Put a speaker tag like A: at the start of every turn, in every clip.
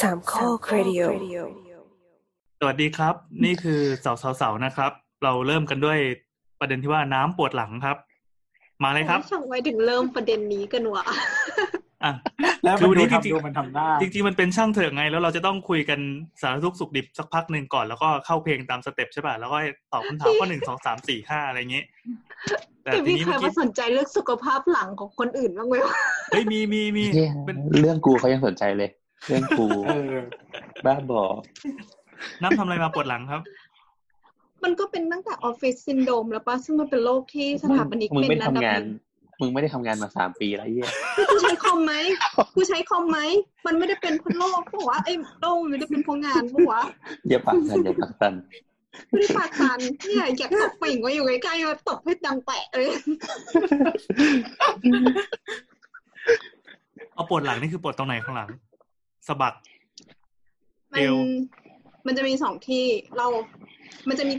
A: สามข้อครดิโอ
B: สวัสดีครับ นี่คือเสาเสาเสานะครับ เราเริ่มกันด้วยประเด็นที่ว่าน้ำปวดหลังครับ มาเลยครับ
C: โอ้ยสั่งไว้ถึงเริ่มประเด็นนี้กันวะ
B: อ่ะ
D: แล้ว
B: คือ
D: มัน
B: วันนี้
D: ดู
B: จริง
D: ทำ
B: ๆ
D: ดูมันทำได้
B: จริงๆมันเป็นช่างเถอะไง แล้วเราจะต้องคุยกันสารทุกข์สุขดิบสักพักหนึ่งก่อนแล้วก็เข้าเพลงตามสเต็ปใช่ป่ะแล้วก็ตอบคำถามข้อหนึ่งสองสามสี่ห้าอะไรอย่างเงี้ยแต่
C: แต่
B: ที
C: มี
B: นี้
C: ใคร
B: เมื่อ
C: มา
B: กี้
C: สนใจเรื่องสุขภาพหลังของคนอื่นบ้างไหมวะ
B: เฮ้ยมีมีมี
E: เหี้ย
B: เป็น
E: เรื่องกูเขายังสนใจเลย เรื่องกู
D: เออ
E: บ้าบอ
B: น้ำทำอะไรมาปวดหลังครับ
C: มันก็เป็นตั้งแต่ออฟฟิศซินโดมแล้วปะซึ่งมันเป็นโรคที่สถาปนิก
E: มึง
C: เป็น
E: ไม่
C: ระ
E: ทำ
C: ดับ
E: งา
C: ห
E: น
C: นึ่ง
E: มึงไม่ได้ทำงานมาสามปีแล้วไอ้เหี้ย
C: กูใช้คอมไหมกูใช้คอมไหม มันไม่ได้เป็นเพราะโรคเพราะว่าไอ้โรคมันไม่ได้เป็นเพราะงานเพราะวะ
E: อย่าปากสันอย่าปากสัน
C: ไม่ได้ปากคันเนี่ยอยากตบปิ่งไว้อยู่ใกล้ๆมาตบให้ดังแปะเลย
B: เอาปวดหลังนี่คือปวดตรงไหนของหลังสะบัก
C: มั
B: เอน ว
C: มันจะมีสองที่เรา มันจะมี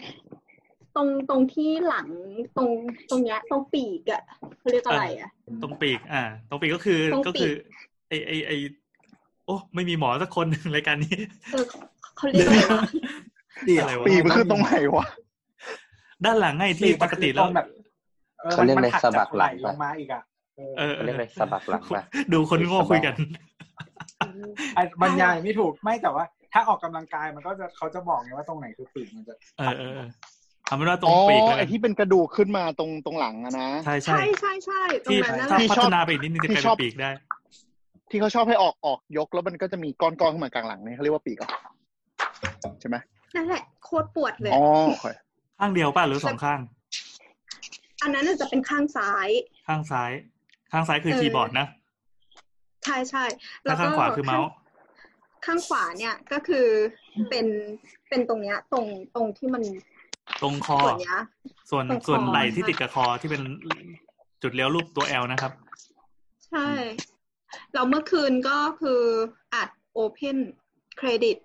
C: ตรงตรงที่หลังตรงตรงเนี้ยตรงปีกอะเขาเรียกอะไรอะ
B: ตรงปีก อ่า ตรงปีกก็คือ
C: ตรงปีก
B: ก็คือไอไอไอโอ้ไม่มีหมอสักคนหนึ่งรายการนี้
C: เออเขาเรียกอะไรวะ
B: อะไรวะ
F: ปีกมันคือตรงไหนวะ
B: ด้านหลังไงที่
D: ปี
B: ปกติแล้ว
D: มันคือรงแบบออ
E: เขาเรียก
D: มัน
E: อะไร
D: ถัด
E: สะบักหลัง
D: จาไหล
E: ปะ
D: งมาอีกอ่ะเออ
B: เออเอ
E: เขาเรียก
B: อ
E: อะไรสะบักหลังปะ
B: ดูคนโง่คุยกัน
D: อ่ะบรรยายไม่ถูกไม่แต่ว่า ถ้าออกกำลังกายมันก็จะเขาจะบอกไงว่าตรงไหนคือปีกมันจะ
B: เออเออเออทำไม่ว่าตร
F: อ๋
B: ง
F: อ
B: ปีกแล้ว
F: ไอ
B: กัน
F: ที่เป็นกระดูกขึ้นมาตรงตรงหลังอะนะ
B: ใช่ใช่
C: ใช่ใช่ใช่ตรง
B: ที่
C: นั้นนั่นแห
B: ถ้า
C: ละ
B: พัฒนาไปอีกนิดนึงจะกลาย
F: ที่ช
B: เป็
F: อน บ
B: ปีกได้
F: ที่เขาชอบให้ออกออกยกแล้วมันก็จะมีก้อนก้อนๆขึ้นมากลางหลังนี่เขาเรียกว่าปีกเหรอใช่ไหม
C: นั่นแหละโคตรปวดเลย
F: อ๋อโอเค
B: ข้างเดียวป่ะหรือสองข้าง
C: อันนั้นน่ะจะเป็นข้างซ้าย
B: ข้างซ้าย ข้างซ้ายคือ
C: เออ
B: คีย์บอร์ดนะ
C: ใช่ใช่
B: แล้วข้างขวาคือเมาส์
C: ข้างขวาเนี่ยก็คือเป็นเป็นตรงเนี้ย ตรงตรงที่มัน
B: ตรงคอ
C: ส่วนเนี้ย
B: ส่วน
C: ตรงคอ
B: ส่วนไหล่ที่ติดกับคอที่เป็นจุดเลี้ยวรูปตัวแอลนะครับ
C: ใช่เราเมื่อคืนก็คืออัดโอเพนเครดิต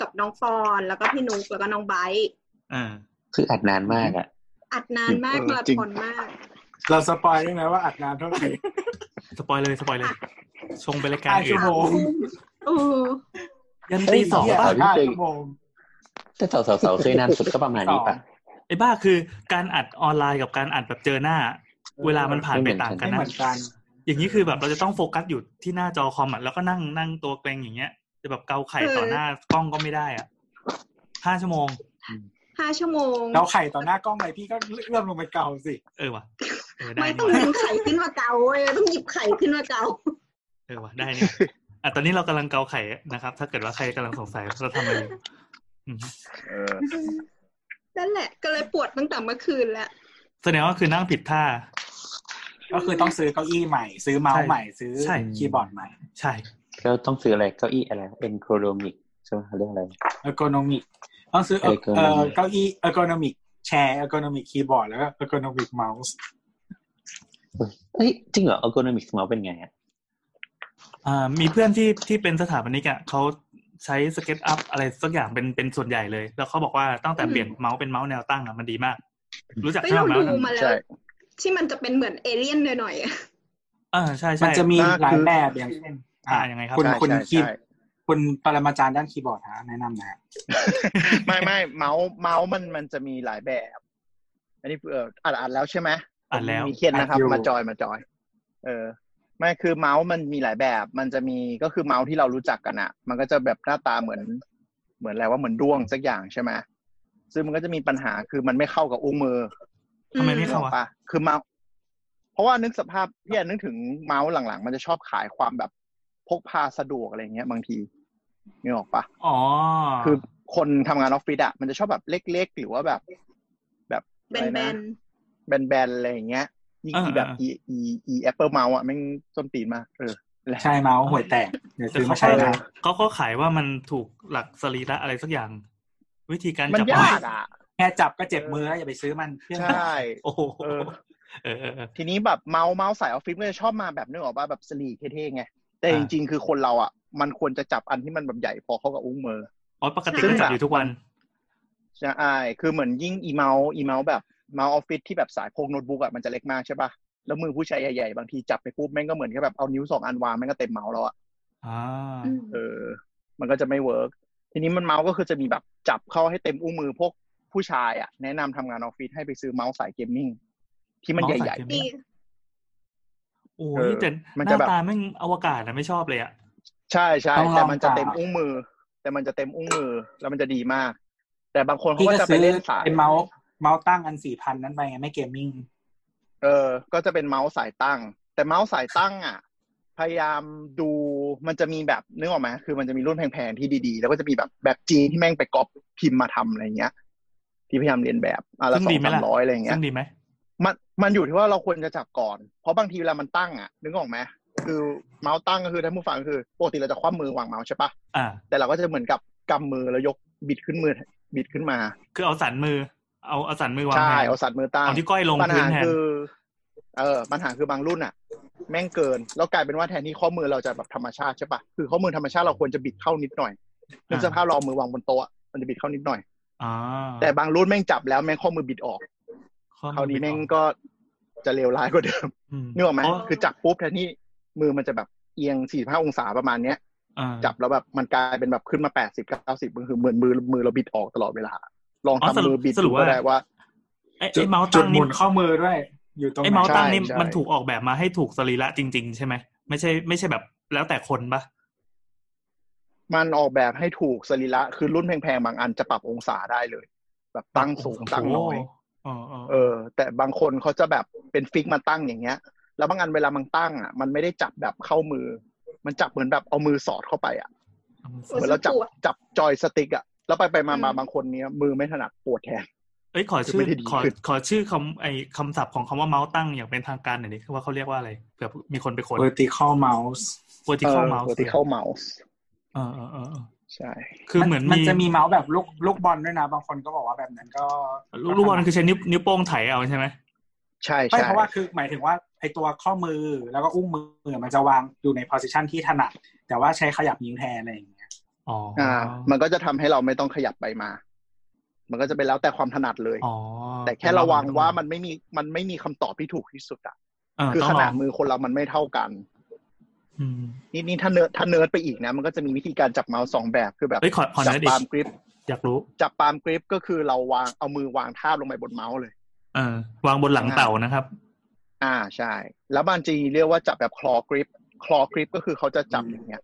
C: กับน้องปอนแล้วก็พี่นุกแล้วก็น้องไบร์ท
B: อ่า
E: คืออัดนานมากอ่ะ
C: อัดนานมากมาราธอนมาก
D: เราสปอยด้วยนะว่าอัดนานเท่าไหร่
B: สปอยเลยสปอยเลย ชงไปรายการ
D: อ่ะ
B: อื่น
D: ชั่วโมง
C: โอ้
B: ยันตีสอง
D: เหี้ย
B: ป่ะ
E: ที่
D: ห้า
E: เคย
D: ชั่วโมง
E: แต่สาวสาวสาวเคยนานสุดก็ประมาณนี้ปะ
B: ไอ้บ้าคือการอัดออนไลน์กับการอัดแบบเจอหน้า
D: ออ
B: เวลามันผ่านไป
E: ไม่เหมือน
B: ต่างกั
D: ไม่
B: น
D: เห
B: นะ
D: มือนกัน
B: อย่างนี้คือแบบเราจะต้องโฟกัสอยู่ที่หน้าจอคอมอ่ะแล้วก็นั่งนั่งตัวเกรงอย่างเงี้ยจะแบบเกาไข่
C: เออ
B: ต่อหน้ากล้องก็ไม่ได้อ่ะห้าชั่วโมง
C: ห้าชั่วโมง
D: เราไข่ต่อหน้ากล้องเลยพี่ก็เลื่อมลงไปเกาสิ
B: เออว่ะเออได้
C: ไม่
B: นี่
C: ต้อง
B: ว่ะ
C: ดึงไข่ขึ้นมาเกาเว้ยต้องหยิบไข่ขึ้นมาเกา
B: เออว่ะได้เนี่ยอ่ะตอนนี้เรากำลังเกาไข่นะครับ ถ้าเกิดว่าใครกำลังสงสัยเราทำอะไรอยู่อืม
F: เออ
C: นั่นแหละก็เลยปวดตั้งแต่เมื่อคืนแล้ว
B: แสดงว่าคือนั่งผิดท่า
D: ก็คือต้องซื้อเก้าอี้ใหม่ ซื้อเมาส์ใหม่ซื้อ
B: ใช่
D: คีย์บอร์ดใหม่
B: ใช่
E: แล้วต้องซื้ออะไรเก้าอี้อะไรเอ็นโครโดมิกใช่ไหมเรื่องอะไร
D: เออร์โกนอมิกต้องซื้อเอ่อ
E: ergonomic
D: เอ่อเก้าอี้เออร์โกนอมิกแชร์เออร์โกนอมิกคีย์บอร์ดแล้วก็เออร์โกนอมิกเมาส์
E: เอ้ยจริงเหรอเออโกนอมิกส์มาเป็นไงอะ
B: อ่ามีเพื่อนที่ที่เป็นสถาปนิกอ่ะเขาใช้สเก็ตอัพอะไรสักอย่างเป็นเป็นส่วนใหญ่เลย แล้วเขาบอกว่าตั้งแต่เปลี่ยนเมาส์เป็นเมาส์แนวตั้งอ่ะมันดีมาก รู้จัก
C: เฮ้ย
B: ใช่ไหม
C: เรา
B: เมา
C: ดู
B: ส์แนวตั้ง
C: มาแล้ว
F: ใช่
C: ที่มันจะเป็นเหมือนเอเลี่ยนหน่อยๆอะ
B: อ่าใช่ใช่
D: มันจะมี
F: อ่า
D: ห
F: คือ
D: ลายแบบอย่างเช่น
B: อ่ายังไงครับ
D: คุณ
F: ใช่
D: คุณ
F: ใช่
D: คีย์
F: ใช่
D: คุณปรมาจารย์ด้านคีย์บอร์ดฮะแนะนำนะฮะ
F: ไม่ไม่เมาส์เมาส์มันมันจะมีหลายแบบ อันนี้เอออัดอัดแล้วใช่ไหม
B: อ่านแล้ว
F: มีเครียดนะครับ มาจอยมาจอย เออ ไม่คือเมาส์มันมีหลายแบบ มันจะมีก็คือเมาส์ที่เรารู้จักกันอะมันก็จะแบบหน้าตาเหมือน เหมือนอะไรว่าเหมือนด้วงสักอย่างใช่ไหมซึ่งมันก็จะมีปัญหาคือมันไม่เข้ากับอุ้งมือ
B: ทำไมไม่
F: นึก
B: เข้า
F: ออกปะคือเมาส์เพราะว่านึกสภาพพี่แอนนึกถึงเมาส์หลังๆ มันจะชอบขายความแบบพกพาสะดวกอะไรเงี้ยบางทีนึกออกปะ
B: อ๋อ
F: คือคนทำงานออฟฟิศอะมันจะชอบแบบเล็กๆ หรือว่าแบบ แบบ
C: แ
F: อะไร
C: บ
F: นะ
C: น
F: แบนๆอะไรอย่างเงี้ยยิ่งอีแบบอีอีอีแอปเปิลเมาส์อะแม่งส้นตีนมากเออ
D: ใช่เมาส์ห่วยแตกเดี๋ยว
B: แต่
D: ซื้อ
B: เขา
D: มาใช้
B: ก็
D: นะ
B: เขาก็ขายว่ามันถูกหลักสรีระอะไรสักอย่าง วิธีการ
F: มัน
B: จับ
F: ยากอะ
D: แค่จับก็เจ็บมือแล้วอย่าไปซื้อมัน
F: ใช่
B: โอ้โห
F: เออ
B: เออเออเออ
F: ทีนี้แบบเมาส์เมาส์สายออฟฟิศก็จะชอบมาแบบนึกออกปะแบบสลีเท่ๆไงแต่
B: อ่า
F: จริงๆคือคนเราอะมันควรจะจับอันที่มันแบบใหญ่พอเข้ากับอุ้งมือ
B: อ๋อปกติ
F: ซึ่
B: ก็
F: ง
B: จับอยู่ทุกวัน
F: ใช่ คือเหมือนยิ่งอีเมาส์อีเมาส์แบบเมาส์ออฟฟิศที่แบบสายพกโน้ตบุ๊กอ่ะมันจะเล็กมากใช่ปะแล้วมือผู้ใช้ใหญ่ๆ บางทีจับไปปุ๊บแม่งก็เหมือนแค่แบบเอานิ้วสองอันวางแม่งก็เต็มเมาส์แล้วอ่ะ
B: อ่า
C: ๆอืม
F: เออ มันก็จะไม่เวิร์กทีนี้มันเมาส์ก็คือจะมีแบบจับเข้าให้เต็มอุ้งมือพวกผู้ชายอ่ะแนะนำทำงานออฟฟิศให้ไปซื้อเมาส์สายเกมมิ่งที่มันใหญ่
B: เมาส์สายเกมมิ่
C: ดี
B: งโอ้
F: เอย อ
B: แต่
F: มัน
B: ห
F: จะ
B: น้า
F: แบบ
B: ตาแม่งอวกาศนะไม่ชอบเลยอ่ะ
F: ๆ ใช่ใช่
D: ต้องลอง
F: แต่มัน
D: จั
F: จะ
D: บ
F: เต็มอุ้งมือ แต่มันจะเต็มอุ้งมือแล้วมันจะดีมาก แต่บางคนเขา
D: พี่
F: ก็
D: ก็
F: จะไป
D: ซื้อ
F: เล่นสาย
D: เป็นเมาส์เมาส์ตั้งอันสี่พันนั้นไปไงไม่เกมมิ่ง
F: เออ ก็จะเป็นเมาส์สายตั้ง แต่เมาส์สายตั้งอ่ะ พยายามดู มันจะมีแบบนึกออกไหมคือมันจะมีรุ่นแพงๆที่ดีๆ แล้วก็จะมีแบบแบบจีนที่แม่งไปก๊อปพิมพ์มาทำอะไรเงี้ย ที่พยายามเรียนแบบอ่ะละ
B: ซึ่
F: สอง
B: ดี
F: ง
B: ไหม
F: สาม
B: ล่ะ
F: ร้อยอะไรเงี้
B: ซึ่
F: ย
B: งดีไหม
F: มันมันอยู่ที่ว่าเราควรจะจับก่อน เพราะบางทีเวลามันตั้งอ่ะ นึกออกไหมคือเมาส์ตั้งก็คือท่านผู้ฟังก็คือปกติเราจะคว่ำมือวางเมาส์ใช่ปะ
B: อ่า
F: แต่เราก็จะเหมือนกับกำมือแล้วยกบิดขึ้นมือบิดขึ้นมา
B: คือเอาสันมือ เอาเอาสันมือวาง
F: ใช่
B: แทน
F: เอาสัตว์มือตั้ง
B: เอาที่ก้อยลง
F: ปัญ
B: พื้
F: หาน
B: แทน
F: คือ เออ ปัญหาคือบางรุ่นอ่ะ แม่งเกิน แล้วกลายเป็นว่าแทนที่ข้อมือเราจะแบบธรรมชาติใช่ปะคือข้อมือธรรมชาติเราควรจะบิดเข้านิดหน่อยเนื่องจากถ้าเราเอามือวางบนโต๊ะอะมันจะบิดเข้านิดหน่อย
B: อ่า
F: แต่บางรุ่นแม่งจับแล้วแม่งข้อมือบิดออก
B: ข้อ
F: คราวนี้
B: อ
F: แม่งก็จะเลวร้ายกว่าเดิม
B: อืม
F: นึกออกไหม
B: เพราะ
F: คือจับปุ๊บแทนที่มือมันจะแบบเอียง 45 องศาประมาณเนี้ย
B: อ่า
F: จับแล้วแบบมันกลายเป็นแบบขึ้นมา 80 90มันคือเหมือนมือมือเราบิดออกตลอดเวลา ลอง
B: อ๋อส
F: ทำ
B: รุ
F: มือ
B: ป
F: บิด
B: สรุ
F: ดู
B: ป
F: ก็
B: ว่า
F: ได้ว่า
B: ไอ้
D: จุด
B: ไอ้เมาส์
D: จุ
B: ตั้
D: ด
B: ง
D: ห
B: นี่
D: มุนข้อมือด้วย อยู่ตรง
B: ไอ้เมาส์
D: ไหน
B: ตั้งนี่
F: ใช่
B: มันถูกออกแบบมาให้ถูกสรีระจริง ๆ ใช่ไหมไม่ใช่ไม่ใช่แบบแล้วแต่คนปะ
F: มันออกแบบให้ถูกสรีระคือรุ่นแพงๆ บางอันจะปรับองศาได้เลย แบบตั้งสูงตั้งน้อย
B: โอ้โห
F: เออ แต่บางคนเขาจะแบบเป็นฟิกมาตั้งอย่างเงี้ย แล้วบางอันเวลามันตั้งอ่ะ มันไม่ได้จับแบบเข้ามือ มันจับเหมือนแบบเอามือสอดเข้าไปอ่ะ
B: เอามือส
F: เห
B: อด
F: มือนเราจับ
C: ปวด
F: จับจอยสติ๊กอ่ะแล้วไปไปมามา
C: อืม
F: บางคนเนี้ยมือไม่ถนัดปวดแทน
B: เอ้ยขอ
F: คือ
B: ชื่อ
F: ไม่ได้ดี
B: ขอ
F: ขึ้น
B: ขอชื่อคำไอ้คำศัพท์ของคำว่าเมาส์ตั้งอย่างเป็นทางการหน่อยดิว่าเขาเรียกว่าอะไรเผื่อมีคนไปค้น
D: เวอร์ติคอลเมาส์
B: vertical mouse
F: ที่เข้าเมาส์
B: เออเออเออเออ
F: ใช่
B: คือเหมือน
D: มันจะมีเมาส์แบบลูกลูกบอลด้วยนะ บางคนก็บอกว่าแบบนั้นก็
B: ลูกลูกบอลคือใช้นิ้วนิ้วโป้งไถเอาใช่ไหม
F: ใช่
D: ไม่
F: ใช่
D: เพราะว่าคือหมายถึงว่าไอตัวข้อมือแล้วก็อุ้งมือมันจะวางอยู่ใน position ที่ถนัด แต่ว่าใช้ขยับนิ้วแทนอะไรอย่างเงี้ย
B: อ๋อ
F: อ่า มันก็จะทำให้เราไม่ต้องขยับไปมา มันก็จะเป็นแล้วแต่ความถนัดเลย
B: อ๋อ
F: แต่แค่ระวังว่ามันไม่มีมันไม่มีคำตอบที่ถูกที่สุดอ่ะ
B: เออ
F: คือ
B: ต้อ
F: ข
B: งล
F: นา
B: อ
F: ด
B: ง
F: มือคนเรามันไม่เท่ากัน
B: อืม
F: นี่นี่ถ้าเนิร์ดถ้าเนิร์ดไปอีกนะ มันก็จะมีวิธีการจับเมาส์สองแบบคือแบบ
B: เฮ้ยขอขอ
F: จั
B: เนื้อดิ
F: ปาล์มกริป
B: อยากรู้
F: จับปาล์มกริปก็คือเราวางเอามือวางทาบลงไปบนเมาส์เลย
B: เออ วางบนหลังเต่านะครับ
F: อ่าใช่ แล้วบางจีเรียกว่าจับแบบคลอกริปคลอกริปก็คือเขาจะจับอย่างเงี้ย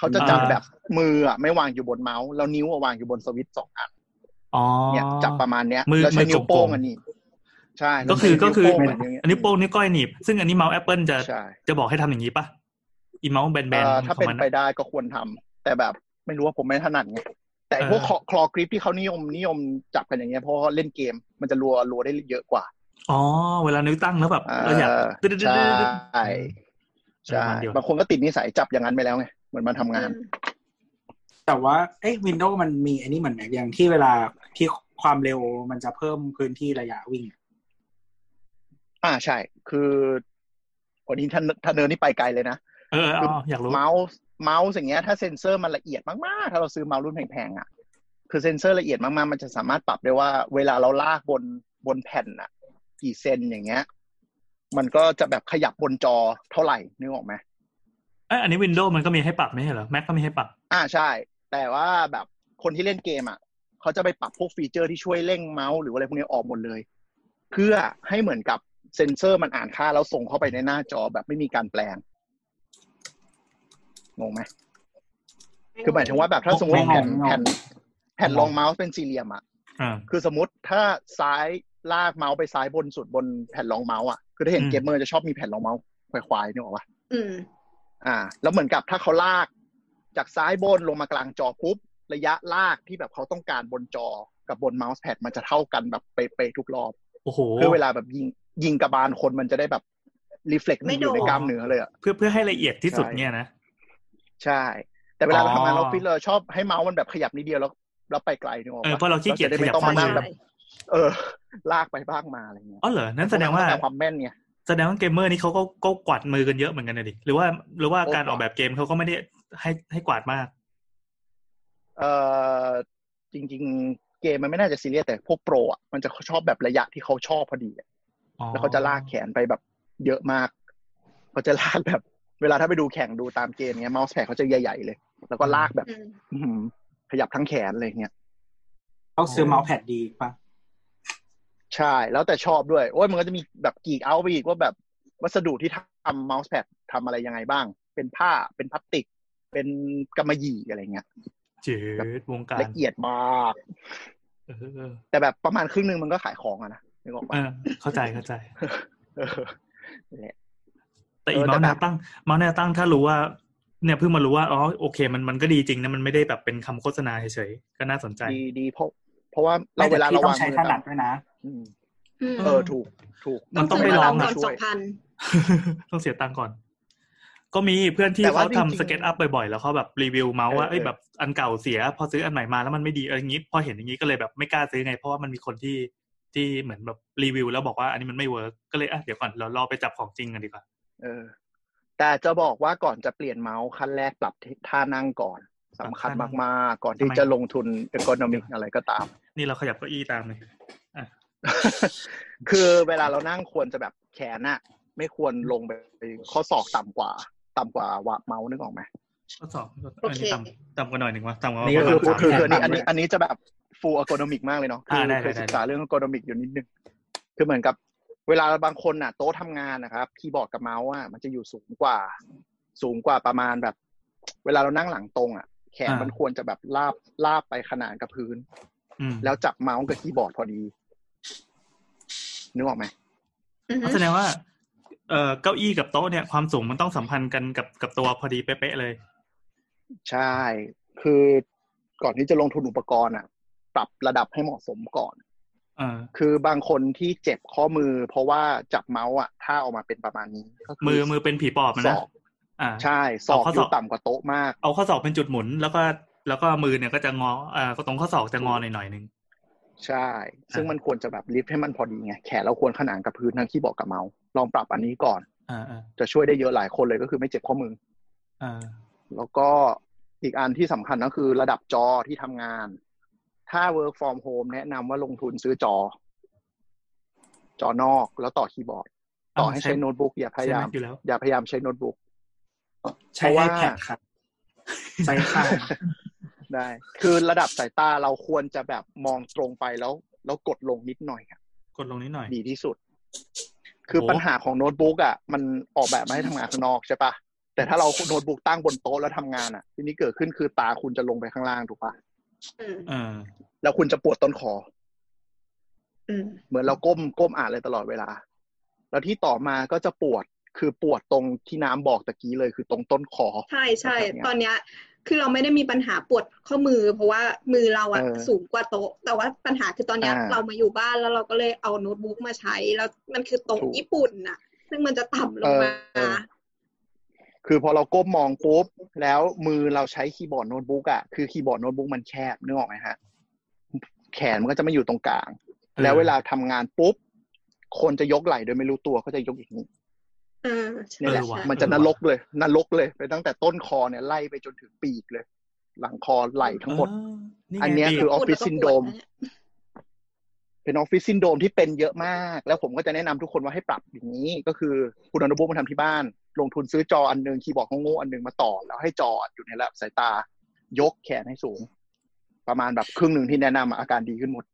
F: เขาจะจับ
B: อ่า
F: แบบมืออ่ะไม่วางอยู่บนเมาส์แล้วนิ้วอะวางอยู่บนสวิตช์สองอัน
B: อ๋อ
F: เนี่ยจับประมาณเนี้ย
B: มือ
F: แล้วใช้
B: มือ
F: นิ้วโป้
B: กล
F: ง
B: มๆ
F: อันนี้ ใช่
B: ก็คือ
F: แล้ว
B: ก็
F: ใช้
B: คือ
F: นิ้วโป้งอันนี้
B: อันนี้โป้งนิ้วก้อยหนีบ ซึ่งอันนี้เมาส์แอปเปิลจะ
F: ใช่
B: จะบอกให้ทำอย่างนี้ป่ะ อีเมาส์แบนๆ
F: เอ่อถ้า
B: ขอ
F: เป็
B: ง
F: น
B: มัน
F: ไป
B: อะ
F: ได้ก็ควรทำแต่แบบไม่รู้ว่าผมไม่ถนัดไงแต่ไอ้พวก
B: เออ
F: คอคลอกริปที่เขานิยมนิยมจับกันอย่างเงี้ยเพราะว่าเล่นเกมมันจะรัวรัวได้เยอะกว่า
B: อ๋อ เวลานิ้วตั้งแล้วแบบ
F: เออ
B: เราอยากดึ๊ดๆๆๆ
F: ใช่ใช่
B: เออมันเดียว
F: บางคนก็ติดนิสัยจับอย่างนั้นไปแล้วไงเหมือนมันทำงาน
D: แต่ว่าเอ้วินโดว์มันมีอันนี้เหมือนแบบอย่างที่เวลาที่ความเร็วมันจะเพิ่มพื้นที่ระยะวิ่ง
F: อ่าใช่ คือวันนี้ท่านท่านเนินนี่ไปไกลเลยนะ
B: เออเอออยากรู้
F: เมาส์เมาส์อย่างเงี้ยถ้าเซ็นเซอร์มันละเอียดมากๆ ถ้าเราซื้อเมาส์รุ่นแพงๆอ่ะ คือเซ็นเซอร์ละเอียดมากๆ มันจะสามารถปรับได้ว่าเวลาเราลากบนบนแผ่นอ่ะ กี่เซนอย่างเงี้ย มันก็จะแบบขยับบนจอเท่าไหร่นึกออกไหม
B: เอยอันนี้วินโดว์มันก็มีให้ปรับไม่ใช่เหรอ แม็กก็มีให้ปรับ
F: อ่าใช่ แต่ว่าแบบคนที่เล่นเกมอ่ะเขาจะไปปรับพวกฟีเจอร์ที่ช่วยเร่งเมาส์หรืออะไรพวกนี้ออกหมดเลย เพื่อให้เหมือนกับเซ็นเซอร์มันอ่านค่าแล้วส่งเข้าไปในหน้าจอแบบไม่มีการแปลงงงไหม คือหมายถึงว่าแบบถ้าสมมติ
D: ไม่งง
F: แผ่น
D: ไม่งง
F: แผ่นแผ่นรองเมาส์เป็นสี่เหลี่ยมอ่ะ
B: อ่า
F: คือสมมติถ้าซ้ายลากเมาส์ไปซ้ายบนสุดบนแผ่นรองเมาส์อ่ะคือถ้าเห็น
B: อืม
F: เกมเมอร์จะชอบมีแผ่นรองเมาส์ควายๆนึกออกปะ
C: อืม
F: อ่า แล้วเหมือนกับถ้าเขาลาก จากซ้ายบนลงมากลางจอปุ๊บระยะลากที่แบบเขาต้องการบนจอกับบนเมาส์แพดมันจะเท่ากันแบบเป๊ะๆทุกรอบ
B: โอ้โห
F: เพื่อเวลาแบบยิงยิงกระบาลคนมันจะได้แบบรีเฟล็ก
C: ไม่
F: มันอ
C: โดน
F: ยู่ในกล้ามเนื้อเลยอ่ะ
B: เพื่อเพื่อให้ละเอียดที่สุด
F: ใช่
B: เนี่ยนะ
F: ใช่ แต่เวลาเรา
B: อ๋อ
F: ทำงานออฟฟิศเราชอบให้เมาส์มันแบบขยับนิดเดียวแล้วแล้วไปไกลนึกออก
B: เออ
F: ปะ
B: เพราะเราขี้เกียจ
F: เราจะได้
B: ขยับ
F: ไม่ต้อง
B: ซ้าย
F: มานั่ง
B: มือ
F: แบบ เออ ลากไปลากมาอะไรเงี้ย
B: อ๋อเหรอนั่นแสดงว่า
F: แต่ความแม่นไง
B: แสดงว่าเกมเมอร์นี่เขาก็ก็กวาดมือกันเยอะเหมือนกันนะดิหรือว่าหรือว่าการออกแบบเกมเขาก็ไม่ได้ให้ให้กวาดมาก
F: เออจริง ๆ เกมมันไม่น่าจะซีเรียสแต่พวกโปรอ่ะมันจะชอบแบบระยะที่เขาชอบพอดีอะ
B: อ๋อ
F: แล้วเขาจะลากแขนไปแบบเย อะมากเขาจะลากแบบ เวลาถ้าไปดูแข่งดูตามเกมเงี้ยเมาส์แพดเขาจะใหญ่ ๆ เลย แล้วก็ลากแบบ
C: อืม
F: อื้อหือขยับทั้งแขนอะไรอย่างเงี้ย
D: ต้องซื้อเมาส์แพดดีปะ
F: ใช่ แล้วแต่ชอบด้วย โอ้ยมันก็จะมีแบบกรีกเอาไปอีกว่าแบบวัสดุที่ทำเมาส์แพดทำอะไรยังไงบ้าง เป็นผ้าเป็นพลาสติก เป็นกำมะหยี่อะไรเงี้ย
B: จืดวงการ
F: ละเอียดมาก
B: เออ
F: แต่แบบประมาณครึ่งหนึงมันก็ขายของอะนะนึกออก
B: เอ
F: ปะ
B: อ เข้าใจเข้าใจ
F: เออนั่นแหละ
B: แต่อี
F: เออ
B: เมาส์แน
F: แต่แบบ
B: วตั้งเมาส์แนวตั้งถ้ารู้ว่า เนี่ยเพิ่งมารู้ว่าอ๋อโอเคมันมันก็ดีจริงนะมันไม่ได้แบบเป็นคำโฆษณาเฉยๆก็น่าสนใจ
F: ดีดีเพราะเพราะว่าเรา
D: ไม่
F: เว
D: แต่
F: ลา
D: พี่
F: เรา
D: ต้อ
F: วาง
D: งใช้
F: มือ
D: ถนัด
F: ต่ำ
D: ด้วยนะ
F: อืม
C: อืม
F: เออถูกถูก
B: มันต้องไปลอง
C: ซื้มา
B: อะ
C: ก่อนสองพัน
B: ต้องเสียตังค์ก่อน ก็มีเพื่อนที่
F: แต่ว่
B: เขา
F: จริงๆ
B: ทำสเก็ตอัพบ่อยๆ แล้วเขาแบบรีวิวเมาส์ว่า
F: เออ
B: เอ้ย
F: เออ
B: แบบอันเก่าเสีย พอซื้ออันใหม่มาแล้วมันไม่ดีอะไรอย่างงี้ พอเห็นอย่างงี้ก็เลยแบบไม่กล้าซื้อไง เพราะว่ามันมีคนที่ที่เหมือนแบบรีวิวแล้วบอกว่าอันนี้มันไม่เวิร์กก็เลยอ่ะเดี๋ยวก่อนเรารอไปจับของจริงกันดีกว่า
F: เออ แต่จะบอกว่าก่อนจะเปลี่ยนเมาส์ขั้นแรกปรับท่านั่งก่อนสำคัญ
B: ปรั
F: มา
B: บท่านั่ง
F: กๆ ก่อนที่
B: ทำไม
F: จะลงทุนเอกอนมิกอะไรก็ตาม
B: นี่เราขยับเก้าอี้ตามเลย
F: คือเวลาเรานั่งควรจะแบบแขนอะไม่ควรลงไปข้อศอกต่ำกว่า ต่ำกว่าวะเมาส์นึกออกไหม
B: ข้อสอง
C: โอ
B: อัน
C: เค
B: นี้ต่ำต่ำกว่าหน่อยหนึ่งวะต่ำกว่า
D: นี่
F: ก็คือ
B: ประมาณ
F: คือคืออัน
B: สาม
F: นี้อันนี้อันนี้จะแบบ full ergonomic มากเลยเนาะคื
B: อ่าได้
F: เคย
B: ได้ได้
F: ศึกษาเรื่อง ergonomic อยู่นิดนึง คือเหมือนกับ เวลาบางคนน่ะ โต๊ะทำงานนะครับคีย์บอร์ดกับเมาส์อ่ะมันจะอยู่สูงกว่า สูงกว่าประมาณแบบ เวลาเรานั่งหลังตรงอ่ะ แขนมันควรจะแบบลาบลาบไปขนานกับพื้น
B: อืม
F: แล้วจับเมาส์กับคีย์บอร์ดพอดีนึกออกไหม
C: อือฮึ
B: ก็แสดงว่า เอ่อเก้าอี้กับโต๊ะเนี่ยความสูงมันต้องสัมพันธ์กันกับกับตัวพอดีเป๊ะๆเลย
F: ใช่ คือก่อนที่จะลงทุนอุปกรณ์อ่ะ ปรับระดับให้เหมาะสมก่อน
B: เออ
F: คือบางคนที่เจ็บข้อมือ เพราะว่าจับเมาส์อ่ะท่าออกมาเป็นประมาณนี้ก็คื
B: มือมือเป็นผีปอบมัน
F: ศ
B: นะ
F: อก
B: อ่า
F: ใช่ศอก
B: เอาข้อ
F: อ
B: ศ
F: ยู่
B: อก
F: ต่ำกว่าโต๊ะมาก
B: เอาข้อศอกเป็นจุดหมุน แล้วก็แล้วก็มือเนี่ยก็จะงอเอ่อก็ตรงข้อศอกจะงอหน่อยหน่อยๆนึง
F: ใช่ ซึ่ง
B: อ่ามั
F: มันควรจะแบบลิฟต์ให้มันพอดีไงแขนเราควรขนานกับพื้นทั้งที่บอกกับเมาส์ลองปรับอันนี้ก่อน
B: อ่าอ่า
F: จะช่วยได้เยอะหลายคนเลยก็คือไม่เจ็บข้อมือ
B: อ่า
F: แล้วก็อีกอันที่สำคัญก็คือระดับจอที่ทำงาน ถ้า work from home แนะนำว่าลงทุนซื้อจอ จอนอกแล้วต่อคีย์บอร์ด ต่อให้ใช้โน้ตบุ๊กอย่าพ
B: ใช้
F: ยายาม
B: แกอยู่แล้ว
F: อย่าพยายามใช้โน้ตบุ๊ก
D: ใช้
F: เพราะ
D: ไอ
F: ว่า
D: แพดครับใช้ ค่ะ
F: ได้ คือระดับสายตาเราควรจะแบบมองตรงไปแล้ว แล้วกดลงนิดหน่อยอะ
B: กดลงนิดหน่อย
F: ดีที่สุด คือ
B: โอ้
F: ปัญหาของโน้ตบุ๊กอ่ะมันออกแบบมาให้ทำงานข้างนอกใช่ปะแต่ถ้าเราโน้ตบุ๊กตั้งบนโต๊ะแล้วทำงานอ่ะทีนี้เกิดขึ้นคือตาคุณจะลงไปข้างล่างถูกปะ
C: อืม
B: เออ
F: แล้วคุณจะปวดต้นคอ
C: อืม
F: เหมือนเราก้มก้มอ่านเลยตลอดเวลา แล้วที่ต่อมาก็จะปวดคือปวดตรงที่น้ำบอกตะกี้เลยคือตรงต้นคอ
C: ใช่ใช่
F: แบบเนี้ย
C: ตอนเนี้ย คือเราไม่ได้มีปัญหาปวดข้อมือ เพราะว่ามือเราอะ
F: เออ
C: สูงกว่าโต๊ะ แต่ว่าปัญหาคือตอนเนี้ย
F: อ่า
C: เรามาอยู่บ้านแล้วเราก็เลยเอาโน้ตบุ๊กมาใช้ แล้วมันคือโต๊ะ
F: ถูก
C: ญี่ปุ่นน่ะ ซึ่งมันจะต่ำลงมา
F: เออ คือพอเราก้มมองปุ๊บแล้วมือเราใช้คีย์บอร์ดโน้ตบุ๊กอะคือคีย์บอร์ดโน้ตบุ๊กมันแคบนึกออกไหมฮะ แขนมันก็จะไม่อยู่ตรงกลาง
B: ออ
F: แล้วเวลาทำงานปุ๊บ คนจะยกไหล่โดยไม่รู้ตัวก็จะยกอย่างนี้
C: เออใช่
F: นี่แหละ
B: เออว่ะ
C: ใช่
F: มันจะนรกเลย นรกเลยไปตั้งแต่ต้นคอเนี่ยไล่ไปจนถึงปีกเลย หลังคอไหล่ทั้งหมด
B: เออไง
F: อันเนี้ย
B: ปีก
F: คือ
C: พูดแล้วก็
F: office syndrome
C: ปวดนะเนี่ย
F: เป็นออฟฟิศซินโดรมที่เป็นเยอะมาก แล้วผมก็จะแนะนำทุกคนว่าให้ปรับอย่างนี้ ก็คือคุณอนุบุมาทำที่บ้าน ลงทุนซื้อจออันหนึงคีย์บอร์ดโง่ๆอันหนึงมาต่อ แล้วให้จออยู่ในระดับสายตา ยกแขนให้สูง ประมาณแบบครึ่งหนึ่งที่แนะนำอะอาการดีขึ้นหมด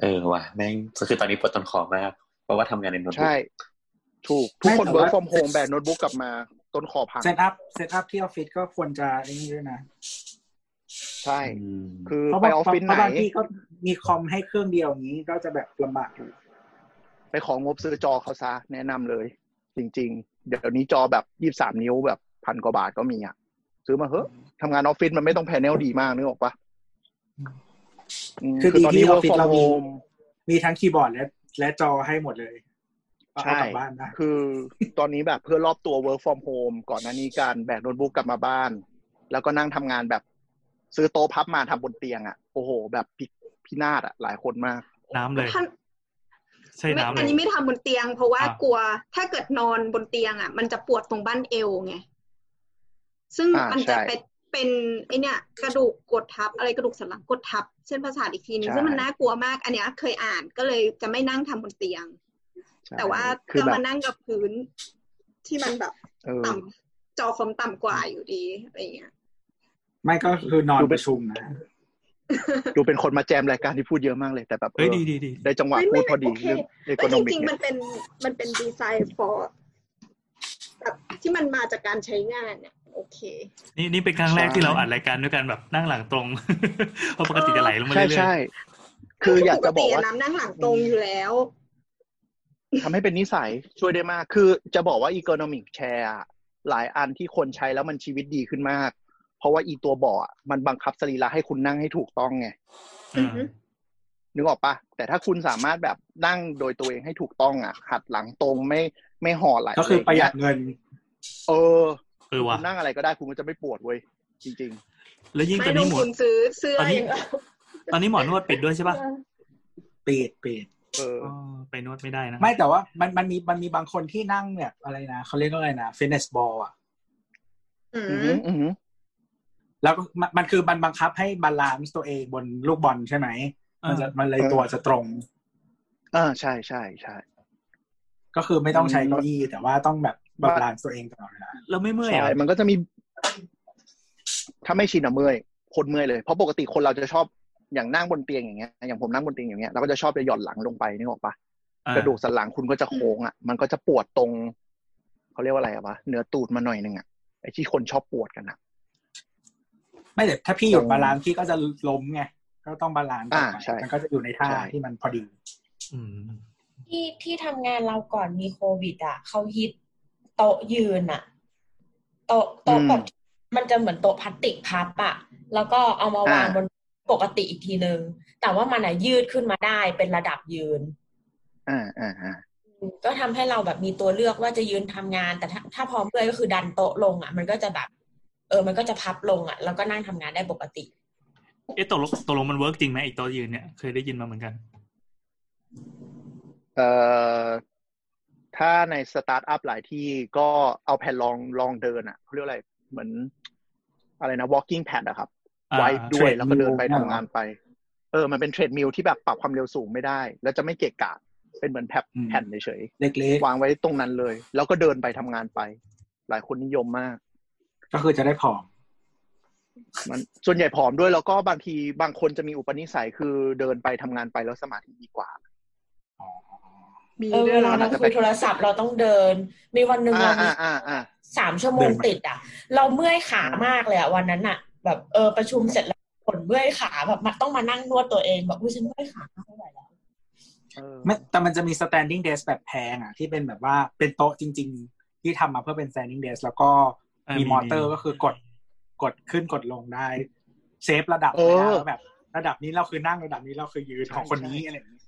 E: เออว่ะแม่งคือตอนนี้ปวดต้นคอมาก เพราะว่าทำงานในโน้ตบุ๊
F: ใช่
E: ก
F: ถูก ทุกคนเวิร์กฟอร์มโฮมแบนโน้ตบุ๊กกลับมาต้นคอพัง
D: เซตอัพเซตอัพที่ออฟฟิศก็ควรจะไอ้นี่ด้วยนะ
F: ใช่
E: อืม
F: คือ
D: เพราะ
F: ไปออฟฟิศ
D: เพ
F: ไห
D: ราะ
F: น
D: บางที่ก็มีคอมให้เครื่องเดียวอย่างนี้ก็จะแบบลำบากอยู่
F: ไปของงบซื้อจอเขาซะแนะนำเลย จริง ๆ เดี๋ยวนี้จอแบบยี่สามนิ้วแบบพันกว่าบาทก็มีอ่ะ ซื้อมาเหอะทำงานออฟฟิศมันไม่ต้องแพนเนลดีมากนึกออกปะม
D: คือดีที่ออฟฟิศเรามี
F: ตอนนี้ work from home
D: มีทั้งคีย์บอร์ดและและจอให้หมดเลยก็
F: ใช่
D: เอากลับบ้านได้
F: คือตอนนี้แบบเพื่อนรอบตัว work from home ก่อนหน้านี้การแบกโน้ตบุ๊กกลับมาบ้าน แล้วก็นั่งทำงานแบบ ซื้อโต๊ะพับมาทำบนเตียงอ่ะ โอ้โห แบบพิพินาศอ่ะ หลายคนมาก
B: น้ำเลย
C: ท่าน
B: ใช่
C: ไม่
B: น้ำเล
C: อั
B: ย
C: นนี้ไม่ทำบนเตียง เพราะว่า
B: อ่ะ
C: กลัวถ้าเกิดนอนบนเตียงอ่ะ มันจะปวดตรงบ้านเอวไงซึ่ง
F: อ่ามั
C: มันจะ
F: ใช่
C: เป็นเป็นไอเนี่ย กระดูกกดทับ อะไรกระดูกสันหลังกดทับ เส้นประสาทอีกทีนึง
F: ใช่
C: ซึ่งมันน่ากลัวมาก อันเนี้ยเคยอ่านก็เลยจะไม่นั่งทำบนเตียง
F: ใช่
C: แต่ว่า
F: คือ
C: ก็
F: แบ
C: มา
F: บ
C: นั่งกับพื้นที่มันแบบ
F: เออ
C: ต่ำจอคอมต่ำกว่าอยู่ดีอะไรเงี้ย
D: ไม่ก็คือนอน
F: ดู
D: ป
F: เป็น
D: ระชุมนะ
F: ดูเป็นคนมาแจมรายการที่พูดเยอะมากเลยแต่แบบ
B: เฮ้ย
F: เออ
B: ดีดีดี
F: ได้จังหวะ
C: ไม่ไม่
F: พูดพอดี
C: โอเค
F: เรื่องเอ
C: ไม่
F: กอน
C: จ
F: มิก
C: ริงๆ มัน
F: เนี่ย
C: เป็นมันเป็นดีไซน์ for แบบที่มันมาจากการใช้งานเนี่ยโอเค
B: นี่นี่เป็นครั้งแรกที่เราอัดรายการด้วยกันแบบนั่งหลังตรง เพราะปกติจะไหลลงมา
F: ใช่
B: เรื่อ
F: ใช่
B: ย
F: คืออยากจะบอก
C: ป
F: ว่า
C: ติน้ำนั่งหลังตรงอยู่แล้ว
F: ทำให้เป็นนิสัยช่วยได้มาก คือจะบอกว่า economic share อะหลายอันที่คนใช้แล้วมันชีวิตดีขึ้นมาก เพราะว่าอีตัวเบาะอะมันบังคับสรีระให้คุณนั่งให้ถูกต้องไง
B: ๆอ่า
C: อือฮึ
F: นึกออกปะแต่ถ้าคุณสามารถแบบนั่งโดยตัวเองให้ถูกต้องอ่ะ หัดหลังตรงไม่ไม่ห่อไหล
D: ก็คือประหยัดเงิน
F: เออ
B: เออว่ะ
F: คุณนั่งอะไรก็ได้คุณก็จะไม่ปวดเว้ยจริง
B: แล้วยิ่งต
C: ไม่
B: อน
C: ล
B: นี้
C: ง
B: หมด
C: ทุนซื้อเสื้อ
B: ตอน
C: อ
B: นี้
C: ย่างเดียว
B: ตอนนี้หมอนวดปิดด้วยใช่ป่ะ
D: เปีดเปีด
F: ๆ เออ
B: อ๋อไปนวดไม่ได้นะ
D: ไม่แต่ว่ามันมันมีมันมีบางคนที่นั่งแบบอะไรนะเขาเรียกว่าอะไรนะฟิตเนสบอลอ่ะ
C: อื
F: อือ
C: ม
F: หืออือหือ
D: แล้วก็มันมันคือมันบังคับให้บาลานซ์ตัวเองบนลูกบอลใช่ไหม มันจะมันเลยตัวจะตรง
F: อ่าใช่ใช่ใช่
D: ก็คือไม่ต้องใช้
F: อืม
D: เก้าอี้แต่ว่าต้องแบบบาลานซ์ตัวเองตลอดเวลา
B: เราไม่เมื่อย
F: ใช่
B: อ่ะ
F: มันก็จะมี ถ้าไม่ชินอะเมื่อยโคนเมื่อยเลย เพราะปกติคนเราจะชอบอย่างนั่งบนเตียงอย่างเงี้ย อย่างผมนั่งบนเตียงอย่างเงี้ยเราก็จะชอบจะหย่อนหลังลงไปนึกออกปะกระดูกสันหลังคุณก็จะโค้งอ่ะ มันก็จะปวดตรงเขาเรียกว่าอะไรอะวะเหนือตูดมาหน่อยหนึงอ่ะไอ้ที่คนชอบปวดกันอ่ะ
D: ไม่แต่ถ้าพี่หยุดบาลานซ์พี่ก็จะล้มไงก็ต้องบาลานซ์ต่อไป
F: อ่าใช่
D: มันก็จะอยู่ในท่า
F: ใช่
D: ที่มันพอดี
B: อืม
A: ที่ที่ทำงานเราก่อนมีโควิดอ่ะเขาฮิตโต๊ะยืนอ่ะ โต๊ะโต๊ะ
F: อืม
A: แบบมันจะเหมือนโต๊ะพลาสติกพับอ่ะ แล้วก็เอามาวาง
F: อ่า
A: บนปกติอีกทีนึง แต่ว่ามันอ่ะยืดขึ้นมาได้เป็นระดับยืน
F: อ่าอ่าอ่า
A: ก็ทำให้เราแบบมีตัวเลือกว่าจะยืนทำงาน แต่ถ้าถ้าพร้อมเลยก็คือดันโต๊ะลงอ่ะ มันก็จะแบบ เออ มันก็จะพับลงอ่ะ แล้วก็นั่งทำงานได้ปกติ
B: เอ๊ะตกลงตกลงมันเวิร์กจริงไหมไอ้ตัวยืนเนี่ยเคยได้ยินมาเหมือนกัน
F: เอ่อถ้าในสตาร์ทอัพหลายที่ก็เอาแผ่นรองรองเดินอ่ะเขาเรียกว่าอะไรเหมือน อะไรนะ walking pad อะครับ
B: อ่า
F: ไว้ด้วย
D: treadmill
F: แล้วก็เดินไป
D: เนี่ย
F: ทำ
D: เหรอ
F: งานไป เออ มันเป็นเทรดมิลที่แบบปรับความเร็วสูงไม่ได้ แล้วจะไม่เกะกะ เป็นเหมือนแผ่น
D: อืม
F: แผ่นเฉย
D: เล็ก
F: ๆวางไว้ตรงนั้นเลย แล้วก็เดินไปทำงานไป หลายคนนิยมมาก
D: ๆก็คือจะได้ผอม
F: มันส่วนใหญ่ผอมด้วยแล้วก็บางทีบางคนจะมีอุปนิสัยคือเดินไปทำงานไปแล้วสมาธิดีกว่า
C: มี
A: เออ
C: ด้ว
A: เวย ลา
C: นะ
A: เราคุยโทรศัพท์เราต้องเดิน มีวันหนึ่ง
F: อ่า
A: เรามี
F: อ่าอ่าอ่า
A: สามชั่วโม
D: เดิ
A: ง
D: นมา
A: ติดอ่ะ เราเมื่อยขามากเลยอ่ะวันนั้นอ่ะ แบบเออประชุมเสร็จแล้วผลเมื่อยขาแบบมาต้องมานั่งนวดตัวเองแบบอุ้ยฉันเมื่อยขามากไม่ไหวแล้ว
F: เออ
D: ไม่แต่มันจะมี standing desk แบบแพงอ่ะที่เป็นแบบว่าเป็นโต๊ะจริง ๆ ที่ทำมาเพื่อเป็น standing desk แล้วก็
B: เออมี
D: มีมอเตอร์
B: มี
D: ก็คือกดกดขึ้นกดลงได้ เซฟระดับไว้นะแล้วแบบ ระดับนี้เราคือนั่งระดับนี้เราคือยืนของคนนี้อะไรอย่างนี้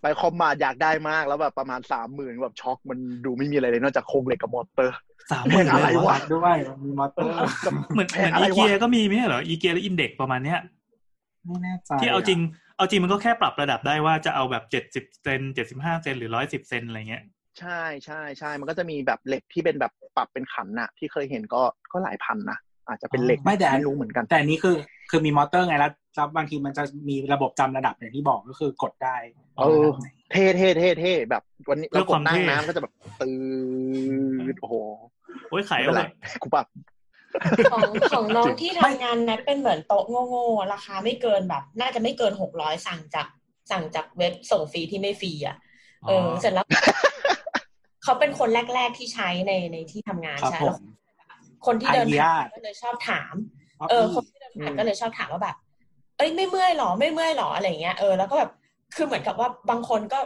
F: ไปคอมมาอยากได้มากแล้วแบบประมาณสามหมื่นแบบช็อกมันดูไม่มีอะไรเลยนอกจากโครงเหล็กกับมอเตอร์
B: สามหมื่น
F: แม่งอะไรวะ
D: วัดด้วยมีมอเตอร์
B: เหมือนเหมือน
F: แพงอะ
B: อี
F: ไรวะ
B: เกียก็มีไม่ใช่เหรออีเกียและอินเด็กประมาณเนี้ย
D: ไม่แน่ใจ
B: ที่เอาจริง เอาจริงมันก็แค่ปรับระดับได้ว่าจะเอาแบบเจ็ดสิบ70 เซนเจ็ดสิบห้าเซนหรือร้อยสิบเซนอะไรเงี้ย
F: ใช่ใช่ใช่ มันก็จะมีแบบเหล็กที่เป็นแบบปรับเป็นขันน่ะ ที่เคยเห็นก็ก็หลายพันนะอาจจะเป็นเหล็ก
D: ไม่แต่อัน
F: รู้เหมือนกัน
D: แต่อันนี้คือคือมีมอเตอร์ไงแล้วแล้วบางทีมันจะมีระบบจำระดับอย่างที่บอกก็คือกดได้
F: เออ เท่เท่เท่เท่แบบวันนี้
B: เพื่
F: เรา
B: อก ควา
F: ด
B: ม
F: นั่
B: เท่
F: งน้ำก็จะแบบตื่นโอ้โห
B: โอ้ยขาย
F: ไม่
B: เอา
F: เป็นไร
B: เถอะ
F: กูปรับ
A: ของของน้องที่ทำงานนัดเป็นเหมือนโต๊ะโง่ๆราคาไม่เกินแบบ น่าจะไม่เกินหกร้อยสั่งจากสั่งจากเว็บส่งฟรีที่ไม่ฟรีอ่ะ เออ เสร็จแล้ว เขาเป็นคนแรก ๆที่ใช้ในในที่ทำงาน
D: ครับ
A: ใช่
D: ผ
A: แล้ว
D: ม
A: คนที่เดิน
D: อ
A: ผ่าน
D: นุญาต
A: ก็เลยชอบถาม
D: ครับ
A: เออ
D: พี่
A: คนที่เดินผ่าน
F: อืม
A: ก็เลยชอบถามว่าแบบ เอ้ยไม่เมื่อยหรอไม่เมื่อยหรออะไรอย่างเงี้ยเออแล้วก็แบบคือเหมือนกับว่าบางคนก็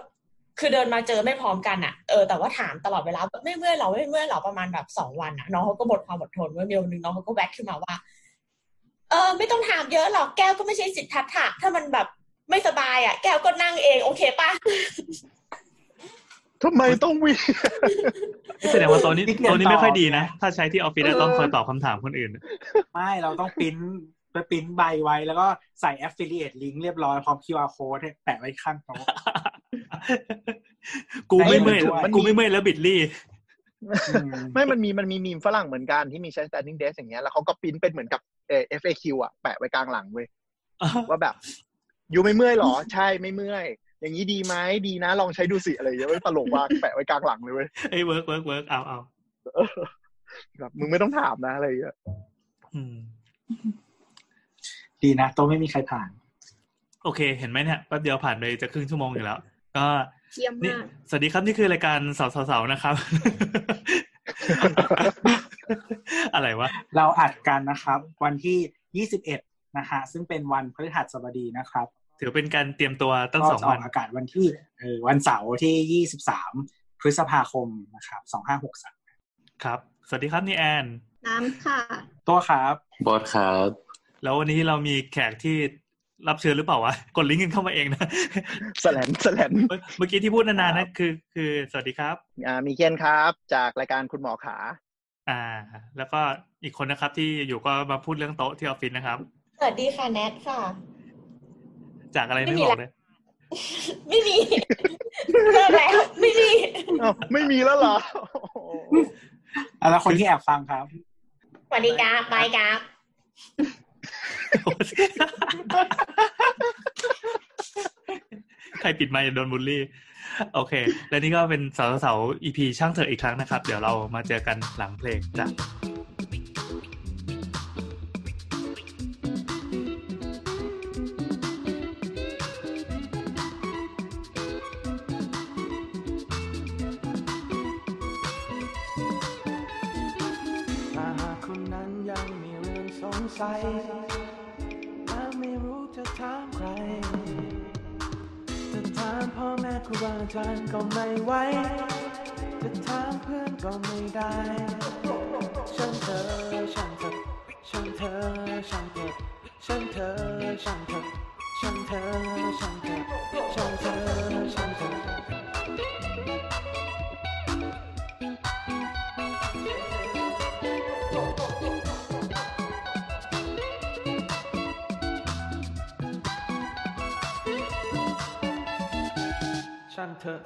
A: คือเดินมาเจอไม่พร้อมกันอ่ะเออแต่ว่าถามตลอดเวลาไม่เมื่อยหรอไม่เมื่อยหรอประมาณแบบสองวันอ่ะน้องเขาก็หมดความอดทนเมื่อมีวันหนึงน้องเขาก็แวกขึ้นมาว่า เออ ไม่ต้องถามเยอะหรอกแก้วก็ไม่ใช่สิทธัตถะถ้ามันแบบไม่สบายอ่ะ แก้วก็นั่งเองโอเคป่ะ
F: ทำไมต้องวิ่ง
B: แสดงว่าตัวนี้
D: พี่เกียจ
B: ตัวนี้ไม่ค่อยดีนะ
D: ตบ
B: ถ้าใช้ที่ออฟฟิศแล้วต้องคอยตอบคำถามคนอื่น
D: ไม่เราต้องปริ้นไปปริ้นใบไว้แล้วก็ใส่ affiliate link เรียบร้อยพร้อม QR code ให้แปะไว้ข้างโต๊ะ
B: กูไม่เมื่อย
D: ได้มันช่วย
B: กูไม่เมื่อยแล้วบิดลี่
D: อืม
F: ไม่มันมีมันมีมีมฝรั่งเหมือนกันที่มีใช้ standing desk อย่างเงี้ยแล้วเขาก็ปริ้นเป็นเหมือนกับเออ FAQ อ่ะแปะไว้กลางหลังเว้ย ว่าแบบ อยู่ไม่เมื่อยเหรอ ใช่ไม่เมื่อย อย่างนี้ดีไหมดีนะ ลองใช้ดูสิอะไรอย่างเงี้ยเว้ยตลกว่ากแปะไว้กลางหลังเลยเว้ย
B: เอ้ยเวิร์กเวิร์กเวิร์กเอาเอา
F: แบบมึงไม่ต้องถามนะอะไรอย่างเงี้ย
B: อืม
D: ดีนะโต้ไม่มีใครผ่าน
B: โอเค เห็นไหมเนี่ยแป๊บเดียวผ่านไปจะครึ่งชั่วโมงอยู่แล้ว ก็
C: เยี่ยม
B: นี่
C: มาก
B: สวัสดีครับนี่คือรายการสาวสาวๆนะครับ อะไรวะ
D: เราอัดกันนะครับ วันที่ 21 นะฮะ ซึ่งเป็นวันพฤหัสบดีนะครับ
B: ถือเป็นการเตรียมตัวตั้ง
D: ก็
B: สอง
D: จะอ
B: วั
D: อน กอากาศวันที่เออวันเสาร์ที่ 23 พฤษภาคมนะครับ
B: ค
D: 2563
B: รับ สวัสดีครับนี่แอน
C: น้ำค่ะ
D: โตัวครับ
E: บอสครับ
B: แล้ววันนี้เรามีแขกที่รับเชิญหรือเปล่าวะ กดลิงก์กันเข้ามาเองนะ
F: แสลนแสลน
B: เมื่อเมื่อกี้ที่พูดนานๆนะคือคือสวัสดีครับ
F: อ่ามีเคนครับ จากรายการคุณหมอขา
B: อ่า แล้วก็อีกคนนะครับที่อยู่ก็มาพูดเรื่องโต๊ะที่ออฟฟิศนะครับ
A: สวัสดีค่ะแนทค่ะ
B: จากอะไร
A: ไม่
B: ไม่
A: มี
B: บอกเลย
A: ไม่ มี เลิกแล้วไม่มี
F: อ้าวไม่มีแล้วเหรอ
D: แล้วคนที่แอบฟังครับ
A: สวัสดีครับบายครับ
B: ใครปิดไมค์โดนบูลลี่ โอเค และนี่ก็เป็นสาวสาวๆ EP ช่างเถอะอีกครั้งนะครับ เดี๋ยวเรามาเจอกันหลังเพลงจ้ะ
G: ถ้าหากคุณนั้นยังมีเรื่องสงสัยและไม่รู้จะถามใคร จะถามพ่อแม่ครูบาอาจารย์ก็ไม่ไหว จะถามเพื่อนก็ไม่ได้ ช่างเธอ ช่างเธอ ช่างเธอ ช่างเธอ ช่างเธอ ช่างเธอ ช่างเธอ ช่างเธอ ช่างเธอ ช่างเธอ ช่างเธอ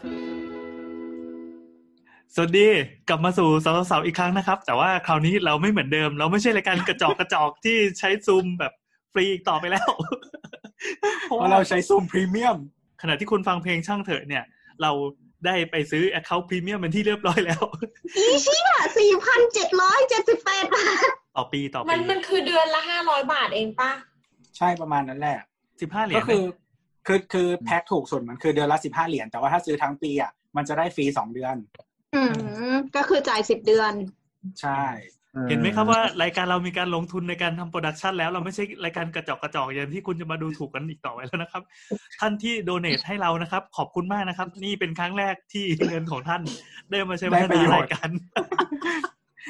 B: สวัสดีกลับมาสู่สาวสาวๆอีกครั้งนะครับ แต่ว่าคราวนี้เราไม่เหมือนเดิม เราไม่ใช่รายการกระจอกกระจอกที่ใช้ซูมแบบฟรีอีกต่อไปแล้ว เพราะ
D: เพ
B: ว่า
D: ราะเราใช้ซูมพรีเมียม
B: ขณะที่คุณฟังเพลงช่างเถอะเนี่ย เราได้ไปซื้อ Account Premium เป็นที่เรียบร้อยแล้ว
C: อีเชี่ยสี่พันเจ็ดร้อยเจ็ดสิบแปดบาท
B: ต่อปีต่อ
A: มั
B: ปี
A: นมันคือเดือนละห้าร้อยบาทเองปะ
D: ใช่ประมาณนั้นแหละ
B: สิบห้าเหรีย
D: ก็
B: ญ
D: คือคือคือแพ็คถูกสุดมันคือเดือนละ 15 เหรียญ แต่ว่าถ้าซื้อทั้งปีอ่ะมันจะได้ฟรีสองเดือน
C: อืมก็คือจ่ายสิบเดือน
D: ใช่
B: เห็นไหมครับว่ารายการเรามีการลงทุนในการทำโปรดักชันแล้วเราไม่ใช่รายการกระจอกกระจอกอย่างที่คุณจะมาดูถูกกันอีกต่อไปแล้ว นะครับ ท่านที่โดเน a ให้เรานะครับ ขอบคุณมากนะครับ นี่เป็นครั้งแรกที่เงินของท่าน ได้มาใช้พัฒนารายการ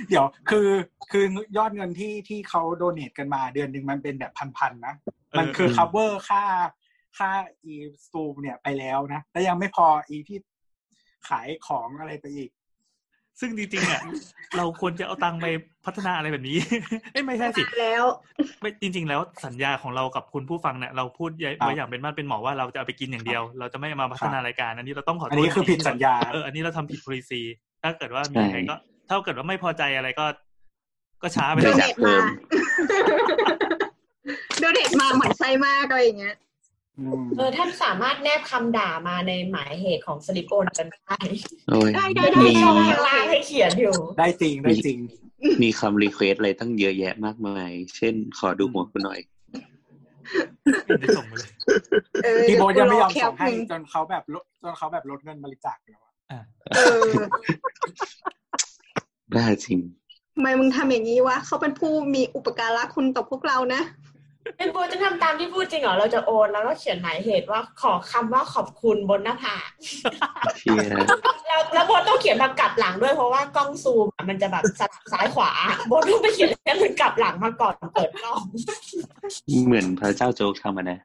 D: เดี๋ยวคือคือยอดเงินที่ที่เขาโดเนทกันมาเดือนหนึ่งมันเป็นแบบพันๆนะ มันคือ cover ค่าค่าอีซูมเนี่ยไปแล้วนะ แต่ยังไม่พออีที่ขายของอะไรไปอีก
B: ซึ่งจริงๆอ่ะเราควรจะเอาตังค์ไปพัฒนาอะไรแบบนี้ เอ้ยไม่ใช่สิ
C: แล้ว
B: ไม่จริง ๆ แล้วสัญญาของเรากับคุณผู้ฟังเนี่ยเราพูดไว้
D: ครับ
B: ไว้อย่างเป็นมาตรเป็นหมอว่าเราจะเอาไปกินอย่างเดียว เราจะไม่เอามาพัฒนารายการอันนี้เราต้องขอโทษ
D: อันนี้คือผิดสัญญา
B: เอออันนี้เราทำผิด policy ถ้าเกิดว่ามีอะไรก็ถ้าเกิดว่าไม่พอใจอะไรก็ ก็ช้าไป
C: โด
B: แล้ว
C: เนทมา โดเนทมาเหมือนไส้มากอะไรอย่างเงี้ย
D: อืม
A: เออท่านสามารถแนบคำด่ามาในหมายเหตุของสลิปโกนกันได้
E: โอ้ย
C: ได้ได้ได้
A: มี
E: มี
A: ช่องข้างล่างให้เขียนอยู่
D: ได้จริงได้จริง
E: มีคำรีเควสอะไรตั้งเยอะแยะมากมาย เช่นขอดูหัวคุณหน่อย
B: ไม่ได้ส่งมาเลย
C: เออ
D: พี่โบทยังไม่ยอม
C: เดี๋ว
D: ส่งให้
C: กูรอแคปหนึ่
D: จนเขาแบบลดจนเขาแบบลดเงินบริจาคแล้วอะ
C: เออ
E: ได้จริง
C: ทำไมมึงทำอย่างนี้วะเขาเป็นผู้มีอุปการะคุณต่อพวกเรานะ
A: เป็นโบจะทำตามที่พูดจริงเหรอ เราจะโอน แล้วก็เขียนหมายเหตุว่าขอคำว่าขอบคุณบนหน้าผาก
E: เชียร์
A: แล้วแล้วโบต้องเขียนแบบกลับหลังด้วยเพราะว่ากล้องซูมอะมันจะแบบสลับซ้ายขวาโบต้องไปเขียนแล้วมันกลับหลังมาก่อนเปิดกล้อง
E: เหมือนพระเจ้าโจ๊กทำอะนะ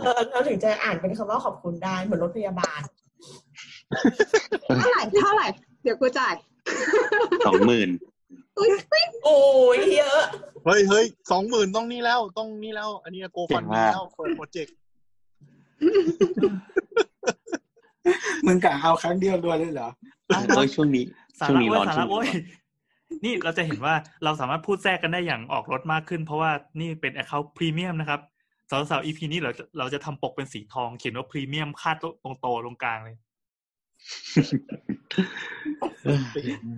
A: เออเราถึงจะอ่านเป็นคำว่าขอบคุณได้เหมือนรถพยาบาล
C: เท่าไหร่เท่าไหร่ เดี๋ยวกูจ่าย
E: สองหมื่น
C: อุ้ยอุ๊ย
A: โอ้ยเยอะ
F: เฮ้ยเฮ้ยสองหมื่นต้องนี่แล้วต้องนี่แล้ว อันนี้โกฟันนี่แล้วเปิดโปรเจกต์
D: มึงกะเอาครั้งเดียวรวยเลยเหรอ
E: โอ้ยช่วงนี้
B: สา
E: ช่วง
B: ระ
E: นี้
B: เว้
E: ร้
B: ย
E: อน
B: สา
E: ช่ว
B: ระ
E: งนี้ร้อ
B: เว้ย
E: น
B: นี่เราจะเห็นว่าเราสามารถพูดแทรกกันได้อย่างออกรถมากขึ้น เพราะว่านี่เป็น Account Premium นะครับสาวสาวๆ EP นี้เราจะเราจะทำปกเป็นสีทองเขียนว่า Premium คาดตรงโตตรงกลางเลย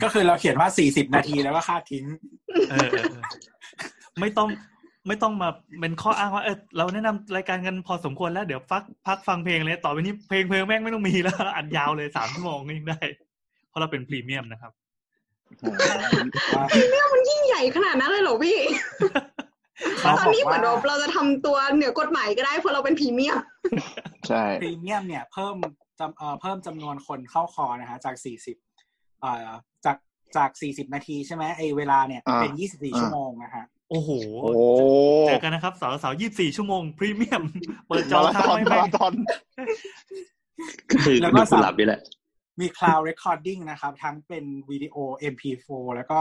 D: ก็คือเราเขียนว่า 40 นาทีแล้วก็ค่าทิ้ง
B: เออเออเออไม่ต้อง ไม่ต้องมาเป็นข้ออ้างว่าเออเราแนะนำรายการกันพอสมควรแล้วเดี๋ยวพักพักฟังเพลงเลยต่อไปนี้เพลงเพลงแม่งไม่ต้องมีแล้ว อัดยาวเลยสามชั่วโมงก็ยังได้ เพราะเราเป็นพรีเมียมนะครับ
C: เนี่ยมันยิ่งใหญ่ขนาดนั้นเลยเหรอพี่ ต
D: เขา
C: อน
D: บอก
C: นี้เหมื
D: ว่า
C: อนแบบเราจะทำตัวเหนือกฎหมายก็ได้เพราะเราเป็นพรีเมียม
F: ใช่
D: พรีเมียมเนี่ยเพิ่มจำเอ่อเพิ่มจำนวนคนเข้าคอร์นะฮะจากสี่สิบเอ่อจากจากสี่สิบนาทีใช่ไหมไอเวลาเนี่ย
F: อ่า
D: เป็นยี่สิบสี่
F: อ่า
D: ชั่วโมงนะฮะ
B: โอ้โห
F: โอ้
B: เจอกันนะครับเสาวสาวยี่สี่ชั่วโมงพรีเมียม เปิดจอ
F: มารา
B: ทาง
F: ธอน
B: ไม่
F: มา
B: แม่
F: ราง ธอน
E: คือ
D: แล้วก็
E: ดูคุณ
D: สาม
E: หลับนี่แหละ
D: มี cloud recording นะครับ ทั้งเป็นวิดีโอ mp4 แล้วก็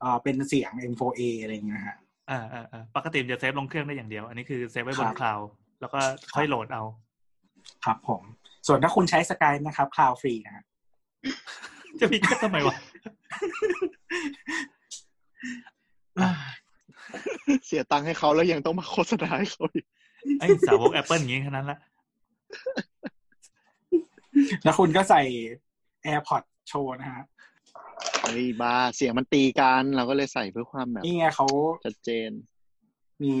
D: เอ่อเป็นเสียง m4a อะไรอย่างเงี้ยนะฮะ
B: อ่าอ่าอ่าปกติมันจะเซฟลงเครื่องได้อย่างเดียว อันนี้คือเซฟไว้บ
D: ครั
B: น
D: บ
B: คลาวด์แล้วก็ค่อยโหลดเอา
D: ครับผม ส่วนถ้าคุณใช้ Skype นะครับ cloud free นะฮะ
B: จะมีแค่ทำไมวะ
F: เสียตังค์ให้เขาแล้วยังต้องมาโฆษณาให้เขาอีก
B: ไอ้สาวกแอปเปิลอย่างงี้แค่นั้นละ
D: แล้วคุณก็ใส่ AirPod โชว์นะฮะ
F: เฮ้ยบ้าเสียงมันตีกันเราก็เลยใส่เพื่อความแบบ
D: นี่ไงเขา
F: ชัดเจน
D: มี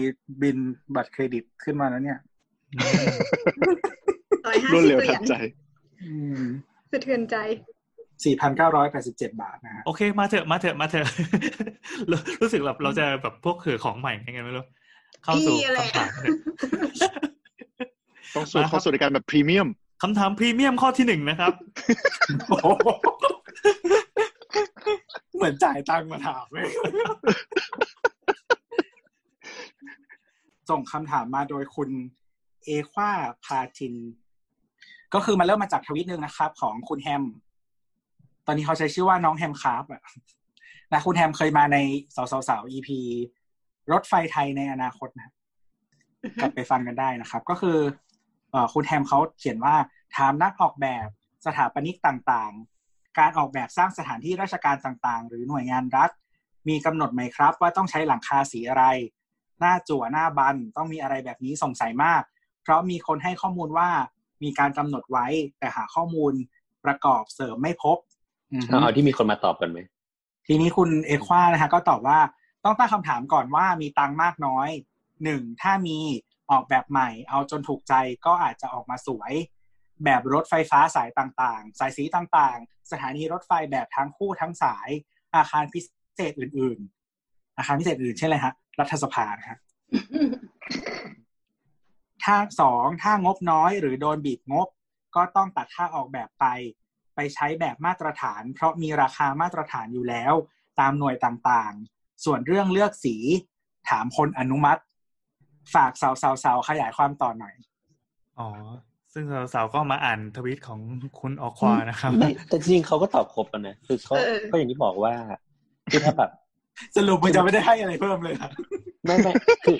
D: บินบัตรเครดิตขึ้นมาแล้วเนี่ย
C: ร้อยห้ารสิบ
F: วดเร็ว
C: เหรีย
F: ทั
C: ญ
F: นใจ
D: อืม
C: สะเทือนใจ
D: 4,987 บาทนะฮะ
B: โอเค มาเถอะมาเถอะมาเถอะ รู้รู้สึกแบบเราจะแบบพวกเขือของใหม่ยังไงไม่รู้เข้าสู่
C: อีอะไร
B: คำถามเนี่ย
F: ต้องสู่เข้าสู่ในการแบบพรีเมียม
B: คำถามพรีเมียมข้อที่หนึ่งนะครับ
D: เหมือนจ่ายตังค์มาถามเลย ส่งคำถามมาโดยคุณเอควาพาทิน ก็คือมันเริ่มมาจากทวิตหนึ่งนะครับ ของคุณแฮม ตอนนี้เขาใช้ชื่อว่าน้องแฮมคาร์ฟอะ นะคุณแฮมเคยมาในสาวสาวสาวๆๆ EP รถไฟไทยในอนาคตนะ กลับไปฟังกันได้นะครับ ก็คือเอ่อคุณแฮมเขาเขียนว่าถามนักออกแบบสถาปนิกต่างๆ การออกแบบสร้างสถานที่ราชการต่างๆ หรือหน่วยงานรัฐ มีกำหนดไหมครับ ว่าต้องใช้หลังคาสีอะไร หน้าจั่วหน้าบันต้องมีอะไรแบบนี้สงสัยมาก เพราะมีคนให้ข้อมูลว่ามีการกำหนดไว้ แต่หาข้อมูลประกอบเสริมไม่พบอืม
E: เอาเอาที่มีคนมาตอบกันไหม
D: ทีนี้คุณเอควานะฮะก็ตอบว่าต้องตั้งคำถามก่อนว่ามีตังค์มากน้อยหนึ่งถ้ามีออกแบบใหม่ เอาจนถูกใจก็อาจจะออกมาสวย แบบรถไฟฟ้าสายต่างๆ สายสีต่างๆ สถานีรถไฟแบบทั้งคู่ทั้งสาย อาคารพิเศษอื่น ๆ อาคารพิเศษอื่นเช่นอะไรฮะรัฐสภานะฮะ ถ้าสองถ้างบน้อยหรือโดนบีบงบ ก็ต้องตัดค่าออกแบบไป ไปใช้แบบมาตรฐาน เพราะมีราคามาตรฐานอยู่แล้ว ตามหน่วยต่างๆ ส่วนเรื่องเลือกสีถามคนอนุมัติ ฝากสาวๆๆขยายความต่อหน่อย
B: อ๋อ ซึ่งสาวๆก็มาอ่านทวีตของคุณออควานะครับ
E: ไม่แต่จริงๆเขาก็ตอบครบกันนะ คือเขา
C: เออ
E: ก็อย่างที่บอกว่าคือถ้าแบบ
D: สรุปมันจะไม่ได้ให้อะไรเพิ่มเลยนะ
E: ไม่ไม่ คือ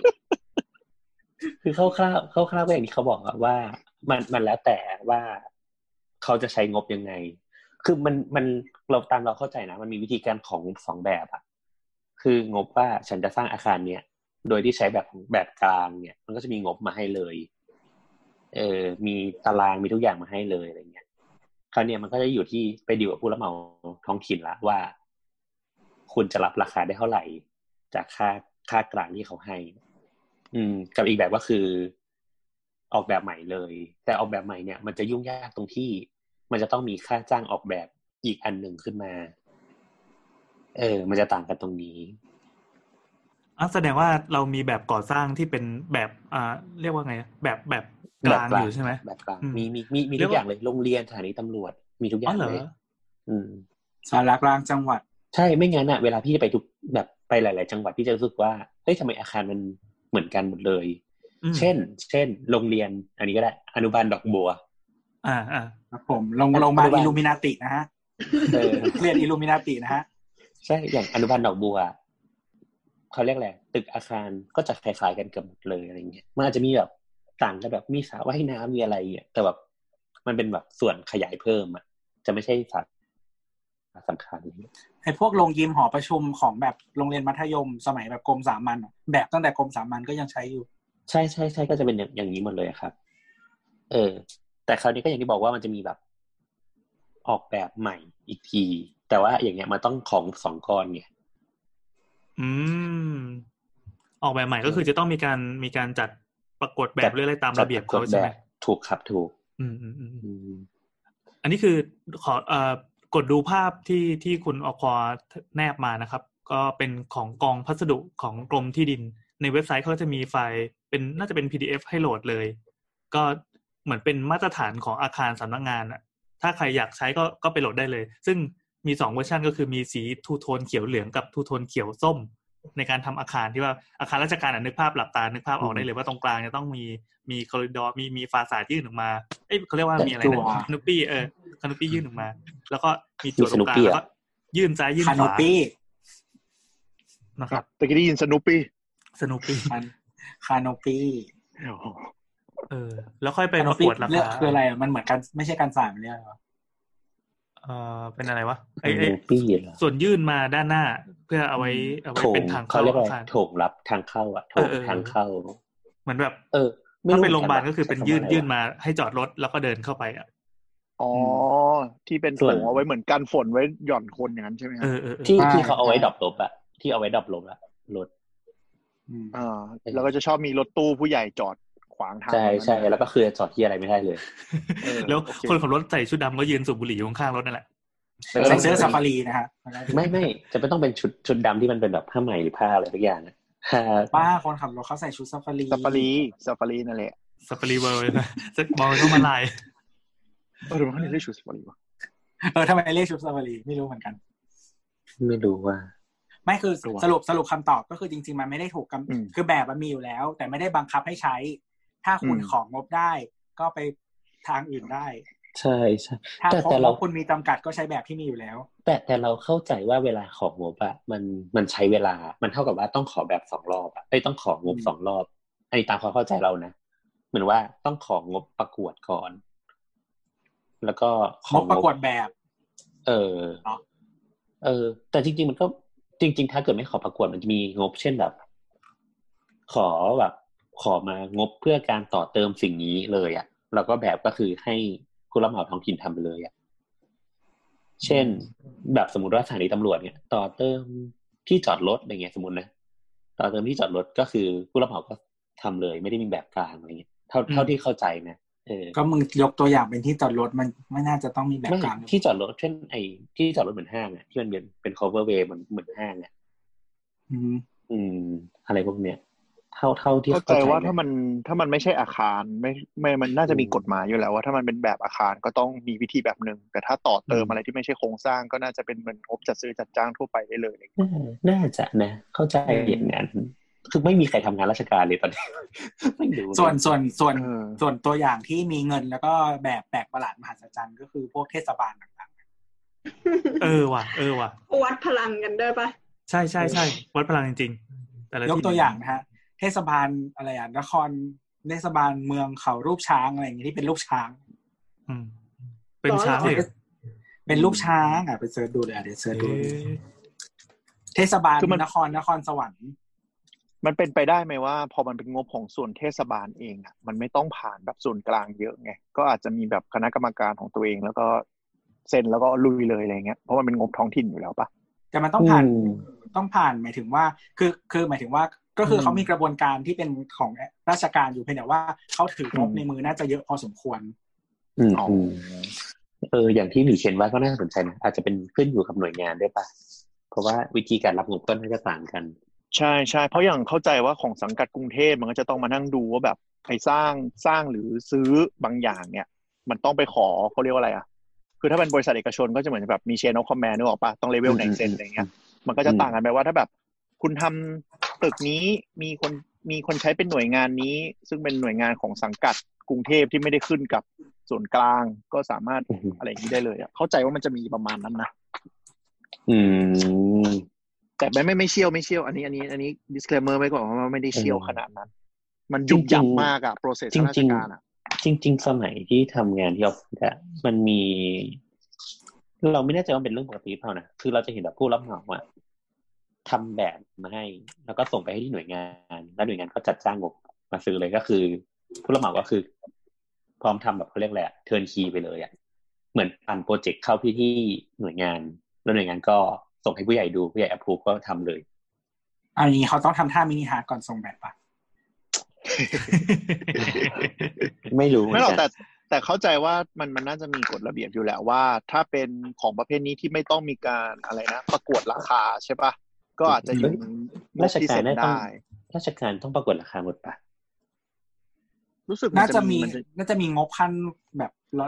E: คือคร่าวๆคร่าวๆก็อย่างที่เขาบอกอะว่า มันมันแล้วแต่ว่าเขาจะใช้งบยังไง คือมันมันเราตามเราเข้าใจนะ มันมีวิธีการของสองแบบอะคืองบว่าฉันจะสร้างอาคารเนี้ยโดยที่ใช้แบบแบบกลางเนี่ย มันก็จะมีงบมาให้เลย เออมีตารางมีทุกอย่างมาให้เลยอะไรเงี้ยคราวเนี้ยมันก็จะอยู่ที่ไปดีลกับผู้รับเหมาท้องถิ่นละว่า คุณจะรับราคาได้เท่าไหร่ จากค่าค่ากลางที่เขาให้ อืม กับอีกแบบก็คือ ออกแบบใหม่เลย แต่ออกแบบใหม่เนี่ย มันจะยุ่งยากตรงที่ มันจะต้องมีค่าจ้างออกแบบอีกอันหนึ่งขึ้นมา เออ มันจะต่างกันตรงนี้
B: อ่ะแสดงว่าเรามีแบบก่อสร้างที่เป็นแบบอ่าเรียกว่าไง แบบแบบกลางอยู่ใช่ไหม
E: แบบกลาง
B: อืม
E: มีมีมีมี
B: เรีย
E: ทุ
B: ก
E: ก
B: ว่า
E: อย่างเลยโรงเรียนสถานีตำรวจมีทุกอ
B: อ๋อย่าง เหร
E: เลย
B: อ
E: อืม
D: สารากลางจังหวัด
E: ใช่ไม่งั้นอะเวลาพี่ไปทุกแบบไปหลาย ๆ จังหวัดพี่จะรู้สึกว่าเฮ้ยทำไมอาคารมันเหมือนกันหมดเลย
B: อืม
E: เช่น เช่น โรงเรียน อันนี้ก็ได้อนุบาลดอกบัว
B: อ่าอ่า
D: ครับผมลงลงมาอิลูมินาตินะฮะ
E: เออ
D: เรียนอิลูมินาตินะฮะ
E: ใช่อย่างอนุบาลดอกบัวเขาเรียกอะไรตึกอาคารก็จะคล้ายๆกันเกือบหมดเลยอะไรเงี้ยมันอาจจะมีแบบต่างกันแบบมีสระว่ายน้ำมีอะไรเงี้ยแต่แบบมันเป็นแบบส่วนขยายเพิ่มอะจะไม่ใช่สาระสำคัญอะไรเงี้ย
D: ไอ้พวกโรงยิมหอประชุมของแบบโรงเรียนมัธยม สมัยแบบกรมสามัญอะแบบตั้งแต่กรมสามัญก็ยังใช้อยู่
E: ใช่ใช่ใช่ก็จะเป็นอย่างอย่างนี้หมดเลยครับ เออ แต่คราวนี้ก็อย่างที่บอกว่ามันจะมีแบบ ออกแบบใหม่อีกที แต่ว่าอย่างเงี้ยมันต้องของสองก้อนไง
B: อืม ออกแบบใหม่ก็คือจะต้องมีการมีการจัดประกวดแบบเรื่อยๆตามระเบียบ
E: ก
B: เขา
E: ฎ
B: ใช่
E: แบ
B: ไหม
E: บถูกครับถูก
B: อืมอืมอืม
E: อืม
B: อันนี้คือขอเอ่อกดดูภาพที่ที่คุณอควาแนบมานะครับ ก็เป็นของกองพัสดุของกรมที่ดิน ในเว็บไซต์เขาจะมีไฟล์เป็นน่าจะเป็น PDF ให้โหลดเลย ก็เหมือนเป็นมาตรฐานของอาคารสำนักงานอะถ้าใครอยากใช้ก็ก็ไปโหลดได้เลย ซึ่งมีสองเวอร์ชันก็คือมีสีทูโทนเขียวเหลืองกับทูโทนเขียวส้ม ในการทำอาคารที่ว่าอาคารราชการอะนึกภาพหลับตานึกภาพออกได้เลยว่าตรงกลางจะต้องมีมีคอริดอร์มีมีฟาสาดยื่นออกมาเอ้ยเขาเรียกว่ามีอะไร
D: จั่
B: นะ
D: ว
B: คานุปี้เออคานุปี้ยื่นออกมา แล้วก็มีจุดตรงกลาง
E: มี Canopy
B: แล้ว
E: อะ
B: ก็ยื่นซ้ายยื่น
D: คา
B: ข
D: โน
B: วา
D: ปี้
B: นะครับ
F: ตะกี้ได้ยินสนุปปี้
B: สนุกปี
D: คาโนปี้
B: เออ แล้วค่อยไปประกวดรา
D: เลือ
B: คา
D: คืออะไรอะมันเหมือนกันไม่ใช่การสานมันเรียกอะไรวะ
B: เออเป็นอะไรวะไอ
E: ไอ้
B: ไอ
E: ปี้เหรอ
B: ส่วนยื่นมาด้านหน้า เพื่อเอาไว้เอาไว้
E: โถง
B: เป็นทาง
E: เขา
B: เข้า
E: เรียกว่า
B: อาคาร
E: โถงรับทางเข้าอะโถง
B: เออเออ
E: ทางเข้า
B: เหมือนแบบ
E: เออไม่รู้
B: ถ้าเป็นโรงพยาบาลก็คือ
E: ใช้
B: เป็น
E: คำว่า
B: ยื่น
E: อะไรวะ
B: ยื่นมาให้จอดรถแล้วก็เดินเข้าไปอ่ะ
F: อ๋อ ที่เป็น
E: ส่
F: ถุ
E: วน
F: งเอาไว้เหมือนกันฝนไว้หย่อนคนอย่างนั้นใช่ไหมค
B: เอ
F: รับ
B: อเออเออ
E: ที่ที่เขาเอาไว้ดรอปลบอะที่เอาไว้ดรอปลบอะรถ
D: อืม
F: อ่าแล้วก็จะชอบมีรถตู้ผู้ใหญ่จอดขวางทาง
E: ใช่ใช่
F: นั้น
E: แล้วก็คือจอดที่อะไรไม่ได้ เลย
F: เออ
B: แล้ว
F: โอเ
B: คนขับรถใส่ชุดดำก็ยืนสูบบุหรี่อยู่ข้างๆรถนั่นแหละ
D: ใส่เสื้อซาฟารีนะฮะ
E: ไม่ไม่จะไม่ต้องเป็นชุดชุดดำที่มันเป็นแบบผ้าไหมหรือผ้าอะไรสักอย่างนะผ้า
D: ป้าคนขับรถเขาใส่ชุดซาฟารี
F: ซาฟารีซาฟารีนั่นแหละ
B: สปารีเวิร์นะจะ มองเข้ามาลาย
F: เออทำไมเขาเรียกได้ชุดซาฟารีวะ
D: เออทำไมเรียกชุดซาฟารีไม่รู้เหมือนกัน
E: ไม่รู้ว่า
D: ไม่คือสรุปสรุปคำตอบก็คือจริง ๆ มันไม่ได้ถูกก
F: อืม
D: ำคือแบบมันมีอยู่แล้ว แต่ไม่ได้บังคับให้ใช้ ถ้าคุณ
F: อืม
D: ของงบได้ ก็ไปทางอื่นได้
E: ใช่ใช่
D: ถ้า
E: แต่
D: พบ
E: แต่เรา
D: ว่าคุณมีจำกัดก็ใช้แบบที่มีอยู่แล้ว
E: แต่แต่เราเข้าใจว่าเวลาของงบอะมันมันใช้เวลา มันเท่ากับว่าต้องขอแบบสองรอบอะไอ้ยต้องของบ
D: อืม
E: สองรอบ อันนี้ตามความเข้าใจเรานะ เหมือนว่าต้องของงบประกวดก่อน แล้วก็ข
D: ง
E: อบ
D: ประกวดแบบ
E: เออ
D: เนอะ
E: เออ แต่จริง ๆ มันก็จริง ๆ ถ้าเกิดไม่ขอประกวดมันจะมีงบเช่นแบบ ขอแบบขอมางบเพื่อการต่อเติมสิ่งนี้เลยอะแล้วก็แบบก็คือให้ผู้รับเหมาท้องถิ่นทำไปเลยอะ เช่น แบบสมมติว่าสถานีตำรวจเนี่ย ต่อเติมที่จอดรถอะไรเงี้ยสมมตินะต่อเติมที่จอดรถก็คือผู้รับเหมาก็ทำเลย ไม่ได้มีแบบกลางอะไรเงี้ยเท่า
B: อืม
E: เท่าที่เข้าใจนะเออ
D: ก็มึงยกตัวอย่างเป็นที่จอดรถมันไม่น่าจะต้องมีแบบ
E: ไม่
D: กลาง
E: ที่จอดรถเช่นไอ้ที่จอดรถเหมือนห้างอะที่มันเป็นเป็น cover way เหมือนเหมือนห้างอะ
D: อืม
E: อืม อะไรพวกเนี้ยเท่าเท่าที่
F: เข้าใจว่าถ้ามันถ้ามันไม่ใช่อาคารไม่ไม่มันน่าจะมีกฎหมายอยู่แล้วว่าถ้ามันเป็นแบบอาคารก็ต้องมีวิธีแบบหนึ่งแต่ถ้าต่อเติม
B: อืม
F: อะไรที่ไม่ใช่โครงสร้างก็น่าจะเป็นเหมือนงบจัดซื้อจัดจ้างทั่วไปได้เลย
E: น่าน่าจะนะ เข้าใจอย่างนั้นคือไม่มีใครทำงานราชการเลยตอนนี้ ไม่รู้เลย
D: ส่วนส่วนส่วน
F: เออ
D: ส่วนตัวอย่างที่มีเงินแล้วก็แบบแปลกประหลาดมหัศจรรย์ก็คือพวกเทศบาลต่าง
B: เออว่ะเออว่ะ
C: วัดพลังกันด้วยปะ
B: ใช่ใช่ใช่วัดพลังจริงๆ แต่ละ
D: ๆยก
B: ที่
D: ตัวอย่างนะฮะ เทศบาลอะไรอ่ะนครเทศบาลเมืองเขารูปช้างอะไรอย่างงี้ที่เป็นรูปช้าง
B: อืมเป็นช้างเลย
D: เป็นรูปช้างอ่ะไปเสิร์ชดูเลยอ่ะเดี๋ยวเสิร์ชดู
B: เอ๊ะ
D: เทศบาล
F: คือมัน
D: นครนครสวรรค์
F: มันเป็นไปได้ไหมว่า พอมันเป็นงบของส่วนเทศบาลเองอ่ะมันไม่ต้องผ่านแบบส่วนกลางเยอะไงก็อาจจะมีแบบคณะกรรมการของตัวเอง แล้วก็เซ็นแล้วก็ลุยเลยอะไรเงี้ยเพราะมันเป็นงบท้องถิ่นอยู่แล้วปะ
D: แต่มันต้องผ่าน
E: อืม
D: ต้องผ่านหมายถึงว่า คือคือหมายถึงว่าก็คืออ
F: ม
D: เขามีกระบวนการที่เป็นของราชการอยู่เพียงแต่ว่าเขาถืองบ
F: อืม
D: ในมือน่าจะเยอะพอสมควร
E: อืม
F: อ๋อ
E: อืมเออ อย่างที่หมีเขียนไว้ก็น่าสนใจนะอาจจะเป็นขึ้นอยู่กับหน่วยงานด้วยปะเพราะว่าวิธีการรับงบก็น่าจะต่างกัน
F: ใช่ใช่เพราะอย่างเข้าใจว่าของสังกัดกรุงเทพมันก็จะต้องมานั่งดูว่าแบบใครสร้างสร้างหรือซื้อบางอย่างเนี่ย มันต้องไปขอเขาเรียกว่าอะไรอ่ะคือถ้าเป็นบริษัทเอกชนก็จะเหมือนแบบมีเชนอคอมแมนนึกออกปะต้องเลเวลไหนเซ็นอะไรเงี้ย มันก็จะ
E: อืม
F: ต่างกันไปว่าถ้าแบบ คุณทำตึกนี้มีคนมีคนใช้เป็นหน่วยงานนี้ ซึ่งเป็นหน่วยงานของสังกัดกรุงเทพที่ไม่ได้ขึ้นกับส่วนกลางก็สามารถ
E: อืม
F: อะไรอย่างนี้ได้เลยอะเข้าใจว่ามันจะมีประมาณนั้นนะ
E: อืม
F: แต่ไม่ไม่ไม่เชี่ยวไม่เชี่ยวอันนี้อันนี้อันนี้ disclaimer ไว้ก่อนว่าไม่ได้เชี่ยวขนาดนั้น มันยุ่งยากมากอะ process
E: จริงๆ
F: ราชการอะ
E: จริง ๆ สมัยที่ทำงานที่ออฟฟิศอะมันมี เราไม่แน่ใจว่าเป็นเรื่องปกติหรือเปล่านะคือเราจะเห็นแบบผู้รับเหมาอะทำแบบมาให้ แล้วก็ส่งไปให้ที่หน่วยงาน แล้วหน่วยงานก็จัดจ้างงบมาซื้อเลยก็คือ ผู้รับเหมาก็คือ พร้อมทำแบบเขาเรียกแหละเทิร์นคีไปเลยอะเหมือนปั่นโปรเจกต์เข้าที่ที่หน่วยงาน แล้วหน่วยงานก็ส่งให้ผู้ใหญ่ดูผู้ใหญ่อ p พ o v ก็ทำเลย
D: อันนี้เขาต้องทำท่ามินิฮาร์ทก่อนส่งแบบปะ
E: ไม่รู้
F: ไม่หรอก
E: เห
F: แต่
E: อนน
F: แต่เข้าใจว่ามันมันน่าจะมีกฎระเบียบอยู่แหละว่า ถ้าเป็นของประเภทนี้ที่ไม่ต้องมีการอะไรนะ ประกวดราคาใช่ปะก็อาจจะอยู่ในงบ
E: ราช
F: ที่
E: การ
F: เซ็น
E: น่าต้อง
F: ได้
E: ราชการต้องประกวดราคาหมดปะ
F: รู้สึก
D: น่าจะมี
F: น
D: น่าจะมีงบขั้นแบบระ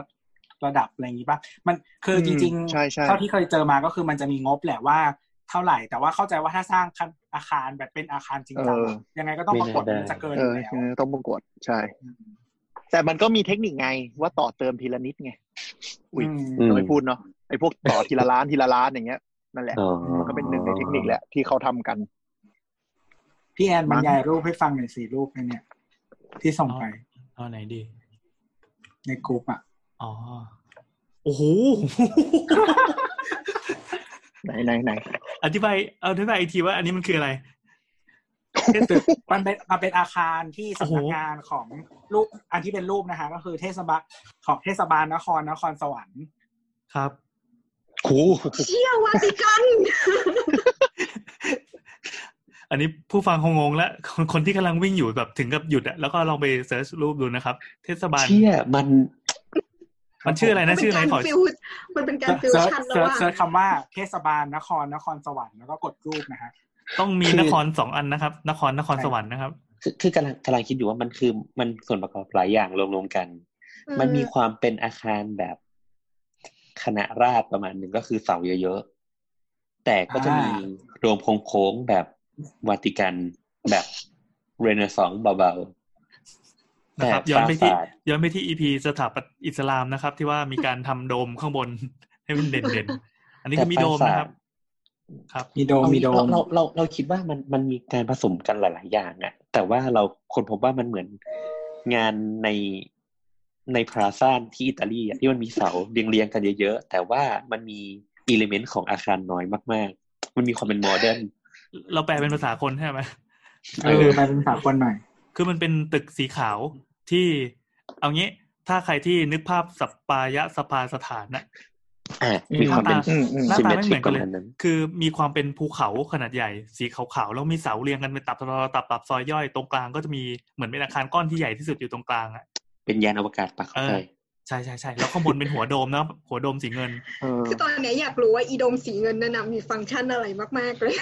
D: ระดับอะไรอย่างนี้ปะมันคือจริง
F: ใช่ใช่
D: เท่าที่เคยเจอมาก็คือมันจะมีงบแหละว่าเท่าไหร่ แต่ว่าเข้าใจว่าถ้าสร้างอาคารแบบเป็นอาคารจริงจังอะยังไงก็ต้องประกวดมันจะเกินอ
F: เอ
D: ยู่
F: อ
D: แล้ว
F: ต้องประกวดใช่ แต่มันก็มีเทคนิคไงว่าต่อเติมทีละนิดไง อุ๊ย
E: อืม
F: เราไม่พูดเนาะไอ้พวกต่อทีละล้านทีละล้านอย่างเงี้ยนั่นแหละ
E: อ๋อ
F: มันก็เป็นหนึ่งในเทคนิคแหละที่เขาทำกัน
D: พี่แอนบรรยายรูปให้ฟังหน่อยสิรูปในเนี่ย ที่ส่งไป
B: เอาไหนดี
D: ในกลุ่มอ่ะ
B: อ๋อ โอ้โห
F: ไหนไหนไหน
B: อธิบายเอาอธิบายอีกทีว่าอันนี้มันคืออะไร
D: มันเป็นมันเป็นอาคารที่สำนักงานของรูปอันที่เป็นรูปนะคะ ก็คือเทศบาลของเทศบาลนครนครสวรรค์
B: ครับ
F: ครู
C: เชี่ยวาติกัน
B: อันนี้ผู้ฟังคงงงแล้ว คนคนที่กำลังวิ่งอยู่แบบถึงกับหยุดอะแล้วก็ลองไปเสิร์ชรูปดูนะครับ เทศบาล
E: เชี่ยมัน
B: มันชื่ออะไร
C: มั
B: นะ ชื่ออะไร
C: การ
B: ขอ
C: ฟิวมันเป็นการฟิว
D: เซิร์ช
C: ชั่นระหว่าง
D: เซิร์ชเซิร์ชคำว่าเทศบาลนครนครสวรรค์แล้วก็กดรูปนะฮะ
B: ต้องมี
D: คือ
B: นครสองอันนะครับ นครนครสวรรค์นะครับ
E: คือคือกำลังกำลังคิดอยู่ว่ามันคือมันส่วนประกอบหลายอย่างรวมๆกัน
C: เออ
E: มันมีความเป็นอาคารแบบคณะราษฎรประมาณหนึ่งก็คือเสาเยอะๆ แต่ก็จะมี
D: อ่า
E: โดมโค้งๆแบบวาติกันแบบเรเนซองส์เบาๆ
B: นะครับ
E: แต่
B: ย้อนไปที่
E: ปราสาท
B: ย้อนไปที่อีพีสถาปัตย์อิสลามนะครับ ที่ว่ามีการทำโดมข้างบน ให้มันเด่นเด่นๆอันนี้คือมีโดมนะครับ ครับ
D: มีโด
E: แต่
D: ม
E: ปราสาท
D: มีโด
E: เรา
D: ม
E: เราเราเราคิดว่ามันมันมีการผสมกันหลายๆอย่างอะแต่ว่าเราคนพบว่ามันเหมือนงานในในพราซานที่อิตาลีอะที่มันมีเสาเรียงๆกันเยอะๆ แต่ว่ามันมีอิเลเมนต์ของอาคารน้อยมากๆ มันมีความเป็นโมเดิร์น
B: เราแปลเป็นภาษาคนใช่ไหม
D: เออมาเป็นสากลหน่อย
B: คือมันเป็นตึกสีขาวที่เอางี้ ถ้าใครที่นึกภาพสัปปายะสภาสถานนะ
E: อ่ะมีความเป็น
F: อืมอืม
B: หน้าตาไม่
E: symmetric
B: เหมือนกันเล
E: ประมาณนั้
B: ย
E: น
B: คือมีความเป็นภูเขาขนาดใหญ่ สีขาวๆ แล้วมีเสาเรียงกันเป็นตับตับตับตับตับซอยย่อย ตรงกลางก็จะมีเหมือนเป็นอาคารก้อนที่ใหญ่ที่สุดอยู่ตรงกลางอ่ะ
E: เป็นยานอวกาศปักเข้าไป
B: เออ ใช่ใช่ใช่แล้วข้างบนเป็นหัวโดมนะหัวโดมสีเงิน
F: เออ
C: คือตอนเนี้ยอยากรู้ว่าอีโดมสีเงินนั่นนะมีฟังก์ชันอะไรมาก ๆ เลย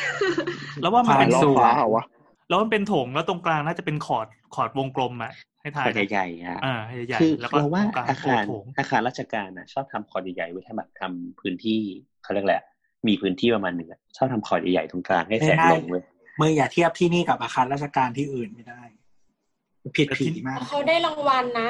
B: แล้วว่ามันเป็น
F: ผ่านรอบฟ้าเหรอวะ
B: แล้วมันเป็นโถงแล้วตรงกลางน่าจะเป็นคอร์ดคอร์ดวงกลมอ่ะให้ทาย
E: ขนาดใหญ่ๆอะ
B: อ่าให้ใหญ่
E: คือ
B: แล้วก็
E: เราว่า
B: ตรงกลาง
E: อาคาร
B: โถง
E: อาคารราชการอ่ะ ชอบทำคอร์ดใหญ่ๆไว้ให้แบบทำพื้นที่เขาเรียกแหละไรมีพื้นที่ประมาณหนึ่งอะชอบทำคอร์ดใหญ่ๆตรงกลางให้แสงลงเว้ย
D: มืออย่าเทียบที่นี่กับอาคารราชการที่อื่นไม่ได้ ผิดผีมาก
A: เขาได้รางวัลนะ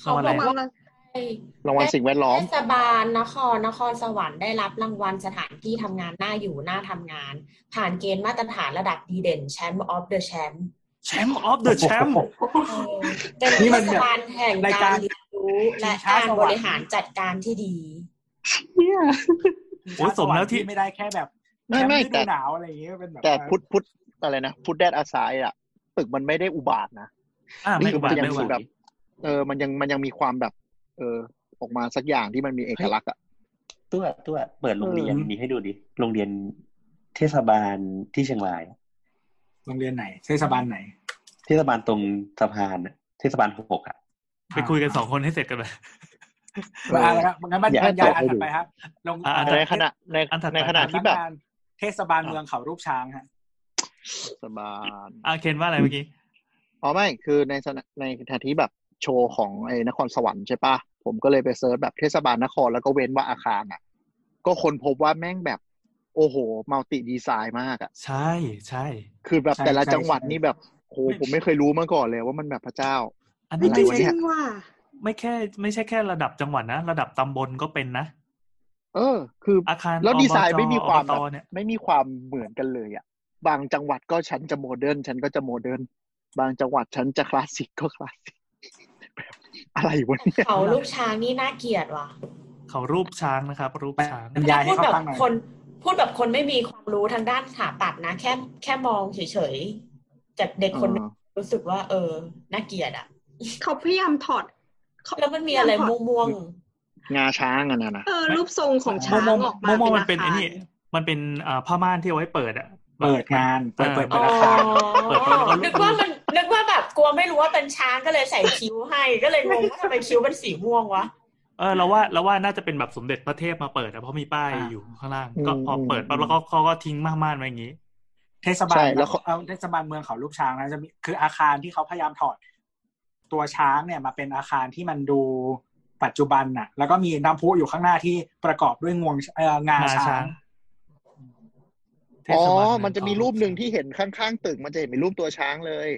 A: เขาบอกว่าได้
F: รางวัลสิ่งแวดล้อม
A: เทศบาลนครนครสวรรค์ได้รับรางวัลสถานที่ทำงานน่าอยู่น่าทำงาน ผ่านเกณฑ์มาตรฐานระดับดีเด่นแชมป์ออฟเดอะแชมป์
B: แชมป์ออฟเดอะแชมป์
A: เป็น
D: นี่
A: เท
D: มัน
A: ศ
D: แบบ
A: บาลแห่ง
D: ราย
A: กา
D: การ
A: รเรียนรู้และ
D: ชิงช้า
A: การ
D: สว
A: บ
D: รรค์
A: ริหารจัดการที่ดี
B: โอ้ยสมแล้วที่
D: ไม่ได้แค่แบบ
F: ไม่ไม่แต่
D: ค่ฤดูหนาวอะไรอย่างเงี้ยเป็นแบบ
F: แต่
D: ว่า
F: พุทธพุทธอะไรนะพุทธแดดอาสายอ่ะตึกมันไม่ได้อุบาทนะ
B: อ่าไม่อุบาท
F: ยั
B: ไม่อุ
F: คื
B: บา
F: อ
B: ท
F: แบบ เออ มันยังมันยังมีความแบบ เออ ออกมาสักอย่างที่มันมีเอกลักษณ์อ่ะ
E: ตัวตัวเปิดโรงเรียน
F: เออ
E: นี้ให้ดูดิโรงเรียนเทศบาลที่เชียงรายอะ
D: โรงเรียนไหนเทศบาลไหน
E: เทศบาลตรงสะพานอะเทศบาลหกอะ
B: ไปคุยกันสองคนให้เสร็จกันไป
D: ว่าอะไรครับงั้นบรร
E: อย่าย
D: ายอัน
E: ให้
D: ถั
E: ดู
D: ดไปครับลง
B: อ่า
F: ในขณะใน
B: อันถัดไป
F: ในขณะที่แบบ
D: สำนักงานเทศบาลเมืองเขารูปช้างฮะ
F: สบาน
B: อาเคนว่าอะไรเมื่อกี้
F: อ๋อไม่คือในสนะในขณะที่แบบโชว์ของไอ้นครสวรรค์ใช่ปะผมก็เลยไปเซิร์ชแบบเทศบาลนครแล้วก็เว้นว่าอาคารอ่ะ ก็คนพบว่าแม่งแบบ โอ้โหมัลติดีไซน์มากอ่ะ
B: ใช่ใช่
F: คือแบบแต่ละจังหวัดนี่แบบโหผมไม่เคยรู้มาก่อนเลยว่ามันแบบพระเจ้า
B: อัน
C: ไม่
B: นี้
F: อะ
C: จริ
F: ไรวะเนี่ย
C: งว่ะ
B: ไม่แค่ไม่ใช่แค่ระดับจังหวัดนะ ระดับตำบลก็เป็นนะ
F: เออ คือ
B: อาคาร
F: แล้วดีไซ
B: อ
F: น์
B: บจ
F: ไม่มีความแบ
B: อบ บตเนี่ย
F: ไม่มีความเหมือนกันเลยอ่ะ บางจังหวัดก็ฉันจะโมเดิร์นฉันก็จะโมเดิร์นบางจังหวัดฉันจะคลาสสิกก็คลาสสิก แบบอะไรวะเนี่ย
A: เขาลูกช้างนี่น่าเกลียดว่ะ
B: เขารูปช้างนะครับ รูปช้าง
D: บรรยายให้
A: พูด
D: เขา
A: แบบ
D: ฟังหน่อย
A: คนพูดแบบคนไม่มีความรู้ทางด้านสถาปัตย์นะ แค่แค่มองเฉยๆจากเด็กคนหนึ่งรู้สึกว่า เออน่าเกลียดอ่ะ
C: เขาพยายามถอดเขา
A: แล้วมันมีอะไรม่วง
F: งาช้างอะนะนะ
C: เออรูปทรงของช้าง
B: โมโม
C: ออกมา
B: โมโม
C: เป็น
B: มันเป็นไอ้
C: อาคาร
B: นี่มันเป็นอ่าผ้าม่านที่เอาไว้เปิดอะ
D: เปิดงานเปิดเปิด
A: อ๋
D: เป็
A: อน
D: ราคา
B: เปิดตัวแล้วก็รูด
A: นึกว่ามันนึกว่าแบบกลัวไม่รู้ว่าเป็นช้างก็เลยใส่คิ้วให้ ก็เลยงงว่าทำไมคิ้วเป็นสีม่วงวะ
B: เออเราว่าเราว่าน่าจะเป็นแบบสมเด็จพระเทพมาเปิดอะเพราะมีป้าย
D: อ่า
B: อยู่ข้างล่าง
D: อืม
B: ก็พอเปิดปั๊บ
D: อืม
B: แล้วก็เขาก็ทิ้งม่านๆไว้อย่างงี้
D: เทศบา
F: ใช่
D: ล
F: แล้
D: แล้ว ว
F: เขา
D: เอาเทศบาลเมืองเขาลูกช้างนะจะมีคืออาคารที่เขาพยายามถอด ตัวช้างเนี่ยมาเป็นอาคารที่มันดูปัจจุบันน่ะ แล้วก็มีน้ำพุอยู่ข้างหน้าที่ประกอบด้วยงวงเอ่องาง
B: าช้า
D: ช้าง ง
F: อ๋อ
B: เทศบาล
F: มันจะมี
B: เมือง
F: รูปหนึ่งที่เห็นข้างๆตึก มันจะเห็นมีรูปตัวช้างเลย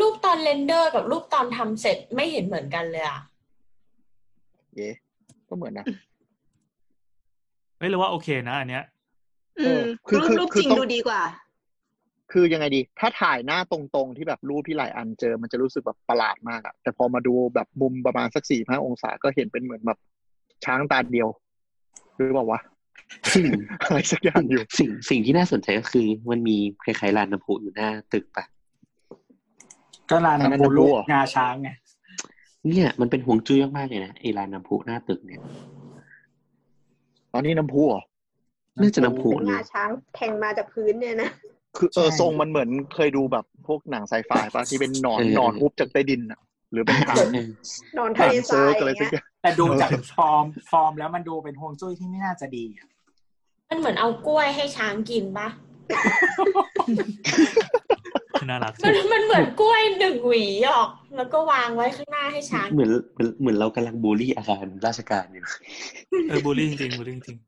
A: รูปตอนเรนเดอร์กับรูปตอนทำเสร็จไม่เห็นเหมือนกันเลยอะ
F: เย้ก็เหมือน นะ
B: เฮ้ยเราว่าโอเคนะอันเนี้ย
C: อืม
F: เออคือ
C: รูป
F: คือ
C: รูปจริง
F: คือต้อง
C: ดูดีกว่า
F: คือยังไงดี ถ้าถ่ายหน้าตรงๆที่แบบรูปที่หลายอันเจอ มันจะรู้สึกแบบประหลาดมากอะแต่พอมาดูแบบมุมประมาณสักสี่ห้าองศาก็เห็นเป็นเหมือนแบบช้างตาเดียวหรือเปล่ าวะ
E: สิ่ง
F: อะไรสักอย่างอยู่
E: สิ่งสิ่งที่น่าสนใจก็คือ มันมีคล้ายๆลานน้ำพุอยู่หน้าตึกปะ
D: ก็ลาน
F: อันนั้
D: น้ำ
F: น
D: พุ
F: น้ำพุ
D: ลูก
F: เหรอ
D: งาช้างไง
E: เนี่ย มันเป็นห่วงจุ้ยมากๆเลยนะไอ้ลานน้ำพุหน้าตึกเนี่ย
F: ตอนนี้น้ำพุเหรอ
E: น่าจะน้ำพุ
C: เป็น
E: เล
C: งาย ช้างแทงมาจากพื้นเนี่ยนะ
F: คือเออทรงมันเหมือนเคยดูแบบพวกหนังไซไฟ ป่ะที่เป็นหนอนหนอนฮุบจากใต้ดินอะหรือเป็นหาง
E: เออน
C: อนทะ
F: หาง
C: เลท
F: เซิ
C: ราย
F: ร์ก
C: อ
F: อะไร
C: ย่าง
F: สั
C: เงี้ย
F: กอย่าง
D: แต่ดูจากฟอร์มฟอร์มแล้วมันดูเป็นฮวงจุ้ยที่ไม่น่าจะดีอะ
A: มันเหมือนเอากล้วยให้ช้างกินปะ
B: น่ารักสุ
A: มั
B: ด
A: นมันเหมือนกล้วยหนึ่งหวีออก แล้วก็วางไว้ข้างหน้าให้ช้าง
E: เหมือนเหมือนเหมือนเรากำลังบูลลี่อาคารราชการอยู่
B: เออบูลลี่จริงบูลลี่จริง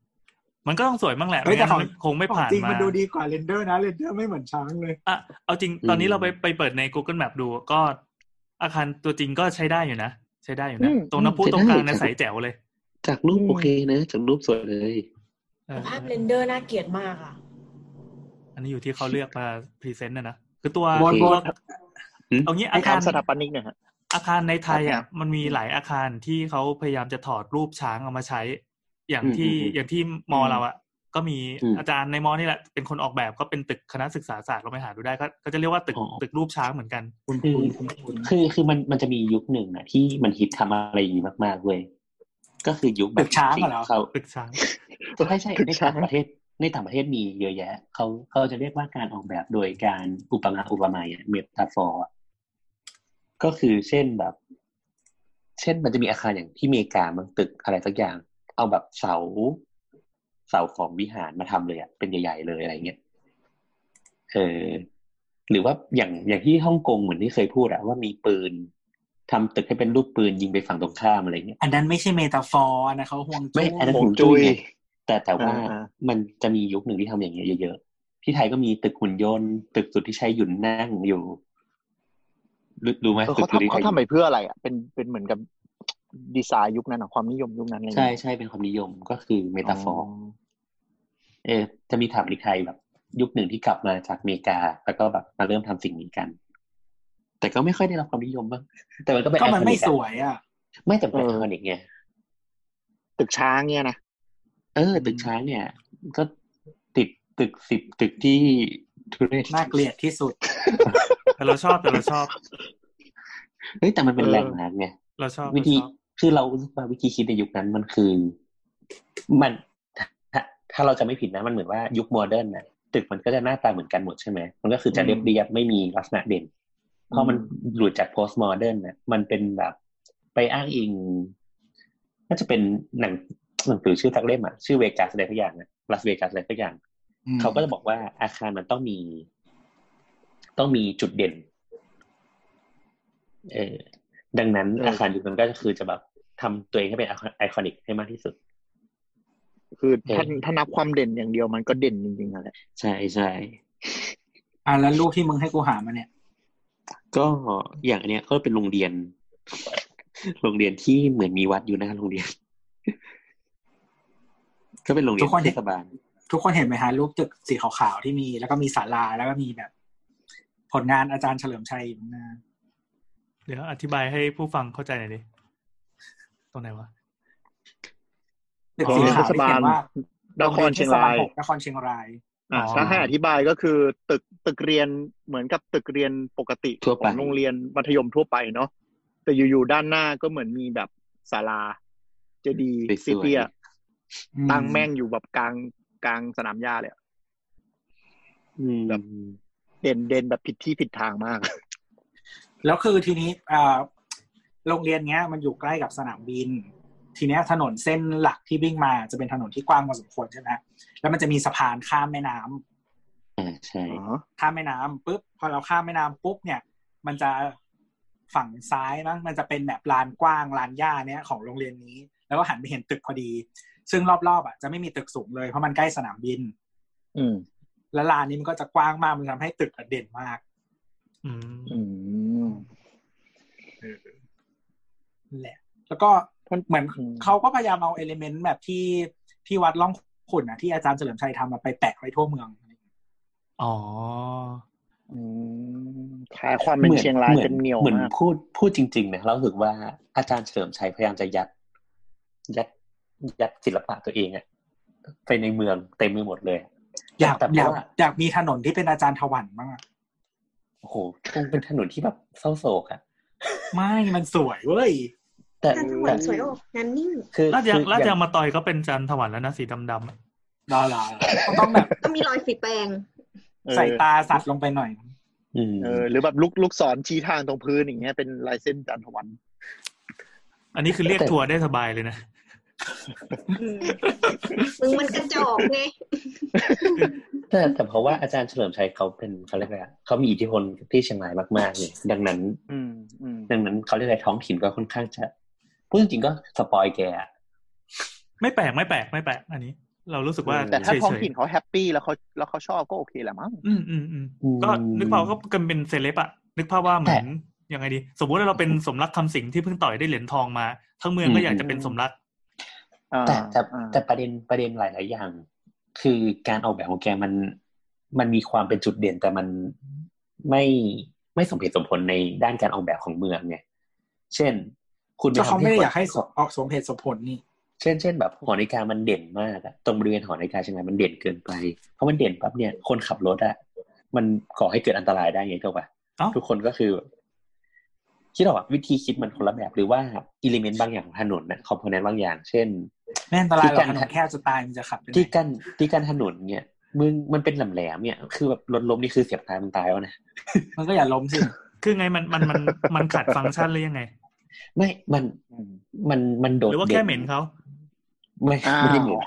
B: มันก็ต้องสวยบ้างแหละ
D: เฮ้ย
B: ไม่
D: แต่
B: งั้นมันค
D: ของ
B: งไม่ผ่าน
D: ของจริง
B: มา
D: มันดูดีกว่าเรนเดอร์นะเรนเดอร์ไม่เหมือนช้างเลย
B: อ่ะเอาจริง
E: อืม
B: ตอนนี้เราไปไปเปิดใน Google Map ดูก็ อาคารตัวจริงก็ใช้ได้อยู่นะ ใช้ได้อยู่
F: อื
B: นะ
F: ม
B: ตรงน้ำพุตรงกลางเนี่ยใสแจ๋วเลย
E: จากรูปโอเคนะจากรูปสวยเลย
B: เออ
A: ภาพเรนเดอร์น่าเกลียดมากอ่ะ
B: อันนี้อยู่ที่เขาเลือกมาพรีเซนต์นะนะ คือตัว
D: บอลบอล
E: อืม
B: เอางี้
F: ให้
B: อาคาร
F: ทำสถาปนิกหน่อยฮะ
B: อาคารในไทย
F: ครั
B: อ่ะ
F: บ
B: มันมีหลายอาคารที่เขาพยายามจะถอดรูปช้างเอามาใช้ อย่างที่
E: อืมอืม
B: อย่างที่มอเราอ่ะ ก็มี
E: อืม
B: อาจารย์ในมอนี่แหละเป็นคนออกแบบก็เป็นตึกคณะศึกษาศาสตร์เราไปหาดูได้ก็ก็จะเรียกว่าตึก
E: อ๋อ
B: ตึกรูปช้างเหมือนกัน
D: คุณ
E: คือ
D: คุณคุณคุณ
E: คือคือมันมันจะมียุคหนึ่งนะที่มันฮิตทำอะไรอย่างนี้มากๆเว้ยก็คือยุคแบ
D: ตึ
E: บ
D: กช้างอะเหรอ
E: เขา
B: ตึกช้าง
E: ใช่ใช่
F: ตึก
E: ในต่าง
F: ช้าง
E: ประเทศในต่างประเทศมีเยอะแยะเขาเขาจะเรียกว่าการออกแบบโดยการอุปมาอุปไมยเมตาฟอร์ก็คือเช่นแบบ เช่นมันจะมีอาคารอย่างที่อเมริกามันตึกอะไรสักอย่าง เอาแบบเสาเสาของวิหารมาทำเลยอะเป็นใหญ่ๆเลยอะไรเงี้ย เออหรือว่าอย่างอย่างที่ฮ่องกงเหมือนที่เคยพูดอะว่ามีปืนทำตึกให้เป็นรูปปืนยิงไปฝั่งตรงข้ามอะไรเงี้ย
D: อันนั้นไม่ใช่เมตาฟอร์อันนะเขาห่วงจุ้
E: ไม่
D: ย
E: อันนั้นผ
F: โอ้โห
E: มจุ้ยไง
F: จุ้ย
E: แต่แต่ว่า
F: อ่า
E: มันจะมียุคหนึ่งที่ทำอย่างเงี้ยเยอะๆที่ไทยก็มีตึกหุ่นยนต์ตึกสุดที่ใช้หยุ่นนั่งอยู่รู้รู้ไหม
F: เออ
E: ตึก
F: เขา
E: สุด
F: ทำ
E: ที่
F: เขา
E: ใช้
F: ทำไปเพื่ออะไรอ่ะ เป็นเป็นเหมือนกับดีไซน์ยุคนั้นเหรอความนิยมยุคนั้นอะไรอย่าง
E: ใช่
F: เงี้ย
E: ใช่เป็นความนิยมก็คือเมตาฟอร์
F: อ๋อ
E: เออจะมีถามในไทยแบบ ยุคหนึ่งที่กลับมาจากอเมริกา แล้วก็แบบมาเริ่มทำสิ่งนี้กัน แต่ก็ไม่ค่อยได้รับความนิยมบ้างแต่มันก็เป็น
D: ก็มัน
E: ไอคอ
D: ไม่
E: นิกอะ
D: สวยอ่ะ
E: ไม่แต่เป็น
F: เอ
E: ไอ
F: อ
E: คอนิกไง
F: ตึกช้างเนี่ยนะ
E: เออตึกช้างเนี่ย ก็ติดตึกสิบตึกที่ทุเรศ
D: น่าเกลียดที่สุด
B: แต่เราชอบแต่เราชอบ
E: เฮ้ยแต่มันเป็น
F: เออ
E: แหล่งน้ำไง
B: เราชอบ
E: วิธี
B: เราชอบ
E: คือเรารู้สึกว่าวิธีคิดในยุคนั้นมันคือ มันถ้าถ้าเราจะไม่ผิดนะมันเหมือนว่ายุคโมเดิร์นนะตึกมันก็จะหน้าตาเหมือนกันหมดใช่ไหมมันก็คือจะเรียบเรียบๆไม่มีลักษณะเด่น พอมันหลุดจาก post modern เนี่ยมันเป็นแบบไปอ้างอิงน่าจะเป็นหนังหนังสือชื่อทักเล่มอะชื่อเวกัสอะไรสักอย่างนะลาสเวกัสอะไรสักอย่าง
D: อืม
E: เขาก็จะบอกว่าอาคารมันต้องมี ต้องมีจุดเด่น เออดังนั้น
F: เอออ
E: อาคารยุคนั้นก็คือจะแบบทำตัวเองให้เป็นไอคอนิกให้มากที่สุด
F: คือ
E: เออ
F: ถ้าถ้านับความเด่นอย่างเดียวมันก็เด่นจริงๆนั่นแหละ
E: ใช่ใช่
D: อ่ะแล้วรูปที่มึงให้กูหามาเนี่ย
E: ก็อย่างอันเนี้ยก็เป็นโรงเรียน โรงเรียนที่เหมือนมีวัดอยู่หน้าโรงเรียน ก็เป็นโรงเรีย
D: ทุกคน น
E: เทศบาล
D: ทุกคนเห็นไหมฮะรูปตึกสีขาวๆที่มี แล้วก็มีศาลาแล้วก็มีแบบ ผลงานอาจารย์เฉลิมชัยอยู่ข้างหนะ
B: เดี๋ยวอธิบายให้ผู้ฟังเข้าใจหน่อยดิตรงไหนวะ
D: ตึกสี
F: เท
D: ขาว
F: ศ
D: ที่
F: บา
D: เขี
F: ล
D: ยนว่าน โง
F: ค
D: เรี
F: ร
D: น
F: เชียง
D: ทศบ
F: ราย
D: หกนครเชียงราย
F: อ่ะถ้าให้อธิบายก็คือตึกตึกเรียนเหมือนกับตึกเรียนปกติ
E: ทั่วไป
F: ของโรงเรียนมัธยมทั่วไปเนาะแต่อยู่ๆด้านหน้าก็เหมือนมีแบบศาลาเจดีย์
E: ส
F: ซิ
E: วย
F: เตีย
E: ๆ
F: ตั้งแม่งอยู่แบบกลางกลางสนามหญ้าเลยอะ
E: อ อืม
F: เด่นเด่นแบบผิดที่ผิดทางมาก
D: แล้วคือทีนี้อ่าโรงเรียนเนี้ย มันอยู่ใกล้กับสนามบิน ทีเนี้ยถนนเส้นหลักที่วิ่งมาจะเป็นถนนที่กว้างพอสมควรใช่ไหมแล้วมันจะมีสะพานข้ามแม่น้ำ
E: อ่าใช่
F: อ๋อ
D: ข้ามแม่น้ำปุ๊บพอเราข้ามแม่น้ำปุ๊บเนี่ย มันจะฝั่งซ้ายนะมันจะเป็นแบบลานกว้างลานหญ้าเนี่ยของโรงเรียนนี้ แล้วก็หันไปเห็นตึกพอดี ซึ่งรอบๆอ่ะจะไม่มีตึกสูงเลยเพราะมันใกล้สนามบิน
F: อืม
D: และลานนี้มันก็จะกว้างมากมันทำให้ตึกอะเด่นมาก
B: อืม
F: อืม
D: นั่นแหละ แล้วก็เหมือนเขาก็พยายามเอาเอลิเมนต์แบบที่ที่วัดล่องขุนอ่ะที่อาจารย์เฉลิมชัยทำมาไปแปะไว้ทั่วเมือง
B: อ๋อ
F: อืมคลายความเป็นเชียงราย
E: หมือ
F: เต็มเหนียว
E: เหมือน
F: มาก
E: พูดพูดจริงๆนะเรารู้สึกว่าอาจารย์เฉลิมชัยพยายามจะยัด ยัดยัดศิลปะตัวเองอะไปในเมืองเต็มไปหมดเลย
D: อยาก
E: แต่
D: อยาก
E: ว่า
D: อยากมีถนนที่เป็นอาจารย์ถวันบ้างอะ
E: โอ้โหคงเป็นถนนที่แบบเศร้าโศกอะ
D: ไม่มันสวยเว้ย
E: แต่
C: จันทวั
E: แต่
C: นสวยออกนั้นนิ่ง
E: คือ
B: ราชยา
E: คือ
B: ราชยามาต่อยก็เป็นจันทวันแล้วนะสีดำๆอะ
D: ดาราก็ต้องแบบ
C: ก็มีรอยสีแปลง
F: เออ
D: ใส่ตาสัตว์ลงไปหน่อย
E: อืม
F: เออ หรือแบบลูกลูกศรชี้ทางตรงพื้นอย่างเงี้ยเป็นลายเส้นจันทวัน
B: อันนี้คือเรียกทัวร์ได้สบายเลยนะ
C: อืมมึงมันกระจอกไง
E: แต่แต่เพราะว่าอาจารย์เฉลิมชัยเขาเป็นเขาเรียกอะไรอะเขามีอิทธิพลที่เชียงรายมากๆเลยดังนั้น
F: อืม อืม
E: ดังนั้นเขาเรียกอะไรท้องถิ่นก็ค่อนข้างจะพูดจริงๆก็สปอยแกอะ
B: ไม่แปลกไม่แปลกไม่แปลก อันนี้ เรารู้สึกว่า
E: เออ
F: แต่ถ้า
B: เฉย
F: ท้องถิ่นเขาแฮปปี้แล้วเขาแล้วเขาชอบก็โอเคแหละมั้ง
B: ๆอืมอืมอืมก็นึกภาพก็กันเป็นเซเลบอะนึกภาพว่าเหมือนยังไงดี สมมุติว่าเราเป็นสมรักคำสิงที่เพิ่งต่อยได้เหรียญทองมา ทั้งเมืองก็อยากจะเป็นสมรัก
F: อ่า
E: แต่แต่
F: อ่า
E: แต่ประเด็นประเด็นหลาย ๆ อย่าง คือการออกแบบของแกมัน มันมีความเป็นจุดเด่นแต่มันไม่ไม่สมเหตุสมผลในด้านการออกแบบของเมืองไงเช่น คุณป
D: ก็เขา
E: ทำ
D: ไม่ได้
E: คน
D: อยากให้สมออกสมเหตุสมผลนี่
E: เช่นเช่นแบบหอนาฬิกามันเด่นมากอะตรงบริเวณหอนาฬิกาเชียงรายมันเด่นเกินไปเพราะมันเด่นปั๊บเนี่ยคนขับรถอะมันก่อให้เกิดอันตรายได้ไงถูกปะ
B: เอ้า
E: ทุกคนก็คือคิดออกปะวิธีคิดมันคนละแบบหรือว่าอิเลเมนต์บางอย่างของถนนนะคอมโพเนนต์บางอย่าง เช่น
D: แม่อันตรายหรอกถน
E: ที่กัน
D: นแคบจะตายมันจะขับไปไหน
E: ที่กั้นที่กั้นถนนเนี่ยมึงมันเป็นแหลมแหลมๆเนี่ย คือแบบรถล้มนี่คือเสียบตายมันตายวะนะ
D: มันก็อย่าล้มสิ
B: คือไงมันมันมันมันขาดฟังก์ชันหรือยังไง
E: ไม่มัน
F: อืม
E: มันมันโดด
B: หรือว่าแค่เหม็นเขา
E: ไม่
F: อ้า
E: ไม่ได้
F: ว
E: เหม็น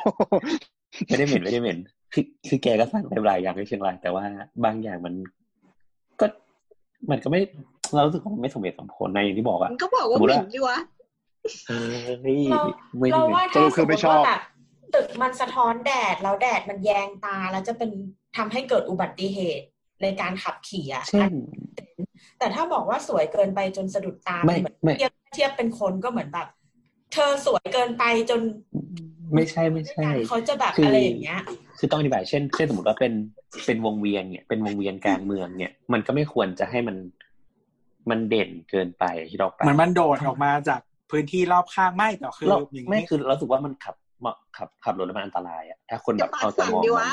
E: ไม่ได้เหม็นไม่ได้เหม็นคือคือแกก็สร้างหลายๆอย่างให้เชียงรายแต่ว่าบางอย่างมันก็มันก็ไม่เรารู้สึกว่ามันไม่สมเหตุสมผลในะอย่างที่บอกอะ
C: มันก็บอกว่า
E: สมมุ
C: เห
E: ติ
C: ม็นดีวะ
E: ว่าเฮ้ย
A: เรา
E: ไม่ได้
A: เรา
E: เหม็น
A: ว่า
F: ส
A: ถ้า
F: รุป
A: ส
F: คื
A: ม
F: อ
A: ม
F: ไม่
A: ติ
F: ชอบ
A: ว่าแบบตึกมันสะท้อนแดดแล้วแดดมันแยงตาแล้วจะเป็นทำให้เกิดอุบัติเหตุในการขับขี่อ่ะ
E: เช่น
A: แต่ถ้าบอกว่าสวยเกินไปจนสะดุดตา
E: ไม่
A: เหมือน
E: ไม่
A: เทียบเทียบเป็นคนก็เหมือนแบบ เธอสวยเกินไปจน
E: ไม่ใช่ไม่ใช่
A: เขาจะแบบ
E: คืออ
A: อะไรอย่างเงี้ย
E: คือต้องอธิบายเช่นเช่นสมมติว่าเป็นเป็นวงเวียนเนี่ยเป็นวงเวียนกลางเมืองเนี่ย มันก็ไม่ควรจะให้มันมันเด่นเกินไปที่เราไป
D: เหมือนมันโดดออกมาจากพื้นที่รอบข้างไม่แต่คือ
E: เรา
D: อย่าง
E: ไม่
D: นี้
E: คือเรารู้สึกว่ามันขับมาขับขับรถแล้วมันอันตรายอะถ้าคนแบ
C: จะ
E: บ
C: ปาด
E: เอาแต่
C: สั่ง
E: มอง
C: ดี
E: มั
C: วะ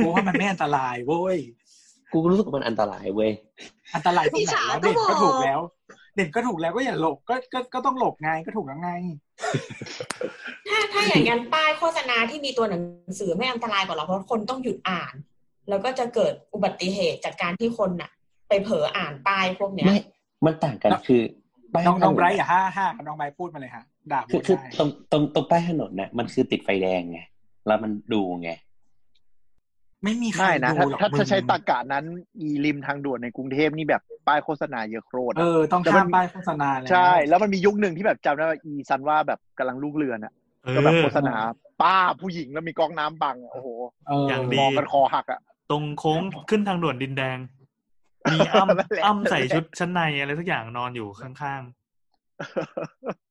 E: น
D: กูว่ามันไม่อันตรายเว้ย
E: กูรู้สึกว่ามันอันตรายเว้ย
D: อันตรายตรงไหนวะ
C: พี่
D: เด่น
C: ฉาก็บ
D: ก็
C: อก
D: ถูกแล้ว เด่นก็ถูกแล้วก็อย่าหลบก็ก็ก็ต้องหลบไงก็ถูกแล้วไง
A: ถ้าถ้าอย่างนั้นป้ายโฆษณาที่มีตัวหนังสือไม่อันตรายกว่าเราเพราะคนต้องหยุดอ่าน แล้วก็จะเกิดอุบัติเหตุจากการที่คนน่ะ ไปเผลออ่านป้ายพวกเนี้ย
E: ไม่มันต่างกัน
D: น้อง
E: คือป้าย
D: น้อง
E: ถ
D: น้องไบรท์อย่าห้าห้าน้องไบรท์พูดมาเลยฮะด่า
E: คื
D: พู
E: อ
D: ด
E: คือ
D: ได้
E: ตรงตรงตรงป้ายถนนน่ะมันคือติดไฟแดงไงแล้วมันดูไง
D: ไม่มีใคร
F: ไม่นะถ้า
D: ดูหรอก
F: ถ้า
D: มึ
F: ถ้าง ใช้ตากานั้น อีริมทางด่วนในกรุงเทพนี่แบบป้ายโฆษณาเยอะโคตร
D: เอ
F: อะ
D: อต้อง
F: แต่มั
D: ข้าน มป้ายโฆษณาแล้ว
F: ใช่ แล้วมันมียุคหนึ่งที่แบบจำได้ว่าอีซันว่าแบบกำลังลูกเรือนอะ
B: เอ
F: ก็แบบ
B: อ
F: โฆษณาป้าผู้หญิงแล้วมีกองน้ำบังอะโอ้โห
D: เออ
B: อ
D: อย่าง
B: ดี
F: มองกันคอหักอะ
B: ตรงโค้งขึ้นทางด่วนดินแดง มีอ้ำ
F: นั่นแหละ
B: อ้ำใส่ชุดชั้นในอะไรสักอย่างนอนอยู่ข้าง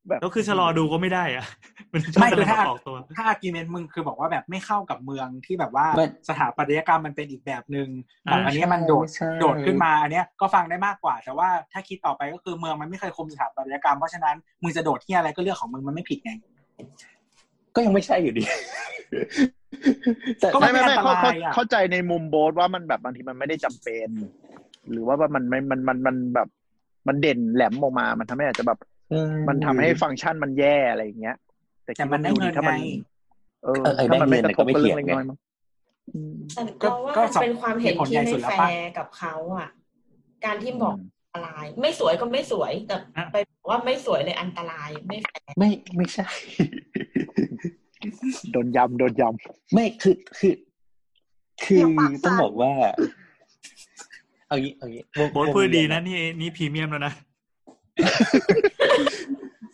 F: แบบ
B: ๆแล้วคือชะลอดูก็ไม่ได้อะ มันชอบ
D: ไม่
B: กำ
D: คือ
B: ลัง
D: ถ้า
B: ออกตัว
D: ถ้าอาร์กิเมนต์มึงคือบอกว่าแบบไม่เข้ากับเมืองที่แบบว่า
E: ไม่
D: สถาปัตยกรรมมันเป็นอีกแบบหนึ่ง
B: อ่า
D: บอกอันเนี้ยมันโดด
E: ไใช่
D: โดดขึ้นมาอันเนี้ยก็ฟังได้มากกว่า แต่ว่าถ้าคิดต่อไปก็คือเมืองมันไม่เคยคมสถาปัตยกรรม เพราะฉะนั้นมึงจะโดดที่อะไรก็เรื่องของมึงมันไม่ผิดไง
E: ก็ยังไม่ใช่อยู่ดีแต่
D: ก็
F: ไม่ไม่
D: ไม่
F: ไม่
D: อันต
F: เข้าร
D: าย
F: เข้า
D: อะ
F: เข้าใจในมุมโบสว่ามันแบบบางทีมันไม่ได้จำเป็น หรือว่าว่ามันไม่มันมันมันแบบ มันเด่นแหลมออกมา มันทำให้อาจจะแบบ มันทำให้ฟังก์ชันมันแย่อะไรอย่างเงี้ย แต่คิ
D: แต่
F: ว่า
D: มันได้
F: ดู
D: เงิน
F: ถ้า
D: ไง
F: มันเออ
E: เออไอ้
F: ถ้ามันไม่
E: ได้เงิน
F: กระทบ
E: ก็ไม่
F: กับ
E: เถีย
F: เรื่อง ง
E: ไง
F: เล็กน้อยมั้ง อืม
A: แต่
D: ก็
A: เราว่า
D: ก็
A: มันเป็นความเห็น
D: เหตุผล
A: ที่
D: ใหญ่
A: ไม่
D: สุดแล้ว
A: แฟ
D: ป่ะ
A: ร์กับเขาอ่ะ การที่บอกอันตราย ไม่สวยก็ไม่สวยแต่
B: อ่ะ
A: ไปบอกว่าไม่สวยเลยอันตรายไม่แฟร์
E: ไม่ไม่ใช่
F: โดนยำโดนย
E: ไม่คือคือคือ
C: เดี๋ยวปากสั่น
E: ต้องบอกว่า เอางี้เอางี้วง
B: โบท
E: วง
B: พูดดี
E: เรีย
B: นะนี่นี่พรีเมียมแล้วนะ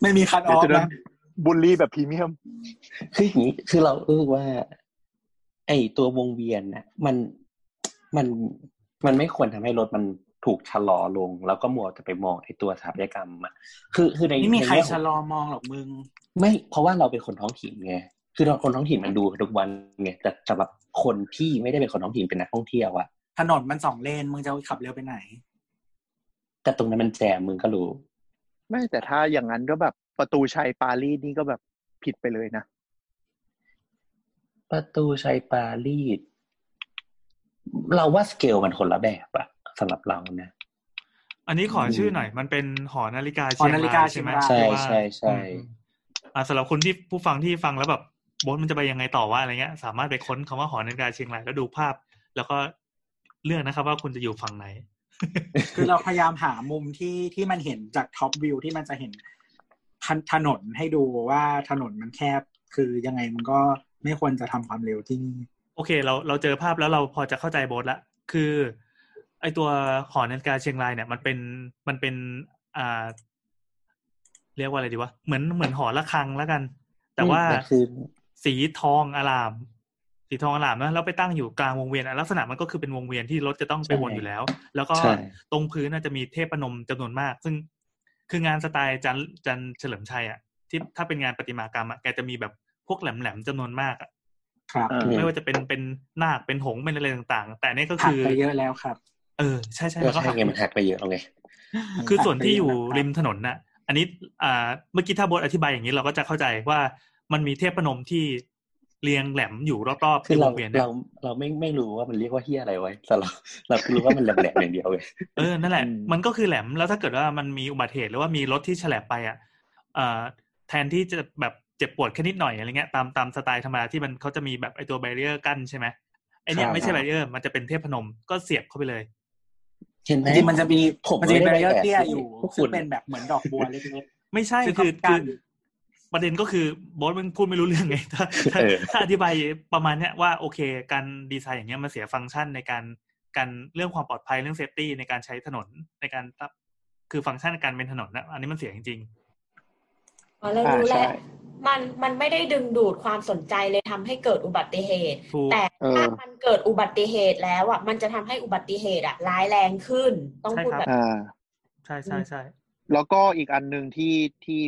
D: ไม่มีคัดอ
F: ำเดี๋ยว
D: อฟ
F: จะโดน
D: นะ
F: บูลลี่แบบพรีเมียม
E: คืออย่างนี้คือเรารู้สึกว่า ไอตัววงเวียนน่ะ มันมันมันไม่ควรทำให้รถมันถูกชะลอลง แล้วก็มัวจะไปมองไอตัวสถาปัตยกรรมอ่ะคือคือใน
D: ไม่มีใคร
E: ในแง่ของ
D: ชะลอมองหรอกมึง
E: ไม่เพราะว่าเราเป็นคนท้องถิ่นไงคือเราคนท้องถิ่นมันดูทุกวันไงแต่สำหรับคนที่ไม่ได้เป็นคนท้องถิ่นเป็นนักท่องเที่ยวอะ
D: ถนนมันสองเลนมึงจะขับเร็วไปไหน
E: แต่ตรงนั้นมันแจมมึงก็รู้
F: ไม่แต่ถ้าอย่างนั้นก็แบบประตูชัยปารีสนี่ก็แบบผิดไปเลยนะ
E: ประตูชัยปารีสเราว่าสเกลมันคนละแบบอะสำหรับเรานะ
B: อันนี้ขอชื่อหน่อย มันเป็นหอนาฬิกาเชียง
D: หอนา
B: ราก
D: ฬิาย
B: ใช่ไหม
D: เชี
E: ใช่
D: ยงราย
B: ว่า
E: ใช่ใช่
B: อืมอ่าสำหรับคนที่ผู้ฟังที่ฟังแล้วแบบโบทมันจะไปยังไงต่อว่าอะไรเงี้ย สามารถไปค้นคำว่าหอนาฬิกาเชียงรายแล้วดูภาพ แล้วก็เลือกนะครับ ว่าคุณจะอยู่ฝั่งไหน
D: คือเราพยายามหามุมที่ที่มันเห็นจากท็อปวิวที่มันจะเห็นถนถนนให้ดูว่าถนนมันแคบ คือยังไงมันก็ไม่ควรจะทำความเร็วที่นี่
B: โอเค เราเราเจอภาพแล้วเราพอจะเข้าใจโบทละคือ ไอตัวหอนาฬิกาเชียงรายเนี่ย มันเป็นมันเป็น อ่า เรียกว่าอะไรดีวะเหมือนเหมือนหอระฆังแล้วกัน แต่ว่า
E: อืมคือ
B: สีทองอลาม สีทองอลามนะแล้วไปตั้งอยู่กลางวงเวียนอ่ะลักษณะมันก็คือเป็นวงเวียนที่รถจะต้องไปวนอยู่แล้ว แล้วก็
E: ใช่
B: ตรงพื้นน่าจะมีเทพนมจำนวนมาก ซึ่งคืองานสไตล์จันจันเฉลิมชัยอ่ะที่ถ้าเป็นงานประติมากรรมอ่ะแกจะมีแบบพวกแหลมๆจำนวนมากอ่ะ
D: ครับ
F: อ่า
B: ไม่ว่าจะเป็นเป็นนาคเป็นหงส์เป็นอะไรต่าง ๆ แต่อันนี่ก็
D: หัก
B: คือ
D: ไปเยอะแล้วครับ
B: เออใช่ใช่
E: ก็
B: มันก็
E: ใช่
B: หัก
E: ไงมันหักไปเยอะแล้วไง
B: คือส่วนที่อยู่
D: ตัดไป
B: ริมถนนน่ะ อันนี้อ่าเมื่อกี้ถ้าบทอธิบายอย่างนี้เราก็จะเข้าใจว่ามันมีเทพนมที่เรียงแหลมอยู่รอบๆ
E: คือ
B: ที่ว
E: เรา
B: งเวียน
E: เรา
B: น่ะ
E: เราไม่ไม่รู้ว่ามันเรียกว่าเฮียอะไรไว้แต่เราเรารู้ว่ามันแหลมๆอย่างเดียวไง
B: เออนั่นแหละ
F: อืม
B: มันก็คือแหลมแล้วถ้าเกิดว่ามันมีอุบัติเหตุหรือว่ามีรถที่แฉลบไปอ่ะอ่าแทนที่จะแบบเจ็บปวดแค่นิดหน่อยอะไรเงี้ยตามตามสไตล์ธรรมดาที่มันเขาจะมีแบบไอตัวแบเรียร์กั้นใช่ไหมไอเนี้ยไม่ใช่แบเรียร์มันจะเป็นเทพนมก็เสียบเข้าไปเลย
E: เห็นไหม
D: จริงๆมันจะมี
E: ผม
D: มันจะมี
E: ไม่
D: แบ
E: ได้
D: เรีย
E: แอบ
D: เตี้ยอยู่
E: พวกคุณ
D: ซึ่งเป็นแบบเหมือนดอกบัวเล็ก
B: ไม่ใช่
D: ซึ่ง
B: คือ
D: เขากั้
B: คือน ประเด็นก็คือโบอสมันพูดไม่รู้เรื่อง ไงถ้าถ้า
E: เออ
B: ถ้าอธิบายประมาณเนี้ยว่าโอเค การดีไซน์อย่างเงี้ยมันเสียฟังก์ชันในการการเรื่องความปลอดภัยเรื่องเซฟตี้ในการใช้ถนนในการตับคือฟังก์ชันในการเป็นถนนนะอันนี้มันเสียจริง
A: อ๋อเรา
F: อ่า
A: รู้
F: ใช่
A: แล้วมันมันไม่ได้ดึงดูดความสนใจเลยทำให้เกิดอุบัติเหตุ
B: ๆถูก
A: แต่
F: เออ
A: ถ้ามันเกิดอุบัติเหตุแล้วอ่ะมันจะทำให้อุบัติเหตุอ่ะร้ายแรงขึ้น ต้อง
B: ใช่
A: พูด
B: ครับ
A: แบบ
F: อ่า
B: ใช่ใช่ใช่
F: แล้วก็อีกอันหนึ่งที่ที่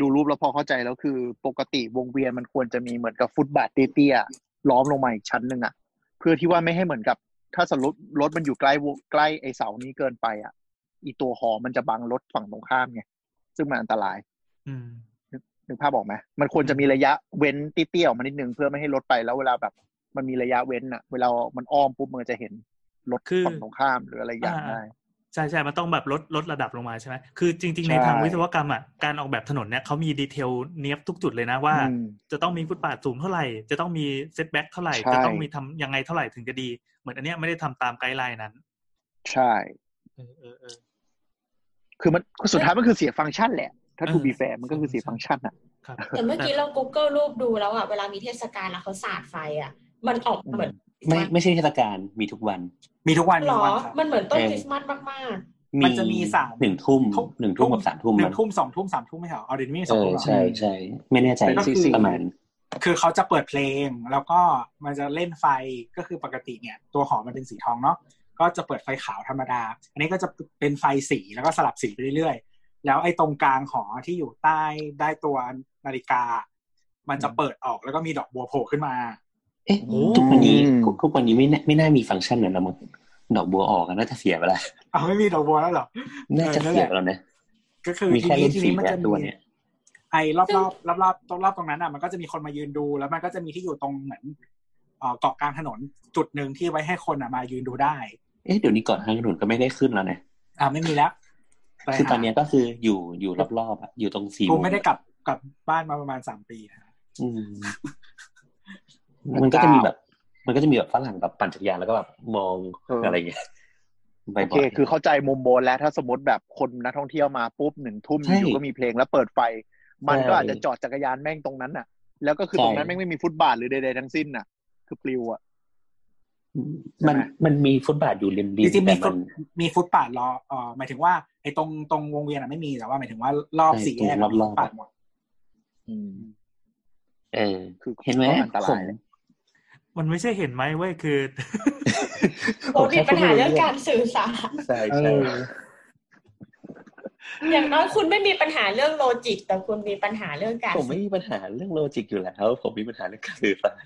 F: ดูรูปแล้วพอเข้าใจแล้วคือปกติวงเวียนมันควรจะมีเหมือนกับฟุตบาทเตี้ยๆล้อมลงมาอีกชั้นหนึ่งอะเพื่อที่ว่าไม่ให้เหมือนกับ ถ้าสมมติรถมันอยู่ใกล้วงใกล้ไอเสานี้เกินไปอะอีตัวหอมันจะบังรถฝั่งตรงข้ามไงซึ่งมันอันตราย
B: อืม
F: นึกภาพออกไหมมันควรจะมีระยะเว้นเตี้ยๆออกมานิดนึงเพื่อไม่ให้รถไปแล้วเวลาแบบ มันมีระยะเว้นอะเวลามันอ้อมปุ๊บมันจะเห็นรถ
B: คือ
F: ฝั่งตรงข้ามหรืออะไรอย่าง
B: อ่า
F: ได้
B: ใช่ใช่มันต้องแบบลดลดระดับลงมาใช่ไหมคือจริง ๆ ใน
F: ใช่
B: ทางวิศวกรรมอ่ะการออกแบบถนนเนี่ยเขามีดีเทลเนี้ยบทุกจุดเลยนะว่า
F: อืม
B: จะต้องมีฟุตบาทสูงเท่าไหร่ จะต้องมีเซตแบ็กเท่าไหร่
F: ใช่
B: จะต้องมีทำยังไงเท่าไหร่ถึงจะดี เหมือนอันเนี้ยไม่ได้ทำตามไกด์ไลน์นั้น
F: ใช่
B: เออเออเออ
F: คือมันสุดท้ายมันคือเสียฟังก์ชันแหละ ถ้า
B: เออ
F: ทูบีแฟร์มันก็คือ
B: ใช่
F: เสียฟังก์ชันอ่ะ
B: ครับ
A: แต่เมื่อกี้เรา Google รูปดูแล้วอ่ะเวลามีเทศกาลแล้วเขาสาดไฟอ่ะ มันออกเหมือน
E: ไม่ไม่ใช่เทศกาลมีทุกวัน
D: ๆ มีทุกวัน
A: หร
D: ทุ
A: อก
D: วันครับ
A: มันเหมือนต้นคริสต์มาสมาก
D: มันจะมีสาม
E: หนึ่งทุ่ม
D: ทุ่ม
E: หนึ่งทุ่มกับสามทุ่ม
D: หนึ่
E: มั้
D: ง
E: ง
D: ทุ่มสองทุ่มสามทุ่มไม่เหรอเอาเดี๋ยวนี้มีส
E: เอ
D: อง
E: อ
D: ทุ่มเหรอ
E: ใช่ใช่ไม่แน่ใจ
F: เป็น
E: สิ
F: สี่สิบ
E: ประมาณ
D: คือเขาจะเปิดเพลงแล้วก็มันจะเล่นไฟก็คือปกติเนี่ย ตัวหอมมันเป็นสีทองเนาะก็จะเปิดไฟขาวธรรมดา อันนี้ก็จะเป็นไฟสีแล้วก็สลับสีไปเรื่อยๆ แล้วไอ้ตรงกลางหอที่อยู่ใต้ได้ตัวนาฬิกา มันจะเปิดออกแล้วก็มีดอกบัวโผล่ขึ้นมา
E: เอ๊ะ
B: โอ้
E: ทุกวันนี้
F: อืม
E: ทุกทุกวันนี้ไม่น่าไม่น่ามีฟังก์ชันนั้นและมั้งดอกบัวออกอะน่าจะเสียไปละ
D: เอาไม่มีดอกบัวแล้วเหรอ
E: น่าจะเสียไปแล้วนะ
D: ก็คือ
E: มี
D: ที
E: แค่
D: นี้
E: เล่น
D: ที
E: สี
D: นี้มัน
E: แบ
D: จะ
E: บ
D: มี
E: ตัวเนี่ย
D: ไอ้รอบรอบรอบรอบรอบรอบตรงนั้นอ่ะมันก็จะมีคนมายืนดูแล้วมันก็จะมีที่อยู่ตรงเหมือนเอ่อเกาะกลางถนนจุดหนึ่งที่ไว้ให้คนอ่ะมายืนดูได้
E: เอ๊ะเดี๋ยวนี้ก่อนทางถนนก็ไม่ได้ขึ้นแล้วนะ
D: อ่าไม่มีแล้วไป
E: คือ
D: หา
E: ตอนเนี้ยก็คืออยู่อยู่รอบๆอะอยู่ตรงสี่
D: กู
E: มุม
D: ไม่ได้กลับกลับบ้านมาประมาณสามปีนะ
E: อืมมันก็จะมีแบบ มันก็จะมีแบบฝรั่งแบบปั่นจักรยานแล้วก็แบบมอง
F: เอออ
E: อะไรเงี้ยบ่ยๆ
F: โอเค คือเข้าใจมุมโบนแล้ว ถ้าสมมติแบบคนนักท่องเที่ยวมาปุ๊บหนึ่งทุ่ม
E: ใช่
F: อยู่ก็มีเพลงแล้วเปิดไฟ มันก็
E: ใช่
F: อาจจะจอดจักรยานแม่งตรงนั้นน่ะ แล้วก็คือตรงนั้น
E: ใช่
F: แม่งไม่มีฟุตบาทหรือใดๆทั้งสิ้นน่ะ คือปลิวอ่ะ
E: มันมันมีฟุตบาทอยู่ริมดิ
D: จ
E: น
D: ริงๆมี
E: แต่
D: ฟุ
E: มั
D: ต
E: น
D: มีฟุตปาดรอเออหมายถึงว่าไอ้ตรงตรงวงเวียนอะไม่มีแต่ว่าหมายถึงว่ารอบ
E: ใช่
D: สี่แยก
E: ตรงรอบๆ
D: ฟุตปาดหมด
F: อืม
E: เออ
F: คือ
E: เห็นไหม
F: ก็อันตราย
E: ผม
F: นะ
B: มันไม่ใช่เห็นไหมเว้ยคือ
E: ผ
A: เรา
E: ม
A: มี
E: แค่
A: ปัญหา
E: พูดไม่
A: เรื่องการสื่อสาร
E: ใช่
D: เอ
E: ใช่
D: อ
A: อย่างน้อยคุณไม่มีปัญหาเรื่องโลจิก แต่คุณมีปัญหาเรื่องการ
E: ผมไม่มีปัญหาเรื่องโลจิกอยู่แล้ว ผมมีปัญหาเรื่องการสื่อสาร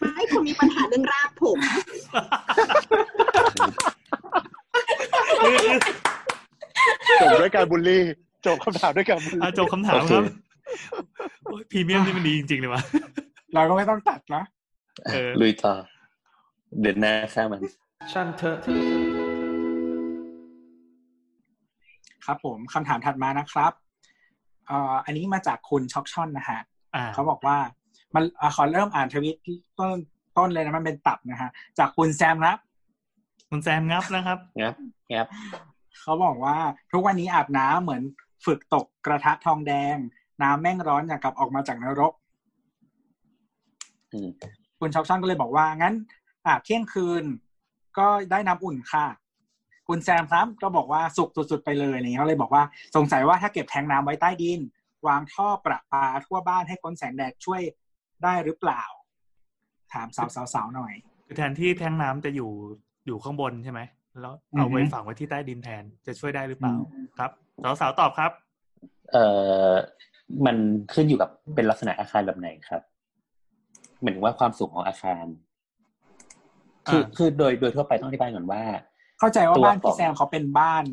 C: ไม่คุณมีปัญหาเรื่องรากผม
F: จบด้วยการบูลลี่ จบคำถามด้วยการบูลลี่
B: อาจบคำถามครับ
E: โอเค
B: โอ้ยพรีเมียมนี่มันดีจริงๆเลยวะ
D: เราก็ไม่ต้องตัดนะ
B: เออ
E: ลุยต่อเดินหน้าข้ามัน
G: ช่างเถอะ
D: ครับ ผมคำถามถัดมานะครับเอ่ออันนี้มาจากคุณช็อกช่อนนะฮะ
B: อ่า
D: เขาบอกว่ามันอะขอเริ่มอ่านทวิตต้นต้นเลยนะมันเป็นตับนะฮะ จากคุณแซมนะ
B: คุณแซมงับนะครับ
E: งับงับ
D: เขาบอกว่าทุกวันนี้อาบน้ำเหมือนฝึกตกกระทะทองแดง น้ำแม่งร้อนอย่างกับออกมาจากนรก
E: อืม
D: คุณชอกช่างก็เลยบอกว่า งั้นอาบเที่ยงคืน ก็ได้น้ำอุ่นค่ะ คุณแซมครับก็บอกว่าสุกสุดๆไปเลยอะไรเงี้ยเขาเลยบอกว่าสงสัยว่าถ้าเก็บแทงน้ำไว้ใต้ดิน วางท่อประปาทั่วบ้านให้พ้นแสงแดดช่วยได้หรือเปล่า ถามสาวๆๆหน่อย
B: คือแทนที่แท้งน้ำจะอยู่อยู่ข้างบนใช่ไหม แล้วเอาไว้
D: อือฮึ
B: ฝังไว้ที่ใต้ดินแทนจะช่วยได้หรือเปล่าครับสาวๆตอบครับ
E: เอ่อมันขึ้นอยู่กับเป็นลักษณะอาคารแบบไหนครับเหมือนว่าความสูงของอาคาร คือ
B: อ่า
E: คือโดยโดยทั่วไปต้องอธิบายก่อนว่า
D: เข้าใจว่า
E: ตัว
D: บ้าน
E: ขอ
D: พี่
E: ง
D: แซมเขาเป็นบ้าน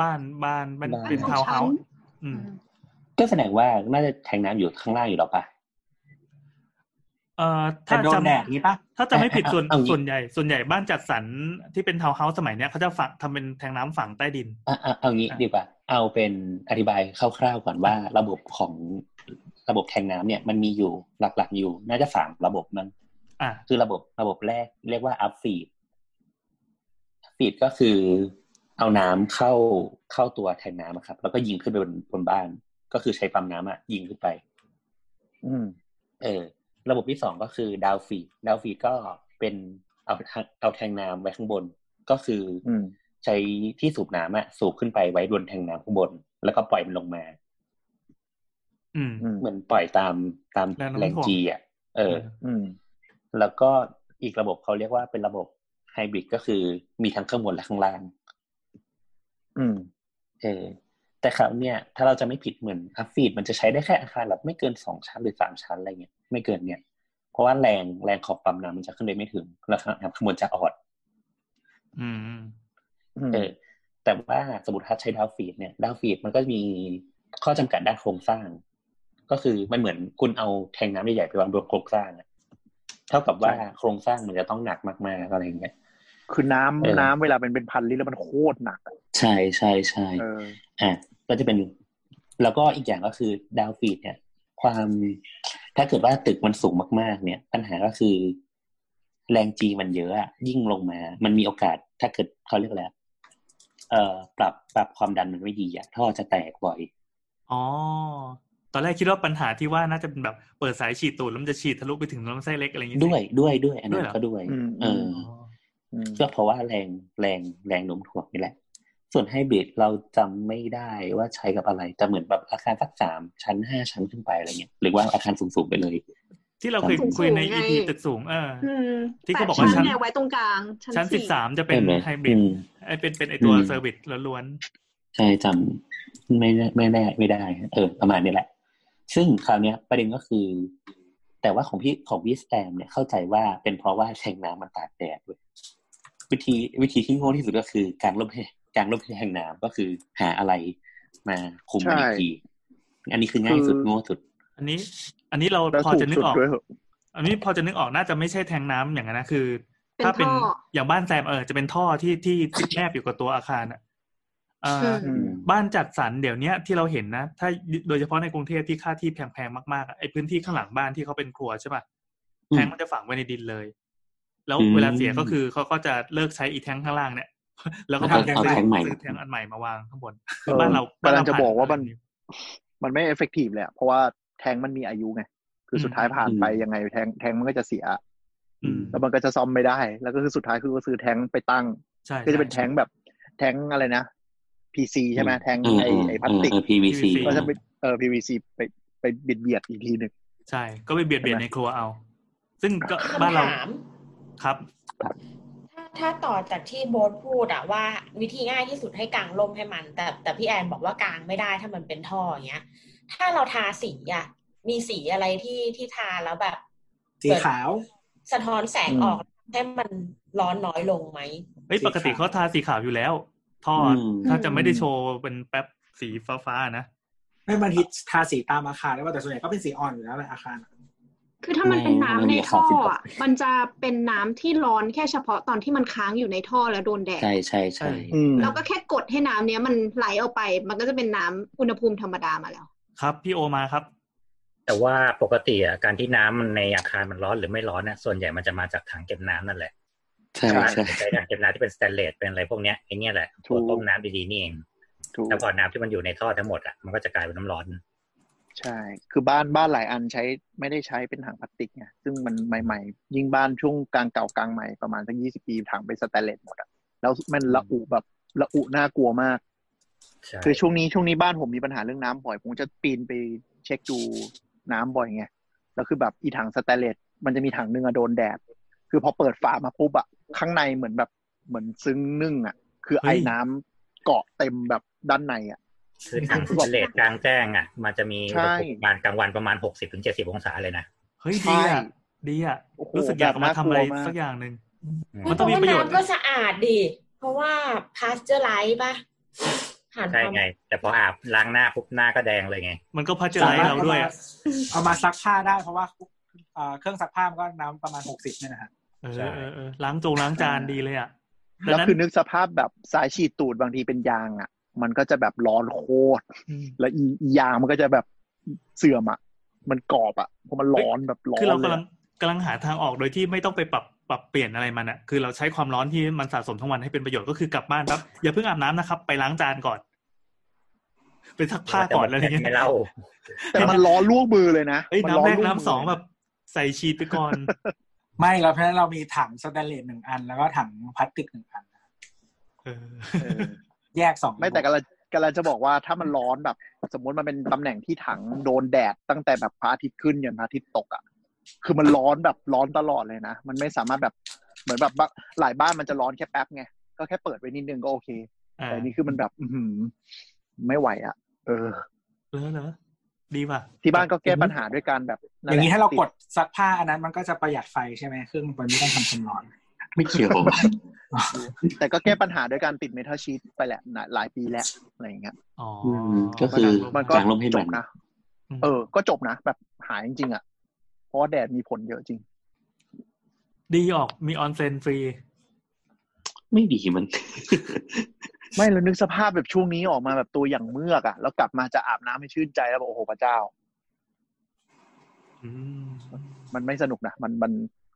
B: บ้านบ้านมัน
E: บ้าน
B: เป็นทาวน์เฮาส์อืม
E: ก็แสดงว่าน่าจะแทงน้ำอยู่ข้างล่างอยู่แล้วปะ
B: เอ่อ
D: แต่
B: ถ้า
D: โดน
B: จำ
D: แดดนี้ปะ
B: ถ้าจะไม่ผิดส่วน
E: เอาอย่างงี้
B: ส่วนใหญ่ ส่วนใหญ่บ้านจัดสรรที่เป็นทาวน์เฮาส์สมัยเนี้ยเขาจะฝังทำเป็นแทงน้ำฝังใต้ดิน
E: อ่ะอ่ะเอางี้
B: อ่ะ
E: ดีกว่า เอาเป็นอธิบายคร่าวๆก่อนว่า ระบบของระบบแทงน้ำเนี่ย มันมีอยู่หลักๆอยู่ น่าจะสามระบบมั้ง
B: อ่ะ
E: คือระบบระบบแรกเรียกว่า up feed up feed ก็คือเอาน้ำเข้าเข้าตัวแทงน้ำอะครับ แล้วก็ยิงขึ้นไปบนบนบ้าน ก็คือใช้ปั๊มน้ำอะยิงขึ้นไป
F: อืม
E: เออ ระบบที่สองก็คือ down feed down feed ก็เป็นเอาทางเอาแทงน้ำไว้ข้างบน ก็คืออ
F: ม
E: ใช้ที่สูบน้ำอะสูบขึ้นไปไว้บนแทงน้ำข้างบน แล้วก็ปล่อยมันลงมา
B: อืม
F: อืม
E: เหมือนปล่อยตามตาม
B: แรงโน้ม
E: แรง
B: ถ่วง
E: จีอะเออ
F: อืม
E: แล้วก็อีกระบบเขาเรียกว่าเป็นระบบไฮบริดก็คือมีทั้งข้างบนและข้างล่าง
F: อืม
E: เออ แต่คราวเนี่ยถ้าเราจะไม่ผิดเหมือนอัพฟีดมันจะใช้ได้แค่อาคารแบบไม่เกินสองชั้นหรือสามชั้นอะไรเงี้ยไม่เกินเนี่ย เพราะว่าแรงแรงของปั๊มน้ำมันจะขึ้นไปไม่ถึง แล้วข้างข้างบนจะออด
B: อืม
F: อืม
E: เออ แต่ว่าสมมติถ้าใช้ดาวฟีดเนี่ยดาวฟีดมันก็มีข้อจำกัดด้านโครงสร้าง ก็คือมันเหมือนคุณเอาแทงน้ำใหญ่ๆไปวางบนโครงสร้างอะเท่ากับว่าโครงสร้างมันจะต้องหนักมากๆอะไรเงี้ย
F: คือน้ำ
E: เออ
F: น้ำเวลาเป็นเป็นพันลิตรแล้วมันโคตรหนักอะ
E: ใช่ใช่ใช่
F: เออ
E: อ่ะก็จะเป็นแล้วก็อีกอย่างก็คือดาวฟีดเนี่ย ความถ้าเกิดว่าตึกมันสูงมากๆ เนี่ย ปัญหาก็คือ แรงจีมันเยอะอะยิ่งลงมา มันมีโอกาส ถ้าเกิดเขาเรียกแล้ว เอ่อ ปรับปรับความดันมันไม่ดีอะท่อจะแตกบ่อย
B: อ๋อ ตอนแรกคิดว่าปัญหาที่ว่าน่าจะเป็นแบบเปิดสายฉีดตูดแล้วมันจะฉีดทะลุไปถึงลำไส้เล็กอะไรอย่างเงี้
E: ด้วยด้วยด้วย อัน
B: ด้
E: นั้
B: วย
E: น
B: เหรอ
E: ก็ด้วย
F: อืม
E: เออ
B: อ๋อ
F: อืม
E: ก็เพราะว่าแรงแรงแรงโน้มถ่วงนี่แหละ ส่วนไฮบริดเราจำไม่ได้ว่าใช้กับอะไรแต่เหมือนแบบอาคารสักสามชั้นห้าชั้นขึ้นไปอะไรเงี้ยหรือว่าอาคารสูงๆไปเลย
B: ที่เราเคยคุยใน EP ตึกสูงเออ
C: อืม
B: ที่เขาบอกว่า
C: แปด
B: ชั้น
C: นเนี่ยไว้ตรงกลาง
B: ชั้นสิบสามจะเป็น
E: ใช่ไหม
B: ไฮบริด
E: อืม
B: ไอเป็นเป็นไอตัวเซอร์วิสล้วน
E: ใช่จำไม่ได้ไม่ได้ไม่ได้ เออ ประมาณนี้แหละ ซึ่งคราวเนี้ยประเด็นก็คือ แต่ว่าของพี่ของพี่สแตมเนี่ยเข้าใจว่าเป็นเพราะว่าแทงน้ำมันตากแดดเว้ยวิธีวิธีที่โง่ที่สุดก็คือการลบการลบแทงน้ำก็คือหาอะไรมาคุมมันอีกทีอันนี้คือง่ายสุดโง่สุด
B: ๆอันนี้ อันนี้เรา
F: แล้ว
B: พอ
F: ถูก
B: จะนึก
F: สุด
B: ออก
F: ด้วยเหรอ
B: อันนี้พอจะนึกออกน่าจะไม่ใช่แทงน้ำอย่างนั้นนะคือ
C: เป็น
B: ถ้าเป็น
C: ท่อ
B: อย่างบ้านแซมเออจะเป็นท่อที่ที่ติดแนบอยู่กับตัวอาคารอ่ะเอ่ออ
C: ม
F: อืม
B: บ้านจัดสรรเดี๋ยวเนี้ยที่เราเห็นนะ ถ้าโดยเฉพาะในกรุงเทพที่ค่าที่แพงๆมากๆอะไอพื้นที่ข้างหลังบ้านที่เขาเป็นครัวใช่ป่ะ
E: อืม
B: แทงมันจะฝังไว้ในดินเลย แล้วเวลาเสียก็คือเขาก็จะเลิกใช้อีแทงข้างล่างเนี่ย แล้วก็
E: เอา
B: ซื้อ
E: เอาแท้งใหม่มา
B: ซื้อแทงอันใหม่มาวางข้างบน
F: เออ
B: บ้านเรา
F: กำลังจะ
B: ผ่น
F: บอกว่ามัน มันไม่เอฟเฟกตีฟเลยอะเพราะว่าแทงมันมีอายุไง คือสุดท้ายผ่านไปยังไงแทงแทงมันก็จะเสีย
B: อืม
F: แล้วมันก็จะซ่อมไม่ได้ แล้วก็คือสุดท้ายคือก็ซื้อแทงไปตั้ง
B: ใช่
F: ก็จะเป็นแท
B: ใช่
F: งแบบแทงอะไรนะ PC ใช่ไหมแทง
E: เออ
F: ไอ
E: เออ
F: ไอพลาสติก
E: เออเออ PVC
B: จริง
F: ก็จะไปเออ PVC ไปไปเบียดเบียดอีกทีหนึ่ง
B: ใช่ ก็ไปเบียดเบียด
F: ใช่ไหม
B: ในครัวเอา ซึ่งก็บ้านเรา
A: คำถาม
B: ครับ
A: ถ้าถ้าต่อจากที่โบทพูดอะว่าวิธีง่ายที่สุดให้กางร่มให้มัน แต่แต่พี่แอนบอกว่ากางไม่ได้ถ้ามันเป็นท่ออย่างเงี้ย ถ้าเราทาสีอะมีสีอะไรที่ที่ทาแล้วแบบ
D: สีขาว
A: สะท้อนแสงออกให้มันร้อนน้อยลงไหม
B: เฮ้ย
D: สีขา
B: ป
D: ว
B: กติเขาทาสีขาวอยู่แล้ว ท่ออ
E: ม
B: ถ้าจะไม่ได้โชว์เป็นแป๊บสีฟ้าๆนะ
D: ไม่บางทีทาสีตามอาคารได้ว่าแต่ส่วนใหญ่ก็เป็นสีอ่อนอยู่แล้วแหละอาคารอะ
C: คือถ้ามันเป็นน้ำ
E: ไม่
C: ในท่อ
E: ไม่มีครับ
C: อ่ะ มันจะเป็นน้ำที่ร้อนแค่เฉพาะตอนที่มันค้างอยู่ในท่อแล้วโดนแดด
E: ใช่ใช่ใช่
F: อืม
C: เราก็แค่กดให้น้ำเนี้ยมันไหลออกไป มันก็จะเป็นน้ำอุณหภูมิธรรมดามาแล้ว
B: ครับ พี่โอมาครับ
H: แต่ว่าปกติอ่ะการที่น้ำมันในอาคารมันร้อนหรือไม่ร้อนเนี่ยส่วนใหญ่มันจะมาจากถังเก็บน้ำนั่นแหละ
E: ใช่ใช่
H: ใช้ถังเก็บน้ำที่เป็นสแตนเลสเป็นอะไรพวกเนี้ยไอ้เนี่ยแหละตัวต้มน้ำดีๆนี่เอง
F: ถูก
H: แล้วพอน้ำที่มันอยู่ในท่อทั้งหมดอ่ะมันก็จะกลายเป็นน้ำร้อน
F: ใช่ คือบ้านบ้านหลายอันใช้ไม่ได้ใช้เป็นถังพลาสติกไงซึ่งมันใหม่ๆ ยิ่งบ้านช่วงกลางเก่ากลางใหม่ประมาณสักยี่สิบปีถังเป็นสแตนเลสหมดอะแล้วมันระอุแบบระอุน่ากลัวมาก
H: ใช่
F: คือช่วงนี้ช่วงนี้บ้านผมมีปัญหาเรื่องน้ำบ่อย ผมจะปีนไปเช็คดูน้ำบ่อยไงแล้วคือแบบอีถังสแตนเลสมันจะมีถังหนึ่งอะโดนแดด คือพอเปิดฝามาปุ๊บอะข้างในเหมือนแบบเหมือนซึ้งนึ่งอะคือไอ้
B: เฮ้ย
F: น้ำเกาะเต็มแบบด้านในอะ
H: คือถังสแตนเลสกลางแจ้งอ่ะมันจะมี
F: ใช่
H: อุณหภูมิประมาณกลางวันประมาณหกสิบถึงเจ็ดสิบองศาเลยนะ
B: เฮ้ยดี
F: ใช่
B: อ่ะ ดีอ่ะ
F: โอ้โห
B: รู้สึกอยากมาทำอะไร
F: แบบน่ากลัวมาก
B: สักอย่างหนึ่ง
H: อืม
B: มันต้องมีประโยชน์
A: เพาว่าน้ำก็สะอาดดิ เพราะว่าพาสเจอร์ไลท์ป่ะผ่านค
H: ใช่
A: วาม
H: ไง แต่พออาบล้างหน้าปุ๊บหน้าก็แดงเลยไง
B: มันก็พัชไลท์เราด้วยอะ
D: เอามาซักผ้าได้เพราะว่าเอ่อเครื่องซักผ้ามันก็น้ำประมาณหกสิบเนี่ยนะฮะ
B: เออ
H: ใช่
B: เออเออล้างจงล้างจานดีเลยอ่ะดัง
F: แล้ว
B: นั้น
F: คือนึกสภาพแบบสายฉีดตูดบางทีเป็นยางอะมันก็จะแบบร้อนโคตร
B: อืม
F: แล้วอีอียางมันก็จะแบบเสื่อมอะมันกรอบอะเพราะมันร้อนแบบร้อ
B: คือน เรา
F: เลย
B: กำลั
F: อะ
B: งกำลังหาทางออกโดยที่ไม่ต้องไปปรับปรับเปลี่ยนอะไรมันอะคือเราใช้ความร้อนที่มันสะสมทั้งวันให้เป็นประโยชน์ก็คือกลับบ้านครับ อย่าเพิ่งอาบน้ำนะครับ ไปล้างจานก่อน ไปซักผ้าก่อนอะไรอย่างเงี้ย
H: ไม่เล่า
F: แต่มันร้อนลวกมือเลยนะ
B: เอ้ย
F: มั
B: น้ำแรก
F: ลวมื
B: น้ำสองแบบ ใส่ชีดไปก่ อน
D: ไม่แล้วเพราะฉะนั้นเรามีถังสแตนเลสหนึ่งอัน แล้วก็ถังพลาสติกหนึ่งอัน
B: เออ
F: เออ
D: แยกสอง
F: ไม่แต่กำลังกำลังจะบอกว่าถ้ามันร้อนแบบ สมมติมันเป็นตำแหน่งที่ถังโดนแดดตั้งแต่แบบพระอาทิตย์ขึ้นยันพระอาทิตย์ตกอะ่ะคือมันร้อนแบบร้อนตลอดเลยนะ มันไม่สามารถแบบเหมือนแบบบ้านหลายบ้านมันจะร้อนแค่แป๊บไงก็แค่เปิดไว้นิดนึงก็โอเค
B: อ่า
F: แต่นี่คือมันแบบ อือหือ ไม่ไหวอะ่ะ เออ
B: เลอะเลอะดีป่ะ
F: ที่บ้านก็แก้ปัญหาด้วยการแบบ
D: อ
F: นั่น
D: ย่า
F: แหละ
D: งนี้ถ้าเรากดซักผ้าอันนั้นมันก็จะประหยัดไฟใช่ไหมเครื่องมันไม่ต้องทำความร้อน
E: ไม่เกี่ยว
F: แต่ก็แก้ปัญหาด้วยการติดเมทัลชีตไปแหละหลายหลายปีแล้วอะไรอย่างเงี้ย
B: อ๋อ
E: อืมก็คือ
F: มันก็
E: กลางลมให้
F: จ
E: มัน
F: บนะเออ ก็จบนะแบบหายจริงๆอะ่ะเพราะว่าแดดมีผลเยอะจริง
B: ดีออกมีออนเซนฟรี
E: ไม่ดีมัน
F: ไม่เรานึกสภาพแบบช่วงนี้ออกมาแบบตัวอย่างเมือกอะแล้วกลับมาจะอาบน้ำให้ชื่นใจแล้วบอกโอ้โหพระเจ้า
B: อืม
F: มันไม่สนุกนะ มันมัน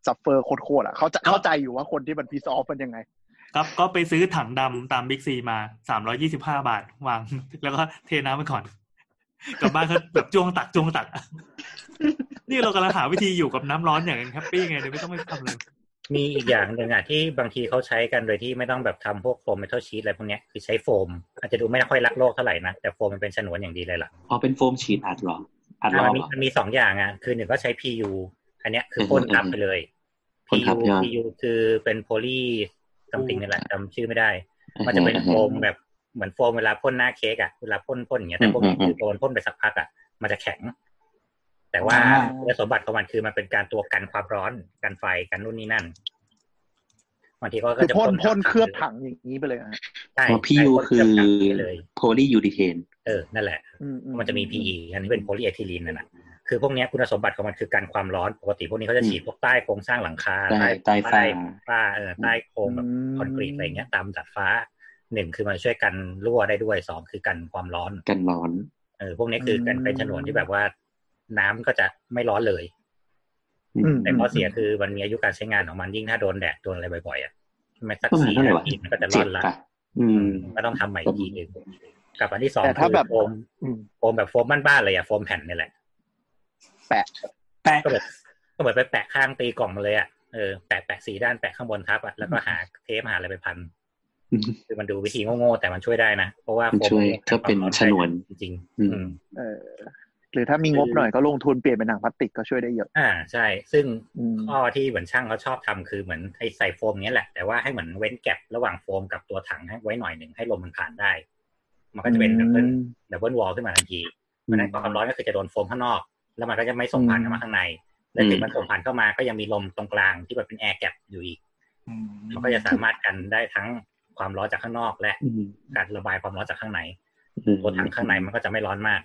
F: ซัฟเฟอร์โคตรๆอะเขาจะเข้าใจอยู่ว่าคนที่มันพีซออฟมันยังไง
B: ครับก็ไปซื้อถังดำตามบิ๊กซีมาสามร้อยี่สิบห้าบาทวาง แล้วก็เทน้ำมันก่ อน กลับบ้านก็แบบจ้วงตักจ้วงตัก นี่เรากำลังหาวิธีอยู่กับน้ำร้อนอย่างแฮปปี้ไงเดี๋ยวไม่ต้องไปทำเลย
H: มีอีกอย่างหนึ่งอ่ะที่บางทีเขาใช้กันโดยที่ไม่ต้องแบบทำพวกโฟมเมทัลชีตอะไรพวกเนี้ยคือใช้โฟม อาจจะดูไม่ค่อยรักโลกเท่าไหร่นะ แต่โฟมมันเป็นฉนวนอย่างดีเลยล่ะ
E: พอเป็นโฟมฉีดอัดเหรอ อัดร
H: อ่ะ
E: อ
H: มัน
E: บ
H: มี
E: เหรอ
H: มันมีสองอย่างอ่ะคือหนึ่งก็ใช้ PU อันเนี้ยคือพ่นทับไปเลย
E: พ่นทับ
H: PU
E: ยอด
H: PU คือเป็นโพลีซัมติงนี่แหละจำชื่อไม่ได้ มันจะเป็นโฟมแบบเหมือนโฟมเวลาพ่นหน้าเค้กอะเวลาพ่นพ่นอย่างเงี้ยแต่พวกนี้
E: อืมอืม
H: คือโดนพ่นไปสักพักอะมันจะแข็ง แต่ว่า
D: อ่า
H: คุณสมบัติของมันคือมันเป็นการตัวกันความร้อนกันไฟกันนู่นนี่นั่นบางทีเขาก็
F: คือ
H: จะ
F: พ่นพ่น
H: ทั
F: เคลือบถังอย่างนี้ไปเลยอะ
H: ใช่
E: อ๋อ PU
H: พ่นเลื
E: คือ
H: บถังไปเลย
E: polyurethane
H: เออนั่นแหละ
F: อือื
H: มันจะมี PE อันนี้เป็นโพลีเอทิลีนนั่นแหละคือพวกเนี้ยคุณสมบัติของมันคือการความร้อนปกติพวกนี้เขาจะฉีดพวกใต้โครงสร้างหลังคา
E: ใต้ใต้ฝ้า
H: ฝ้าเออใต้โครงแบบ คอนกรีตอะไรเงี้ยตามดาดฟ้าหนึ่งคือมันช่วยกันรั่วได้ด้วยสองคือกันความร้อน
E: กันร้อน
H: เออพวกนี้คือกันเป็นฉนวนที่แบบว่า น้ำก็จะไม่ร้อนเลย
F: อืม
H: แต่ข้อเสียคือมันมีอายุการใช้งานของมันยิ่งถ้าโดนแดดโดนอะไรบ่อยๆอ่ะไม่สัก
E: ประมาณ
H: สี่
E: เท่าไห
H: นาว
E: ร่ะ
H: ทีมันก็จะรอ
E: เจ็
H: ด
E: ด
H: ละ
E: ปะอืม
H: ก็ต้องทำใหม่อีกทีหนึ่งกับอันที่สอง
F: แต่ถ้าแบบ
H: คือโฟม
F: อืม
H: โฟมแบบโฟมบ้านๆเลยอ่ะโฟมแผ่นนี่แหละ
F: แปะ
D: แต่
H: ก็เหมือนก็เหมือนไปแปะข้างตีกล่องมาเลยอ่ะเออแปะแปะสีด้านแปะข้างบนทับอ่ะแล้วก็หาเทปหาอะไรไปพัน
E: อืม
H: คือมันดูวิธีโง่ๆแต่มันช่วยได้นะ เพราะว่า
E: มันช่วย
H: โฟม
E: ก็เป็นชนวน
H: จริงๆ
E: อืม
H: อืม
F: เออหรือถ้ามีงบหน่อยก็ลงทุนเปลี่ยนเป็นหนังพลาสติกก็ช่วยได้เยอะ
H: อ่าใช่ ซึ่ง
F: อืม
H: ข้อที่เหมือนช่างเขาชอบทำคือเหมือนไอ้ใส่โฟมเนี้ยแหละแต่ว่าให้เหมือนเว้นแก็บระหว่างโฟมกับตัวถังให้ไว้หน่อยหนึ่งให้ลมมันผ่านได้ มันก็จะเป็นดับเบิลดับเบิลวอลขึ้นมาทันทีเพราะฉะนั้นความร้อนก็คือจะโดนโฟมข้างนอก แล้วมันก็จะไม่ส่งผ่านเข้ามาข้างในและถึงมันส่งผ่านเข้ามาก็ยังมีลมตรงกลางที่แบบเป็นแอร์แก็บอยู่อีก
D: อืม
H: มันก็จะสามารถกันได้ทั้งความร้อนจากข้างนอกและ
E: อืม
H: การระบายความร้อนจากข้างใน
E: อืม
H: ตัวถังข้างในมันก็จะไม่ร้อนมาก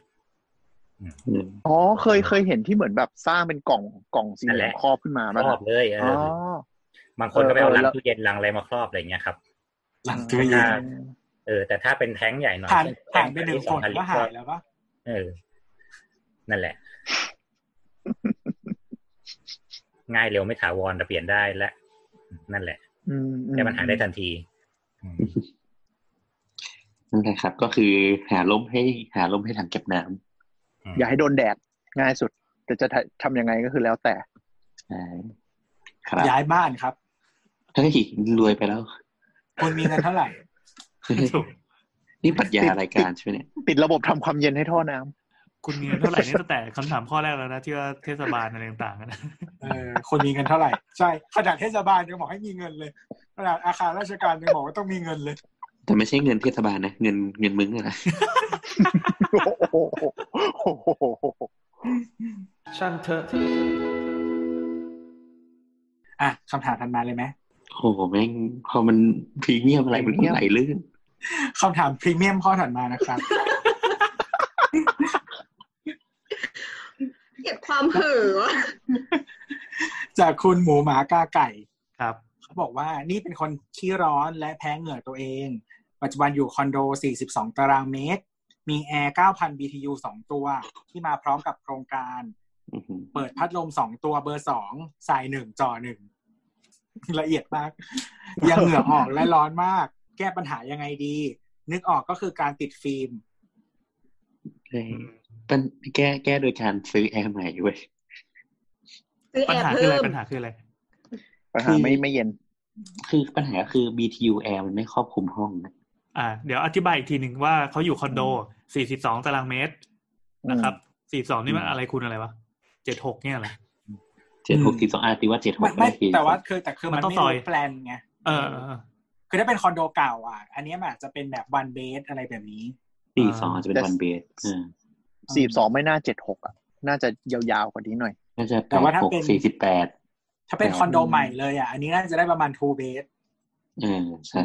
E: อืม
F: อ๋อเคยเคยเห็นที่เหมือนแบบสร้างเป็นกล่องกล่องสีเห
H: นั่น
F: ลือง
H: แหละ
F: ครอบขึ้นมา
H: ค
F: ป่ะ
H: รอบเลยเอ
F: อ๋อ
H: ออบางคนก็ไปเอา
F: เออ
H: ลัง
F: แล้ว
H: ตู้เย็นลังอะไรมาครอบอะไรอย่างเงี้ยครับ
D: หลังตัวเย็น
H: อ่า เออแต่ถ้าเป็นแท้งใหญ่หน่อย
D: ผ่าน
H: เช่
D: ผ่านไปหนึ่ง
H: แท้
D: คน
H: พัลิตร
D: ก็หายแล้วปะ
H: เออ นั่นแหละ ง่ายเร็วไม่ถาวรแต่เปลี่ยนได้และ นั่นแหละ
F: อืมอืม
H: แก้ปัญหาได้ทันทีอืม
E: นั่นแหละครับ ก็คือหาลมให้หาลมให้ถังเก็บน้
F: อย่าให้โดนแดดง่ายสุด แต่จะทำยังไงก็คือแล้วแต่
E: ำใช่ครับ
D: ย้ายบ้านครับ
E: เฮ้ยรวยไป แล้ว
D: คุณมีเงินเท่าไหร่
B: ถูก
E: นี่ปรัชญารายการใช่ไหมเนี่ย
F: ติดระบบทำความเย็นให้ท่อน้ำ
B: คุณมีเงินเท่าไหร่นี่ตั้งแต่คำถามข้อแรกแล้วนะที่ว่าเทศบาลอะไรต่างๆนะ
D: เออคนมีเงินเท่าไหร่ ใช่ขนาดเทศบาลยังบอกให้มีเงินเลยขนาดอาคารราชการยังบอกว่าต้องมีเงินเลย
E: แต่ไม่ใช่เงินเทศบาลนะ เงินเงินมึงอะนะ
F: โอ้โหโอ้โหโอ้โห
G: ช่างเถอะ
D: อ่ะคำถามทันมาเลยไหม
E: โอ้โหแม่งพอมันพรีเมียมอะไรมันก็ไหลลื่น
D: คำถามพรีเมียมข้อถัดมานะครับ
C: เกลียดความเหือ
D: จากคุณหมูหมากาไก่
B: ครับ
D: เขาบอกว่านี่เป็นคนขี้ร้อนและแพ้เหงื่อตัวเอง ปัจจุบันอยู่คอนโด 42 ตารางเมตร มีแอร์ 9,000 BTU 2 ตัว ที่มาพร้อมกับโครงการ
E: อื้อหือ
D: เปิดพัดลม 2 ตัวเบอร์ 2 สาย 1 จอ 1 ละเอียดมาก ยังเหงื่อออกและร้อนมาก แก้ปัญหายังไงดี นึกออกก็คือการติดฟิล์ม
E: ใช่ปัญแก้แก้โดยการซื้อแอร์ใหม่เว้ย
C: ซื้อแอ
B: ปัญ
C: ร์
B: หาคือ
C: เพิ่ม
B: อะไรปัญหาคืออะไร
F: ปัญหาไม่ไม่เย็น
E: คือปัญหาคือ BTU แอร์มันไม่ครอบคลุมห้องนะ
B: อ่า เดี๋ยวอธิบายอีกทีหนึ่งว่าเขาอยู่คอนโด 42 ตารางเมตรนะครับ 42 นี่มัน
E: อืม
B: อะไรคุณอะไรวะ 76 เนี่ยเหรอ
E: เจ็ดหก
D: อืม
E: สี่สองอาร์ตีว่าเจ็ดห
D: ไม่
E: ก
D: ไม่
E: ที
D: แต่ว่าคือแต่คือ
B: มั
D: มัน
B: นต้อง
D: ไม่
B: ซ
D: รู้
B: อย
D: แปลนไง
B: เออเออเออ
D: คือถ้าเป็นคอนโดเก่าอ่ะ อันเนี้ยมันอาจจะเป็นแบบวันเบสอะไรแบบนี้
E: สี่สองอาจจะเป็น
F: แต่
E: วันเบสอ่า
F: สี่สองไม่น่าเจ็ดหกอ่ะ น่าจะยาวๆกว่านี้หน่อย
E: น่าจะแป
D: แต่
E: ด
D: ว่าถ้า
E: หก
D: เป็น
E: สี่สิบแปด
D: ถ้าเป็นคอนโดใหม่เลยอ่ะอันนี้น่าจะได้ประมาณ two bed
E: เออใช่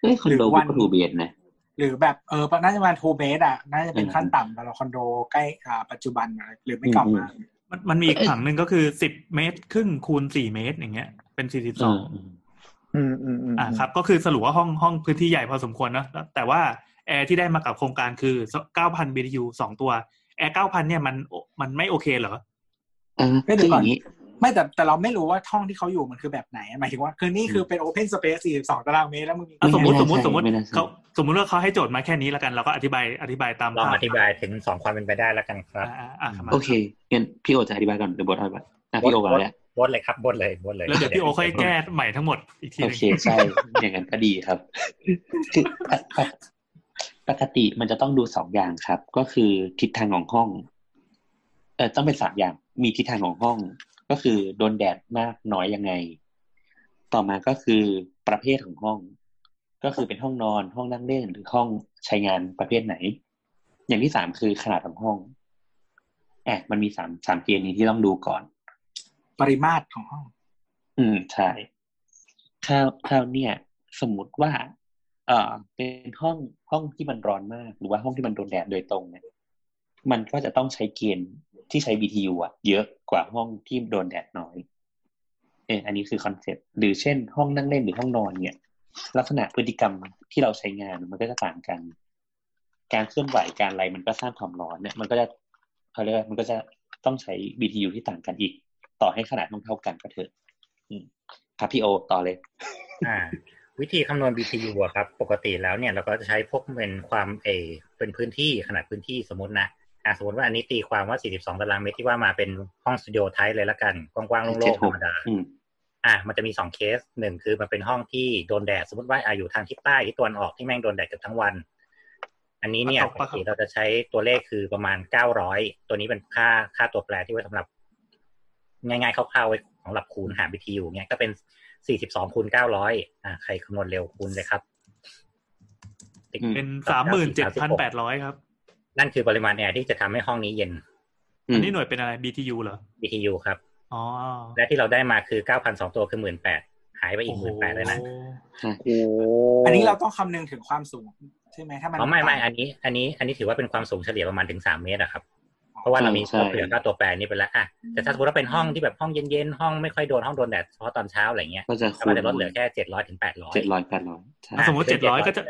E: เอ้ยคอน
D: ห
E: โด
D: รือวั
E: กู
D: น
E: ก็ดูเบสนะ
D: หรือแบบเออน่าจะประมาณ two bed อ่ะน่าจะเป็นขั้นต่ำสำหรับคอนโดใกล้อ่าปัจจุบันอะไรหรือไม่กลับมา
B: มันมันมีอีกผังหนึ่งก็คือ 10 เมตรครึ่งคูณ 4 เมตรอย่างเงี้ย เป็น
E: เออ
B: 42
E: เออ
F: อืมอืมอืม
B: อ่าครับ ก็คือสรุปว่าห้องห้องพื้นที่ใหญ่พอสมควรเนอะแล้วแต่ว่าแอร์ที่ได้มากับโครงการคือ 9,000 BTU สองตัว แอร์ 9,000 เนี่ยมันมันไม่โอเคเหรอ
E: เออคืออย่างนี้
D: ไม่แต่แต่เราไม่รู้ว่าห้องที่เขาอยู่มันคือแบบไหนหมายถึงว่าคือนี่คือเป็น open space 42 ตารางเมตรแล้วมึงมี
B: อ่ะสมมติ
E: ไม่
B: ส
E: น่าม
B: มติสมมติ
E: ใช่ไม่น่าใช่
B: เขาสมมติว่าเขาให้โจทย์มาแค่นี้แล้วกัน เราก็อธิบายอธิบายตาม
H: ลอง
B: ภพ
H: อธิบายถึงสองความเป็นไปได้แล้วกันครับ
B: อ่าอ่าอ่ามา
E: โอเคงั้นพี่โอจะอธิบายก่อนหรือบอสอธิบายอ่ะพี่โอก่อนแล้ว
H: บดเลยครับบดเลยบดเลย
B: แล้วเดี๋ยวพี่โอค่อยแก้ใหม่ทั้งหมดอีกทีห
E: โอ
B: นึง
E: เคใช่ อย่างนั้นก็ดีครับคือปกปกปกติมันจะต้องดูสองอย่างครับ ก็คือทิศทางของห้องเออต้องเป็นสามอย่างมีทิศทางของห้อง ก็คือโดนแดดมากน้อยยังไง ต่อมาก็คือประเภทของห้อง ก็คือเป็นห้องนอนห้องนั่งเล่นหรือห้องใช้งานประเภทไหน อย่างที่สามคือขนาดของห้องอ่ะมันมีสามสามเกณฑ์นี้ที่ต้องดูก่อน
D: ปริมาตรของห้อง
E: อืมใช่คราวคราวเนี่ย สมมติว่า เอ่อ เป็นห้องห้องที่มันร้อนมาก หรือว่าห้องที่มันโดนแดดโดยตรงเนี่ย มันก็จะต้องใช้เกณฑ์ที่ใช้ BTU อะเยอะกว่าห้องที่โดนแดดน้อย เอออันนี้คือคอนเซ็ปต์หรือเช่น ห้องนั่งเล่นหรือห้องนอนเนี่ย ลักษณะพฤติกรรมที่เราใช้งานมันก็จะต่างกัน การเคลื่อนไหวการอะไรมันก็สร้างความร้อนเนี่ย มันก็จะเขาเรียกว่ามันก็จะต้องใช้ BTU ที่ต่างกันอีก ต่อให้ขนาดเท่าเท่าๆกันก็เถอะอืมครับพี่โอต่อเลย
H: อ่า วิธีคำนวณ BTU อะครับ ปกติแล้วเนี่ยเราก็จะใช้พวกเป็นความเออเป็นพื้นที่ขนาดพื้นที่สมมตินะอ่าสมมติว่าอันนี้ตีความว่า 42 ตารางเมตรที่ว่ามาเป็นห้องสตูดิโอไทป์เลยละกัน กว้างๆโล่งๆธรรมดา
E: อืม
H: อ่ะมันจะมีสองเคสหนึ่งคือมันเป็นห้องที่โดนแดดสมมติว่าอะอยู่ทางทิศใต้ทิศตะวันออกที่แม่งโดนแดดเกือบทั้งวัน อันนี้เนี่ย
B: ป
H: ป
B: ระก
H: ก
B: อบปะครับ
H: ติเราจะใช้ตัวเลขคือประมาณเก้าร้อยตัวนี้เป็นค่าค่าตัวแปรที่ไว้สำหรับ ง่ายๆคร่าวๆไว้สำหรับคูณหารวิธีอยู่เนี่ยก็เป็นสี่สิบสองคูณเก้าร้อยอ่ะใครคำนวณเร็วคูณเลยครับติ๊ก
E: อืม
B: เป็นสามหมื่นเจ็ดพันแปดร้อยครับ
H: นั่นคือปริมาณแอร์ที่จะทำให้ห้องนี้เย็น
E: อื
B: อั
E: ม
B: นนี้หน่วยเป็นอะไร BTU เหรอ
H: BTU ครับ
B: อ๋อ
H: และที่เราได้มาคือ 9,002 ตัวคือ18,000หายไปอีก 18,000เลยนะ
F: โอ้
D: อันนี้เราต้องคำนึงถึงความสูง ใช่ไหมถ้ามัน
H: อ๋อไม่ไม่อันนี้อันนี้อันนี้ถือว่าเป็นความสูงเฉลี่ยประมาณถึงสามเมตรอะครับ เพราะว่าเรามีตัวเปลือกตัวแปรนี้ไปแล้วอะแต่ถ้าสมมติว่าเป็นห้องที่แบบห้องเย็นๆ ห้องไม่ค่อยโดนห้องโดนแดดเฉพาะตอนเช้าอะไรเงี้ย
E: ก็จะ
H: ก็
E: คู
H: มั
E: ณ
H: นจะลดเหลือแค่เจ็ดร้อยถึงแปดร้อย
E: เจ็ดร้อยแปดร้อยใช่
B: อ่ะสมมติ
H: เป็
B: เจ็
H: น
B: ดร้อยก็จะ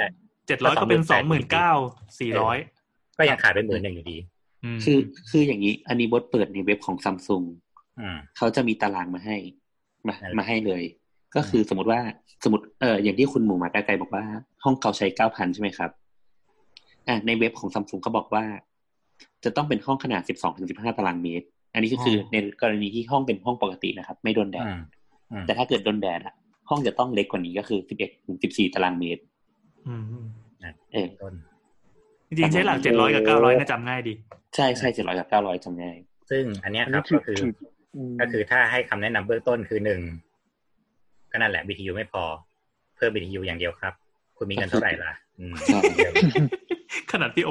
B: เจ็ดร้อย
H: 700
B: ก็เป็นสองหมื่นเก้าสี่ร้อย
H: ก็ยังขาดไปหมื่นหนึ่งอยู่ดี
E: คือคืออย่างนี้ อันนี้บทเปิดในเว็บของซัมซุง
H: อืม
E: เขาจะมีตารางมาให้มา
H: นั่นแหละ
E: มาให้เลย ก็คือสมมติว่าสมมติเอออย่างที่คุณหมูมาไกลๆบอกว่า ห้องเก่าใช้เก้าพันใช่ไหมครับอ่ะในเว็บของซัมซุงเขาบอกว่า จะต้องเป็นห้องขนาดสิบสองถึงสิบห้าตารางเมตร อันนี้ก็คืออในกรณีที่ห้องเป็นห้องปกตินะครับ ไม่โดนแดด
H: อืมอืม
E: แต่ถ้าเกิดโดนแดดอะห้องจะต้องเล็กกว่านี้ก็คือสิบเอ็ดถึงสิบสี่ตารางเมตร
B: ม
E: เออ
H: ต้น
B: จริงๆใช้หลักเจ็ดร้อยกับเก้าร้อยนะจำง่ายดี
E: ใช่ใช่เจ็ดร้อยกับเก้าร้อยจำง่าย
H: ซึ่งอันเนี้ย
F: อัน
H: ครั
F: นี้
H: บ
F: ถื
H: ก็
F: อ
H: คือ
F: ถืออืม
H: ก็คือถ้าให้คำแนะนำเบื้องต้นคือหนึ่งก็นั่นแหละ BTU ไม่พอ เพิ่ม BTU อย่างเดียวครับ คุณมีเงินเท่าไหร่ล่ะอืม
B: ขนาดพี่โอ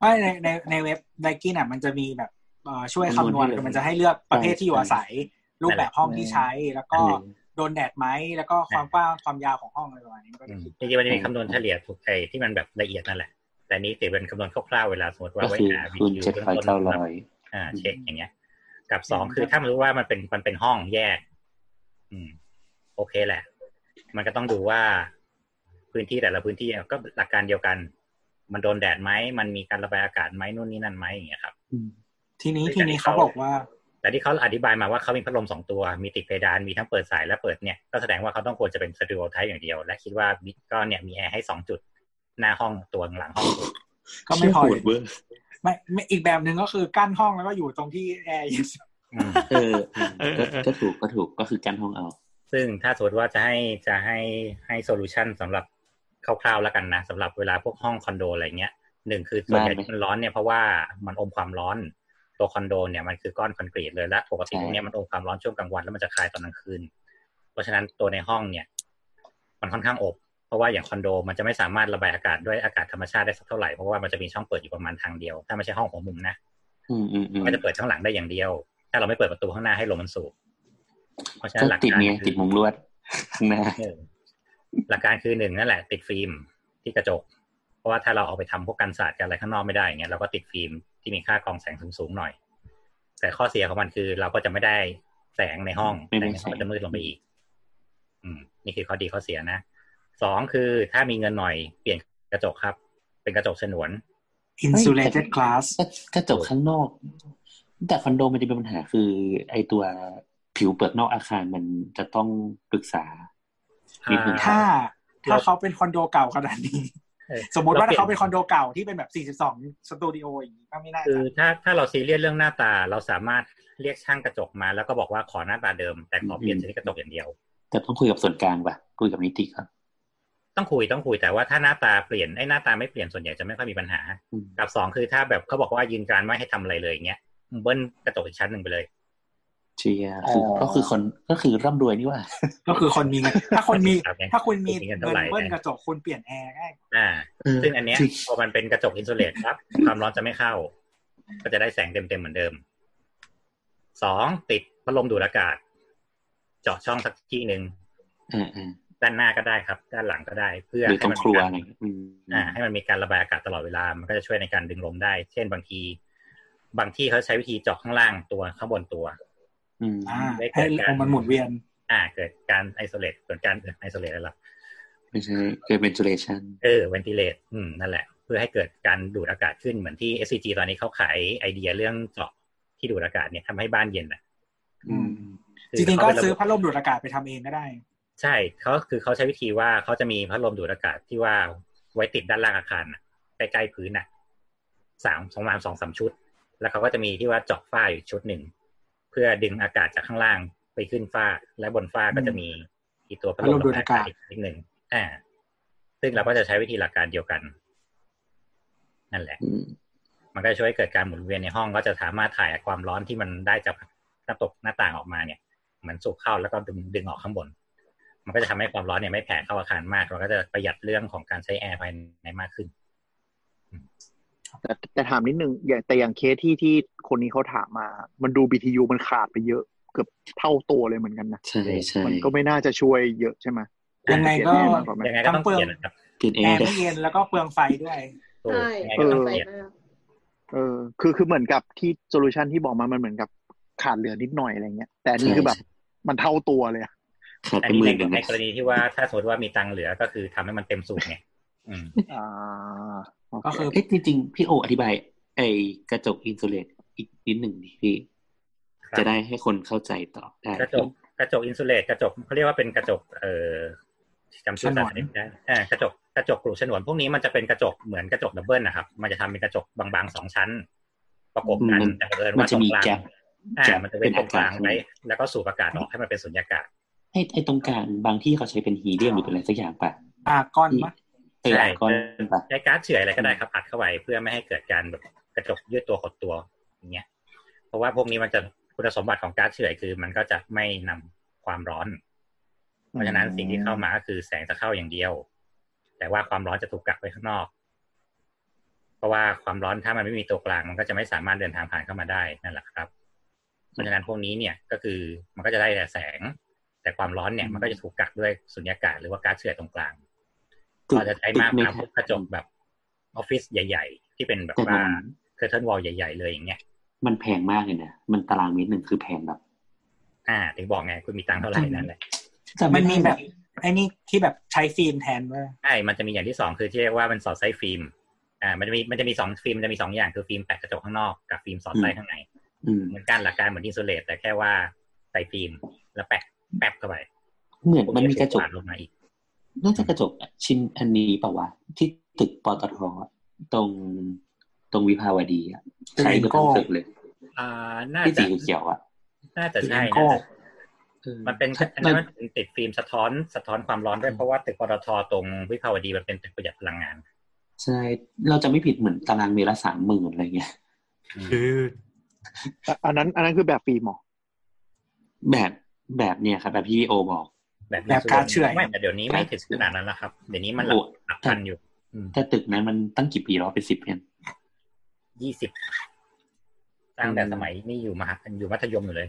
D: ไม่ในในในเว็บไดกินอ่ะมันจะมีแบบเอ่อช่วยคำนวณคือมันจะให้เลือกประเภทที่อยู่อาศัย รูปแบบห้องที่ใช้แล้วก็โดนแดดไหมแล้วก็ความกว้างความยาวของห้องอะไรประมาณนี้มันก็
H: อื
D: จะ
H: ม
D: คิด
H: จริงๆมันจะมีคำนวณเฉลี่ยถูกไอ้ที่มันแบบละเอียดนั่นแหละ แต่นี้ถือเป็นคำนวณคร่าวๆเวลาสมมติว่า
E: ก็
H: ไว้
E: คือ
H: หา
E: คูณ
H: BTU
E: เจ็ด
H: เบื้อง
E: ร้อย
H: ต้น
E: เก้าร้อย
H: อ่าเช็คอย่างเงี้ย กับสองคือถ้ามันรู้ว่ามันเป็นมันเป็นห้องแยก อืม โอเคแหละ มันก็ต้องดูว่า พื้นที่แต่ละพื้นที่ก็หลักการเดียวกัน มันโดนแดดไหมมันมีการระบายอากาศไหมนู่นนี่นั่นไหมอย่างเงี้ยครับ
D: ทีนี้ทีนี้เขาบอกว่า
H: แต่ที่เขาอธิบายมาว่าเขามีพัดลมสองตัว มีติดเพดาน มีทั้งเปิดสายและเปิดเนี่ย ก็แสดงว่าเขาต้องควรจะเป็นสตูดิโอไทป์อย่างเดียว และคิดว่าบิ๊กก็เนี่ยมีแอร์ให้สองจุด หน้าห้องตัวหลังห้องตัว
D: ก็ไม่พอ
E: โหดเว้ย
D: ไม่ไม่อีกแบบหนึ่งก็คือกั้นห้องแล้วก็อยู่ตรงที่แอร์เย็น
H: อืม
E: เอออืม
B: เออเออเออ
E: ก็ก็ถูกก็ถูกก็คือกั้นห้องเอา
H: ซึ่งถ้าสมมติว่าจะให้จะให้ให้โซลูชันสำหรับคร่าวๆแล้วกันนะสำหรับเวลาพวกห้องคอนโดอะไรเงี้ยหนึ่งคือส่วนใหญ่
E: ได้ไหม
H: ที่มันร้อนเนี่ยเพราะว่ามันอมความร้อนตัวคอนโดเนี่ยมันคือก้อนคอนกรีตเลยและปกติ
E: ใช่
H: พวกเนี้ยมันอมความร้อนช่วงกลางวันแล้วมันจะคายตอนกลางคืน เพราะฉะนั้นตัวในห้องเนี่ย มันค่อนข้างอบ เพราะว่าอย่างคอนโดมันจะไม่สามารถระบายอากาศด้วยอากาศธรรมชาติได้สักเท่าไหร่เพราะว่ามันจะมีช่องเปิดอยู่ประมาณทางเดียว ถ้าไม่ใช่ห้องหัวมุมนะ
E: อืมอืมอื
H: มัน
E: ม
H: ก็จะเปิดช่องหลังได้อย่างเดียว ถ้าเราไม่เปิดประตูข้างหน้าให้ลมมันสูบเพราะฉะนั้
E: ก็
H: นหลัก
E: ติด
H: การ
E: เนี้ย
H: คือ
E: ติดมุงลวด ข้างหน้า
H: หนึ่งหลักการคือหนึ่งนั่นแหละติดฟิล์มที่กระจก เพราะว่าถ้าเราเอาไปทำพวกกันศาสตร์กันอะไรข้างนอกไม่ได้อย่างเงี้ยเราก็ติดฟิล์มที่มีค่ากรองแสงสูงๆหน่อย แต่ข้อเสียของมันคือเราก็จะไม่ได้แสงในห้อง
E: ไม่
H: แส
E: ได้
H: งในห้อง
E: แสง
H: มันจะมืดลงไปอีก อืม นี่คือข้อดีข้อเสียนะสองคือถ้ามีเงินหน่อยเปลี่ยนกระจกครับ เป็นกระจกฉนวน
D: อินซูเลเต็ดกลาส
E: ก็กระจกข้างนอก แต่คอนโดมันจะเป็นปัญหาคือ ไอตัวผิวเปลือกนอกอาคารมันจะต้องปรึกษานิดหนึ่ง
H: อ่
D: ถ้าถ้าเขาเป็นคอนโดเก่าขนาดนี้
H: เออ
D: สมมติ
H: ป
D: ว่าถ้า
H: ลี่ย
D: เขาเป็นคอนโดเก่าที่เป็นแบบ 42 สตูดิโออย่างนี้ก็ไม่น่า
H: คื
D: จะ
H: อถ้าถ้าเราซีเรียสเรื่องหน้าตาเราสามารถเรียกช่างกระจกมา แล้วก็บอกว่าขอหน้าตาเดิม แต่ขอเปลี่ยนชนิดกระจกอย่างเดียว
E: แต่ต้องคุยกับส่วนกลางป่ะคุยกับนิติครับ
H: ต้องคุยต้องคุยแต่ว่าถ้าหน้าตาเปลี่ยนไอ้หน้าตาไม่เปลี่ยนส่วนใหญ่จะไม่ค่อยมีปัญหา
E: อืม
H: กับสองคือถ้าแบบเขาบอกว่ายืนการไม่ให้ทำอะไรเลยอย่างเงี้ยเบิ้ลกระจกอีกชั้นหนึ่งไปเลย
E: เชียร์คือก็คือคนก็คือร่ำรวยนี่หว่า
D: ก็คือคนมีเงินถ้าคนมี
H: ครับไง
D: ถ้าคุณมี
H: มีเงิ
D: เงิ
H: น
D: น
H: เท่าไหร่
D: เบิ้ลกระจกคุณเปลี่ยนแอร์ได้
H: อ่า
E: เออ
H: ซึ่งอันเนี้ย
E: จริง
H: พอมันเป็นกระจกอินซูเลตครับ ความร้อนจะไม่เข้า ก็จะได้แสงเต็มๆเหมือนเดิมสองติดพัดลมดูดอากาศ เจาะช่องสักที่หนึ่ง
E: อ่าอ่า
H: ด้านหน้าก็ได้ครับ ด้านหลังก็ได้เพื่อ
E: หรือตรง
H: ให้มัน
E: ครัว
H: มี
E: อะไร
H: การ
E: เงี้ยอืม
H: อ่าให้มันมีการระบายอากาศตลอดเวลา มันก็จะช่วยในการดึงลมได้ เช่นบางที บางที่เขาใช้วิธีเจาะข้างล่างตัวข้างบนตัว
E: อืม
D: อ่า
H: ได้เกิ
D: ให้
H: ดการ
D: ลมมันหมุนเวียน
H: อ่า เกิดการไอโซเลตเกิดการไอโซเลตอะไรล่ะ
E: ไม่ใช่เกิดเป็นจูเลชัน
H: เออเวนติเลตอืมนั่นแหละ เพื่อให้เกิดการดูดอากาศขึ้นเหมือนที่ SCG ตอนนี้เขาขายไอเดียเรื่องเจาะที่ดูดอากาศเนี่ยทำให้บ้านเย็นอ่ะ
E: อืม
D: จริงๆก็
H: คืเขาเป็นะบบ
D: ซื้อพัดลมดูดอากาศไปทำเองก็ได้
H: ใช่เขาคือเขาใช้วิธีว่าเขาจะมีพัดลมดูดอากาศที่ว่าไว้ติดด้านล่างอาคารน่ะใกล้ๆพื้นน่ะสามสองประมาณสองสามชุด แล้วเขาก็จะมีที่ว่าเจาะฝ้าอยู่ชุดหนึ่ง เพื่อดึงอากาศจากข้างล่างไปขึ้นฝ้า และบนฝ้าก็จะมีอีตัวพัดลม
D: พัดลมดูดอากาศ
H: อีนิดหนึ่งอ่า ซึ่งเราก็จะใช้วิธีหลักการเดียวกัน นั่นแหละ
E: อืม
H: มันก็จะช่วยให้เกิดการหมุนเวียนในห้องก็จะสามารถถ่ายความร้อนที่มันได้จากหน้าตกหน้าต่างออกมาเนี่ยเหมันสูบเข้าแล้วก็ดึงดึงออกข้างบน มันก็จะทำให้ความร้อนเนี่ยไม่แผ่เข้าอาคารมากเราก็จะประหยัดเรื่องของการใช้แอร์ภายในมากขึ้น
F: แต่แต่ถามนิดนึงอย่างแต่อย่างเคสที่ที่คนนี้เขาถามมา มันดู BTU มันขาดไปเยอะ เกือบเท่าตัวเลยเหมือนกันนะ
E: ใช่ใช่
F: มันก็ไม่น่าจะช่วยเยอะใช่ไหม
D: ยังไงก็
F: เปลี่ยนแน่มากกว่าไหม
H: ยังไงก็ต้องเปลี่ยนนะครับ
E: เปลี่ยนเอ
D: แอร์
E: ได้
D: ไม่เย็นแล้วก็เปลืองไฟด้วย
H: ถูก
C: ใช่
H: ยังไง
C: เอ
H: ก็
C: อ
H: ต้อง
C: ไป
H: เปลี่ยน
C: มาก
F: เออคือคือเหมือนกับที่โซลูชันที่บอกมามันเหมือนกับขาดเหลือนิดหน่อยอะไรเงี้ย แต่อันนี่
E: ใช่
F: คือแบบมันเท่าตัวเลยอะ
E: ขาด
H: อั
E: ไป
H: นนี้
E: หมื่
H: ใน
E: นหนึ่ง
H: ใน
E: นะ
H: กรณีที่ว่าถ้าสมมติว่ามีตังค์เหลือก็คือทำให้มันเต็มสูบไงอืม
F: อ่าโเ
D: ก็คือ
E: เอ๊ะจริงๆ พี่โออธิบาย ไอ้กระจกอินซูเลตอีกนิดหนึ่งดิพี่
H: ครับ
E: จะได้ให้คนเข้าใจต่อได้
H: กระจกกระจกอินซูเลตกระจกเขาเรียกว่าเป็นกระจกเอ่อจำชื่อสา
D: ฉนวน
H: ยไม่ได้เอ่อกระจกกระจกกลุ่มฉนวนพวกนี้มันจะเป็นกระจกเหมือนกระจกดับเบิลนะครับ มันจะทำเป็นกระจกบางๆสองชั้น ประกบกันแต่เผอิญ
E: มัน
H: ว่าต
E: จะ
H: รง
E: มี
H: กลาง
E: แก๊ป
H: อ่า
E: แก๊ป
H: มันจะเป็
E: เป็น น
H: ตร
E: อาง
H: ก
E: กา
H: ลา
E: ศ
H: งไว้แล้วก็สูบอากาศออกให้มันเป็นสุญญากาศ
E: ไอ้ไอ้ตรงกลางบางที่เขาใช้เป็นฮีเลียมหรือเป็นอะไรสักอย่างป่ะ
D: อ่ะก้อนมะ
E: เออ
H: ใช่
E: ก้อนป่ะ
H: ใช้ก๊าซเฉื่อยอะไรก็ได้ครับอัดเข้าไปเพื่อไม่ให้เกิดการแบบกระจกยืดตัวหดตัวอย่างเงี้ย เพราะว่าพวกนี้มันจะคุณสมบัติของก๊าซเฉื่อยคือมันก็จะไม่นำความร้อน เพราะฉะนั้นสิ่งที่เข้ามาก็คือแสงจะเข้าอย่างเดียว แต่ว่าความร้อนจะถูกกักไว้ข้างนอก เพราะว่าความร้อนถ้ามันไม่มีตัวกลาง มันก็จะไม่สามารถเดินทางผ่านเข้ามาได้นั่นแหละครับ เพราะฉะนั้นพวกนี้เนี่ยก็คือมันก็จะได้แต่แสง แต่ความร้อนเนี่ยมันก็จะถูกกักด้วยสุญญากาศหรือว่าก๊าซเฉื่อยตรงกลาง เราจะใช้มาก
E: ตึใน
H: ครับกระจกแบบออฟฟิศใหญ่ ๆ ที่เป็นแบบ
E: แต่มั
H: ว่าน เคอร์เทนวอลใหญ่ ๆ เลยอย่างเงี้ย
E: มันแพงมากเลยนะ มันตารางเมตรหนึ่งคือแพงแบบ
H: อ่าถึงบอกไงคุณมีตังค์เท่าไหร่นั่นแหละ
E: จำ
D: มัน
E: ไได้
D: มีแบบไอ้นี่ที่แบบใช้ฟิล์มแทนด้วย
H: ใช่มันจะมีอย่างที่สองคือที่เรียกว่ามันสอดไส้ฟิล์ม อ่า มันจะมีมันจะมีสองฟิล์มมันจะมีสองอย่างคือฟิล์มแปะกระจกข้างนอกกับฟิล์มสอดไส้ข้างใน
E: อืม
H: เหมือนกันหลักการเหมือนอินซูเลตแต่แค่ว่าใส่ฟิล์มแล้วแปะแปะเข้าไป
E: เหมือนมันมีกระจก
H: ปาดลงมาอีก
E: น่าจะกระจกชิ้นอันนี้เปล่าวะที่ตึกปตทอะตรงตรงวิภาวดีอะใช้กับทั้งตึกเลย
H: อ่า น่า
E: ที่
H: จะ
E: สีเขียวๆอะ
H: น่าจะใช่
D: ก็
H: น่าจะ
E: ออ
H: มันเป็นอัน
E: มั
H: นั้น นมันเป็นติดฟิล์มสะท้อนสะท้อนความร้อนด้วยเพราะว่าตึกปตทตรงวิภาวดีมันเป็นตึกประหยัดพลังงาน
E: ใช่เราจะไม่ผิดเหมือนตารางเมตรละสามหมื่นอะไรเงี้ย
B: คือ
F: อ่ะอันนั้นอันนั้นคือแบบฟิล์มเหรอ
E: แบบแบบเนี่ยครับแบบที่พี่โอบอก
H: แบบ
D: แบบการเชื่อย
H: ไม่แต่เดี๋ยวนี้ไม่ถึงขนาดนั้นแล้วครับ เดี๋ยวนี้มันหลัก
E: โอ้
H: หลักพันอยู่
E: แต่ตึกนั้นมันตั้งกี่ปีแล้วเป็นสิบเนี่ย
H: ยี่สิบตั้งแต่
E: อืม
H: สมัยนี่อยู่มหาอยู่มัธยมอยู่เลย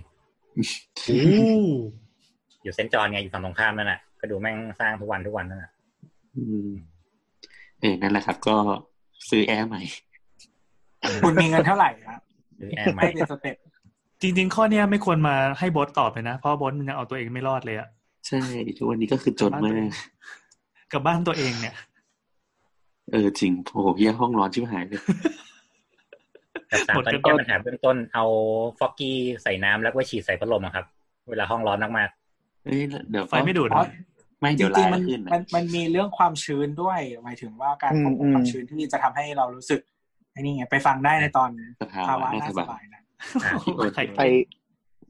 B: โอ้
H: อยู่เซนต์จอห์นไงอยู่ฝั่งตรงข้ามนั่นน่ะก็ดูแม่งสร้างทุกวันทุกวันนั่นน่ะ
E: อืมเออนั่นแหละครับ ก็ซื้อแอร์ใหม่
D: คุณมีเงินเท่าไหร่ครับ
H: ห รือแอร์ไหม
D: ไม่เป็นสเต็ป
B: จริง ๆ ข้อเนี้ยไม่ควรมาให้บอสตอบเลยนะ เพราะบอสมันยังเอาตัวเองไม่รอดเลยอะ
E: ใช่ทุกวันนี้ก็คือจนมาก
B: กับบ้านตัวเองเนี่ย
E: เออจริงโอ้โหเหี้ยห้องร้อนชิบหายเลย
H: แต่สาม
B: หมด
H: ตอน
B: กัน
H: แก้ปัญหาเบื้องต้นเอาฟอกกี้ใส่น้ำแล้วก็ฉีดใส่พัดลมอะครับ เวลาห้องร้อนมาก
E: เอ้ยเดี๋ยวก็
B: ไฟไม่ดูด
D: เพราะ
B: นะ
E: ไม่
D: จ
E: เดี๋ยว
D: ริง
E: ลาย
D: ๆมัน
E: ขึ้นนะ
D: มันมันมีเรื่องความชื้นด้วยหมายถึงว่าการควบคุมความชื้นที่จะทำให้เรารู้สึกไอ้นี่ไงไปฟังได้ในตอน
E: สภาวะ
D: ภาวะ
E: น่า
D: น่า
E: ส
D: ส
E: บาย
D: บายนะ
H: ๆอ่า
E: ใช่
F: ไป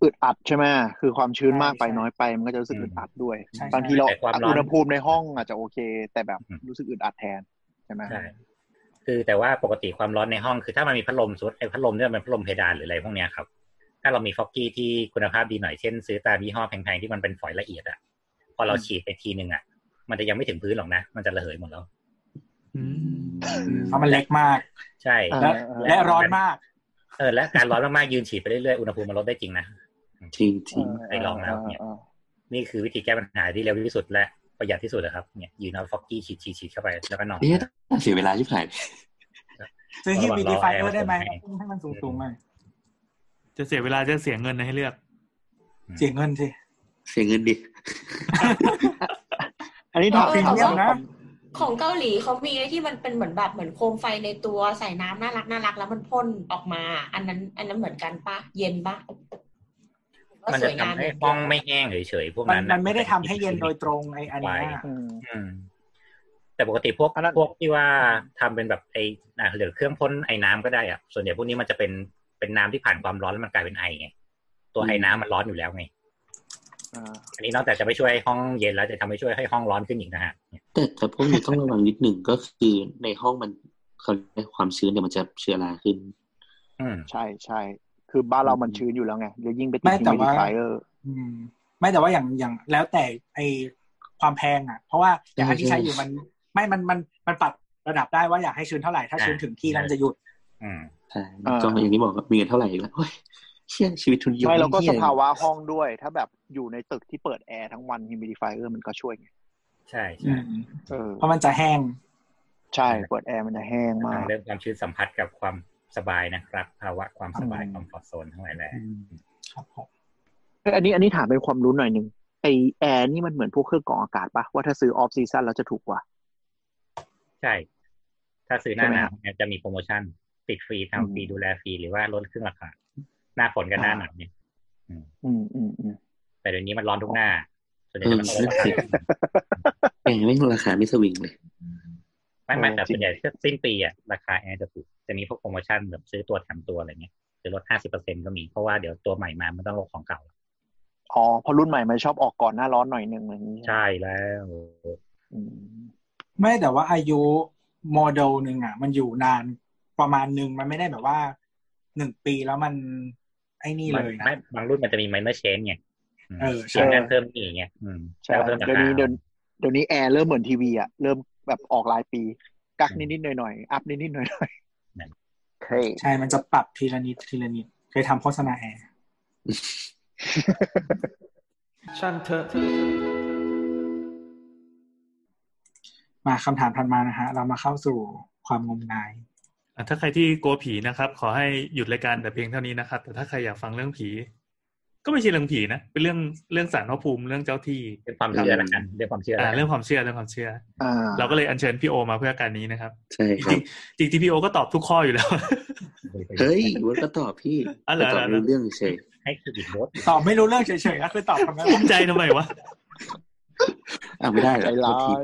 F: อึดอัดใช่ไหมคือความชื้น
D: ใช่
F: มากไป
D: ใช่
F: น้อยไปมันก็จะรู้สึก
H: อืม
F: อึดอัดด้วย
D: ใช่
F: บาง
D: ใช่
F: ทีเรา
H: แต่ความร้อน
F: อุณหภูมิในห้องอาจจะโอเค แต่แบบ
H: อืม
F: รู้สึกอึดอัดแทนใช่ไหม
H: ใช่คือแต่ว่าปกติความร้อนในห้องคือถ้ามันมีพัดลมสมมุดไอ้พัดลมเนี่ยมันเป็นพัดลมเพดานหรืออะไรพวกเนี้ยครับ ถ้าเรามีฟอกกี้ที่คุณภาพดีหน่อยเช่นซื้อตามยี่ห้อแพงๆที่มันเป็นฝอยละเอียดอ่ะพอเราฉีดไปทีนึงอ่ะ มันจะยังไม่ถึงพื้นหรอกนะ มันจะระเหยหมดแล้ว
B: อืม
D: เพราะมันเล็กมาก
H: ใช่
F: อ่า
D: และ
F: อ่า
D: และร้อนมาก
H: เออและการร้อนมากๆยืนฉีดไปเรื่อยๆอุณหภูมิมันลดได้จริงนะ
E: จริงจริง
F: า
H: ไปลองแล้วเนี่ย
F: า
H: นี่คือวิธีแก้ปัญหาที่เร็วที่สุดและประหยัดที่สุดนะครับเนี่ยยืนเอาฟอกกี้ฉีดฉีดฉีดเข้าไปแล้วก็นอน
E: เนี่ยเสียเวลาชิบหาย
D: ซื้อที่วีดีไฟเออร์ได้ไหม
H: ระหว่างรอ
D: พุ่งให้มันสูงๆหน่อย
B: จะเสียเวลาจะเสียเงินให้เลือก
D: เสียเงินสิ
E: เสียเงินดิ
F: อันนี้ถาม
D: เออ
F: ถาม
D: เดี๋ยวนะ
A: ของเกาหลีเขามีไอ้ที่มันเป็นเหมือนแบบเหมือนโคมไฟในตัวใส่น้ำน่ารักน่ารักแล้วมันพ่นออกมา อันนั้น อันนั้นเหมือนกันปะเย็นปะ ก็
H: มัน
A: ส
H: จะ
A: วย
H: ทำ
A: งาม
H: ให้ห้องไม่แห้งเฉยๆพวก
D: มัน
H: นั้นะ
D: มันไม่ได้ทำให้เย็นโดยตรงไอ้อันเนี้ย
F: อืม
H: อืมแต่ปกติพวก
F: อันนั้น
H: พวกที่ว่าทำเป็นแบบไอ้อ่ะหรือเครื่องพ่นไอ้น้ำก็ได้อ่ะส่วนใหญ่พวกนี้มันจะเป็นเป็นน้ำที่ผ่านความร้อนแล้วมันกลายเป็นไอไงตัวไอ้น้ำมันร้อนอยู่แล้วไง
F: อ่า
H: อันนี้นอกจากจะไม่ช่วยให้ห้องเย็นแล้วจะทำให้ช่วยให้ห้องร้อนขึ้นอีกนะฮะ
E: แต่แต่พวกนี้ต้องระวังนิดหนึ่งก็คือในห้องมันเขาเรียกความชื้นเนี่ยมันจะเชื้อราขึ้น
H: อืม
F: ใช่ใช่ คือบ้านเรามันชื้นอยู่แล้วไงแล้วยิ่งไปติด
D: ไม่แต่
F: ที่
D: ว่า
F: ไฟเออร์
D: อืม ไม่แต่ว่าอย่างอย่างแล้วแต่ไอความแพงอ่ะ เพราะว่าอย่างอันที่ใช้อยู่มันไม่มันมันมันปรับระดับได้ว่าอยากให้ชื้นเท่าไหร่ถ้าชื้นถึงที่แล้วมันจะหยุด
H: อืม
E: ใช่ก็อย่างที่บอกว่ามีเงินเท่าไหร่อีกแล้วโอ้ยเชี่ยชีวิตทุนนิยม
F: ใช่แล้วก็
E: เหี้
F: ส
E: ย
F: ภาวะห้องด้วย ถ้าแบบอยู่ในตึกที่เปิดแอร์ทั้งวันฮิมิดิฟเออร์มันก็ช่วยไง
H: ใช่
D: อื
H: ใช่
D: ม
F: เออ
D: เพราะมันจะแห้ง
F: ใช่ เปิดแอร์มันจะแห้งมาก
H: เรื่องความชื้นสัมผัสกับความสบายนะครับ ภาวะความสบาย
F: อืม
H: ความปลอดโซนทั้งหลายแหละ
E: อืม
D: ครับผม
F: เอ้ยอันนี้อันนี้ถามเป็นความรู้หน่อยหนึ่งไอแอร์นี่มันเหมือนพวกเครื่องกรองอากาศปะว่าถ้าซื้อออฟซีซั n นแล้วจะถูกกว่า
H: ใช่ ถ้าซื้อหน้า
F: ใช่ไห
H: ห
F: ม
H: นา
F: คว รับ
H: เนี่ยจะมีโปรโมชั่น ติดฟรี
F: อืม
H: ทำฟรีดูแลฟรีหรือว่าลดครึ่งราคาหน้าฝนกับหน้าหนาวเนี่ย
F: อืมอืมอืม
H: แต่เดี๋ยวนี้มันร้อนทุกหน้า ส่วนใหญ่
E: เออ
H: จะมันลด
E: นั่น
H: ราคา
E: สิแองไม่ราคาไม่สวิงเลย
H: ไม่ไม่แต่ส่วนใหญ่สิ้นปีอ่ะราคาแอร์จะถูกจะมีพวกโปรโมชั่นแบบซื้อตัวแถมตัวอะไรเงี้ยหรือลดห้าสิบเปอร์เซ็นก็มีเพราะว่าเดี๋ยวตัวใหม่มามันต้องลดของเก่า
F: อ๋อเพอรุ่นใหม่มันชอบออกก่อนหน้าร้อนหน่อยหนึ่งอะไรอย่างนี้
H: ใช่แล้ว
F: อืม
D: ไม่แต่ว่าอายุโมเดลหนึ่งอ่ะ มันอยู่นานประมาณหนึ่งมันไม่ได้แบบว่าหนึ่งปีแล้วมันไอ้นี่เลยนะ
H: ไม่บางรุ่นมันจะมี minor change ไง
D: เออใช่
H: เพิ่มนั่นเพิ่มนี่ไงอืม
F: ใช่
H: แล้วเพิ่มรา
F: เดี๋ยว
H: คา
F: นี้เดี๋ยวเดี๋ยวนี้แอร์เริ่มเหมือนทีวีอะเริ่มแบบออกรายปี กักนิดๆหน่อยๆอัพนิดๆหน่อยๆโอเค
D: ใช่มันจะปรับทีละนิดทีละนิดเคยทำโฆษณาแอร์
G: ช่างเถอะ
D: มาคำถามถัดมานะฮะ เรามาเข้าสู่ความงมงาย
B: อ่ะถ้าใครที่กลัวผีนะครับ ขอให้หยุดรายการแต่เพียงเท่านี้นะครับ แต่ถ้าใครอยากฟังเรื่องผี ก็ไม่ใช่เรื่องผีนะเป็นเรื่องเรื่องสารพระภูมิเรื่องเจ้าที่
H: เรื่องความเชื่อละกันเรื่องความเชื่อละ
B: อ่า
H: กัน
B: เรื่องความเชื่อเรื่องความเชื่อ
F: อ่า
B: เราก็เลยอัญเชิญพี่โอมาเพื่อการนี้นะครับ
E: ใช่ครับ
B: จริงๆจริงๆพี่โอก็ตอบทุกข้ออยู่แล้ว
E: เฮ้ยวันก็ตอบพี่
B: อ๋อเหร
E: แต่
B: อ
E: ตอบไม่รู้เรื่องเฉย
H: ให้คือบิดโบส
D: ตอบไม่รู้เรื่องเฉยๆก็คือตอบคำนั้น
B: ภูมิใจทำไมวะ
E: ๆอ่ะไม่ได้เหร
F: ใจ
E: อโท
F: ร้า
E: ษที
F: ย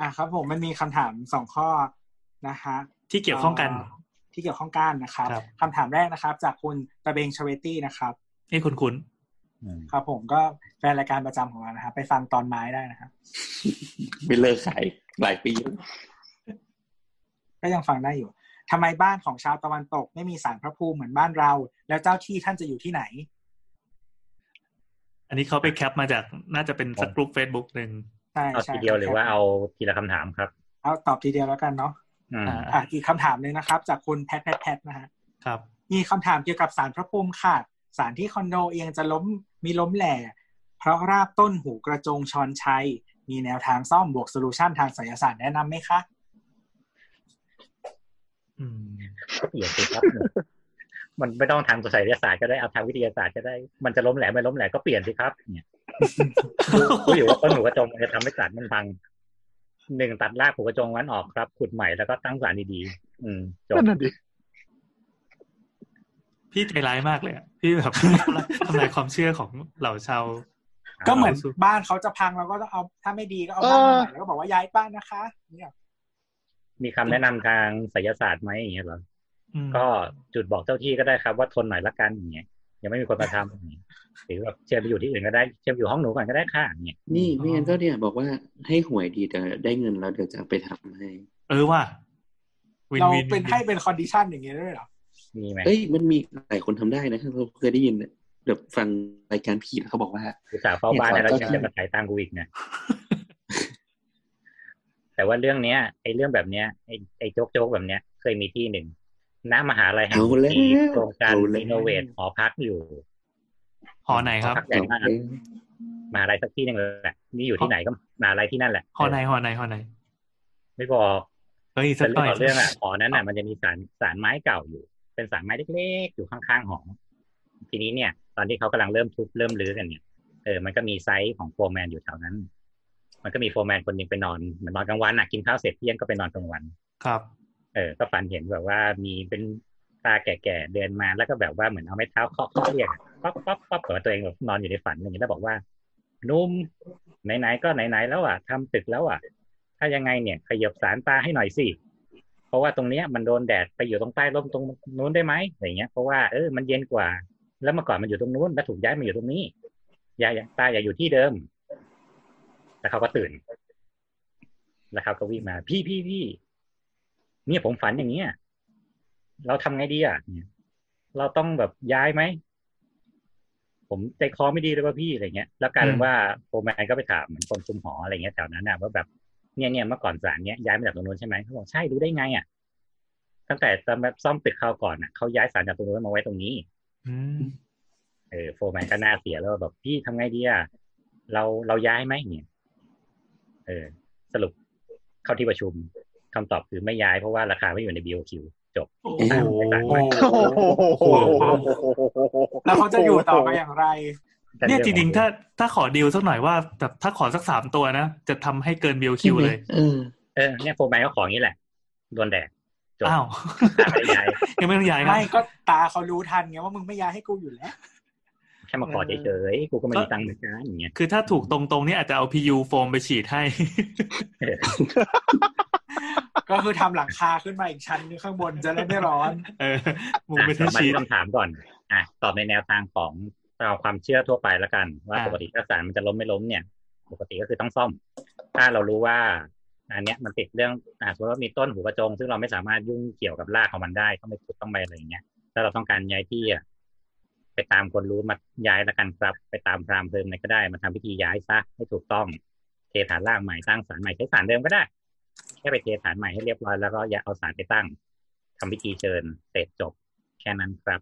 D: อ่ะครับ ผมมันมีคำถามสองข้อนะฮะ
B: ที่เกี่ยวข้องกัน
D: ที่เกี่ยวข้องกันนะครับ
B: ครับ
D: คำถามแรกนะครับ จากคุณตะเบงชเวตี้นะครับ
B: นี่คุณคุณ
D: ครับ ผมก็แฟนรายการประจำของเรานะครับไปฟังตอนไม้ได้นะครับ
E: ไม่เลิกขายหลายปีแล้ว
D: ก็ยังฟังได้อยู่ ทำไมบ้านของชาวตะวันตกไม่มีสารพระภูมิเหมือนบ้านเรา แล้วเจ้าที่ท่านจะอยู่ที่ไหน
B: อันนี้เขาไปแคปมาจากน่าจะเป็นสักกลุ่มเฟซบุ๊กหนึ่ง
D: ใช่
H: เอา
D: ใช่
H: ทีเดียวหรือว่าเอาทีละคำถามครับ
D: เอาตอบทีเดียวแล้วกันเนาะ
H: อืม
B: อ่า
D: อ่ะอีกคำถามหนึ่งนะครับ จากคุณแพทแพทแพทนะฮะ
B: ครับ
D: มีคำถามเกี่ยวกับสารพระภูมิค่ะ สารที่คอนโดเองจะล้มมีล้มแหล่ เพราะราบต้นหูกระจงชอนชัย มีแนวทางซ่อมบวกโซลูชันทางไสยศาสตร์แนะนำไหมคะ
B: อืม
H: เปลี่ยนสิครับ มันไม่ต้องทางไสยศาสตร์ก็ได้เอาทางวิทยาศาสตร์ก็ได้ มันจะล้มแหลมไม่ล้มแหลมก็เปลี่ยนสิครับ เนี่ยรู้อยู่ว่าต้นหูกระจงมันจะทำให้สัตว์มันพังหนึ่งตัดรากหูกระจงนั้นออกครับขุดใหม่แล้วก็ตั้งสารดีๆอืมจบ
F: นั่นน่ะดิ
B: พี่ใจร้ายมากเลยอะพี่แบบ ทำลายความเชื่อของเหล่าชาว
D: ก็เหมือนบ้านเขาจะพังเราก็ต้องเอาถ้าไม่ดีก็เอาบ้านมาใหม่แล้วก็บอกว่าย้ายบ้านนะคะเนี่ย
H: มีคำแนะนำทางไสยศาสตร์ไหมอย่างเงี้ยเหรอ
B: อืม
H: ก็จุดบอกเจ้าที่ก็ได้ครับว่าทนหน่อยละกันอย่างเงี้ยยังไม่มีคนมาทำอย่างเงี้ยหรือแบบเชิญไปอยู่ที่อื่นก็ได้เชิญไปอยู่ห้องหนูก่อนก็ได้ค่ะอย่างเงี้ย
E: นี่ไม่งั้นก็เนี่ยบอกว่าให้หวยดีแต่ได้เงินแล้วเดี๋ยวจะเอาไปทำให้
B: เออว่ะ
D: เราเป็นให้เป็นคอนดิชันอย่างเงี้ยด้วยเหรอ
H: มีไหม
E: เอ้ยมันมีหลายคนทำได้นะเราเคยได้ยินแบบฟังรายการผีแล้วเขาบอกว่า
H: อุตส่าห์เฝ้าบ้านให้แล้วยัง
E: เนี่ยขอเจ้าที่
H: จะมาถ่ายตังค์กูอีกนะ แต่ว่าเรื่องเนี้ยไอ้เรื่องแบบเนี้ยไอ้ไอ้โจ๊กโจ๊กๆแบบเนี้ย เคยมีที่หนึ่งณมหาลัยแห่งหนึ่งมีโครงการรีโนเวทหอพักอยู่
B: หอไหนครับ
H: พักใหญ่มากมหาลัยสักที่หนึ่งเลยแหละนี่อยู่ที่ไหนก็มหาลัยที่นั่นแหละ
B: หอไหนหอไหนหอไหน
H: ไม่บอก
B: เฮ้ยสั
H: แต่
B: กห
H: เรื่อของเรื่อ
B: น่อง ย
H: งอ่ะหอนั้นอ่ะมันจะมีสารสารไม้เก่าอยู่ เป็นสารไม้เล็กๆ อยู่ข้างๆหอทีนี้เนี่ย ตอนที่เขากำลังเริ่มทุบเริ่มรื้อกันเนี่ยเออมันก็มีไซต์ของโฟร์แมนอยู่แถวนั้น มันก็มีโฟร์แมนคนหนึ่งไปนอนเหมือนนอนกลางวันอ่ะกินข้าวเสร็จเที่ยงก็ไปนอนกลางวัน
B: ครับ
H: เออก็ฝันเห็นแบบว่ามีเป็น ตาแก่ๆเดินมาแล้วก็แบบว่าเหมือนเอาไม้เท้าเคาะเคาะเรียกป๊อปป๊อปป๊อปแต่ว่าตัวเองแบบนอนอยู่ในฝันอย่างนี้แล้วบอกว่าหนุ่มไหนๆก็ไหนๆแล้วอ่ะทำตึกแล้วอ่ะ ถ้ายังไงเนี่ยขยบสารตาให้หน่อยสิเพราะว่าตรงเนี้ยมันโดนแดดไปอยู่ตรงใต้ร่มตรงนู้นได้ไหมอะไรเงี้ยเพราะว่าเออมันเย็นกว่า แล้วเมื่อก่อนมันอยู่ตรงนู้นแล้วถูกย้ายมาอยู่ตรงนี้อย่าอย่าตาอย่าอยู่ที่เดิม แล้วเขาก็ตื่น แล้วเขาก็วิ่งมา พี่พี่พี่เนี่ยผมฝันอย่างเงี้ยเราทำไงดีอ่ะเนี่ยเราต้องแบบย้ายไหม ผมใจคอไม่ดีเลยว่าพี่อะไรเงี้ย แล้วกลายเป็
B: อื
H: น
B: ม
H: ว่าโฟร์แมนก็ไปถามเหมือนคนคุมหออะไรเงี้ยแถวนั้นน่ะว่าแบบเนี่ยเนี่ยเมื่อก่อนศาลเนี้ยย้ายมาจากตรงนู้นใช่ไหมเขาบอกใช่รู้ได้ไงอ่ะตั้งแต่ตอนแบบซ่อมตึกคราวก่อนอ่ะเขาย้ายศาลจากตรงนู้นมาไว้ตรงนี้
B: อืม
H: เออโฟร์แมนก็หน้าเสียแล้วแบบพี่ทำไงดีอ่ะเราเราย้ายไหมเนี่ยเออ สรุปเข้าที่ประชุมคำตอบคือไม่ย้ายเพราะว่าราคาไม่อยู่ใน BOQ จบ
B: โอ้โห
F: โอ้โห
D: แล้วเขาจะอยู่ต่อไปอย่างไร
B: เนี่ยจริงๆ ถ้าถ้าขอดีลสักหน่อยว่าแบบถ้าขอสักสามตัวนะ จะทำให้เกินบิลคิวเลย
E: เออ
H: เออเนี่ยโฟร์แมนก็ของอย่างนี้แหละโดนแดดจบ
B: อ้าว
H: ไม่ย้าย
B: ยังไม่ต้องย้ายครับ
D: ไม่ก็ตาเขารู้ทันไงว่ามึงไม่ย้ายให้กูอยู่แล้ว
H: แค่มาขอเฉยๆกูก็ไม่มีตังค์เหมือนกันอย่างเงี้ย
B: คือถ้าถูกตรงๆเนี่ยอาจจะเอา PU โฟมไปฉีดให้
D: ก็คือทำหลังคาขึ้นมาอีกชั้นหนึงข้างบนจะได้ไม่ร้อน
B: เออมู
H: อ่ะ
B: ไป
H: กลั
B: ที่
H: บมา
B: ฉี
H: ที่
B: ด
H: คำถามก่อน อ่ะตอบในแนวทางของเอาความเชื่อทั่วไปแล้วกัน ว่า
B: อ่ะ
H: ปกติถ้าสารมันจะล้มไม่ล้มเนี่ย ปกติก็คือต้องซ่อม ถ้าเรารู้ว่า อันเนี้ยมันติดเรื่องอ่ะสมมติว่ามีต้นหูกระจง ซึ่งเราไม่สามารถยุ่งเกี่ยวกับรากของมันได้ต้องไปขุดต้องไปอะไรอย่างเงี้ยถ้าเราต้องการย้ายที่อ่ะไปตามคนรู้มาย้ายแล้วกันครับ ไปตามพรามเพิ่มอะไรก็ได้มาทำพิธีย้ายซะให้ถูกต้อง เทฐานรากใหม่สร้างสารใหม่ใช้สารเดิมก็ได้แค่ไปเทฐานใหม่ให้เรียบร้อยแล้วก็อย่าเอาสารไปตั้งทำพิธีเชิญเสร็จจบ แค่นั้นครับ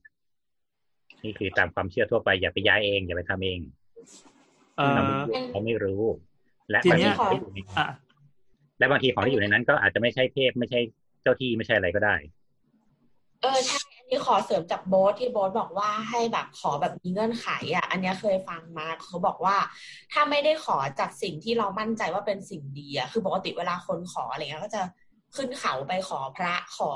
H: นี่คือตามความเชื่อทั่วไปอย่าไปย้ายเองอย่าไปทำเอง
B: เอ
H: เรา
B: อ
H: ไม่รู้เขาไม่รู้ และ
B: ที
H: บาง
B: เนี้
H: ที
B: ย
H: ของที่อยู่ใน
B: อ่ะ
H: และบางทีของที่อยู่ในนั้น ก็อาจจะไม่ใช่เทพไม่ใช่เจ้าที่ไม่ใช่อะไรก็ได้
A: เออใช่ อันนี้ขอเสริมจากโบทที่โบทบอกว่าให้แบบขอแบบมีเงื่อนไขอ่ะ อันเนี้ยเคยฟังมาเขาบอกว่า ถ้าไม่ได้ขอจากสิ่งที่เรามั่นใจว่าเป็นสิ่งดีอ่ะคือปกติเวลาคนขออะไรเงี้ยก็จะขึ้นเขาไปขอพระขอ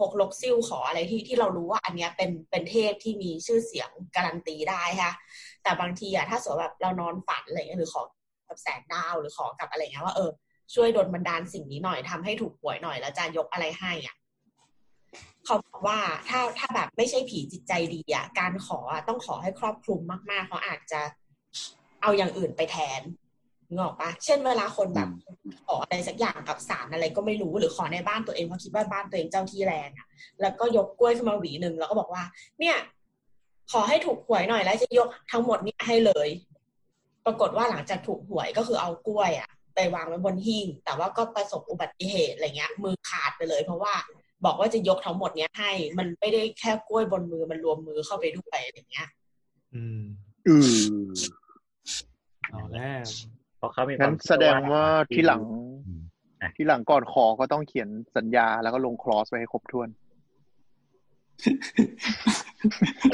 A: หกลกซิ่วขออะไรที่ที่เรารู้ว่าอันเนี้ยเป็นเป็นเทพที่มีชื่อเสียงการันตีได้ค่ะ แต่บางทีอ่ะถ้าสมมติแบบเรานอนฝันอะไรเงี้ยหรือขอกับแสงดาวหรือขอกับอะไรเงี้ยว่าเออช่วยดลบันดาลสิ่งนี้หน่อยทำให้ถูกหวยหน่อยแล้วจะยกอะไรให้อ่ะ เขาบอกว่าถ้าถ้าแบบไม่ใช่ผีจิตใจดีอ่ะการขออะต้องขอให้ครอบคลุมมาก ๆ เขาอาจจะเอาอย่างอื่นไปแทนนึกออกปะเช่นเวลาคนแบบขออะไรสักอย่างกับสารอะไรก็ไม่รู้หรือขอในบ้านตัวเองเพราะคิดว่าบ้านตัวเองเจ้าที่แรงอ่ะ แล้วก็ยกกล้วยขึ้นมาหวีหนึ่งแล้วก็บอกว่า เนี่ย ขอให้ถูกหวยหน่อยแล้วจะยกทั้งหมดเนี้ให้เลย ปรากฏว่าหลังจากถูกหวยก็คือเอากล้วยอะไปวางไว้บนหิ้งแต่ว่าก็ประสบอุบัติเหตุอะไรเงี้ย มือขาดไปเลย เพราะว่าบอกว่าจะยกทั้งหมดเนี้ยให้ มันไม่ได้แค่กล้วยบนมือมันรวมมือเข้าไปด้วยอะไรเงี้ย
B: อืม
F: อืม
B: เอาแล้ว
H: เพราะเขามีควา
F: งั้
H: ม
F: น
H: เชื่อ
F: แสดงว่าที่หลัง
H: อืม
F: ที่หลังก่อนขอก็ต้องเขียนสัญญาแล้วก็ลงคลอสไว้ให้ครบถ้วน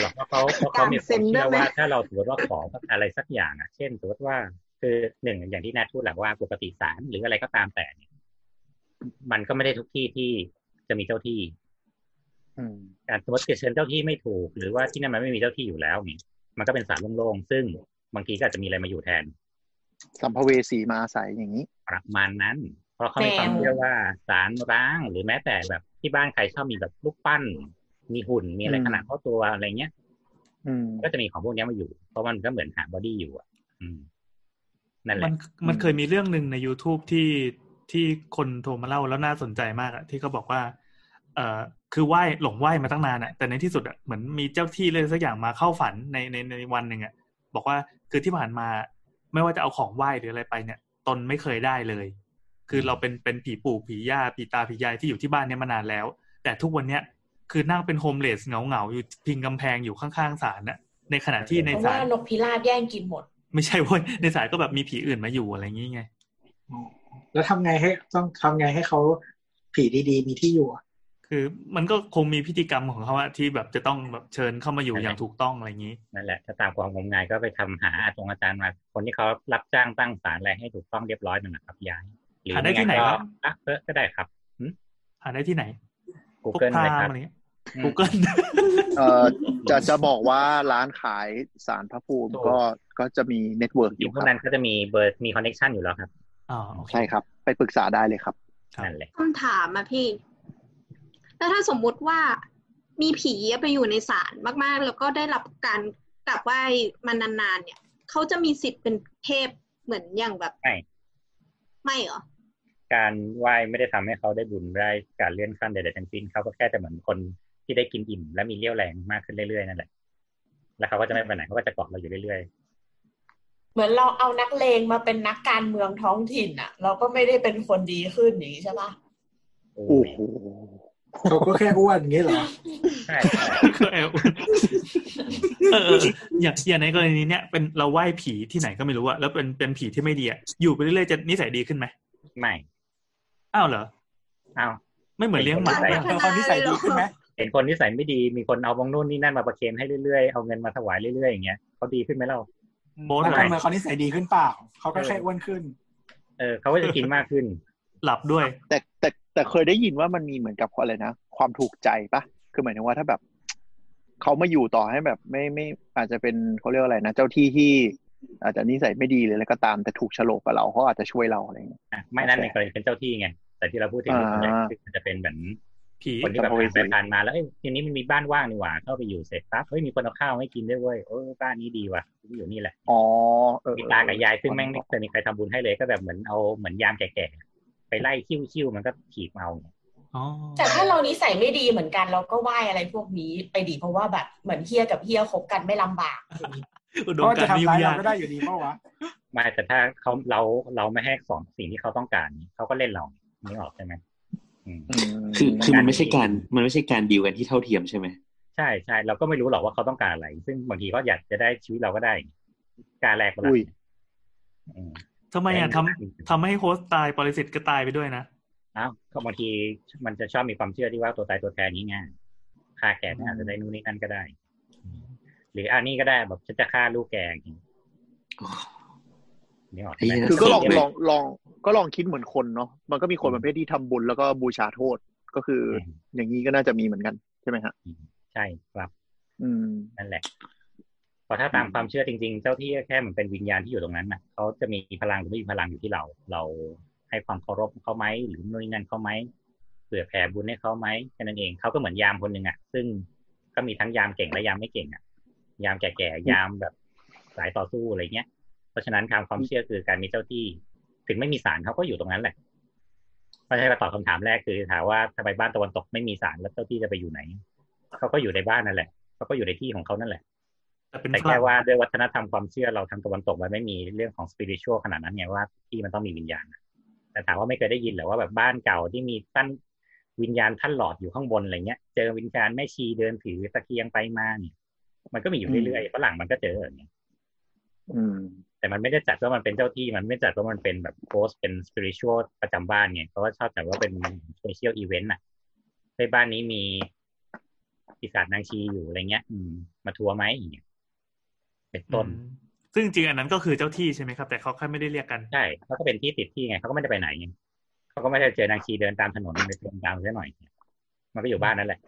H: หรอกเพราะเขาเพราะเขามีความเชื่อว่าถ้าเราสมมติว่าขออะไรสักอย่างอ่ะ เช่นสมมติว่า คือหนึ่งอย่างที่แนทพูดแหละว่าปกติศาลหรืออะไรก็ตามแต่เนี่ยมันก็ไม่ได้ทุกที่ที่จะมีเจ้าที่
F: อืม
H: การสมมติเชิญเจ้าที่ไม่ถูก หรือว่าที่นั่นมันไม่มีเจ้าที่อยู่แล้วนี่มันก็เป็นสารโล่งๆ ซึ่งบางทีก็อาจจะมีอะไรมาอยู่แทน
F: สัมภเวสีมาอาศัยอย่างนี้
H: ประมาณนั้น เพราะเขามี
A: แมว
H: ความเชื่อว่าสารร้าง หรือแม้แต่แบบที่บ้านใครชอบมีแบบลูกปั้น มีหุ่นมีอะไร
F: อืม
H: ขนาดเท่าตัวอะไรเงี้ย
F: อืม
H: ก็จะมีของพวกเนี้ยมาอยู่ เพราะมันก็เหมือนหาบอดี้อยู่อ่ะ อืม นั่นแห
B: มั
H: ละ
B: นมันเคยมีเรื่องหนึ่งใน YouTube ที่ที่คนโทรมาเล่าแล้วน่าสนใจมากอะที่เขาบอกว่า เออคือไหว้หลงไหว้มาตั้งนานอะแต่ในที่สุดอะเหมือนมีเจ้าที่เลยสักอย่างมาเข้าฝันในในในวันหนึ่งอะบอกว่าคือที่ผ่านมา ไม่ว่าจะเอาของไหว้หรืออะไรไปเนี่ย ตนไม่เคยได้เลย คือเราเป็นเป็นผีปู่ผีย่าผีตาผียายที่อยู่ที่บ้านเนี่ยมานานแล้ว แต่ทุกวันเนี้ยคือนั่งเป็นโฮมเลสเหงาๆอยู่พิงกำแพงอยู่ข้างๆศาลน่ะในขณะที่ใน
A: เพราะ
B: ศา
A: ว่า
B: ล
A: นกพิราบแย่งกินหมด
B: ไม่ใช่เว้ยในสายก็แบบมีผีอื่นมาอยู่อะไรอย่างงี้ไง
D: แล้วทำไงให้ต้องทำไงให้เขาผีดีๆ มีที่อยู่อะ
B: คือมันก็คงมีพิธีกรรมของเขาอะที่แบบจะต้องแบบเชิญเข้ามาอยู่อย่างถูกต้องอะไรอย่างงี้
H: นั่นแหละ ถ้าตามความงมงายก็ไปทำหาอาจารย์อาจารย์มา คนที่เขารับจ้างตั้งสารอะไรให้ถูกต้องเรียบร้อยนั่นนะครับย้ายหรือ
B: หาได้ที่
H: ม่
B: ไหน
H: งั้ก็
B: ครับ
H: อ่ะเออก็ได้ครับ
B: หาได้ที่ไหนพวก
H: Google
B: พรา
H: เลย
B: หม
H: ครั
B: ณ์
H: บ
B: อะไรเงี้ย Google
F: เอ่อจะจะบอกว่าร้านขายสารพระภูมิก็ก็จะมีเน็ตเวิร์กอ
H: อยู่
F: ยู่
H: พ
F: คว รั
H: ก
F: บ
H: นั้นก็จะมีเบอร์มีคอนเน t ชันอยู่แล้วครับ
B: อ๋อโอเค
F: ใช่ครับ ไปปรึกษาได้เลยครับ
H: นั่นแหละ
C: ต้องถามอะพี่ แล้วถ้าสมมุติว่ามีผีไปอยู่ในศาลมากๆ แล้วก็ได้รับการกลับไหว้มานานๆเนี่ย เขาจะมีสิทธิ์เป็นเทพเหมือนอย่างแบบ
H: ไม่
C: ไม่เหรอ
H: การไหว้ไม่ได้ทำให้เขาได้บุญได้การเลื่อนขั้นใดๆทั้งสิ้นเขาก็แค่จะเหมือนคนที่ได้กินอิ่มและมีเรี่ยวแรงมากขึ้นเรื่อยๆนั่นแหละ แล้วเขาก็จะไม่ไปไหนเขาก็จะเกาะเราอยู่เรื่อย
A: เหมือนเราเอานักเลงมาเป็นนักการเมืองท้องถิ่นอะเราก็ไม่ได้เป็นคนดีขึ้นอย่างนี้ใช่ปะ
H: ๆโอ้
F: โอ้
H: ย
F: โห
D: เขาก็แค่อ้วนอย่างงี้เหรอ
H: ใช่ใช่
B: คือแอลเออเอออย่างอย่างในกรณีเนี้ยเป็นเราไหว้ผีที่ไหนก็ไม่รู้อะแล้วเป็นเป็นผีที่ไม่ดีอะอยู่ไปเรื่อยๆจะนิสัยดีขึ้นไหม
H: ไม่
B: อ้าวเหรอ
H: เอา
B: ไม่เหมือนเลี้ยงหมา
C: ไม่
B: อะ
D: เออความนิสัยดีขึ้นไหม
H: เห็นคนนิสัยไม่ดี มีคนเอาบางนู่นนี่นั่นมาประเคนให้เรื่อยๆ เอาเงินมาถวายเรื่อยๆ อย่างเงี้ยเขาดีขึ้นไหมเรา
B: โบส
D: นั
B: อะ
D: ก
B: ไร
D: การเมืองเขานิสัยดีขึ้นเปล่า เขาก็แค่อ้วนขึ้น
H: เออเขาก็จะกินมากขึ้น
B: หลับด้วย
F: แต่แต่แต่เคยได้ยินว่ามันมีเหมือนกับอะไรนะ ความถูกใจปะคือหมายถึงว่าถ้าแบบ เขามาอยู่ต่อให้แบบไม่ไม่อาจจะเป็นเขาเรียกว่าอะไรนะ เจ้าที่ที่ อาจจะนิสัยไม่ดีหรืออะไรก็ตามแต่ถูกโฉลกกับเราเขาอาจจะช่วยเราอะไรอย่างเงี้ย
H: อ่ะ ไม่นั่นในกรณีเป็นเจ้าที่ไง แต่ที่เราพูดถึง
F: อ่า
H: ส่วนใหญ่คือมันจะเป็นเหมือน
B: ผี
H: คนที่แบบผ่านไปผ่านมาแล้วเอ้ยทีนี้มันมีบ้านว่างนี่หว่า เข้าไปอยู่เสร็จปั๊บเฮ้ยมีคนเอาข้าวให้กินด้วยเว้ยโอ้ยบ้านนี้ดีว่ะกูอยู่นี่แหละ
F: อ๋อเออ
H: มีตากับยายซึ่งแม่งไม่เคยมีใครทำบุญให้เลยก็แบบเหมือนเอาเหมือนยามแก่ๆไปไล่คิ้วๆมันก็ถีบเอาเนี่ย
B: อ๋อ
A: แต่ถ้าเรานิสัยไม่ดีเหมือนกันเราก็ไหว้อะไรพวกนี้ไปดีเพราะว่าแบบเหมือนเฮียกับเฮียคบกันไม่ลำบาก
B: อุดม
D: ก็
B: กา
D: จะ
B: รณ์นิว
D: ทำร้าย
B: ยา
D: เรา
B: ร์
D: ก็ได้อยู่ดีเปล่าวะ
H: ไม่แต่ถ้าเขาเราเราไม่ให้ของสิ่งที่เขาต้องการเขาก็เล่นเรานึกออกใช่ไหมอืม
F: อืม
E: คือคือมันไม่ใช่การ
H: การดี
E: มันไม่ใช่การดีลกันที่เท่าเทียมใช่ไหม
H: ใช่ใช่เราก็ไม่รู้หรอกว่าเขาต้องการอะไร ซึ่งบางทีก็อยากจะได้ชีวิตเราก็ได้ การแลกเวลา
F: อุ้ย
H: อืม
B: ทำไมอะทำทำให้โฮสต์ตายปรสิตก็ตายไปด้วยนะ
H: เอ้าวก็บางทีมันจะชอบมีความเชื่อที่ว่าตัวตายตัวแทนนี้ไงฆ่าแกเนี่ยอาจจะได้นู่นนี่นั่นก็ได้ หรืออันนี้ก็ได้แบบฉันจะฆ่าลูกแกอย่างนี้
E: อ๋อ
H: นี่ออก
E: ไอ้เหี้ย
F: คือก็ลอง
E: เสียงเลย
F: ลองลองก็ลองคิดเหมือนคนเนาะมันก็มีคนประเภทที่ทำบุญแล้วก็บูชาโทษก็คือออย่างนี้ก็น่าจะมีเหมือนกันใช่ไหมฮะ
H: ใช่ครับ
F: อืม
H: นั่นแหละเพราะถ้าตามความเชื่อจริง ๆ เจ้าที่ก็แค่เหมือนเป็นวิญญาณที่อยู่ตรงนั้นน่ะเขาจะมีพลังหรือไม่มีพลังอยู่ที่เรา เราให้ความเคารพเขาไหมหรือนู่นนี่นั่นเขาไหมเผื่อแผ่บุญให้เขาไหมแค่นั้นเองเขาก็เหมือนยามคนหนึ่งอ่ะ ซึ่งก็มีทั้งยามเก่งและยามไม่เก่งอ่ะ ยามแก่ๆยามแบบสายต่อสู้อะไรเงี้ย เพราะฉะนั้นทางความเชื่อคือการมีเจ้าที่ ถึงไม่มีศาลเขาก็อยู่ตรงนั้นแหละเพราะฉะนั้นเราตอบคำถามแรกคือถามว่าทำไมบ้านตะวันตกไม่มีศาลแล้วเจ้าที่จะไปอยู่ไหนเขาก็อยู่ในบ้านนั่นแหละเขาก็อยู่ในที่ของเขานั่นแหละ
B: แต่เป็น
H: แต่
B: ฝ
H: แค่
B: รั่ง
H: ว่าด้วยวัฒนธรรมความเชื่อเราทางตะวันตกมันไม่มีเรื่องของสปิริตชัวขนาดนั้นไงว่าที่มันต้องมีวิญญาณ แต่ถามว่าไม่เคยได้ยินเหรือว่าแบบบ้านเก่าที่มีท่านวิญญาณท่านหลอดอยู่ข้างบนอะไรเงี้ย เจอวิญญาณแม่ชีเดินถือตะเกียงไปมาเนี่ยมันก็มีอยู่เรื่อยๆฝรั่งมันก็เจออย่างเงี้ย
F: อืม
H: แต่มันไม่ได้จัดว่ามันเป็นเจ้าที่มันไม่จัดว่ามันเป็นแบบโ o สเป็นสปิริตชัวประจำบ้านไงเพราะว่าชอบแต่ว่าเป็นสเปเชียลอีเวนต์อ่ะในบ้านนี้มีปีศาจนางชีอยู่อะไรเงี้ย อืม มาทัวร์ไหมอย่างเงี้ยเป็นต้น
B: อืมซึ่งจริงๆอันนั้นก็คือเจ้าที่ใช่ไหมครับ แต่เขาแค่ไม่ได้เรียกกัน
H: ใช่เขาก็เป็นที่ติดที่ไงเขาก็ไม่ได้ไปไหนไงเขาก็ไม่ได้เจอนางชีเดินตามถนนไปเดินตามซะหน่อย มันก็อยู่บ้านนั่นแหละ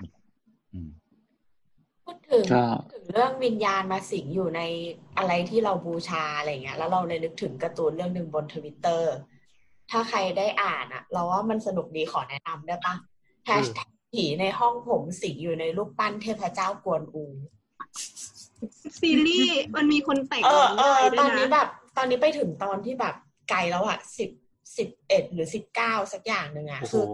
H: อืม
A: พูดถึง
E: ก็
A: ถึงเรื่องวิญญาณมาสิงอยู่ในอะไรที่เราบูชาอะไรเงี้ย แล้วเราเลยนึกถึงการ์ตูนเรื่องหนึ่งบนทวิตเตอร์ ถ้าใครได้อ่านอะเราว่ามันสนุกดีขอแนะนำได้ปะแฮชแท็กผีในห้องผมสิงอยู่ในรูปปั้นเทพเจ้ากวนอู
C: ซีรีส์มันมีคนแต่ง
A: เออ
C: ห
A: เอ
C: นัง
A: อ
C: ได้
A: ตอน
C: ด้ว
A: นี้
C: ย
A: แบ
C: นะ
A: บตอนนี้ไปถึงตอนที่แบบไกลแล้วอะสิบสิบเอ็ดหรือสิบเก้าสักอย่างหนึ่งอะ
B: โอ้โห
A: คือ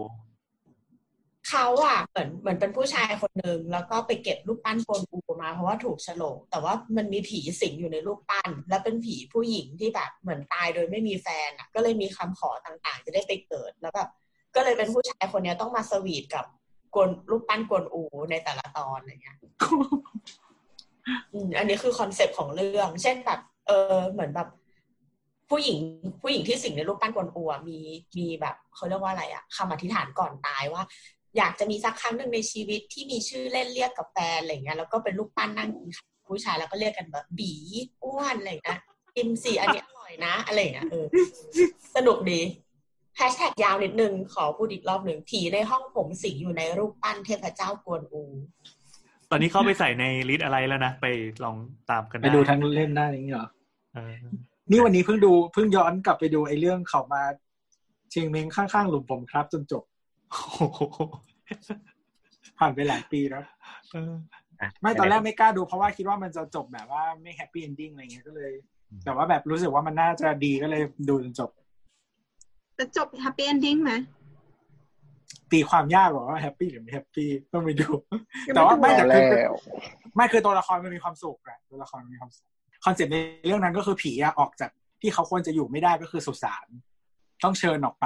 A: เขาอะเหมือนเหมือนเป็นผู้ชายคนหนึ่งแล้วก็ไปเก็บรูปปั้นโกนอูมา เพราะว่าถูกโฉลกแต่ว่ามันมีผีสิงอยู่ในรูปปั้น และเป็นผีผู้หญิงที่แบบเหมือนตายโดยไม่มีแฟนอะก็เลยมีคำขอต่างๆ จะได้ไปเกิดแล้วแบบก็เลยเป็นผู้ชายคนเนี้ยต้องมาสวีทกับกวนรูปปั้นกวนอูในแต่ละตอนอะไรเงี้ย อืมอันนี้คือคอนเซปต์ของเรื่อง เช่นแบบ เออเหมือนแบบ ผู้หญิง ผู้หญิงที่สิงในรูปปั้นกวนอูอะมีมีแบบเขาเรียกว่าอะไรอะคำอธิษฐานก่อนตายว่า อยากจะมีสักครั้งหนึ่งในชีวิตที่มีชื่อเล่นเรียกกับแฟนอะไรเงี้ยแล้วก็เป็นรูปปั้นนั่งกินข้าวกับผู้ชายแล้วก็เรียกกันแบบบีอ้วนอะไรเงี้ยกินสิอันนี้อร่อยนะอะไรเงี้ยเออสนุกดี แฮชแท็กยาวนิดนึง ขอพูดอีกรอบหนึ่งผีในห้องผมสิงอยู่ในรูปปั้นเทพเจ้ากวนอู
B: ตอนนี้เข้าไปใส่ในลิสต์อะไรแล้วนะ ไปลองตามกัน
D: ไปดูทั้งเล่มได้อย่างนี้เหรอ
B: เออ
D: นี่วันนี้เพิ่งดูเพิ่งย้อนกลับไปดูไอ้เรื่องเขามาเชียงเม้งข้างๆหลุมผมครับจนจบ
B: โอ้โห
D: ผ่านไปหลายปีแล้ว
B: เออ
H: อ่ะ
D: ไม่ตอนแรกไม่กล้าดูเพราะว่าคิดว่ามันจะจบแบบว่าไม่แฮปปี้เอนดิ้งอะไรเงี้ยก็เลย แต่ว่าแบบรู้สึกว่ามันน่าจะดีก็เลยดูจนจบ
C: จะจบแฮปปี้เอนดิ้งไหม
D: ตีความยากหรอว่าแฮปปี้หรือไม่แฮปปี้ต้องไปดู
C: ยัง
D: แต่ว่า
C: ไม่
D: ไม่
C: ดู
D: แต่
F: เอาแล้
D: คื
F: ว
D: อไม่คือตัวละครมันมีความสุขอะตัวละครมันมีความสุขคอนเซ็ปต์ในเรื่องนั้นก็คือผีอะออกจากที่เขาควรจะอยู่ไม่ได้ก็คือสุสานต้องเชิญออกไป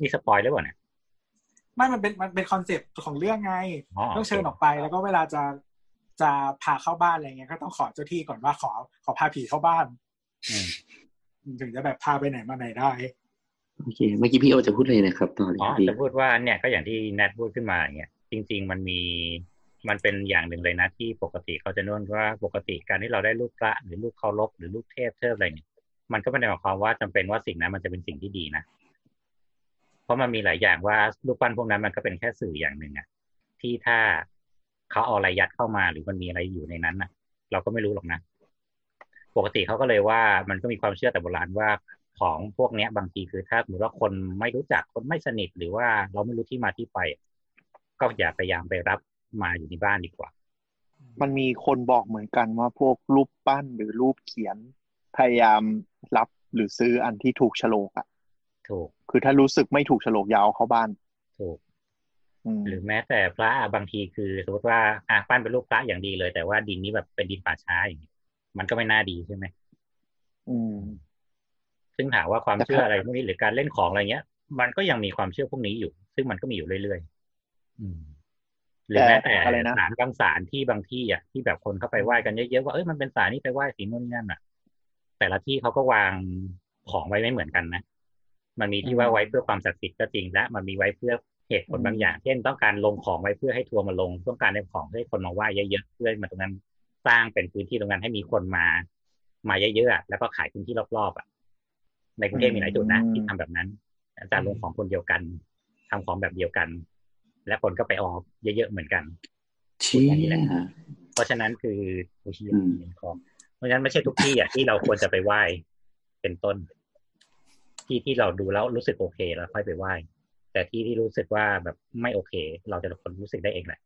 H: นี่สปอยหรือเปล่าเนี่ย
D: ไม่มันเป็นมันเป็นคอนเซ็ปต์ของเรื่องไง
H: อ๋อ
D: ต้องเชิญออกไปแล้วก็เวลาจะจะพาเข้าบ้านอะไรเงี้ยก็ต้องขอเจ้าที่ก่อนว่าขอขอพาผีเข้าบ้าน
H: อืม
D: ถึงจะแบบพาไปไหนมาไหนได้
I: โอเค เมื่อกี้พี่โอจะพูดเลยนะครับตอน
H: อ๋อ
I: นี้พี่
H: จะพูดว่าเนี่ยก็อย่างที่แนทพูดขึ้นมาอย่างเงี้ยจริง ๆ มันมีมันเป็นอย่างหนึ่งเลยนะที่ปกติเขาจะนวนว่าปกติการที่เราได้รูปพระหรือรูปเคารพหรือรูปเทพเทพอะไรเนี่ยมันก็ไม่ได้หมายความว่าจำเป็นว่าสิ่งนั้นมันจะเป็นสิ่งที่ดีนะ เพราะมันมีหลายอย่างว่ารูปปั้นพวกนั้นมันก็เป็นแค่สื่ออย่างหนึ่งอะที่ถ้าเขาเอาอะไรยัดเข้ามาหรือมันมีอะไรอยู่ในนั้นอะเราก็ไม่รู้หรอกนะ ปกติเขาก็เลยว่ามันก็มีความเชื่อแต่โบราณว่าของพวกเนี้ยบางทีคือถ้าสมมติว่าคนไม่รู้จักคนไม่สนิทหรือว่าเราไม่รู้ที่มาที่ไป ก็อย่าพยายามไปรับมาอยู่ในบ้านดีกว่า
F: มันมีคนบอกเหมือนกันว่าพวกรูปปั้นหรือรูปเขียน พยายามรับหรือซื้ออันที่ถูกโฉลกอ่ะ
H: ถูก
F: คือถ้ารู้สึกไม่ถูกโฉลกอยาวเข้าบ้าน
H: ถูก
F: อืม
H: หรือแม้แต่พระอะบางทีคือสมมติว่าอ่ะปั้นเป็นรูปพระอย่างดีเลย แต่ว่าดินนี้แบบเป็นดินป่าช้าอย่างนี้มันก็ไม่น่าดีใช่ไหม
F: อืม
H: ซึ่งถามว่าความ
F: แต่
H: เชื่อ
F: ถ้า
H: อะไรพวกนี้หรือการเล่นของอะไรเงี้ย มันก็ยังมีความเชื่อพวกนี้อยู่ ซึ่งมันก็มีอยู่เรื่อยๆอืมหรือแม้แต่
F: อะไรนะ
H: ศาลบางศาลที่บางที่อ่ะที่แบบคนเข้าไปไหว้กันเยอะๆว่าเอ้ยมันเป็นศาลนี่ไปไหว้สีนู่นนี่นั่นอ่ะ แต่ละที่เขาก็วางของไว้ไม่เหมือนกันนะมันมีที่ว่าไว้เพื่อความศักดิ์สิทธิ์ก็จริงและมันมีไว้เพื่อเหตุผลบางอย่าง เช่นต้องการลงของไว้เพื่อให้ทัวร์มาลงต้องการได้ของให้คนมาไหว้เยอะๆเพื่อให้มาตรงนั้นสร้างเป็นพื้นที่ตรงนั้นให้มีคนมา มาเยอะๆอะแล้วก็ขายพื้นที่รอบๆอ่ะ ในกรุงเทพมีหลายจุดนะที่ทำแบบนั้น อาจารย์ลงของคนเดียวกันทำของแบบเดียวกัน และคนก็ไปออกเยอะๆเหมือนกัน
I: เชี่ย
H: เพราะฉะนั้นคือโอเชีย
I: อืม
H: เห็นของ เพราะฉะนั้นไม่ใช่ทุกที่อ่ะที่เราควรจะไปไหว้เป็นต้น ที่ที่เราดูแล้วรู้สึกโอเคเราค่อยไปไหว้ แต่ที่ที่รู้สึกว่าแบบไม่โอเค เราจะคนรู้สึกได้เองแหละ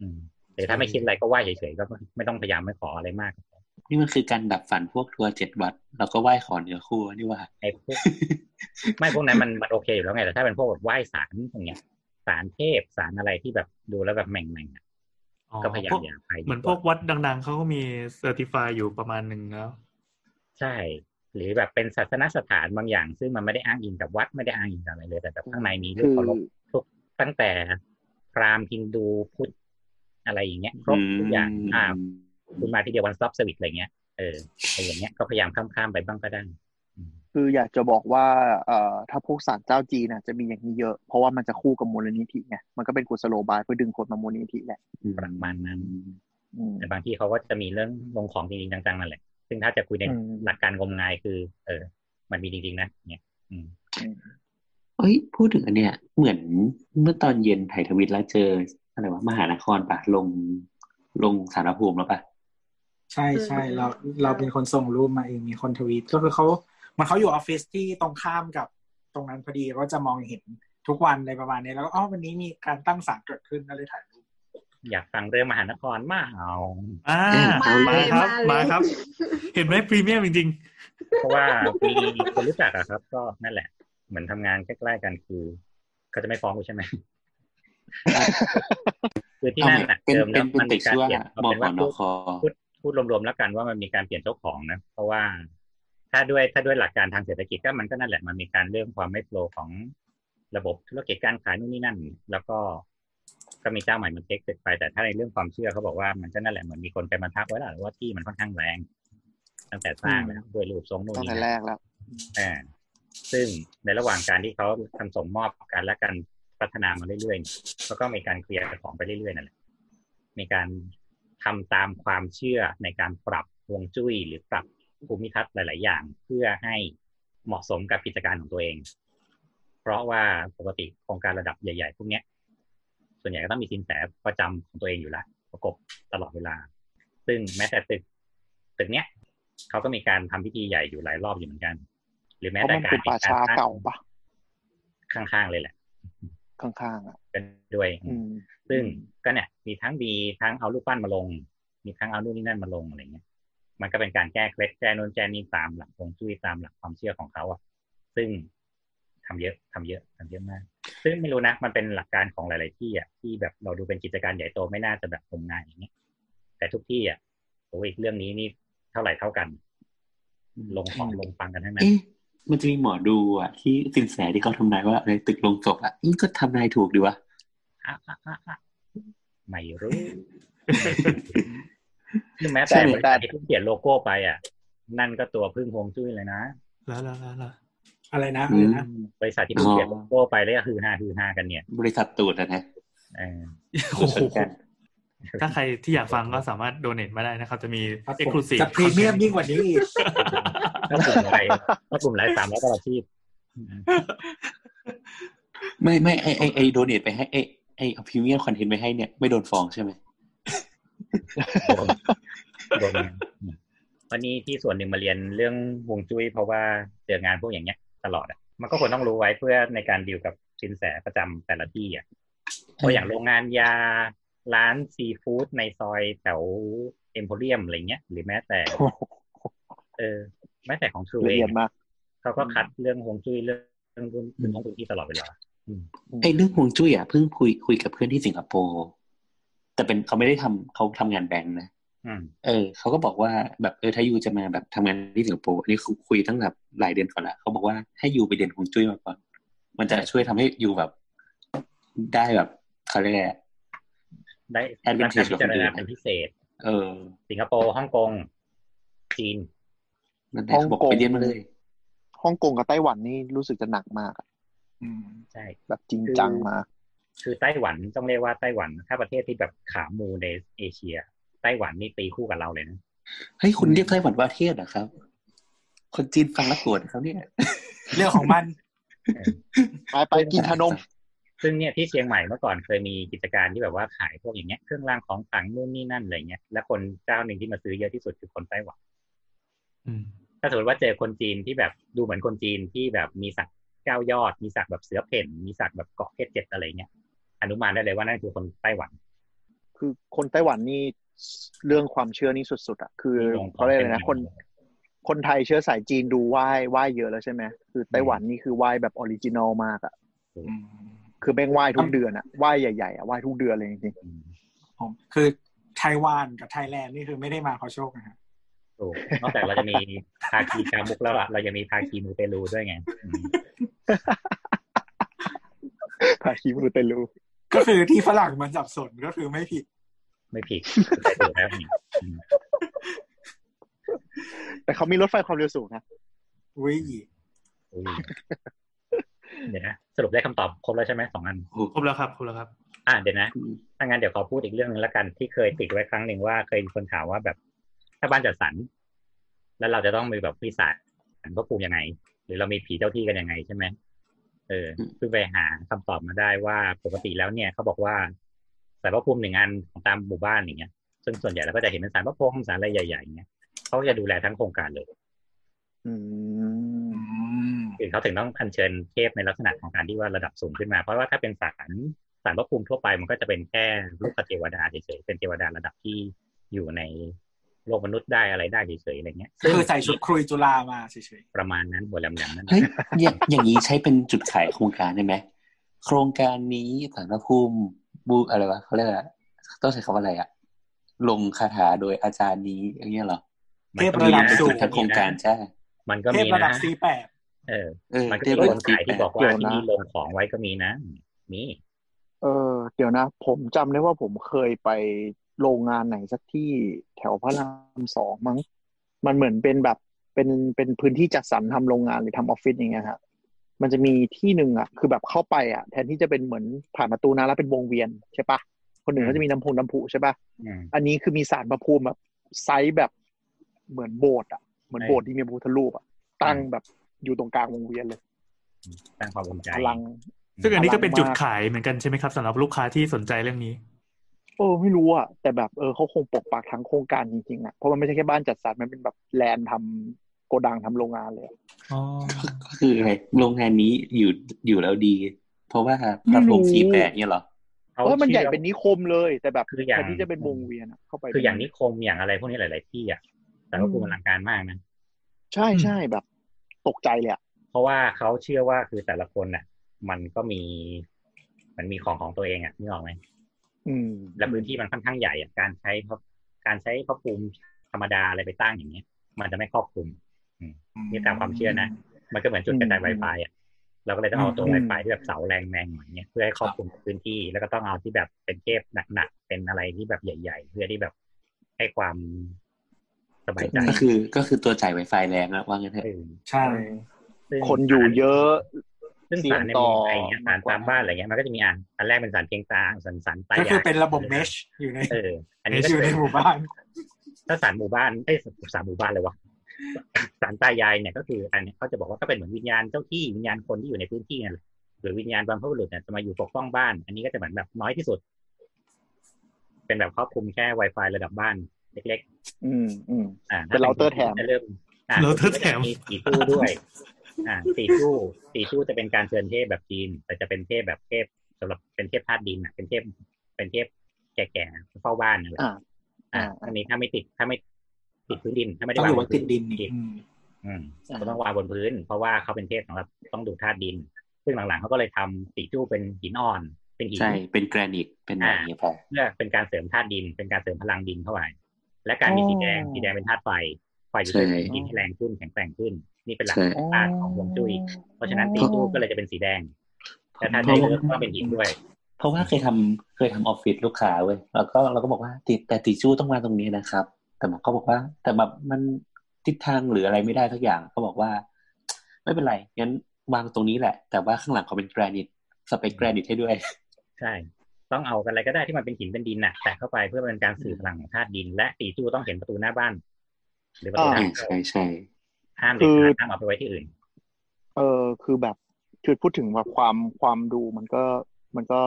H: อืมแต่ถ้าไม่คิดอะไรก็ไหว้เฉยๆก็ไม่ต้องพยายามไม่ขออะไรมาก
I: นี่มันคือการดับฝันพวกทัวร์เจ็ดวัดเราก็ไหว้ขอเนื้อคู่นี่ว่า
H: ไอ้พวก ไม่พวกนั้นมันมันโอเคอยู่แล้วไงแต่ถ้าเป็นพวกแบบไหว้สารอย่างเงี้ยสารเทพสารอะไรที่แบบดูแล้วแบบแหม่งแม่งๆอะ
B: อ๋อ
H: ก็พยายา
B: พ
H: ม
B: วก
H: อย่าไปดีา
B: เหมือนพวกวัดดังๆ เขาก็มีเซอร์ติฟายอยู่ประมาณหนึ่งแล้ว
H: ใช่ หรือแบบเป็นศาสนสถานบางอย่าง ซึ่งมันไม่ได้อ้างอิงกับวัดไม่ได้อ้างอิงกับอะไรเลยแต่แบบข้างในมี
F: คื
H: เรื่อง
F: อ
H: เคารพทุกตั้งแต่พราหมณ์ฮินดูพุทธอะไรอย่างเงี้ยครบทุกอย่างอ่าคุณมาที่เดียววันสต็อปสวิตอะไรเงี้ยเอออะไรอย่างเงี้ยก็พยายามข้ามๆไปบ้างก็ได้อืม
F: คืออยากจะบอกว่าเอ่อถ้าพวกศาลเจ้าจีนน่ะจะมีอย่างนี้เยอะ เพราะว่ามันจะคู่กับมูลนิธิไงมันก็เป็นกุศโลบายเพื่อดึงคนมามูลนิธิแหละ
H: ประมาณนั้น
F: อืม
H: แต่บางที่เขาก็จะมีเรื่องลงของจริงๆจังๆนั่นแหละ ซึ่งถ้าจะคุยใน
F: อืม
H: หลักการงมงายคือ เออ มันมีจริงๆนะ เนี่ยอืม
I: เอ้ยพูดถึงอันเนี้ยเหมือนเมื่อตอนเย็นไถ่ายทวิตแล้วเจออะไรวะมหานครปะลงลงสารภูมิแล้วปะ
D: ใช่ใช่เราเราเป็นคนส่งรูปมาเองมีคนทวีตก็คือเขามันเขาอยู่ออฟฟิศที่ตรงข้ามกับตรงนั้นพอดีก็จะมองเห็นทุกวันอะไรประมาณนี้แล้วก็อ๋อวันนี้มีการตั้งศาลเกิดขึ้นก็เลยถ่ายรูป
H: อยากฟังเรื่องมหานครมากเอา
B: อ่า
C: มาเล
B: มายครับ
C: เล
B: มาย ครับ เห็นไหมพรีเมียมจริง
H: เพราะว่ามีคนรู้จักอะครับ ก็นั่นแหละ เหมือนทำงานใกล้ๆกันคือเขาจะไม่ฟ้องกูใช่ไหม คือที่นั่นน่ะ
I: เป็น
H: เดิมแล้
I: เป็
H: วน
I: เป็น
H: มัน
I: ตึ
H: มี
I: ก
H: การ
I: ชื่อว่า
H: เปลี่ยนเอา
I: ม
H: เป็น
I: ข
H: ว่า
I: นค
H: พูดพูดรวมๆแล้วกันว่ามันมีการเปลี่ยนเจ้าของนะ เพราะว่าถ้าด้วยถ้าด้วยหลักการทางเศรษฐกิจก็มันก็นั่นแหละมันมีการเรื่องความไม่โฟลว์ของระบบธุรกิจการขายนู่นนี่นั่น แล้วก็ก็มีเจ้าใหม่มันเทคเสร็จไป แต่ถ้าในเรื่องความเชื่อเขาบอกว่ามันก็นั่นแหละเหมือนมีคนไปมาทักไว้แหละว่าที่มันค่อนข้างแรง ตั้งแต่สร้างแล้วด้วยรูปทรงนู่น
F: ตั้ง
H: นี่
F: แต่
H: นั่น
F: แรกแล้ว
H: อ่าซึ่งในระหว่างการที่เขาทำส่งมอบกันและกันพัฒนามาเรื่อยๆแล้วก็มีการเคลียร์ของไปเรื่อยๆนั่นแหละมีการทำตามความเชื่อในการปรับฮวงจุ้ย หรือปรับภูมิทัศน์หลาย ๆ อย่าง เพื่อให้เหมาะสมกับกิจการของตัวเอง เพราะว่าปกติโครงการระดับใหญ่ๆพวกเนี้ย ส่วนใหญ่ก็ต้องมีสินแสประจำของตัวเองอยู่ละประกบตลอดเวลา ซึ่งแม้แต่ตึกตึกเนี้ยเขาก็มีการทำพิธีใหญ่อยู่หลายรอบอยู่เหมือนกัน หรือ
F: เพ
H: แม้
F: ราะ
H: แต่
F: มัน
H: การ
F: เป็นป่าช้าเก่าปะ
H: ข้างๆเลยแหละ
F: ข้างๆอ่ะ
H: เป็นด้วย
F: อืม
H: ซึ่งก็เนี่ยมีทั้งดีทั้งเอารูปปั้นมาลง มีทั้งเอานู่นนี่นั่นมาลงอะไรเงี้ย มันก็เป็นการแก้เคล็ดแก้นู่นแก้นี่ตามหลักฮวงจุ้ยตามหลักความเชื่อของเขาอ่ะ ซึ่งทำเยอะทำเยอะทำเยอะมาก ซึ่งไม่รู้นะ มันเป็นหลักการของหลาย ๆ ที่อ่ะที่แบบเราดูเป็นกิจการใหญ่โตไม่น่าจะแบบทำงานอย่างเงี้ยแต่ทุกที่อ่ะโอ้ยเรื่องนี้นี่เท่าไหร่เท่ากัน ลงของลงฟังกันทั้งนั้น
E: เอ๊ะมันจะมีหมอดูอ่ะ ที่สินแสที่เขาทำนายว่าอะไรตึกลงศพอ่ะนี่ก็ทำนายถูกดีวะ
H: อ่ะอ่ะอ่ะอ่ะไม่ รู้คือแม้
F: ใช่
H: แต่
F: ไหม
H: บริษัทที่เพิ่งเปลี่ยนโลโก้ไปอ่ะ นั่นก็ตัวพึ่งฮวงจุ้ยเลยนะ
B: แล้วแล้วแล้วแล้ว
D: อะไรนะอะไรนะ
H: บริษัทที่เพิ่งเปลี่ยนโลโก้ไปแล้วก็คือฮาคือฮากันเนี่ย
E: บริษัทตูดอะนะ
H: เออ
B: โอ้โห
E: เหมือนกัน
B: ถ้าใครที่อยากฟังก็สามารถโดเน a มาได้นะครับ จะมี
D: ครับ
B: เอ็กซ์ค
D: ผ
B: ลู
D: ม
B: ซีฟ
D: จะพรีเมียมยิ่งกว่านี้อี ก
H: ถ้ากลุ่มไลน์ถ้ ากลุ่มไลน์สามร้อยตลอดชีพ
E: ไม่ไม่ไอไอไอโดเนทไปให้ไอไอเอาพรีเมียมคอนเทนต์ไปให้เนี่ยไม่โดนฟ้องใช่ไหม
H: โดนโดนวันนี้ที่ส่วนหนึ่งมาเรียนเรื่องฮวงจุ้ยเพราะว่าเจองานพวกอย่างเงี้ย ตลอดอ่ะมันก็ควรต้องรู้ไว้เพื่อในการดีลกับสินแสประจำแต่ละที่อ่ะ เพราะอย่างโรงงานยาร้านซีฟู้ดในซอยแถวเอ็มโพเรียมอะไรเงี้ย หรือแม้แต่ เออ แม้แต่ของทรู
F: ละ
H: เอ
F: เอีย
H: ง
F: ดมาก
H: เขาก็คัดเรื่องฮวงจุ้ยเรื่องเรื่องรุ่นเรื่องของพื้นที่ตลอดเวลา
E: ไอเรื่องฮวงจุ้ยอ่ะเพิ่งคุยคุยกับเพื่อนที่สิงคโปร์แต่เป็นเขาไม่ได้ทำเขาทำงานแบงค์นะ
H: อืม
E: เออเขาก็บอกว่าแบบเออถ้ายูจะมาแบบทำงานที่สิงคโปร์อันนี้คุคุยตั้งแต่หลายเดือนก่อนละเขาบอกว่าให้ยูไปเรียนฮวงจุ้ยมาก่อน มันจะช่วยทำให้ยูแบบ ได้แบบเขาเรียกอะไรอะ
H: ได้
E: แอดเวนเทจ
H: พิจารณาเป็นพิเศษ
E: เออ
H: สิงคโปร์ฮ่องกงจีน
E: นั่นแหละเขาบอกไปเรียนมาเลย
F: ฮ่องกงกับไต้หวันนี่รู้สึกจะหนักมากอะ
D: อืม
H: ใช่
F: แบบจริงจังมาก
H: คือไต้หวันต้องเรียกว่าไต้หวัน ถ้าประเทศที่แบบขามูในเอเชีย ไต้หวันนี่ตีคู่กับเราเลยนะ
E: เฮ้ยคุณเรียกไต้หวันว่าเทศเหรอครับ คนจีนฟังแล้วโกรธเขาเนี่ย
D: เรื่องของมัน
F: ไปไปกินขนม
H: ซึ่งเนี่ยที่เชียงใหม่เมื่อก่อนเคยมีกิจการที่แบบว่าขายพวกอย่างเงี้ยเครื่องรางของขลังนู่นนี่นั่นอะไรเงี้ยและคนเจ้าหนึ่งที่มาซื้อเยอะที่สุดคือคนไต้หวัน
B: อืม
H: ถ้าสมมติว่าเจอคนจีนที่แบบดูเหมือนคนจีนที่แบบมีสักดิ์เก้ายอด มีสักดิ์แบบเสือเพ่นมีสักดิ์แบบเกาะเพชรเจ็ดอะไรเงี้ยอนุมานได้เลยว่านั่นคือคนไต้หวัน
F: คือคนไต้หวันนี่เรื่องความเชื่อนี่สุดๆอ่ะคือ
H: มีองค์กร
F: เขาเรียกอะไรนะ
H: เป็น
F: คน
H: หมื่น
F: คนไทยเชื้อสายจีนดูไหว้ไหว้เยอะแล้วใช่ไหมคือไต้หวันนี่คือไหว้แบบออริจินอลมากอ่ะ
D: อืม
F: คือแม่งไหว้ทุกเดือนอ่ะไหว้ใหญ่ๆอ่ะไหว้ทุกเดือนเลยจริง
H: อืม
D: ผมคือไต้หวันกับไทยแลนด์นี่คือไม่ได้มาเพราะโชคนะฮะ
H: ถูกนอกจากเราจะมีภาคีชามุกแล้วอะเรายังมีภาคีมูเตลูด้วยไงอืม
F: ๆพ าคีมูเตลู
D: ก็คือที่ฝรั่งมันสับสนก็คือไม่ผิด
H: ไม่ผิดใช่ถูกแล้วนี่อืม
F: แต่เขามีรถไฟความเร็วสูงนะ
D: วิ
H: อุ้ยเดี๋ยวนะสรุปได้คำตอบครบแล้วใช่ไหมสองอัน
B: ครบแล้วครับครบแล้วครับ
H: อ่ะเดี๋ยวนะ ถ้างั้นเดี๋ยวขอพูดอีกเรื่องหนึงละกันที่เคยติดไว้ครั้งหนึ่งว่าเคยมีคนถามว่าแบบ ถ้าบ้านจัดสรรแล้วเราจะต้องมีแบบพิศาลพระภูมิยังไง หรือเรามีผีเจ้าที่กันยังไงใช่ไหมเออเพิ่งไปหาคำตอบมาได้ว่าปกติแล้วเนี่ยเขาบอกว่าสารพระภูมิหนึ่งอันของตามหมู่บ้านอย่างเงี้ยซึ่งส่วนใหญ่เราก็จะเห็นเป็นสารพระภูมิสารอะไรใหญ่ๆอย่างเงี้ยเขาก็จะดูแลทั้งโครงการเลย
F: อืม
H: คือเขาถึงต้องอัญเชิญเทพในลักษณะของการที่ว่าระดับสูงขึ้นมา เพราะว่าถ้าเป็นสารสารพระภูมิทั่วไปมันก็จะเป็นแค่ลูกเทวดาเฉยๆเป็นเทวดาระดับที่อยู่ในโลกมนุษย์ได้อะไรได้เฉยๆอะไรเงี้ย
D: คือใส่ชุดครุยจุฬามาเฉย
H: ประมาณนั้นหัวแหลมๆนั่น
E: เฮ้ยอย่างอย่างนี้ใช้เป็นจุดขายโครงการได้ไหมโครงการนี้สารพระภูมิบูอะไรวะเขาเรียกอะไรต้องใช้คำว่าอะไรอะลงคาถาโดยอาจารย์นี้อย่างเงี้ยเหรอ
D: ๆ เทพระดับสูง
E: ทางโครงการใช่
H: มันก็
D: เทพ
H: มี
D: ระดั
H: นะ
D: บ C8
H: เออ
E: เออ
H: มันก็
E: เทพ
H: มีค
E: ระดั
H: น
E: สี่
H: ขาย
E: แป
H: ที่
E: ด
H: บอกว่าที่นี่ลงของไว้ก็มีนะมี
F: เออเดี๋ยวนะ ผมจำได้ว่าผมเคยไปโรงงานไหนสักที่แถวพระรามสองมั้งมันเหมือนเป็นแบบเป็นเป็นพื้นที่จัดสรรทำโรงงานหรือทำออฟฟิศอย่างเงี้ยฮะมันจะมีที่หนึ่งอ่ะ คือแบบเข้าไปอ่ะ แทนที่จะเป็นเหมือนผ่านประตูน้ำแล้วเป็นวงเวียนใช่ปะคนหนึ่งเขาจะมีน้ำพุน้ำพุใช่ปะ
H: อืม
F: อันนี้คือมีสารพระภูมิแบบไซส์แบบเหมือนโบสถ์อ่ะเหมือนโบสถ์ที่มีพระพุทธรูปอ่ะตั้งแบบอยู่ตรงกลางวงเวียนเลย
H: สร้างความอุ่นใจ
F: พลัง
B: ซึ่งอันนี้ก็เป็นจุด
F: พลังมาก
B: ขายเหมือนกันใช่ไหมครับสำหรับลูกค้าที่สนใจเรื่องนี้
F: เออไม่รู้อ่ะแต่แบบเออเขาคงปกปักทั้งโครงการจริงๆอ่ะเพราะมันไม่ใช่แค่บ้านจัดสรรมันเป็นแบบแลนด์ทำโกดังทำโรงงานเลยอะ
B: อ๋อ
I: ก็คืออะไรโรงงานนี้อยู่อยู่แล้วดี เพราะว่าพ
F: ไม่
I: ระพ
F: รู้
I: รหมสี่แปดเนี่ยเหรอ
F: เพราะมันใหญ่เป็นนิคมเลย แต่แบบ
H: คืออย่าง
F: แทนที่จะเป็นวงเวียนอะเข้าไป
H: คืออย่างนิคมอย่างอะไรพวกนี้หลาย ๆ ที่อ่ะ แต่ก็คือมันอลังการมากนะ
F: ใช่ใช่แบบตกใจเลยอ่ะ
H: เพราะว่าเขาเชื่อว่าคือแต่ละคนน่ะ มันก็มี มันมีของของตัวเองอ่ะนึกออกไหม
F: อืม
H: และพื้นที่มันค่อนข้างใหญ่อะการใช้พระการใช้พระภูมิธรรมดาอะไรไปตั้งอย่างเงี้ย มันจะไม่ครอบคลุม นี่ตามความเชื่อนะ มันก็เหมือนจุดกระจาย Wi-Fi อ่ะ เราก็เลยต้องเอาตัว Wi-Fi ที่แบบเสาแรงแรงหน่อยเนี่ยเพื่อให้ครอบคลุมพื้นที่ แล้วก็ต้องเอาที่แบบเป็นเทพหนักๆ เป็นอะไรที่แบบใหญ่ ๆ เพื่อที่แบบให้ความสบายใจ
I: ก็คือก็คือตัวจ่ายไวไฟแรงอะว่างั้นเถอะ
H: เออ
D: ใช่
H: ซึ่ง
F: คนอยู่เยอะ
H: ซึ่ง
F: เสี่ย
H: สาง รใน
F: ต่
H: เมือง
F: อ
H: ไทยอย่างเงี้ยสาร
F: มากกว่า
H: ตามบ้านอะไรเงี้ยมันก็จะมีอันอันแรกเป็นสารเพียงตาสารสารตา
D: ก็
H: ยา
D: คือเป็นระบบเมชอยู่ใน
H: เออ อัน
D: เม
H: นี้
D: ช
H: ก็จะ
D: อยู่ใน
H: เป็น
D: หมู่บ้าน
H: ถ้าสารหมู่บ้านเอ้ยสารหมู่บ้านเลยวะ สารตายายเนี่ยก็คืออันเนี้ยเขาจะบอกว่าก็เป็นเหมือนวิญญาณเจ้าที่วิญญาณคนที่อยู่ในพื้นที่นั่นแหละหรือวิญญาณบรรพบุรุษเนี่ยจะมาอยู่ปกป้องบ้าน อันนี้ก็จะเหมือนแบบน้อยที่สุด เป็นแบบครอบคลุมแค่ Wi-Fi ระดับบ้านเล็ก
F: อืมอืม
H: ๆ อ่า
F: เป็นเราเตอร์แถม
H: จะเริ่มอ่
B: เราเตอร์แถม
H: จะสี่ตู้ด้วย อ่าสี่ตู้สี่ตู้จะเป็นการเชิญเทพแบบจีน แต่จะเป็นเทพแบบเทพสำหรับเป็นเทพธาตุดินนะเป็นเทพ เป็นเทพแก่ๆเฝ้าบ้านนั่นแหละ
F: อ่า
H: อ่า อันนี้ถ้าไม่ติดถ้าไม่ติดพื้นดิน ถ้าไม่ได้วา
E: ต้ององ ยู่ว่าติดดิน
H: ติ
E: นี่
H: ด
E: อืม
H: อืม
F: อ่า
H: ก็ต้องวางบนพื้น เพราะว่าเขาเป็นเทพสำหรับต้องดูธาตุดิน ซึ่งหลังๆเขาก็เลยทำสี่ตู้เป็นหินอ่อน เป็นหิน
I: ใช่เป็นแกรนิตเป็นอะไรอย่างเงี้ยพอ
H: เพื่อเป็นการเสริมธาตุดิน เป็นการเสริมพลังดินเข้าไปและการมีสีแดง สีแดงเป็นธาตุไฟ ไฟจะเสริมดินให้แรงขึ้นแข็งแกร่งขึ้น นี่เป็นหลักธาตุของฮวงจุ้ย เพราะฉะนั้นตีตู้ก็เลยจะเป็นสีแดง แต่ถ้าใจเลิกก็เป็นหินด้วย
I: เพราะว่าเคยทำเคยทำออฟฟิศลูกค้าเว้ยแล้วก็เราก็บอกว่าติดแต่ติดจู้ต้องมาตรงนี้นะครับ แต่มันก็บอกว่า แต่แบบมันทิศทางหรืออะไรไม่ได้ทักอย่างก็บอกว่า ไม่เป็นไรงั้นวางตรงนี้แหละ แต่ว่าข้างหลังเขาเป็นแกรนิตสเปคแกรนิตให้ด้วย
H: ใช่ ต้องเอากันอะไรก็ได้ที่มันเป็นหินเป็นดินน่ะ แตะเข้าไปเพื่อเป็นการสื่อพลังของธาตุดิน และตีจู้ต้องเห็นประตูหน้าบ้าน หรือประตูทา
I: อ่าง ใช่ใช่
H: ห้ามเด็ดขาดห้ามเอาไปไว้ที่อื่น
F: เออคือแบบคือพูดถึงว่าความความดูมันก็มันก็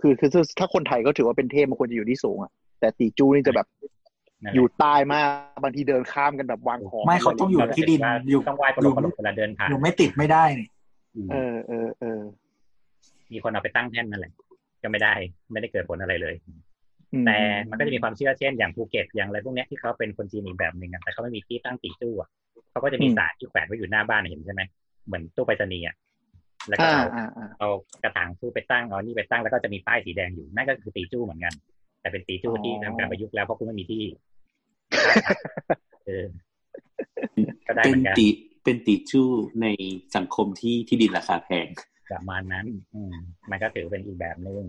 F: คือคือคือถ้าคนไทยก็ถือว่าเป็นเทพมันควรจะอยู่ที่สูงอ่ะแต่ตีจูนี่จะแบบ
H: นั่นแหละ
F: อยู่ใต้มากบางทีเดินข้ามกันแบบวางของ
D: ไม่เขาต้องอยู่ที่ดินอยู่
H: ต้องไหว้ปลงปลงเวลาเดินผ่าน
D: อยู่ไม่ติดไม่ได้นี่
F: เออเออเออ
H: มีคนเอาไปตั้งแท่นนั่นแหละ ก็ไม่ได้ ไม่ได้เกิดผลอะไรเลย
F: อื
H: แต่มันก็จะมีความเชื่อเช่นอย่างภูเก็ตอย่างอะไรพวกเนี้ยที่เขาเป็นคนจีนอีกแบบหนึ่งอะแต่เขาไม่มีที่ตั้งตีจู้อะเขาก็จะมีสารที่แขวนไว้อยู่หน้าบ้านเห็นใช่ไหมเหมือนตู้ไปรษณีย์อะแล้วก็
F: อ่า
H: เอา
F: อ่าอ่า
H: เอากระถางทูบไปตั้งเอานี่ไปตั้งแล้วก็จะมีป้ายสีแดงอยู่นั่นก็คือตีจู้เหมือนกัน แต่เป็นตีจู้
F: อ๋อ
H: ที่ทำการประยุกต์แล้วเพราะคุณไม่มี ที่เออก็ได้
I: เป็
H: เหมื
I: น
H: อนกัน
I: ติเป็นติจู้ในสังคมที่ที่ดินราคาแพง
H: ประมาณนั้น อืมมันก็ถือเป็นอีกแบบหนึ่ง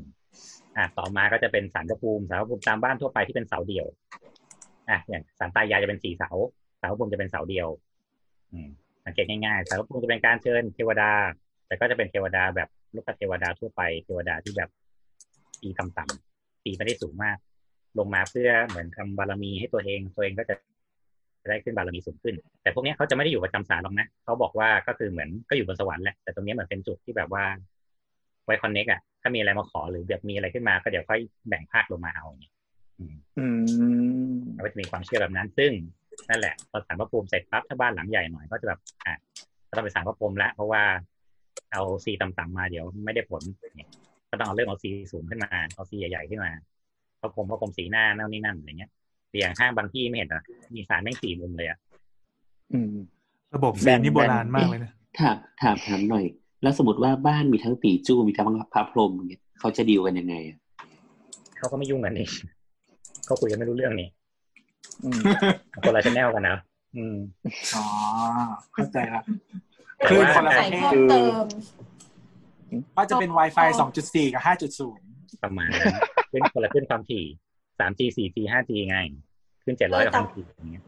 H: อ่ะต่อมาก็จะเป็นสารพระภูมิสารพระภูมิตามบ้านทั่วไปที่เป็นเสาเดี่ยวอ่ะอย่างสารตายายจะเป็นสี่เสา สารพระภูมิจะเป็นเสาเดียว อืมสังเกตง่ายๆสารพระภูมิจะเป็นการเชิญเทวดา แต่ก็จะเป็นเทวดาแบบลูกเทวดาทั่วไป เทวดาที่แบบตีต่ำๆตีไม่ได้สูงมาก ลงมาเพื่อเหมือนทำบารมีให้ตัวเอง ตัวเองก็จะได้ขึ้นบารมีสูงขึ้น แต่พวกเนี้ยเขาจะไม่ได้อยู่ประจำศาลหรอกนะเขาบอกว่าก็คือเหมือนก็อยู่บนสวรรค์แหละ แต่ตรงเนี้ยเหมือนเป็นจุดที่แบบว่าไว้คอนเน็กอะถ้ามีอะไรมาขอหรือแบบมีอะไรขึ้นมาก็เดี๋ยวค่อยแบ่งภาคลงมาเอาอย่างเงี้ยอืม
F: อืม
H: มันก็จะมีความเชื่อแบบนั้น ซึ่งนั่นแหละพอสารพระภูมิเสร็จปั๊บถ้าบ้านหลังใหญ่หน่อยก็จะแบบอ่ะก็ต้องไปสารพระภูมิแล้วเพราะว่าเอาซีต่ำๆมาเดี๋ยวไม่ได้ผลเนี่ยก็ต้องเอาเรื่องเอาซีสูงขึ้นมาเอาซีใหญ่ๆขึ้นมาพระภูมิพระภูมิสีหน้านั่นนี่นั่นอะไรเงี้ยแต่อย่างห้างบางที่ไม่เห็นเหรอมีสารแม่งสี่มุมเลยอ่ะ
F: อืม
B: ระบบ
F: แบ่
B: เซีย
F: ง
B: นนี่โบราณ
F: แบ่ง
B: มากเลยนะ
I: ถามถามถามหน่อย แล้วสมมติว่าบ้านมีทั้งตีจู้มีทั้งพระพรหมอย่างเงี้ยเขาจะดีลกันยังไงอะ
H: เขาก็ไม่ยุ่งกันนี่ เขาคุยกันไม่รู้เรื่องนี่
F: อืม
H: คนละชแนลกันนะอืม
D: อ๋อเข้าใจละ
H: แต่
D: คือ
H: ว่า
D: คนละ
A: ใส่
D: ประเภ
A: เพิ่
D: ท
A: มเติม
D: ก็จะเป็น Wi-Fi 2.4 กับ
H: ประมาณนั้นขึ้นคนละขึ้นความถี่สาม G สี่ G ห้า G ไง ขึ้นเจ็ดร้อยกับพันสี่อย่างเงี้ย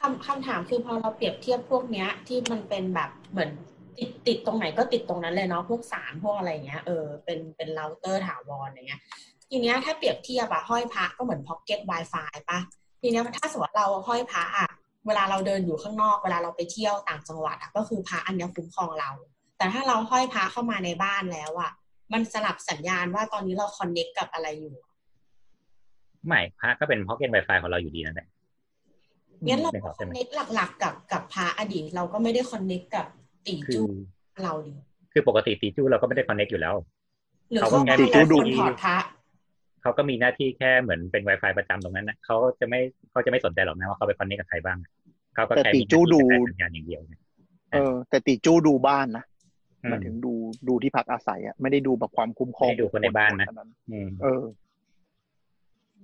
A: คำคำถามคือพอเราเปรียบเทียบพวกเนี้ย ที่มันเป็นแบบเหมือนติดติดตรงไหนก็ติดตรงนั้นเลยเนาะพวกสารพวกอะไรเงี้ยเออเป็นเป็นเราเตอร์ถาวรอย่างเงี้ย ทีเนี้ยถ้าเปรียบเทียบอะห้อยพระก็เหมือนพ็อกเก็ต Wi-Fi ปะทีเนี้ยถ้าสมมติเราห้อยพระอะเวลาเราเดินอยู่ข้างนอกเวลาเราไปเที่ยวต่างจังหวัดอะก็คือพระอันเนี้ยคุ้มครองเรา แต่ แต่ถ้าเราห้อยพาเข้ามาในบ้านแล้วอะมันสลับสัญญาณว่าตอนนี้เราคอนเน็กกับอะไรอยู่
H: ไม่พระก็เป็น Pocket Wi-Fi ของเราอยู่ดีนั่นแหละ
A: งั้นเรา
H: ไม่ครั
A: ก็
H: บ
A: คอนเน็กหลักๆ กับกับพาอดีต เราก็ไม่ได้คอนเน็กกับตี
H: คือ
A: จูเราดิ
H: คือปกติตีจู้เราก็ไม่ได้คอนเน็กอยู่แล้ว
A: หรือ
H: เขาก็
A: เขา
H: แค่
F: ตี
A: บ้าน
F: จู้
A: แล้ว
F: ดู
A: คนถอดพระ
H: เขาก็มีหน้าที่แค่เหมือนเป็น Wi-Fi ประจำตรงนั้นนะเขาจะไม่เขาจะไม่สนใจหรอกนะว่าเขาไปคอนเน็กกับใครบ้างเขาก็
F: แต่
H: แค่
F: ตี
H: มีหน้า
F: จู้
H: ที่
F: ดู
H: แค่สัญญาณอย่างเดียวเนี่ย
F: เออ แต่ติจู้ดูบ้านนะ
H: อืม
F: หมายถึงดูดูที่พักอาศัยอะไม่ได้ดูแบบความคุ้มครอง
H: ไม่ได้ดูคนในบ้านนะ อืม
F: เออ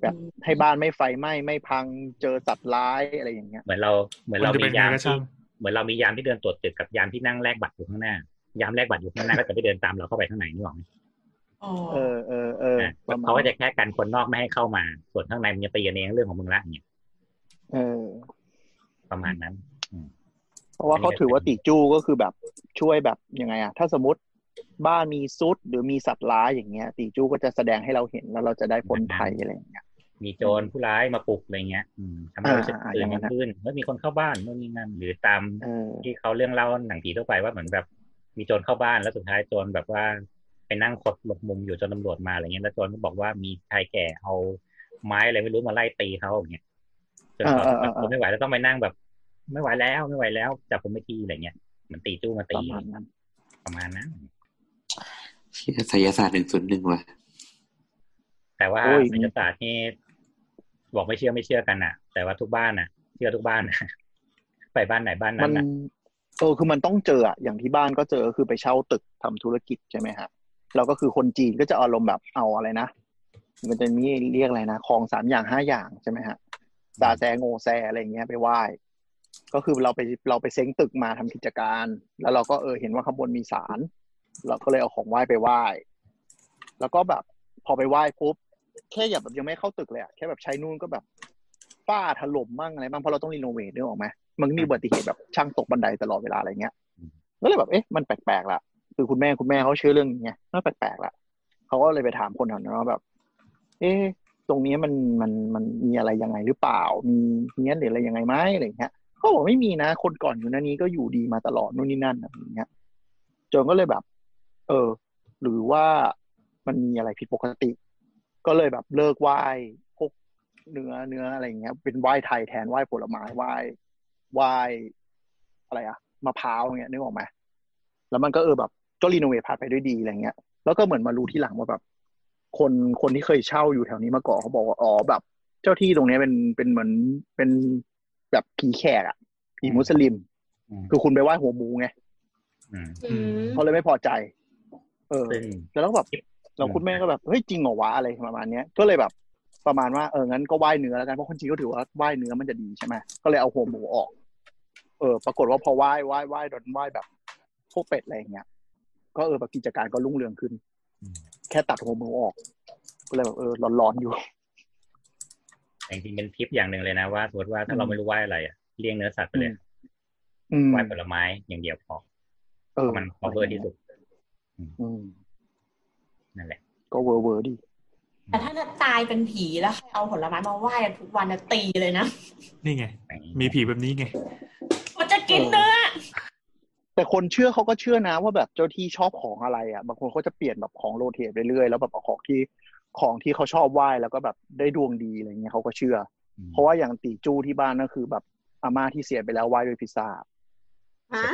F: แบบให้บ้านไม่ไฟไหม้ไม่พังเจอสัตว์ร้ายอะไรอย่างเงี้ย
H: เหมือนเราเหมือนเรา
B: จะ
H: มี
B: เป็นไง
H: ยาม
B: ก็
H: ที่
B: ช่าง
H: เหมือนเรามียามที่เดินตรวจตึกกับยามที่นั่งแลกบัตรอยู่ข้างหน้า ยามแลกบัตรอยู่ข้างหน้าก็จะไม่เดินตามเราเข้าไปข้างในนี่หรอกไหม
A: อ๋อ
F: เออเออเออ
H: อ่ะ
F: ประมาณ
H: เขาก็จะแค่กันคนนอกไม่ให้เข้ามา ส่วนข้างในมันจะตีกันเองเรื่องของมึงละอย่างเนี่ย
F: เออ
H: ประมาณนั้น
F: เพราะว่าเขาถือว่าติจู้ก็คือแบบช่วยแบบยังไงอะถ้าสมมติบ้านมีซุดหรือมีสัตว์ร้ายอย่างเงี้ย ติจู้ก็จะแสดงให้เราเห็นแล้วเราจะได้พ้นภัยอะไรอย่างเงี้ย
H: มีโจรผู้ร้ายมาปลุกอะไรเงี้ยอืมทำให้เรารู้สึก
F: อ่า
H: ตื่น
F: อ่าอย่างนั้
H: กัน
F: นนะ
H: ขึ้นเมื่อมีคนเข้าบ้านเมื่อมีงานหรือตาม
F: เออ
H: ที่เขาเรื่องเล่าหนังผีทั่วไปว่าเหมือนแบบ มีโจรเข้าบ้านแล้วสุดท้ายโจรแบบว่าไปนั่งคดหลบมุมอยู่จนตำรวจมาอะไรเงี้ยแล้วโจรก็บอกว่ามีชายแก่เอาไม้อะไรไม่รู้มาไล่ตีเขาอย่างเงี้ยจนเขา
F: อ่าอ่า
H: ท
F: อ่า
H: นไม่ไหวแล้วต้องไปนั่งแบบ ไม่ไหวแล้วไม่ไหวแล้วจับผมไปทีอะไรเงี้ยเหมือนตีจู้มา
F: ป
H: ตี
F: ระมาณนั้น
H: ประมาณนั้น
I: เชี่ยศิลศาสตร์หนึ่งศูนย์หนึ่งว่ะ
H: แต่ว่า
F: โอ้ย
H: วิทยาศาสตร์ที่บอกไม่เชื่อไม่เชื่อกันอ่ะ แต่ว่าทุกบ้านอ่ะ เชื่อทุกบ้านอะ ไปบ้านไหนบ้าน
F: มั
H: นั้น นอะ
F: เออคือมันต้องเจออะอย่างที่บ้านก็เจอคือไปเช่าตึกทำธุรกิจใช่ไหมฮะเราก็คือคนจีนก็จะอารมณ์แบบเอาอะไรนะ มันจะมีเรียกอะไรนะของสามอย่างห้าอย่างใช่ไหมฮะซาแซงโงแซอะไรอย่างเงี้ยไปไหว้ก็คือเราไปเราไปเซ้งตึกมาทำกิจการ แล้วเราก็เออเห็นว่าข้างบนมีศาลเราก็เลยเอาของไหว้ไปไหว้ แล้วก็แบบพอไปไหว้ปุ๊บแค่อย่าแบบยังไม่เข้าตึกเลยอะแค่แบบใช้นู่นก็แบบฝ้าถล่มมั่งอะไรบ้างเพราะเราต้องรีโนเวทด้วยออกไหมมันก็มีอุบัติเหตุแบบช่างตกบันไดตลอดเวลาอะไรเงี้ยก็เลยแบบเอ๊ะมันแปลกๆละคือคุณแม่คุณแม่เขาเชื่อเรื่องนี้ไงมันแปลกๆละเขาก็เลยไปถามคนแถวนั้นว่าแบบ เอ๊ะตรงนี้มันมันมันมีอะไรยังไงหรือเปล่า มีเงี้ยนหรืออะไรยังไงไหมอะไรเงี้ยเขาบอกไม่มีนะ คนก่อนอยู่หนั้นนี้ก็อยู่ดีมาตลอดนู่นนี่นั่นอะไรเงี้ยจนก็เลยแบบ เออ หรือว่ามันมีอะไรผิดปกติ ก็เลยแบบเลิกไหว้พวกเนื้อเนื้ออะไรเงี้ย เป็นไหว้ไทยแทนไหว้ผลไม้ไหว้ไหว้อะไรอะมะพร้าวเงี้ยนึกออกไหมแล้วมันก็เออแบบก็รีโนเวทผ่านไปด้วยดีอะไรเงี้ย แล้วก็เหมือนมารู้ที่หลังว่าแบบ คนคนที่เคยเช่าอยู่แถวนี้มาก่อนเขาบอกว่าอ๋อแบบ เจ้าที่ตรงเนี้ยเป็นเป็นเหมือนเป็นแบบผีแขกอะผีมุสลิม
H: อืม
F: คือคุณไปไหว้หัวหมูไง
H: อืม
C: อืม
F: เขาเลยไม่พอใจ เออ
H: ซึ่ง
F: แล้วก็แบบเราคุณแม่ก็แบบเฮ้ยจริงเหรอวะอะไรประมาณเนี้ยก็เลยแบบประมาณว่าเอองั้นก็ไหว้เนื้อแล้วกันเพราะคนจีนก็ถือว่าไหว้เนื้อมันจะดีใช่ไหมก็เลยเอาหัวหมูออก เออ ปรากฏว่าพอไหว้ไหว้ไหว้โดนไหว้แบบพวกเป็ดอะไรอย่างเงี้ยก็เออแบบกิจการก็รุ่งเรืองขึ้น
H: อืม
F: แค่ตัดหัวหมูออก ก็เลยแบบเออร้อนๆอยู่
H: แต่จริงๆเป็นทิปอย่างหนึ่งเลยนะว่าสมมติว่าถ้าเราไม่รู้ไหว่าอะไรอะเลี้ยงเนื้อสัตว์ไปเลย
F: อืม
H: ไหว้ผลไม้อย่างเดียวพอ
F: เอ
H: เพ
F: อ
H: ราะมันพอเบอร์ที่สุด
F: อืม
H: นั่นแหละ
F: ก็เวอร์เวอร์ดี
A: แต่ถ้าจะตายเป็นผีแล้วใครเอาผลไม้มาไหว้ทุกวันนะตีเลยนะ
B: นี่ไง มีผีแบบนี้ไง
A: มันจะกินเนื้อ
F: แต่คนเชื่อเขาก็เชื่อนะว่าแบบเจ้าที่ชอบของอะไรอ่ะบางคนเขาจะเปลี่ยนแบบของโรเทตเรื่อยๆแล้วแบบเอาของที่ของที่เขาชอบไหว้แล้วก็แบบได้ดวงดีอะไรเงี้ยเขาก็เชื่อ เพราะว่าอย่างตีจู้ที่บ้านก็คือแบบอาม่าที่เสียไปแล้วไหว้ด้วยพิซซ่า
C: ฮะ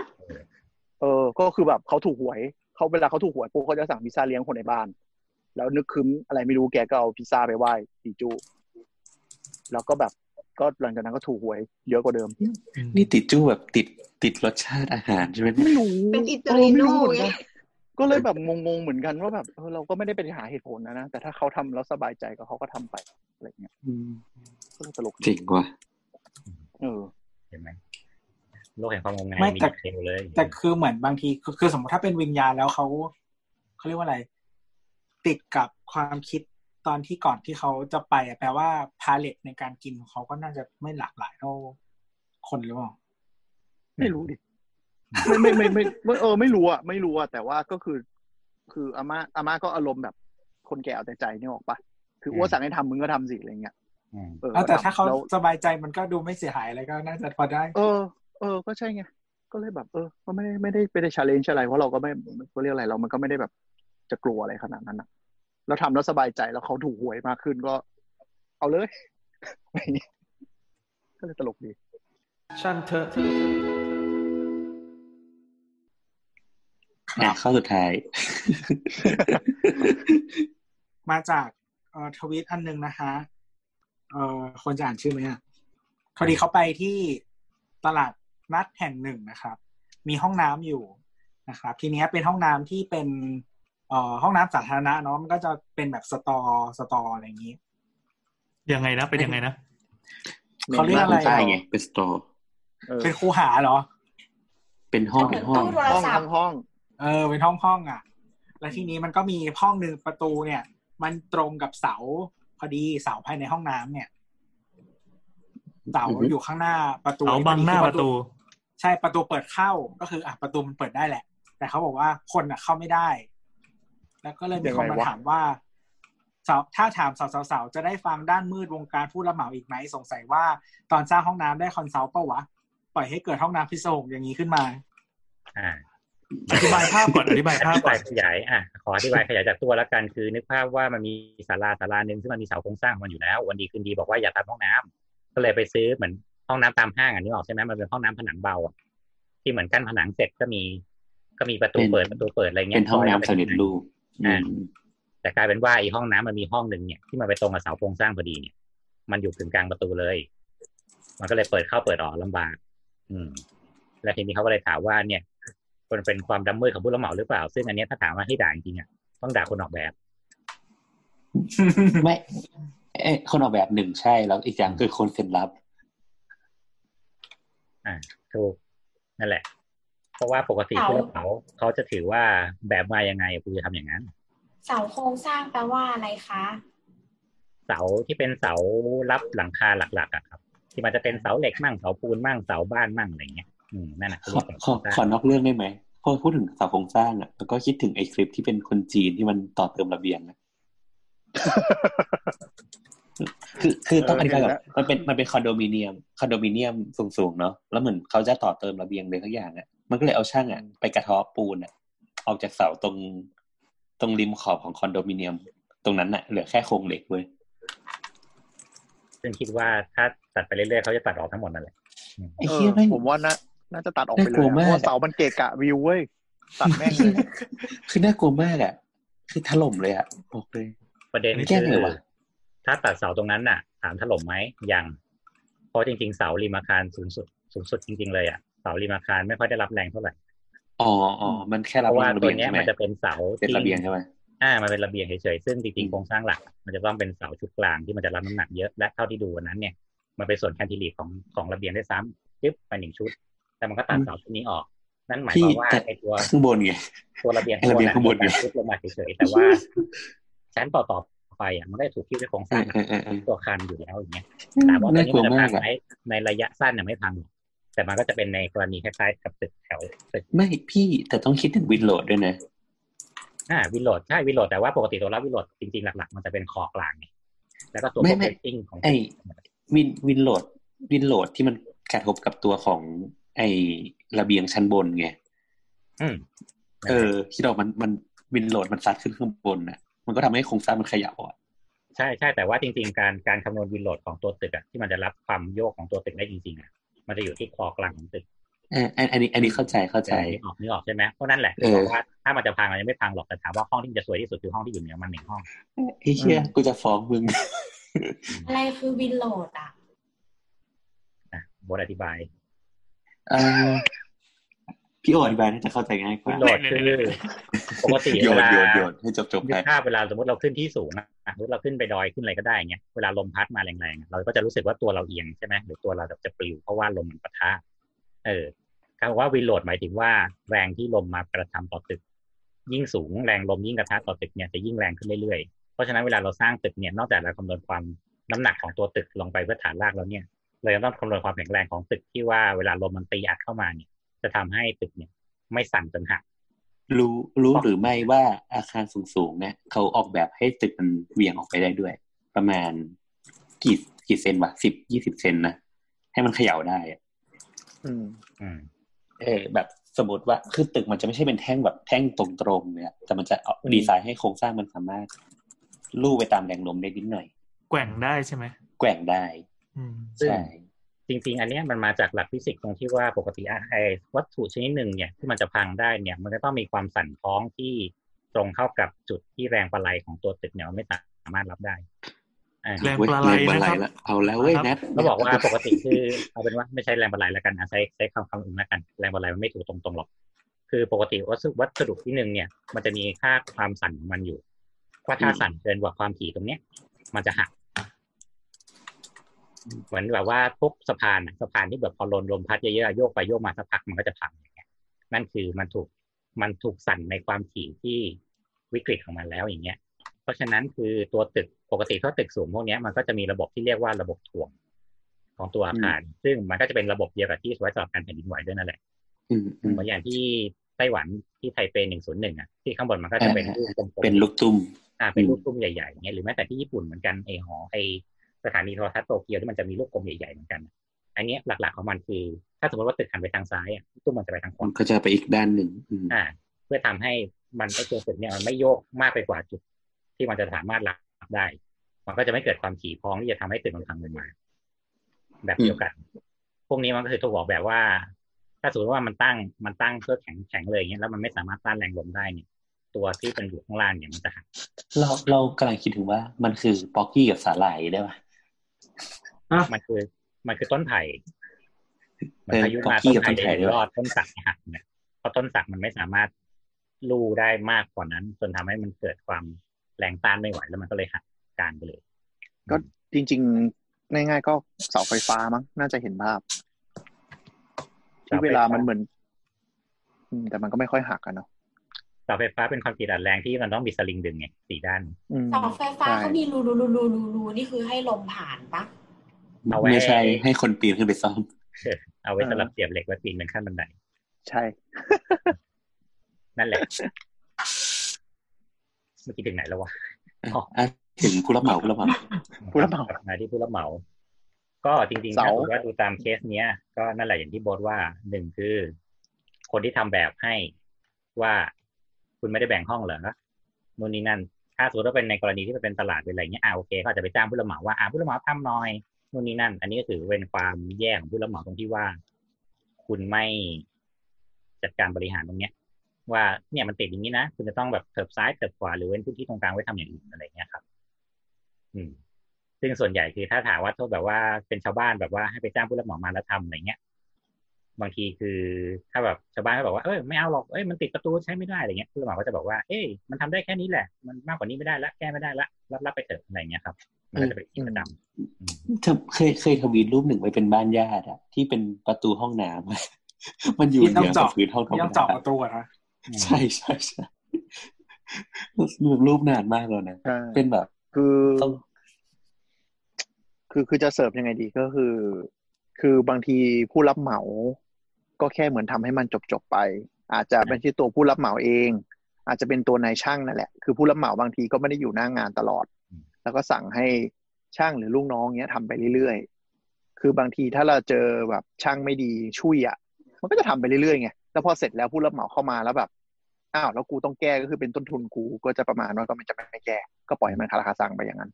F: เออ ก็คือแบบเขาถูกหวยเขาเวลาเขาถูกหวยปุ๊บเขาจะสั่งพิซซ่าเลี้ยงคนในบ้าน แล้วนึกคืมอะไรไม่รู้แกก็เอาพิซซ่าไปไหว้ตีจู้แล้วก็แบบก็หลังจากนั้นก็ถูกหวยเยอะกว่าเดิม
I: นี่ติดจู้แบบติดติดรสชาติอาหารใช่ไหมเนี่ย
F: ไม่รู้
C: เป็นอิตาลีโน่
F: เออไม่รู้เหมือน
C: ไง
F: กันก็เลยแบบงงๆเหมือนกันว่าแบบเออเราก็ไม่ได้ไปหาเหตุผลนะนะ แต่ถ้าเขาทำแล้วสบายใจก็เขาก็ทำไปอะไรเงี้ยอืมก็เลยตลกดี
I: เจ๋งว่ะ
F: เออ
H: เห็นไหมโลกแห่งความงมงาย
D: ไม่
H: มี
D: แต่
H: เต็มเลย
D: แต่คือเหมือนบางทีคือคือสมมติถ้าเป็นวิญญาณแล้วเขาเขาเรียกว่าอะไร ติดกับความคิดตอนที่ก่อนที่เขาจะไปอะแปลว่าพาเลตในการกินของเขาก็น่าจะไม่หลากหลายเท่าคนหรือเปล่า
F: ไม่รู้ดิไม่ไม่ไม่ไม่ไม่เออ ไม่รู้อ่ะไม่รู้อ่ะแต่ว่าก็คือ คืออาม่าอาม่าก็อารมณ์แบบ คนแก่เอาแต่ใจนี่ออกปะคืออ้วนสั่งให้ทำมึงก็ทำสิอะไรเงี้ย
H: อืม
F: เออ
D: อ่ะแต่ถ้าเขา
F: แล้ว
D: สบายใจมันก็ดูไม่เสียหายอะไรก็น่าจะพอได้
F: เออ เออ ก็ใช่ไง ก็เลยแบบเออก็ไม่ได้ไม่ได้ไม่ได้ชาเลนจ์อะไร เพราะเราก็ไม่เขาเรียกอะไรเรามันก็ไม่ได้แบบจะกลัวอะไรขนาดนั้นนะเราทำแล้วสบายใจแล้วเขาถูกหวยมากขึ้นก็ เอาเลย อะไรอย่างเงี้ยก็เลยตลกดี
G: ช่างเถอะ
E: อ่ะข้อสุดท้าย
D: มาจากเอ่อทวิตอันหนึ่งนะคะเอ่อคนจะอ่านชื่อไหมอ่ะพอดีเขาไปที่ตลาดนัดแห่งหนึ่งนะครับ มีห้องน้ำอยู่นะครับ ทีเนี้ยเป็นห้องน้ำที่เป็นเอ่อห้องน้ำสาธารณะเนาะมันก็จะเป็นแบบสตอสตออะไรอย่างนี้
B: ยังไงนะเป็นยังไงนะ
D: เขาเรียกอะไร
E: ใต้
D: อ่ะ
E: ไงเป็นสโตร์
F: เออ
D: เป็นคูหาเหรอ
E: เป็นห้องเป็นห้อง
A: ตู้โทร
F: ห้อง
A: ศั
F: ทั้
A: พท์
F: งห้อง
D: เออเป็นห้องห้องๆอ่ะ แล้วทีนี้มันก็มีห้องหนึ่งประตูเนี่ย มันตรงกับเสา พอดีเสาภายในห้องน้ำเนี่ย เสาอยู่ข้างหน้าประตู
B: เสาบังหน้าประตู
D: ใช่ประตูเปิดเข้าก็คือ อ่ะประตูมันเปิดได้แหละ แต่เขาบอกว่าคนอ่ะเข้าไม่ได้ แล้วก็เลยมีคน
F: ยัง
D: มาว
F: ไงะ
D: ถามว่าสาวถ้าถามสาวๆๆจะได้ฟังด้านมืดวงการผู้รับเหมาอีกไหมสงสัยว่า ตอนสร้างห้องน้ำได้คอนซัลท์เปล่าวะปล่อยให้เกิดห้องน้ำพิศวงอย่างนี้ขึ้นมา
H: อ่า
B: อธิบายภาพก่อนอธิบาย
H: อ
B: ภาพ
H: ธิ
B: ก่
H: บา
B: อย น
H: ขยายอ่ะขออธิบายขยายจากตัวละกันคือ นึกภาพว่ามันมีศาลาศาลาหนึ่งซึ่งมันมีเสาโครงสร้างของมันอยู่แล้ว วันดีคืนดีบอกว่าอย่าทำห้องน้ำก็เลยไปซื้อเหมือนห้องน้ำตามห้างอ่ะนึกออกใช่ไหมมันเป็นห้องน้ำผนังเบาอะที่เหมือนกั้นผนังเสร็จก็มี ก็มีประตูเปิดประตูเปิดอะไรเงี้ย
E: เป็นห้อง
H: ก็ลย
E: น้ำสำเร็จรูปอืม
H: แต่กลายเป็นว่าไอีห้องน้ำมันมีห้องหนึ่งเนี่ยที่มันไปตรงกับเสาโครงสร้างพอดีเนี่ย มันอยู่ถึงกลางประตูเลย มันก็เลยเปิดเข้าเปิดออกลำบาก อืม แล้วทีนี้เขาก็เลยถามว่าเนี่ยมันเป็นความดำมืดของผู้รับเหมาหรือเปล่า ซึ่งอันเนี้ยถ้าถามว่าให้ด่าจริงๆอ่ะต้องด่าคนออกแบบ
E: ไม่เอะคนออกแบบหนึ่งใช่แล้วอีกอย่างคือคนเซ็นรับ
H: อ่าถูกนั่นแหละ เพราะว่าปกติผู้รับเหมาเขาจะถือว่าแบบมายังไงกูจะทำอย่างนั้น
A: เสาโครงสร้างแปลว่าอะไรคะ
H: เสาที่เป็นเสารับหลังคาหลักๆอะครับ ที่มันจะเป็นเสาเหล็กมั่งเสาปูนมั่งเสาบ้านมั่งอะไรเงี้ยอืมนั่นแหละ
E: ขอขอขอนอกเรื่องได้ไหมพอพูดถึงเสาโครงสร้างอ่ะแล้วก็คิดถึงไอ้คลิปที่เป็นคนจีนที่มันต่อเติมระเบียง นะคือคือต้อง
F: เอ
E: อ
F: อ
E: ธิบายก่อน
F: เห็นแล้ว
E: มันเป็นมันเป็นคอนโดมิเนียมคอนโดมิเนียมสูงๆเนาะแล้วเหมือนเขาจะต่อเติมระเบียงเลยทุกอย่างอ่ะมันก็เลยเอาช่างอ่ะไปกระเทาะปูนอ่ะออกจากเสาตรงตรงริมขอบของคอนโดมิเนียม ตรงนั้นอ่ะเหลือแค่โครงเหล็กเว้ย
H: ซึ่งคิดว่าถ้าตัดไปเรื่อยๆเขาจะตัดออกทั้งหมดนั่นแหละ
E: ไอ้
F: เอ
E: เหี้ย
F: อ
E: แม่ง
F: ผมว่าน่าน่าจะตัดออกไปเลย
E: น่ากลัว
F: อะเพ
E: มาก
F: ราะว่า
E: อะ
F: เสามันเกะกะวิวเว้ยตัดแม่งเลย
E: คือน่ากลัวมากอ่ะ คือถล่มเลยอ่ะบอกเลย
H: ประเด็น
E: อันนี้แก้
H: คื
E: ไง
H: อ
E: วะ
H: ถ้าตัดเสาตรงนั้นน่ะ ถามถล่มไหมยังเพราะจริงๆเสาริมอาคารสูงสุดสูงสุดจริง ๆ เลยอ่ะเสาริมอาคารไม่ค่อยได้รับแรงเท่าไหร่
E: อ๋ออ๋อมันแค่
H: เพ
E: รับ
H: ราะว่า
E: ระ
H: ตั
E: เบี
H: วย
E: ง
H: เนี้ย
E: ใช่ไหม
H: มันจะเป็นเสา
E: เป็นระเบียงใช่ไหม
H: อ่ามันเป็นระเบียงเฉยๆซึ่งจ
E: อื
H: ริง
E: ม
H: ๆโครงสร้างหลัก มันจะต้องเป็นเสาชุดกลางที่มันจะรับน้ำหนักเยอะและเท่าที่ดูวันนั้นเนี่ยมันเป็นส่วนแคนติลีฟของของระเบียงได้วยซ้ำยึบไปหนึ่งชุด แต่มันก็ตัดเสาชุดนี้ออก นั่นหมายความว่า
E: แต่
H: ไอ้ตัว
E: ข้างบนไง
H: ตัวระเบียง
E: ไอ้ระเบียงข้างบน
H: มั
E: ไง
H: ทุบลงมาเฉยๆแต่ ว่าชั้นต่อต่อๆไปอ่ะมันก็จะถูกคิดด้วยโครงส
E: เอ
H: ร้าง
E: อเออเออเออ
H: ตัวอาคารอยู่แล้วอย่างเงี้ยถามว่าตอน
E: น่า
H: นี้
E: กลั
H: มั
E: วน
H: จะ
E: มา
H: พัง
E: กอ่ะ
H: ไหมในระยะสั้นน่ะไม่พังหรอกแต่มันก็จะเป็นในกรณีคล้ายๆกับตึกแถวตึก
E: ไม่พี่แต่ต้องคิดถึงวินโหลดด้วยนะ
H: อ่าวิโรดใช่วิโรดแต่ว่าปกติตัวรับวิโรดจริงๆหลัก ๆ มันจะเป็นคอกลางไงแล้วก็ตัว
E: ไม่
H: โปร
E: ไม่
H: เฟติ้งของ
E: ไอ้วินวินโหลดวินโหลดที่มันกระทบกับตัวของ ไอ้ระเบียงชั้นบนไง
H: อืมนั่น
E: เอ
H: แหละ
E: อที่เรามันมันวินโหลดมันซัดขึ้นข้างบนน่ะ มันก็ทำให้โครงสร้างมันขยับอ่ะ
H: ใช่ใช่แต่ว่าจริง ๆ การการคำนวณวิโรดของตัวตึกอ่ะที่มันจะรับความโยกของตัวตึกได้จริงๆอ่ะมันจะอยู่ที่คอกลางของตึก
E: เอออันอันนี้ อันนี้เข้าใจเข้าใจ
H: เออนึกออกนึกออกใช่ไหมเพราะนั่นแหละ
E: เออ
H: บอกว่าถ้ามันจะพังมันยังไม่พังหรอกแต่ถามว่าห้องที่มันจะสวยที่สุดคือห้องที่อยู่เหนือมันหนึ่งห้อง
E: ไอ้เหี้ย
F: อืม
E: กูจะฟ้องมึง
A: อะไรคือวินโหลดอ่ะ
H: นะโบทอธิบาย
E: เออพี่โออธิบายน่าจะเข้าใจง่ายก
H: วิ
E: ว่า
H: โหลดคือปกติ
E: โย
H: เวน ลา
E: โยนโยนให้จบจบๆ
H: นึ
E: ไป
H: กภาพเวลาสมมติเราขึ้นที่สูงนะอ่ะสมมติเราขึ้นไปดอยขึ้นอะไรก็ได้เงี้ยเวลาลมพัดมาแรงๆอ่ะเราก็จะรู้สึกว่าตัวเราเอียงใช่ไหมหรือตัวเราแบบจะปลิวเพราะว่าลมมันปะทะเออคำว่าวิโหลดหมายถึงว่าแรงที่ลมมากระทำต่อตึก ยิ่งสูงแรงลมยิ่งกระทะต่อตึกเนี่ยจะยิ่งแรงขึ้นเรื่อยๆเพราะฉะนั้นเวลาเราสร้างตึกเนี่ยนอกจากเราคำนวณความน้ำหนักของตัวตึกลงไปเพื่อฐานรากแล้วเนี่ย เรายังต้องคำนวณความแข็งแรงของตึกที่ว่าเวลาลมมันตีอัดเข้ามาเนี่ย จะทำให้ตึกเนี่ย ไม่สั่นจนหัก
E: รู้รู้หรือไม่ว่าอาคารสูงๆเนี่ยเขาออกแบบให้ตึกมันเหวี่ยงออกไปได้ด้วย ประมาณกี่กี่เซนวะสิบยี่สิบเซนนะให้มันเขย่าได้อะ
F: อืม
H: อืม
E: ไอ เออแบบสมมติว่าคือตึกมันจะไม่ใช่เป็นแท่งแบบแท่งตรงๆเนี่ยแต่มันจะเอาดีไซน์ให้โครงสร้างมันสามารถลู่ไปตามแรงลมได้นิดหน่อย
B: แกว่งได้ใช่ไหม
E: แกว่งได้
B: อืม
H: ซึ่ง
E: ใช่
H: จริง ๆ อันเนี้ยมันมาจากหลักฟิสิกส์ตรงที่ว่าปกติอะไอวัตถุชนิดหนึ่งเนี่ยที่มันจะพังได้เนี่ย มันก็ต้องมีความสั่นท้องที่ตรงเข้ากับจุดที่แรงปะไลของตัวตึกเนี่ยมันไม่สามารถรับได้อ่า
B: แรงปลาไหลนะครับ
I: ลเอาแล้วเว้ย
B: ครับ
I: แนท
H: เขาบอกว่าปกติคือ เอาเป็นว่าไม่ใช่แรงบันไดแล้วกันนะใช้ใช้คำคำอื่นแล้วกัน แรงบันไดมันไม่ถูกตรงๆหรอก คือปกติวัสดุวัสดุที่หนึ่งเนี่ย มันจะมีค่าความสั่นของมันอยู่ว่าถ้าสั่นเกินกว่าความถี่ตรงเนี้ย มันจะหัก เหมือนแบบว่าพวกสะพานน่ะสะพานที่แบบพอลมลมพัดเยอะๆโยกไปโยกมาสักพักมันก็จะพังอย่างเงี้ยนั่นคือมันถูกมันถูกสั่นในความถี่ที่วิกฤตของมันแล้วอย่างเงี้ย เพราะฉะนั้นคือตัวตึกปกติถ้าตึกสูงพวกเนี้ยมันก็จะมีระบบที่เรียกว่าระบบถ่วงของตัวอาคาร ซึ่งมันก็จะเป็นระบบเดียวกับที่ไว้สำหรับการแผ่นดินไหวด้วยนั่นแหละ
I: อืมอืม
H: เหมือนอย่างที่ไต้หวันที่ไทเปหนึ่งศูนย์หนึ่งอ่ะที่ข้างบนมันก็จะเป็นรูปกลมๆ
I: เป็นลูกตุ้ม
H: อ่าเป็น
I: อืม
H: ลูกกลมใหญ่ๆอย่างเงี้ยหรือแม้แต่ที่ญี่ปุ่นเหมือนกันไอหอไอสถานีโทรทัศน์โตเกียวที่มันจะมีลูกกลมใหญ่ๆเหมือนกัน อันเนี้ยหลักๆของมันคือ ถ้าสมมติว่าตึกหันไปทางซ้ายอ่ะลูกตุ้มมันจะไปทางข
I: มั
H: วาน
I: ก็จะไปอีกด้านหนึ่งอืม
H: อ่า เพื่อทำให้มันไอตัวตึกเนี่ยมันไม่โยกมากไปกว่าจุด ที่มันจะสามารถรับได้ มันก็จะไม่เกิดความถี่พ้องที่จะทำให้ตึกมันพังลงมา แบบเดียวกัน พวกนี้มันก็คือถูกบอกแบบว่า ถ้าสมมติว่ามันตั้งมันตั้งเพื่อแข็งแข็งเลยอย่างเงี้ยแล้วมันไม่สามารถต้านแรงลมได้เนี่ย ตัวที่เป็นอยู่ข้างล่างเนี่ยมันจะหัก
E: เราเรากำลังคิดถึงว่ามันคือป๊อกกี้กับสาหร่ายได้ปะ
H: มันคือมันคือต้นไผ่เหมือน
E: เออ
H: พายุ
E: ก็
H: มาต้
E: ขี้
H: น
E: กับ
H: ไผ่
E: ต้นไผ่
H: ได้หนึ่ง
E: ด้วย
H: รอดต้นสักหักเนี่ยเพราะต้นสักมันไม่สามารถลู่ได้มากกว่านั้น จนทำให้มันเกิดความแรงต้านไม่ไหวแล้วมันก็เลยหักกลางไปเลย
F: ก็จริง ๆ ง่ายๆก็เสาไฟฟ้ามั้งน่าจะเห็นภาพ ที่เวลามันเหมือนอืมแต่มันก็ไม่ค่อยหักกันเนาะ
H: เสาไฟฟ้าเป็นคอนกรีตอัดแรงที่มันต้องมีสลิงดึงไงสี่ด้าน
F: อืม
A: เสาไฟฟ้าเขามี
F: ใช่
A: รูรูรูรูรูรูนี่คือให้ลมผ่านปะ
H: เอาไว้
E: ไม่ใช่ให้คนปีนขึ้นไปซ่อม
H: เอาไว้สำหรับเสียบเหล็กไว้ปีนเป็นขั้นบันได
F: ใช่
H: นั่นแหละ เมื่อกี้ถึงไหนแล้ววะ
E: อ่ะอ่ะถึงผู้รับเหมาผู้รับเหมา
F: ผู้รับเหมา
H: กลับมาที่ผู้รับเหมา ก็จริงๆ
F: เสา
H: ถ้าถือว่าดูตามเคสเนี้ย ก็นั่นแหละอย่างที่โบทว่าหนึ่งคือ คนที่ทำแบบให้ว่าคุณไม่ได้แบ่งห้องเหรอนู่นนี่นั่น ถ้าสมมติว่าเป็นในกรณีที่มันเป็นตลาดเป็นอะไรเงี้ยอ่าโอเคก็อาจจะไปจ้างผู้รับเหมาว่าอ่าผู้รับเหมาทำหน่อยนู่นนี่นั่น อันนี้ก็ถือเป็นความแย่ของผู้รับเหมาตรงที่ว่า คุณไม่จัดการบริหารตรงเนี้ย ว่าเนี่ยมันติดอย่างนี้นะคุณจะต้องแบบเถิบซ้ายเถิบขวาหรือเว้นพื้นที่ตรงกลางไว้ทำอย่างอื่นอะไรเงี้ยครับ อืม ซึ่งส่วนใหญ่คือถ้าถามว่าโทษแบบว่าเป็นชาวบ้านแบบว่าให้ไปจ้างผู้รับเหมามาแล้วทำอะไรเงี้ย บางทีคือถ้าแบบชาวบ้านก็บอกว่าเอ้ยไม่เอาหรอกเอ้ยมันติดประตูใช้ไม่ได้อะไรเงี้ยผู้รับเหมาก็จะบอกว่าเอ้ยมันทำได้แค่นี้แหละ มันมากกว่านี้ไม่ได้ละแก้ไม่ได้ละรับรับไปเถอะอะไรเงี้ยครับ มันก็จะเป็นกิจกรรม
E: เธอเคยเคยทวีตรูปหนึ่งไว้เป็นบ้านญาติอะที่เป็นประตูห้องน้ำอะ มันอยู่
D: ที่
E: เห
D: ต้อง
E: นือกับ
D: เจาะ
E: พื้นห้องธรร
D: ย่อ
E: ม
D: มเจาะ
E: ดา
D: ประตูอะนะ
E: ใช่ใช่ใช่ รูปนานมากแล้วนะ
F: ใช่
E: เป็นแบบ
F: คือ
E: ต้อง
F: คือคือจะเสิร์ฟยังไงดีก็คือ คือบางทีผู้รับเหมา ก็แค่เหมือนทำให้มันจบจบๆไป อาจจะไม่ใช่ตัวผู้รับเหมาเอง อาจจะเป็นตัวนายช่างนั่นแหละ คือผู้รับเหมาบางทีก็ไม่ได้อยู่หน้างานตลอด แล้วก็สั่งให้ช่างหรือลูกน้องเนี้ยทำไปเรื่อยๆ คือบางทีถ้าเราเจอแบบช่างไม่ดีช่วยอ่ะ มันก็จะทำไปเรื่อยๆไงแล้วพอเสร็จแล้วผู้รับเหมาเข้ามาแล้วแบบอ้าวแล้วกูต้องแก้ก็คือเป็นต้นทุนกูก็จะประมาณว่าก็มันจะไม่แก้ก็ปล่อยให้มันคาราคาซังไปอย่างนั้น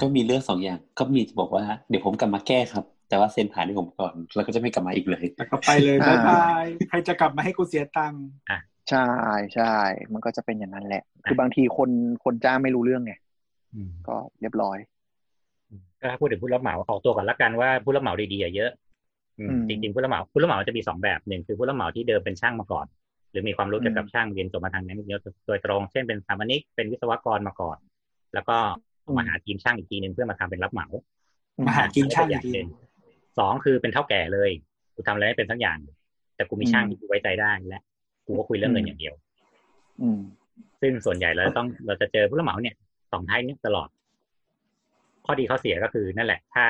E: ก็มีเรื่องสองอย่าง ก็มีจะบอกว่าเดี๋ยวผมกลับมาแก้ครับ แต่ว่าเซ็นผ่านให้ผมก่อน แล้วก็จะไม่กลับมาอีกเลย
D: แต่ก็ไปเลย
F: อ่า
D: บายบายใครจะกลับมาให้กูเสียตังค์
F: ใช่ใช่ มันก็จะเป็นอย่างนั้นแหละ คือบางทีคนคนจ้างไม่รู้เรื่องไง
H: อืม
F: ก็เรียบร้อย
H: ก็ถ้าพูดถึงผู้รับเหมาออกตัวก่อนละกันว่าผู้รับเหมาดีๆอะเยอะ อืม
F: อืม
H: จริงๆผู้รับเหมาผู้รับเหมาจะมีสองแบบหนึ่งคือผู้รับเหมาที่เดิมเป็นช่างมาก่อน หรือมีความรู้เกี่ยวกับช่างเรียนจบมาทางนี้โดยตรง เช่นเป็นสถาปนิกเป็นวิศวกรมาก่อน แล้วก็มาหาทีมช่างอีกทีหนึ่งเพื่อมาทำเป็นรับเหมา
D: มาหากินช่างอีกที
H: สองคือเป็นเท่าแก่เลย กูทำอะไรไม่เป็นสักอย่าง แต่กูมีช่างที่กูไว้ใจได้และ กูก็คุยเรื่องเงินอย่างเดียว
F: อืม
H: ซึ่งส่วนใหญ่เราจะต้องเราจะเจอผู้รับเหมาเนี่ยสองท้ายเนี่ยตลอด ข้อดีข้อเสียก็คือนั่นแหละ ถ้า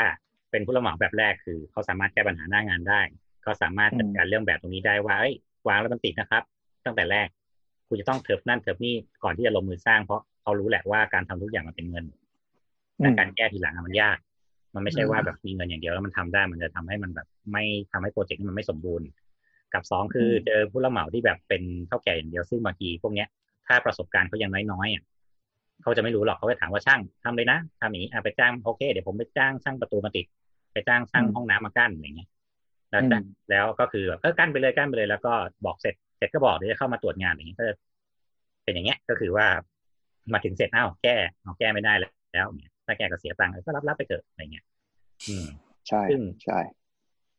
H: เป็นผู้รับเหมาแบบแรกคือ เขาสามารถแก้ปัญหาหน้างานได้ เขาสามารถจัดการเรื่องแบบตรงนี้ได้ว่าเอ้ยวางแล้วมันติดนะครับ ตั้งแต่แรกคุณจะต้องเทิบนั่นเทิบนี่ก่อนที่จะลงมือสร้างเพราะเขารู้แหละว่าการทำทุกอย่างมันเป็นเงินแต่การแก้ทีหลังอะมันยาก มันไม่ใช่ว่าแบบมีเงินอย่างเดียวแล้วมันทำได้ มันจะทำให้มันแบบ ไม่ทำให้โปรเจกต์นี้มันไม่สมบูรณ์ กับสองคือเจอผู้รับเหมาที่แบบเป็นเท่าแก่อย่างเดียวซึ่งบางทีพวกเนี้ย ถ้าประสบการณ์เขายังน้อยๆอ่ะเขาจะไม่รู้หรอกเขาจะถามว่าช่างทำเลยนะทำอย่างนี้อ่ะไปจ้างโอเคเดี๋ยวผมไปจ้างช่างประตูมาติด ไปจ้างช่าง
F: อืม
H: ห้องน้ำมากั้นอย่างเงี้ยแล้วจะ
F: อืม
H: แล้วก็คือแบบเออกั้นไปเลยกั้นไปเลย แล้วก็บอกเสร็จเสร็จก็บอกเดี๋ยวจะเข้ามาตรวจงานอย่างเงี้ยก็จะเป็นอย่างเงี้ยก็คือว่า มาถึงเสร็จอ้าวแก้เอาแก้ไม่ได้แล้วอย่างเงี้ยถ้าแก้ก็เสียตังค์เออก็รับรับไปเถอะอะไรเงี้ยอืม
F: ใช่
H: ซึ่ง
F: ใช่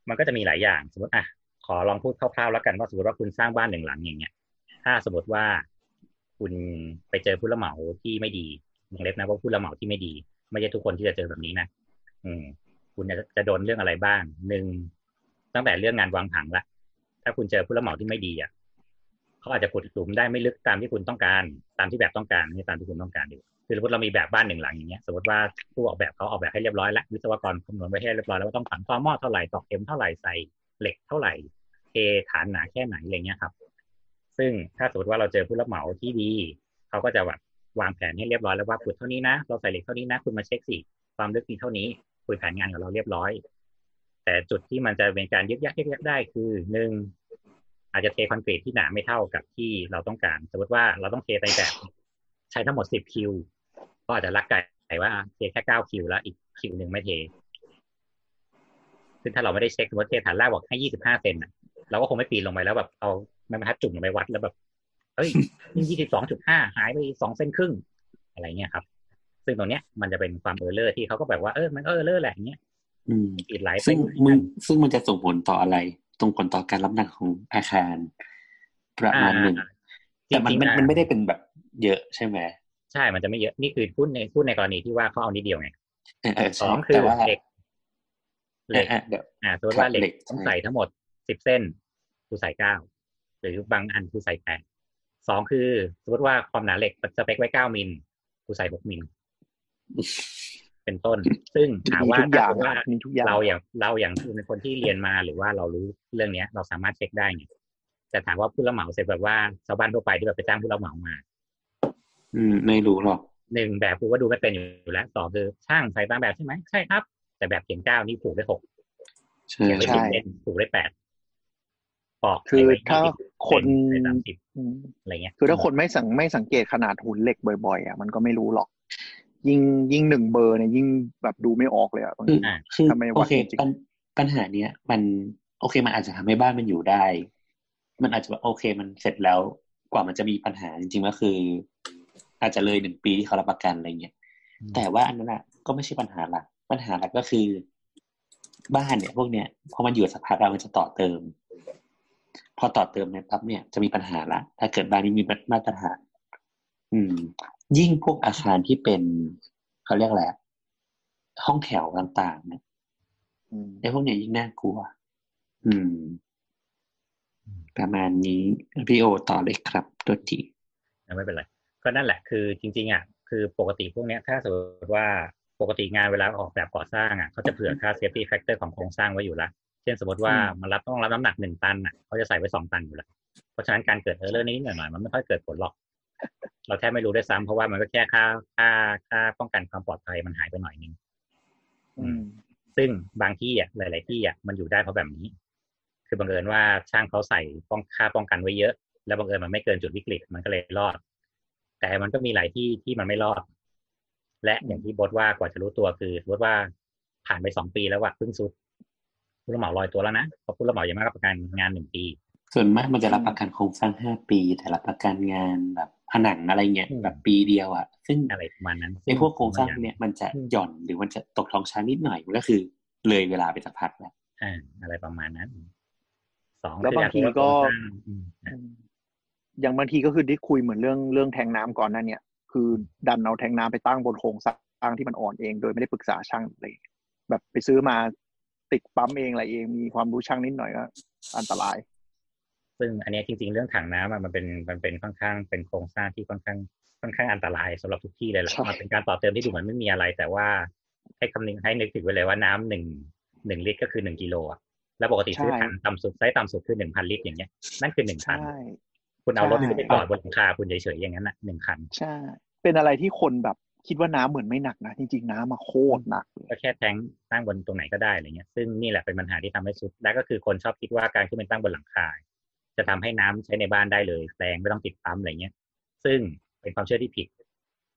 H: มันก็จะมีหลายอย่าง สมมติอ่ะขอลองพูดคร่าวๆแล้วกันว่าสมมติว่าคุณสร้างบ้านหนึ่งหลังอย่างเงี้ย ถ้าสมมติว่าคุณไปเจอผู้รับเหมาที่ไม่ดีวงเล็บนะว่าผู้รับเหมาที่ไม่ดี ไม่ใช่ทุกคนที่จะเจอแบบนี้นะอืม คุณจะจะโดนเรื่องอะไรบ้างหนึ่งตั้งแต่เรื่องงานวางผังละถ้าคุณเจอผู้รับเหมาที่ไม่ดีอ่ะเขาอาจจะขุดหลุมได้ไม่ลึกตามที่คุณต้องการ ตามที่แบบต้องการไม่ใช่ตามที่คุณต้องการอยู่คือสมมติเรามีแบบบ้านหนึ่งหลังอย่างเงี้ยสมมติว่าผู้ออกแบบเขาออกแบบให้เรียบร้อยแล้ววิศวกรคำนวณไว้ให้เรียบร้อยแล้วว่าต้องฝังต่อหม้อเท่าไหร่ตอกเข็มเท่าไหร่ใส่เหล็กเท่าไหร่เทฐานหนาแค่ไหนอะไรเงี้ยครับ ซึ่งถ้าสมมติว่าเราเจอผู้รับเหมาที่ดีเขาก็จะแบบวางแผนให้เรียบร้อยแล้วว่าขุดเท่านี้นะเราใส่เหล็กเท่านี้นะ คุณมาเช็คสิความลึกมีเท่านี้ คุยแผนงานกับเราเรียบร้อย แต่จุดที่มันจะเป็นการยึกยักยึกยักได้คือหนึ่งอาจจะเทคอนกรีตที่หนาไม่เท่ากับที่เราต้องการ สมมติว่าเราต้องเทไปแบบ ใช้ทั้งหมดสิบคิว ก็อาจจะลักไก่ว่าเทแค่เก้าคิวแล้วอีกคิวหนึ่งไม่เท ซึ่งถ้าเราไม่ได้เช็คสมมติเทฐานแรกบอกให้ยี่สิบห้าเซนน่ะเราก็คงไม่ปีนลงไปแล้วแบบเอาไม้บรรทัดจุ่มลงไปวัดแล้วแบบเฮ้ยยี่สิบสองจุดห้าหายไปสองเซนครึ่ง อะไรเงี้ยครับ ซึ่งตรงเนี้ยมันจะเป็นความเออร์เลอร์ที่เขาก็แบบว่าเออมันเออร์เลอร์แหละอย่างเงี้ย
E: อืม
H: อีกหลาย
E: ซึ่ง
H: ไป
E: มึงซึ่งมันจะส่งผลต่ออะไรส่งผลต่อการรับหนักของอาคาร ประมาณหนึ่ง
H: อ่
E: แต่มัน
H: จริงๆ
E: มัน
H: อ่ะ
E: มันไม่ได้เป็นแบบเยอะใช่ไหม
H: ใช่ มันจะไม่เยอะ นี่คือพูดในพูดในกรณีที่ว่าเขาเอานิดเดียวไง
E: เออเออ
H: ส
E: ใช่
H: องคือ
E: แต่ว่า
H: เหล็กเหล
E: เอ
H: ็
E: อก เออเดี๋ยว
H: อ่าสมมติ
E: ครับ
H: ว่าเห
E: เห
H: ล็
E: ล็ก
H: กต้อง
E: ใช่
H: ใส่ทั้งหมดสิบเส้นกูใส่เก้าหรือบางอันกูใส่แปดสองคือสมมติว่าความหนาเหล็กสเปคไว้เก้ามิลกูใส่หกมิ ลเป็นต้น ซึ่งถามว่า
F: ทุกอย่า
H: ถ้าง สมมติว่า
F: มีทุกอย่าง
H: เราอย่างเราอย่างเป็นคนที่เรียนมาหรือว่าเรารู้เรื่องเนี้ย เราสามารถเช็คได้ไงแต่ถามว่าผู้รับเหมาเสร็จแบบว่าชาวบ้านทั่วไปที่แบบไปจ้างผู้รับเหมามา
E: อืมไม่รู้หรอก
H: หนึ่งแบบกูก็ดูไม่เป็นอยู่แล้วสองคือช่างใส่ตามแบบใช่ไหมใช่ครับ แต่แบบเขียนเก้านี่ผูกได้หก
E: ใช่
H: เขียนได้
F: ใช่
H: สิบเล่นผูกได้แปดปอก
F: คือ
H: ใส่ไว้
F: ถ้า
H: 20
F: คน
H: ใส่สามสิบอะไรเงี้ย
F: คือถ้าคนไม่สังไม่สังเกตขนาดหุ่นเหล็กบ่อยๆอ่ะมันก็ไม่รู้หรอก ยิ่งยิ่งหนึ่งเบอร์เนี่ยยิ่งแบบดูไม่ออกเลยอ่ะบาง
E: คือ
F: ที
E: อคือ
F: ทำไมวัด
E: โอเค
F: จริงๆ
E: ปัญปัญหาเนี้ย มันโอเคมันอาจจะทำให้บ้านมันอยู่ได้ มันอาจจะแบบโอเคมันเสร็จแล้วกว่ามันจะมีปัญหาจริงๆก็คือ อาจจะเลยหนึ่งปีที่เขารับประกันอะไรเงี้ยแต่ว่าอันนั้นอ่ะก็ไม่ใช่ปัญหาหลักปัญหาหลักก็คือ บ้านเนี่ย พวกเนี้ยพอมันอยู่สักพักแล้วมันจะต่อเติม พอต่อเติมเนี่ยปั๊บเนี่ยจะมีปัญหาละถ้าเกิดบ้านไม่มีมาตรฐานอืม ยิ่งพวกอาคารที่เป็นเขาเรียกอะไรอะห้องแถวต่างๆเนี่ย
F: อืม
E: ไอ้พวกเนี้ยยิ่งน่ากลัว อืม ประมาณนี้พี่โอต่อเลยครับตัวที
H: อ่ะไม่เป็นไรก็นั่นแหละคือจริง ๆอ่ะคือปกติพวกเนี้ยถ้าสมมติว่าปกติงานเวลาออกแบบก่อสร้างอ่ะเขาจะเผื่อค่า safety factor ของโครงสร้างไว้อยู่ละเช่นสมมติว่ามันรับต้องรับน้ำหนักหนึ่งตันอ่ะเขาจะใส่ไว้สองตันอยู่ละเพราะฉะนั้นการเกิดเออร์เรนิดๆหน่อยๆมันไม่ค่อยเกิดผลหรอก เราแทบไม่รู้ด้วยซ้ำเพราะว่ามันก็แค่ค่าค่าค่าป้องกันความปลอดภัยมันหายไปหน่อยนึง
F: อืม
H: ซึ่งบางที่อ่ะหลาย ๆ ที่อ่ะมันอยู่ได้เพราะแบบนี้ คือบังเอิญว่าช่างเขาใส่ป้องค่าป้องกันไว้เยอะ แล้วบังเอิญมันไม่เกินจุดวิกฤตมันก็เลยรอด แต่มันก็มีหลายที่ที่มันไม่รอด และอย่างที่บดว่ากว่าจะรู้ตัวคือสมมติว่าผ่านไปสองปีแล้วว่าเพิ่งสุดผู้รับเหมาลอยตัวแล้วนะเพราะผู้รับเหมายังไม่รับประกันงานหนึ่งปี
E: ส่วนมากมันจะรับประกันโครงสร้างห้าปี แต่รับประกันงานแบบผนังอะไรเงี้ย
H: อืม
E: แบบปีเดียวอะซึ่ง
H: อะไรประมาณนั้น
E: ไอ้พวกโครงสร้างพวกเนี้ยมันจะ
H: อืม
E: หย่อนหรือมันจะตกท้องช้านิดหน่อยมันก็คือ เลยเวลาไปสักพักแล้ว
H: อ่าอะไรประมาณนั้นสอง
F: แล้
H: คือบ
F: วางที
H: ยรู้ว่
F: ก็
H: โครงสร้างอืม
F: อืมอย่างบางทีก็คือได้คุยเหมือนเรื่องเรื่องแทงน้ำก่อนหนั่นเนี่ย คือดันเอาแทงน้ำไปตั้งบนโครงสร้างที่มันอ่อนเอง โดยไม่ได้ปรึกษาช่างเลยแบบไปซื้อมาติดปั๊มเองอะไรเองมีความรู้ช่างนิดหน่อยก็อันตราย
H: ซึ่งอันเนี้ยจริง ๆ เรื่องถังน้ำอะมันเป็นมันเป็นค่อนข้างเป็นโครงสร้างที่ค่อนข้างค่อนข้างอันตรายสำหรับทุกที่เลยแหละ
F: ใช่
H: มันเป็นการต่อเติมที่ดูเหมือนไม่มีอะไร แต่ว่าให้คำนึงให้นึกถึงไว้เลยว่าน้ำหนึ่งหนึ่งลิตรก็คือหนึ่งกิโลอะแล้วปกติซื้อถังต่ำสุดไซส์ต่ำสุดคือหนึ่งพันลิตรอย่างเงี้ยนั่นคือหนึ่งพัน
F: ใช่
H: คุณเอารถ
F: ใช่
H: ขึ้นไปจอดบนหลังคาคุณเฉยๆอย่างนั้นน่ะหนึ่งคัน
F: ใช่ เป็นอะไรที่คนแบบ คิดว่าน้ำเหมือนไม่หนักนะ จริง ๆ น้ำมาโคตรหนักเลย
H: ก็แค่แทงค์ตั้งบนตรงไหนก็ได้อะไรเงี้ยซึ่งนี่แหละเป็นปัญหาที่ทำให้สุดและก็คือคนชอบคิดว่าการขึ้นไปตั้งบนหลังคา จะทำให้น้ำใช้ในบ้านได้เลยแรงไม่ต้องติดปั๊มอะไรเงี้ย ซึ่งเป็นความเชื่อที่ผิด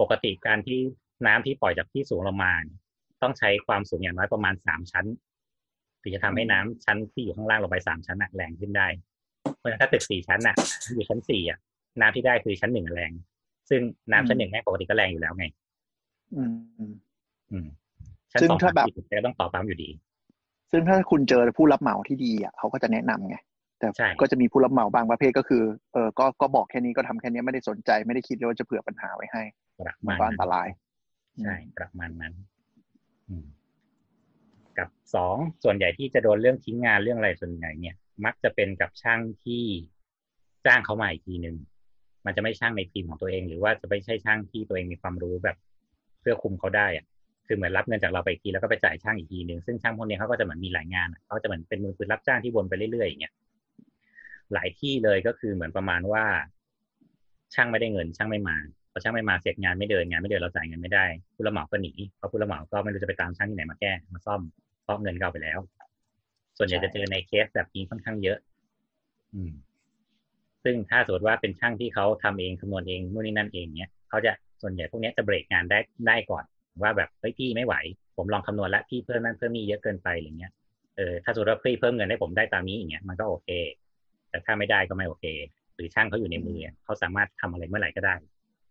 H: ปกติการที่น้ำที่ปล่อยจากที่สูงลงมาเนี่ยต้องใช้ความสูงอย่างน้อยประมาณสามชั้นถึงจะทำให้น้ำชั้นที่อยู่ข้างล่างลงไปสามชั้นน่ะแรงขึ้นได้ เพราะฉะนั้นถ้าตึกสี่ชั้นน่ะอยู่ชั้นสี่อ่ะน้ำที่ได้คือชั้นหนึ่งแรง ซึ่งน้ำชั้นหนึ่งแม่งปกติก็แรงอยู่แล้วไง
F: อืมอืม
H: อืมชั้น
F: ซึ่ง
H: สอง
F: ถ้าแบบ
H: สมสิก็ต้องต่อปั๊มอยู่ดี
F: ซึ่งถ้าคุณเจอผู้รับเหมาที่ดีอ่ะเขาก็จะแนะนำไงแต่
H: ใช่
F: ก็จะมีผู้รับเหมาบางประเภทก็คือเออก็ก็บอกแค่นี้ก็ทำแค่นี้ไม่ได้สนใจไม่ได้คิดเลยว่าจะเผื่อปัญหาไว้ให้
H: ประ
F: มั
H: มาน ณ
F: ก็อันต
H: นั้น
F: ราย
H: ใช่ประมาณนั้น อืม กับสองส่วนใหญ่ที่จะโดนเรื่องทิ้งงานเรื่องอะไรส่วนใหญ่เนี่ย มักจะเป็นกับช่างที่จ้างเขามาอีกทีหนึ่งมันจะไม่ใช่ช่างในทีมของตัวเอง หรือว่าจะไม่ใช่ช่างที่ตัวเองมีความรู้แบบเพื่อคุมเขาได้อะคือเหมือนรับเงินจากเราไปอีกทีแล้วก็ไปจ่ายช่างอีกทีหนึ่งซึ่งช่างพวกเนี้ยเขาก็จะเหมือนมีหลายงานอะเขาจะเหมือนเป็นมือปืนรับจ้างที่วนไปเรื่อยๆอย่างเงี้ยหลายที่เลยก็คือเหมือนประมาณว่า ช่างไม่ได้เงิน ช่างไม่มาพอช่างไม่มาเสร็จงานไม่เดินงานไม่เดินเราจ่ายเงินไม่ได้ผู้รับเหมาก็หนีเพราะผู้รับเหมาก็ไม่รู้จะไปตามช่างที่ไหนมาแก้มาซ่อมเพราะเงินเก่าไปแล้ว ส่วนใหญ่
F: ใช่
H: จะเจอในเคสแบบนี้ค่อนข้างเยอะ อืม ซึ่งถ้าสมมติว่าเป็นช่างที่เขาทำเองคำนวณเองนู่นนี่นั่นเองเนี้ยเขาจะส่วนใหญ่พวกเนี้ยจะเบรกงานได้ได้ก่อน ว่าแบบเฮ้ยพี่ไม่ไหว ผมลองคำนวณแล้วพี่เพิ่มนั่นเพิ่มนี่เยอะเกินไปอะไรเงี้ยเออถ้าสมมติว่าพี่เพิ่มเงินให้ผมได้ตามนี้อย่างเงี้ยมันก็โอเค แต่ถ้าไม่ได้ก็ไม่โอเค หรือช่างเขาอยู่ในมืออะเขาสามารถทำอะไรเมื่อไหร่ก็ได้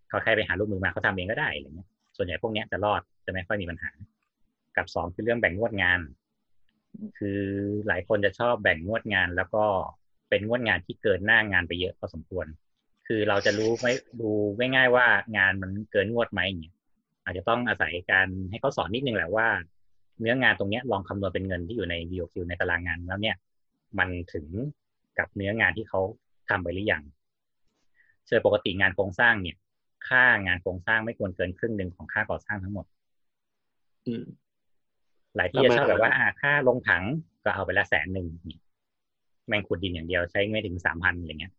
H: เขาแค่ไปหาลูกมือมาเขาทำเองก็ได้อะไรเงี้ย ส่วนใหญ่พวกเนี้ยจะรอดจะไม่ค่อยมีปัญหา กับสองคือเรื่องแบ่งงวดงาน คือหลายคนจะชอบแบ่งงวดงาน แล้วก็เป็นงวดงานที่เกินหน้างานไปเยอะพอสมควร คือเราจะรู้ไม่ดูไม่ง่ายว่างานมันเกินงวดไหมอย่างเงี้ยอาจจะต้องอาศัยการให้เขาสอนนิดนึงแหละว่า เนื้องานตรงเนี้ยลองคำนวณเป็นเงินที่อยู่ใน BOQ ในตารางงานแล้วเนี่ย มันถึงกับเนื้องานที่เขาทำไปหรือยังโดยปกติงานโครงสร้างเนี่ย ค่างานโครงสร้างไม่ควรเกินครึ่งหนึ่งของค่าก่อสร้างทั้งหมด
E: อืม
H: หลายที่จะชอบ
E: แล้วมั
H: แบ
E: น
H: บว่าอ่าค่าลงถังก็เอาไปละแสนหนึ่งนี่แม่งขุดดินอย่างเดียวใช้ไม่ถึงสามพันอะไรเงี้ย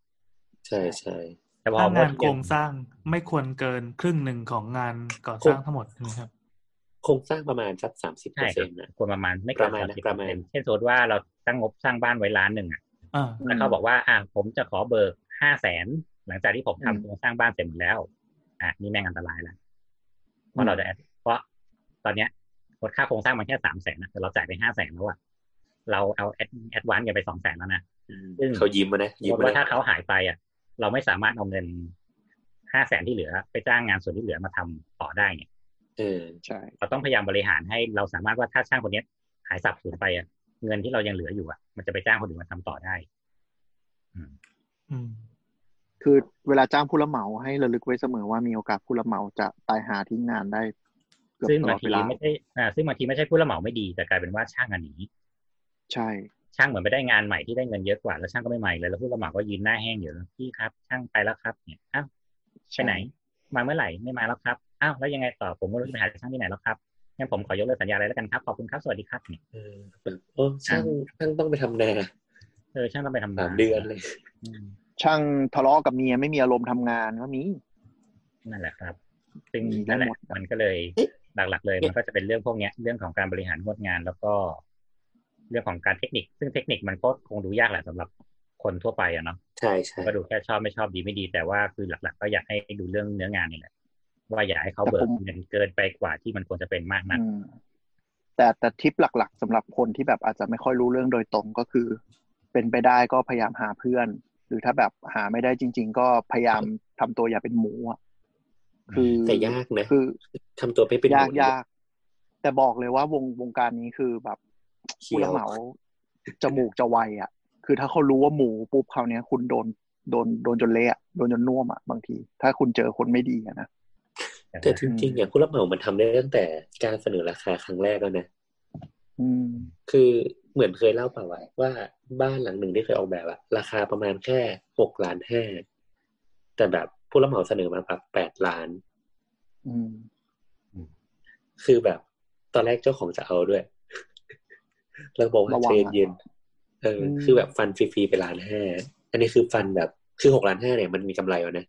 E: ใช่ใช่
H: แต่พอ
B: ถ้างาน
H: หมด
B: โค
H: เดื
B: ร
H: อง
B: สร้างไม่ควรเกินครึ่งหนึ่งของงานก่อสร้างทั้งหมดนะครับ
E: โครงสร้างประมาณสักสามสิบเปอ
H: ใช่ค
E: ร์เซ็
H: รับ
E: นต์นะ
H: ควรประมาณไม่เกิน
E: ประมาณ
H: สาม
E: นะ
H: สิบ
E: ประมาณ
H: เช่นสมมติว่าเราตั้งงบสร้างบ้านไว้ล้านหนึ่งอ่ะ
B: อ่า
H: แล้วเขาบอกว่าอ่ะผมจะขอเบิกห้าแสนหลังจากที่ผม
F: อื
H: ทำ
F: ม
H: โครงสร้างบ้านเสร็จหมดแล้ว อ่ะนี่แม่งอันตรายแล้วเพ
F: อื
H: ราะ
F: ม
H: เราจะเพราะตอนเนี้ยลดค่าโครงสร้างมันแค่สามแสนนะแต่เราจ่ายไปห้าแสนแล้วอะเราเอาแอดแอดวานกันไปสองแสนแล้วนะ
E: อืม
H: ซึ่ง
E: เขายิ้มมานะ
H: สม
E: ยิ้ม
H: มติ
E: มา
H: ว่าถ้าเขาหายไปอ่ะ เราไม่สามารถเอาเงินห้าแสนที่เหลือ ไปจ้างงานส่วนที่เหลือมาทำต่อได้เนี่ย
E: เออ
F: ใช่
H: เราต้องพยายามบริหารให้เราสามารถว่าถ้าช่างคนเนี้ยหายสับสูญไปอ่ะเงินที่เรายังเหลืออยู่อ่ะมันจะไปจ้างคนอื่นมาทำต่อได้
B: อืม
F: คือเวลาจ้างผู้รับเหมาให้ระลึกไว้เสมอว่ามีโอกาสผู้รับเหมาจะตายหาทิ้งงานได้เกือบ
H: ซึ่ง
F: ตล
H: บาง
F: อด
H: ที
F: เวลา
H: ไม่ใช่อ่าซึ่งบางทีไม่ใช่ผู้รับเหมาไม่ดีแต่กลายเป็นว่าช่างอันนี้
F: ใช่
H: ช่างเหมือนไปได้งานใหม่ที่ได้เงินเยอะกว่าแล้วช่างก็ไม่ใหม่เลยแล้วผู้รับเหมาก็ยืนหน้าแห้งอยู่แล้วพี่ครับ ช่างไปแล้วครับเนี่ยอ้าวไป
F: ใช่
H: ไหน มาเมื่อไหร่ไม่มาแล้วครับอ้าวแล้วยังไงต่อผมไม่รู้จะไปหาช่างที่ไหนแล้วครับงั้นผมขอยกเลิกสัญญาอะไรแล้วกันครับขอบคุณครับสวัสดีครับเนี่ย
E: เออแบบโอ้ช่างช่างต้องไปทำนา
H: เออช่างต้องไปทำง
E: สามเดือนเลย
H: อืม
F: ช่างทะเลาะกับเมียไม่มีอารมณ์ทำงานก็มี
H: นั่นแหละครับ ซึ่ง
F: มีได้
H: นั่นแหละ
F: หมดครับ
H: มันก็เลย
E: เอ๊ะ
H: หลักๆเลยมันก็จะเป็นเรื่องพวกเนี้ยเรื่องของการบริหารงวดงานแล้วก็ เรื่องของการเทคนิค ซึ่งเทคนิคมันก็คงดูยากแหละสำหรับคนทั่วไปอะเนาะ
E: ใช่ใช่
H: ก็ดูแค่ชอบไม่ชอบดีไม่ดี แต่ว่าคือหลัก ๆ ก็อยากให้ดูเรื่องเนื้องานนี่แหละว่าอย่าให้เขา
F: แต่
H: เบิ
F: ผ
H: ก
F: ม
H: เงินเกินไปกว่าที่มันควรจะเป็นมากนัก
F: อืมแต่แต่ทิปหลัก ๆสำหรับคนที่แบบอาจจะไม่ค่อยรู้เรื่องโดยตรงก็คือ เป็นไปได้ก็พยายามหาเพื่อน หรือถ้าแบบหาไม่ได้จริง ๆ ก็พยายามทำตัวอย่าเป็นหมูอะคือ
E: แต่ยากนะ
F: คือ
E: ทำตัวไม่เป็นห
F: ยา
E: มู
F: ก
E: นี่
F: ยากแต่บอกเลยว่าวงวงการนี้คือแบบ
E: เขียว
F: ผู้รับเหมาจมูกจะไวอ่ะ คือถ้าเขารู้ว่าหมูปุ๊บคราวเนี้ย คุณโดนโดนโดนจนเละอะโดนจนน่วมอ่ะบางที ถ้าคุณเจอคนไม่ดีอะนะ
E: แต่จริงๆอย่างผู้รับเหมามันทำได้ตั้งแต่การเสนอราคาครั้งแรกแล้วนะ
F: อืม
E: คือเหมือนเคยเล่าเปล่าไว้ว่าบ้านหลังหนึ่งที่เคยออกแบบอะราคาประมาณแค่หกล้านห้าแต่แบบผู้รับเหมาเสนอมาแบบแปดล้าน
F: อืม
E: คือแบบตอนแรกเจ้าของจะเอาด้วย แล้วบอกว่า
F: ระวั
E: เท
F: ง
E: ร
F: อะ
E: ดเย็นเอออ
F: ม
E: คือแบบฟันฟรีๆไปล้านห้าอันนี้คือฟันแบบคือหกล้านห้าเนี่ยมันมีกำไรแล้วนะ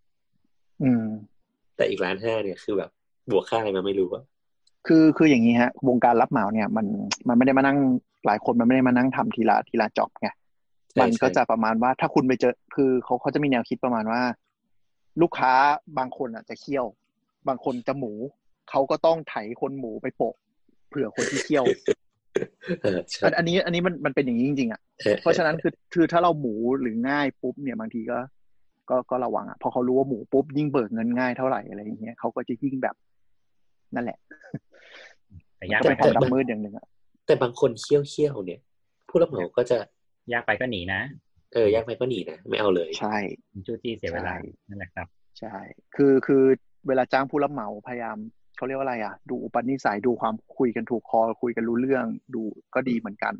F: อืม
E: แต่อีกล้านห้าเนี่ยคือแบบ
I: บวกค่าอะไรมาไม่รู้อะ
F: คือคืออย่างนี้ฮะ วงการรับเหมาเนี่ย มันมันไม่ได้มานั่งหลายคนมันไม่ได้มานั่งทำทีละทีละจ็อบไงมันก็จะประมาณว่าถ้าคุณไปเจอ คือเขาเขาจะมีแนวคิดประมาณว่า ลูกค้าบางคนอ่ะจะเคี่ยว บางคนจะหมูเขาก็ต้องไถคนหมูไปโปะเผื่อคนที่เคี่ยว
I: เออใช่
F: อันอันนี้อันนี้มันมันเป็นอย่างนี้จริงๆอ่ะ
I: ออ
F: เพราะฉะนั้นคือคือถ้าเราหมูหรือง่ายปุ๊บเนี่ยบางทีก็ก็ก็ระวังอ่ะเพอเขารู้ว่าหมูปุ๊บยิ่งเบิกเงินง่ายเท่าไหร่อะไรอย่างเงี้ยเขาก็จะยิ่งแบบนั่นแหละ
H: แต่ยาก
F: ก็
H: ไป
F: เป็นค
H: ก็
F: วามดำมืดอย่างหนึ่งอ่ะ
I: แต่บางคนเคี่ยวเคี่ยวๆเนี่ย ผู้รับเหมาก็จะ
H: ยากไปก็หนีนะ
I: เออยากไปก็หนีนะไม่เอาเลย
F: ใช่
H: จู้จี้เสียเวลา
F: ใช่
H: นั่นแหละครับ
F: ใช่ คือคือเวลาจ้างผู้รับเหมาพยายามเขาเรียกว่าอะไรอ่ะ ดูอุปนิสัยดูความคุยกันถูกคอคุยกันรู้เรื่องดูก็ดีเหมือนกัน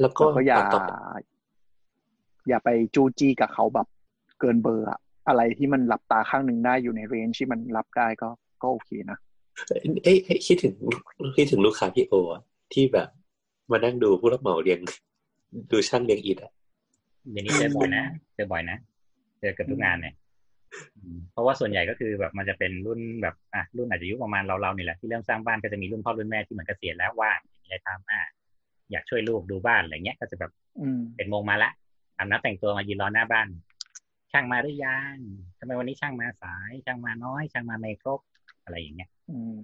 I: แล้วก็
F: แล้วก็อย่า
I: ต่อ
F: อย่าไปจู้จี้กับเขาแบบเกินเบอร์อะอะไรที่มันหลับตาข้างหนึ่งได้อยู่ในเรนจ์ที่มันรับได้ก็ก็โอเคนะ
I: เอ้ยเอ้ยคิดถึงคิดถึงลูกค้าพี่โออะที่แบบมานั่งดูผู้รับเหมาเรียง ดูช่างเรียงอิฐอะ
H: เดี๋ยวนี้เจอบ่อยนะเจอบ่อยนะเจอเกือบทุกงานเนี่ยอืมเพราะว่าส่วนใหญ่ก็คือแบบมันจะเป็นรุ่นแบบอ่ะรุ่นอาจจะอายุประมาณเราเราๆนี่แหละที่เริ่มสร้างบ้านก็จะมีรุ่นพ่อรุ่นแม่ที่เหมือนเกษียณแล้วว่างมีอะไรทำอ่ะอยากช่วยลูกดูบ้านอะไรเงี้ยก็จะแบบ
F: อืม
H: เป็นโมงมาละอาบน้ำแต่งตัวมายืนรอหน้าบ้าน ช่างมาหรือยังทำไมวันนี้ช่างมาสาย ช่างมาน้อย ช่างมาไม่ครบอะไรอย่างเงี้ย
F: อืม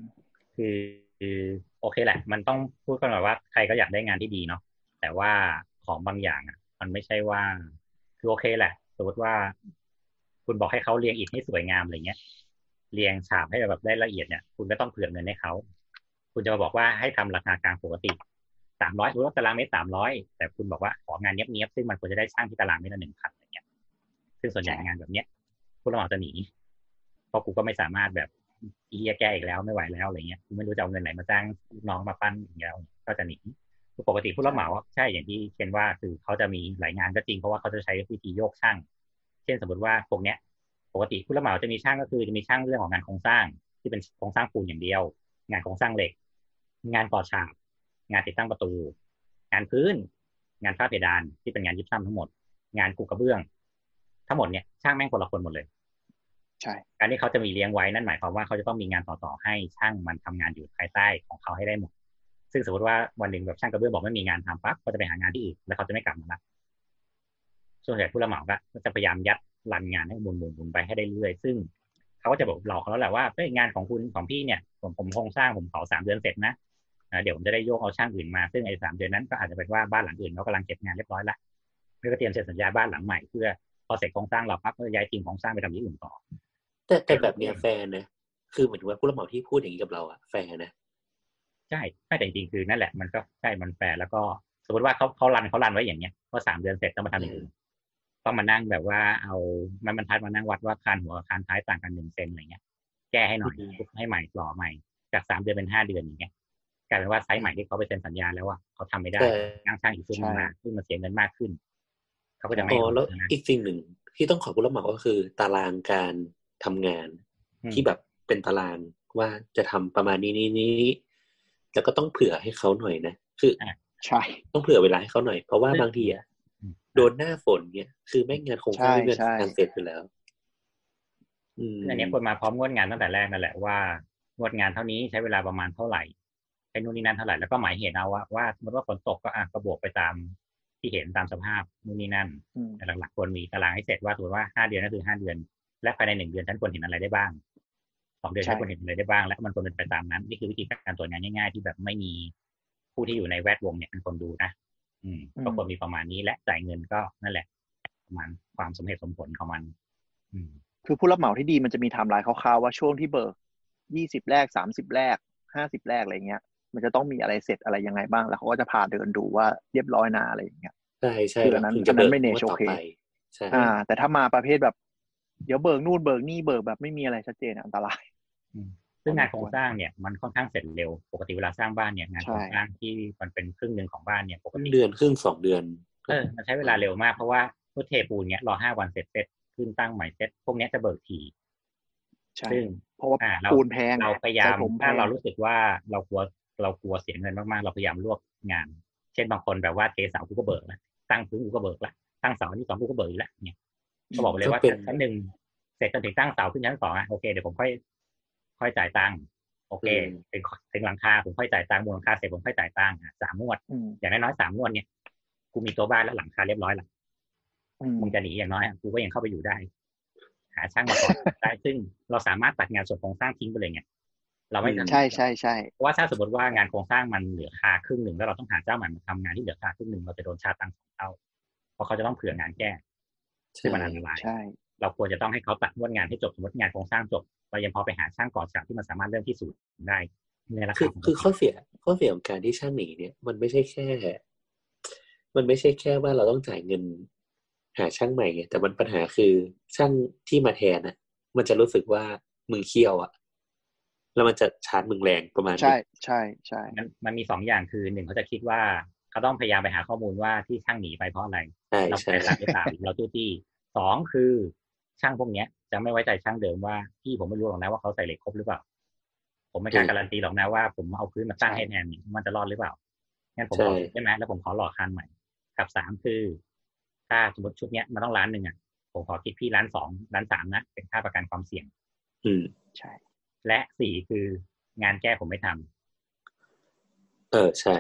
H: คือคือโอเคแหละ มันต้องพูดกันหน่อยว่าใครก็อยากได้งานที่ดีเนาะแต่ว่าของบางอย่างอ่ะ มันไม่ใช่ว่า คือโอเคแหละ สมมติว่า คุณบอกให้เขาเรียงอิฐให้สวยงามอะไรเงี้ยเรียงฉาบให้แบบได้ละเอียดเนี่ย คุณก็ต้องเผื่อเงินให้เขาคุณจะมาบอกว่าให้ทำราคากลางปกติสามร้อยตารางเมตรสามร้อยแต่คุณบอกว่าของานเนี้ยบๆซึ่งมันควรจะได้ช่างที่ตารางเมตรละหนึ่งพันอะไรเงี้ยซึ่งส่วนใหญ่งานแบบเนี้ยผู้รับเหมาจะหนีเพราะกูก็ไม่สามารถแบบ อีเฮียแกอีกแล้วไม่ไหวแล้วอะไรเงี้ยไม่รู้จะเอาเงินไหนมาจ้างลูกน้องมาปั้นอย่างเงี้ยก็จะหนีปกติผู้รับเหมาอะใช่อย่างที่เคนว่าคือเขาจะมีหลายงานก็จริงเพราะว่าเขาจะใช้วิธีโยกช่าง เช่นสมมติว่าพวกเนี้ย ปกติผู้รับเหมาจะมีช่างก็คือจะมีช่างเรื่องของงานโครงสร้าง ที่เป็นโครงสร้างปูนอย่างเดียว งานโครงสร้างเหล็ก งานก่อฉากงานติดตั้งประตู งานพื้น งานฝ้าเพดานที่เป็นงานยิปซัมทั้งหมด งานกูกระเบื้อง ทั้งหมดเนี่ยช่างแม่งคนละคนหมดเลย
F: ใช่
H: การที่เขาจะมีเลี้ยงไว้นั่นหมายความว่าเขาจะต้องมีงานต่อๆให้ช่างมันทำงานอยู่ภายใต้ของเขาให้ได้หมด ซึ่งสมมติว่าวันหนึ่งแบบช่างกระเบื้องบอกไม่มีงานทำปั๊บก็จะไปหางานที่อื่นแล้วเขาจะไม่กลับมาละส่วนใหญ่ผู้รับเหมาก็จะพยายามยัดรันงานให้หมุนๆๆไปให้ได้เรื่อยซึ่งเขาก็จะบอกหลอกเขาแล้วแหละว่าเฮ้ยงานของคุณของพี่เนี่ยผมผมโครงสร้างผมเผาสามเดือนเสร็จนะอ่าเดี๋ยวผมจะได้โยกเอาช่างอื่นมาซึ่งไอ้สามเดือนนั้นก็อาจจะเป็นว่าบ้านหลังอื่นเขากำลังเก็บงานเรียบร้อยละเพื่อเตรียมเซ็นสัญญาบ้านหลังใหม่เพื่อพอเสร็จโครงสร้างเราปั๊บก็ย้ายทีมโครงสร้างไปทำที่อื่นต่อ
I: แต่แต่แบบเนี้ยแฟนนะคือเหมือนว่าผู้รับเหมาที่พูดอย่างนี้กับเราอะแฟนนะ
H: ใช่ใช่แต่จริงๆคือนั่นแหละมันก็ใช่มันแฟร์แล้วก็สมมติว่าเขาเขารันเขารันไว้อย่างเนี้ยว่าสามเดือนเสร็จต้องมาทำอย่างอื่นต้องมานั่งแบบว่าเอาไม้บรรทัดมานั่งวัดว่าคานหัวกับคานท้ายต่างกันหนึ่งเซนอะไรเงี้ย แก้ให้หน่อย
I: อืม
H: ให้ใหม่หล่อใหม่ จากสามเดือนเป็นห้าเดือนอย่างเงี้ยกลายเป็นว่าไซส์ใหม่ที่เขาไปเซ็นสัญญาแล้วว่าเขาทำไม่ได้
I: แต่
H: จ้างช่างอีกชุดหนึงมาซึ่งมันเสียเงินมากขึ้นเขาก็จะไม่
I: อ๋อแล้ว
H: เอานะ
I: อีกสิ่งหนึ่งที่ต้องขอบผู้รับเหมาก็คือตารางการทำงาน
H: อืม
I: ที่แบบเป็นตารางว่าจะทำประมาณนี้นี้นี้แล้วก็ต้องเผื่อให้เขาหน่อยนะคือ
F: ใช่
I: ต้องเผื่อเวลาให้เขาหน่อยเพราะว่าบางทีอะโดนหน้าฝนเนี่ยคือแม่งงานโครงสร้าง
F: ใช่
I: ไม่เป็น
F: ใช่
I: งานเสร็จอยู่แล้ว อืม
H: ซึ่งอันเนี้ยควรมาพร้อมงวดงานตั้งแต่แรกนั่นแหละว่างวดงานเท่านี้ใช้เวลาประมาณเท่าไหร่ใช้นู่นนี่นั่นเท่าไหร่แล้วก็หมายเหตุเอาว่าว่าสมมติว่าฝนตกก็อ่ะก็บวกไปตามที่เห็นตามสภาพนู่นนี่นั่น
F: อืม
H: แต่หลักๆควรมีตารางให้เสร็จว่าสมมติว่าห้าเดือนก็คือห้าเดือน และภายในหนึ่งเดือนฉันควรเห็นอะไรได้บ้างสองเดือนฉั
F: ใช่
H: นควรเห็นอะไรได้บ้าง และมันควรเป็นไปตามนั้น นี่คือวิธีการตรวจงานง่าย ๆ ที่แบบไม่มีผู้ที่อยู่ในแวดวงเนี่ยเป็นคนดูนะอืมก็ควรมีประมาณนี้และจ่ายเงินก็นั่นแหละประมาณความสมเหตุสมผลของมัน อืม
F: คือผู้รับเหมาที่ดีมันจะมีไทม์ไลน์คร่าวๆว่าช่วงที่เบิกยี่สิบแรกสามสิบแรกห้าสิบแรกอะไรเงี้ย มันจะต้องมีอะไรเสร็จอะไรยังไงบ้างแล้วเขาก็จะพาเดินดูว่าเรียบร้อยนะอะไรอย่างเงี้ย
I: ใช่ใช่
F: คือ
I: แล้ว
F: อั
I: น
F: นั้น
I: ถึงจะ
F: อันนั้น
I: เบิก
F: ไม่เน
I: งวด
F: โอ
I: ต่อ
F: เค
I: ไปใช่
F: อ่า แต่ถ้ามาประเภทแบบ เดี๋ยวเบิกนู่นเบิกนี่เบิกแบบไม่มีอะไรชัดเจนอะอันตราย
H: ซึ่งงานโครงสร้างเนี่ยมันค่อนข้างเสร็จเร็ว ปกติเวลาสร้างบ้านเนี่ยงาน
F: ใช่
H: โครงสร้างที่มันเป็นครึ่งหนึ่งของบ้านเนี่ยปกติ
I: เดือนครึ่งสองเดือน
H: เออมันใช้เวลาเร็วมากเพราะว่าพุทเทปูนเนี่ยรอห้าวันเสร็จเสร็จขึ้นตั้งใหม่เสร็จพวกเนี้ยจะเบิกที
F: ใช่
H: ซึ่ง
F: เพราะว่า
H: อ่าเรา
F: ปูนแพง
H: เราพยายาม
F: ใช้ผมแพ
H: ถ้าง เรารู้สึกว่าเรากลัวเรากลัวเสียเงินมากๆ เราพยายามรวบงาน เช่นบางคนแบบว่าเทเสากูก็เบิกละตั้งพื้นกูก็เบิกละตั้งเสาอันที่สองกูก็เบิกอีกละเนี่ยก็บอกไปเลยว่า
I: ก็เป็น
H: ชั้นหนึ่งเสร็จจนถึงตั้งเสาขึ้นชั้นสองอ่ะโอเคเดี๋ยวผมค่อยค่อยจ่ายตังค์ โอเคถึงถึงหลังคาผมค่อยจ่ายตังค์มูลหลังคาเสร็จผมค่อยจ่ายตังค์อ่ะสามงวด
F: อืม
H: อย่างน้อยๆสามงวดเนี่ยกูมีตัวบ้านแล้วหลังคาเรียบร้อยละ
F: อืม
H: มึงจะหนีอย่างน้อยอะกูก็ยังเข้าไปอยู่ได้ หาช่างมาก่อน ได้ซึ่งเราสามารถตัดงานส่วนโครงสร้างทิ้งไปเลยไงเราไม่จำเป็น
F: ใช่ใช่ใช่
H: เพราะว่าถ้าสมมติว่างานโครงสร้างมันเหลือค่าครึ่งหนึ่งแล้วเราต้องหาเจ้าใหม่มาทำงานที่เหลือค่าครึ่งหนึ่งเราจะโดนชาร์จตังค์สองเท่าเพราะเขาจะต้องเผื่องานแก้ซึ่งมันอันตราย
F: ใช่
H: เราควรจะต้องให้เขาตัดงวดงานให้จบสมมติงานโครงสร้างจบเรายังพอไปหาช่างก่อฉากที่มันสามารถเริ่มที่ศูนย์ได้ในรา
E: คื
H: คา
E: อคือข้อเสียข้อเสียของการที่ช่างหนีเนี่ย มันไม่ใช่แค่ มันไม่ใช่แค่ว่าเราต้องจ่ายเงิน หาช่างใหม่ไงแต่มันปัญหาคือช่างที่มาแทนน่ะ มันจะรู้สึกว่ามึงเคี่ยวอะแล้วมันจะชาร์จมึงแรงประมาณ
F: ใช่
E: นึง
F: ใช่ใช่
H: มันมันมีสองอย่างคือหนึ่งเขาจะคิดว่าเขาต้องพยายามไปหาข้อมูลว่าที่ช่างหนีไปเพราะอะไร
E: ใช่
H: เรา
E: ใช่
H: ไปหลักหรือเปล่าเราตู้ที่สองคือช่างพวกเนี้ย จะไม่ไว้ใจช่างเดิมว่าพี่ผมไม่รู้หรอกนะว่าเขาใส่เหล็กครบหรือเปล่า ผมไม่กล้าการันตีหรอกนะว่าผมเอาพื้นมาตั้งให้แนนนี่มันจะรอดหรือเปล่างั้นผมขอใช่ไหมแล้วผมขอหล่อคันใหม่กับสามคือ ถ้าสมมติชุดเนี้ยมันต้องล้านหนึ่งอ่ะผมขอคิดพี่ล้านสองล้านสามนะเป็นค่าประกันความเสี่ยง
E: อืม
F: ใช่
H: และสี่คืองานแก้ผมไม่ทำ
E: เออใช่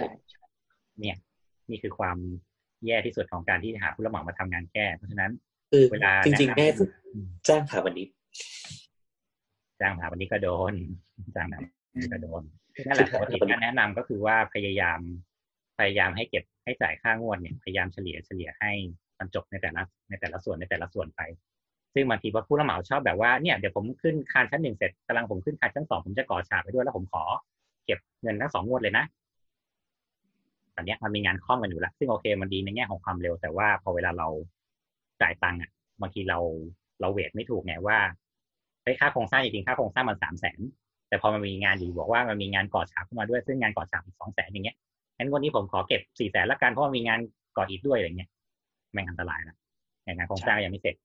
H: เนี่ย นี่คือความแย่ที่สุดของการที่หาผู้รับเหมามาทำงานแก้ เพราะฉะนั้น
E: คือ
H: เวลา
E: จริงๆ
H: แนะ
E: แม่
H: นำ
E: จ้างถาวันนี้
H: จ้างถาวันนี้ก็โดนจ้างถาวันนี้ก็โดนนั่นแหละปกติการแนะนำก็คือว่าพยายามพยายามให้เก็บให้จ่ายค่างวดเนี่ยพยายามเฉลี่ยเฉลี่ยให้มันจบในแต่ละในแต่ละส่วนในแต่ละส่วนไป ซึ่งบางทีพอผู้รับเหมาชอบแบบว่าเนี่ยเดี๋ยวผมขึ้นคานชั้นหนึ่งเสร็จกำลังผมขึ้นคานชั้นสองผมจะก่อฉากไปด้วยแล้วผมขอ เก็บเงินทั้งสองงวดเลยนะตอนเนี้ยมันมีงานคล่อมกันอยู่แล้วซึ่งโอเคมันดีในแง่ของความเร็ว แต่ว่าพอเวลาเราจ่ายตังค์อ่ะบางทีเราเราเวทไม่ถูกไงว่าเฮ้ยค่าโครงสร้างจริงๆค่าโครงสร้างมันสามแสนแต่พอมันมีงานอยู่บอกว่ามันมีงานก่อฉากเข้ามาด้วยซึ่งงานก่อฉากอีกสองแสนอย่างเงี้ยงั้นวันนี้ผมขอเก็บสี่แสนละกันเพราะมันมีงานก่ออิฐด้วยอะไรเงี้ยแม่งอันตรายนะอย่างงานโครงสร้างยังไม่เสร็จ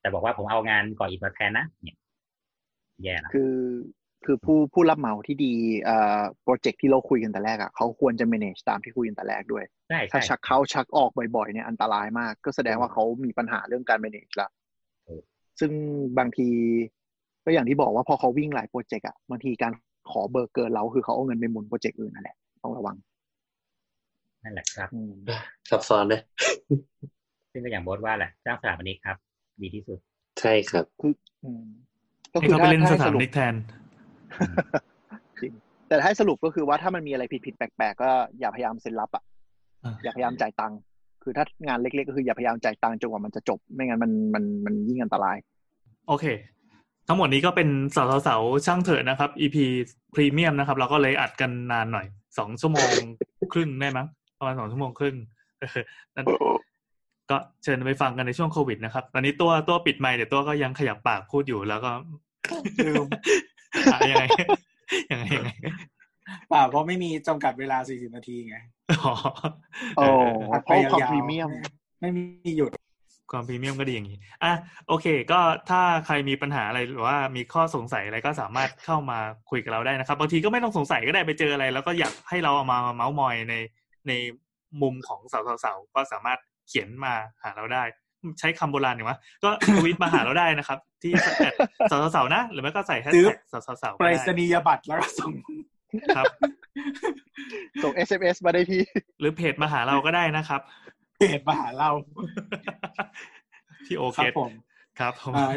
H: แต่บอกว่าผมเอางานก่ออิฐมาแทนนะเนี่ยแย่ละ
F: คือคือผู้ผู้รับเหมาที่ดีเอ่อโปรเจกต์ที่เราคุยกันแต่แรกอ่ะเขาควรจะ manage ตามที่คุยกันแต่แรกด้วย
H: ใช่
F: ถ้า
H: ใช่
F: ชักเข้าชักออกบ่อยๆเนี่ยอันตรายมาก ก็แสดงว่าเขามีปัญหาเรื่องการ manage ละซึ่งบางทีก็อย่างที่บอกว่าพอเขาวิ่งหลายโปรเจกต์อ่ะบางทีการขอเบอร์เกินเราคือเขาเอาเงินไปหมุนโปรเจกต์อื่นนั่นแหละต้องระวัง
H: นั่นแหละครับ
F: อืม
E: ซับซ้อนนะ
H: ซึ่งก็อย่างโบทว่าแหละจ้างสถาปนิกครับ ดีที่สุด
E: ใช่ครับ
F: คืออืมก็
B: ให้
F: คือ
B: เขาไป
F: ถ้า
B: เล่นส
F: ถ้าให้
B: ถา
F: ส
B: น
F: รุป
B: นิกแทน
F: แต่ถ้าให้สรุปก็คือว่าถ้ามันมีอะไรผิดๆแปลกๆก็อย่าพยายามเซ็นรับอ่ะ
B: อ่า
F: อย่าพยายามจ่ายตังค์คือถ้างานเล็กๆก็คืออย่าพยายามจ่ายตังค์จนกว่ามันจะจบ ไม่งั้นมันมันมันยิ่งอันตราย
B: โอเค ทั้งหมดนี้ก็เป็นสาวสาวๆช่างเถอะนะครับ EP พรีเมียมนะครับ เราก็เลยอัดกันนานหน่อยสองชั่วโมง ครึ่งได้มั้งประมาณสองชั่วโมงค รึ่งเออนั่นก็เชิญไปฟังกันในช่วงโควิดนะครับ ตอนนี้ตัวตัวปิดไมค์เดี๋ยวตัวก็ยังขยับปากพูดอยู่แล้วก็
D: ลืม
B: อ่ะยัง ไงยังไงยังไง
D: เปล่าเพราะไม่มีจำกัดเวลา 40 นาทีไง
B: อ๋อ
F: โอ้
B: เ
F: เพราะความพรีเมียม
D: ไม่มีหยุด
B: ความพรีเมียมก็ดีอย่างนี้ อ่ะโอเค ก็ถ้าใครมีปัญหาอะไรหรือว่ามีข้อสงสัยอะไรก็สามารถเข้ามาคุยกับเราได้นะครับ บางทีก็ไม่ต้องสงสัยก็ได้ไปเจออะไร แล้วก็อยากให้เราเอามาเมาส์มอยในในมุมของสาวๆๆก็สามารถเขียนมาหาเราได้ ใช้คำโบราณอย่างวะก็ทวิตมาหาเราได้นะครับ ที่สาวสาวๆๆนะ หรือไม่ก็ใส่แฮชแท็กสาวสาวๆๆ
D: ไป
B: ก็
D: รษ
B: ได้
D: ณียบัตรแล้วก็ส่ง
B: ครับ
F: ส่ง SMS มาได้ที่
B: หรือเพจมาหาเราก็ได้นะครับ
D: เพจมาหาเรา
B: พี่โอ
D: ครั
B: เค
D: บผม
B: ครับผม
D: อ่า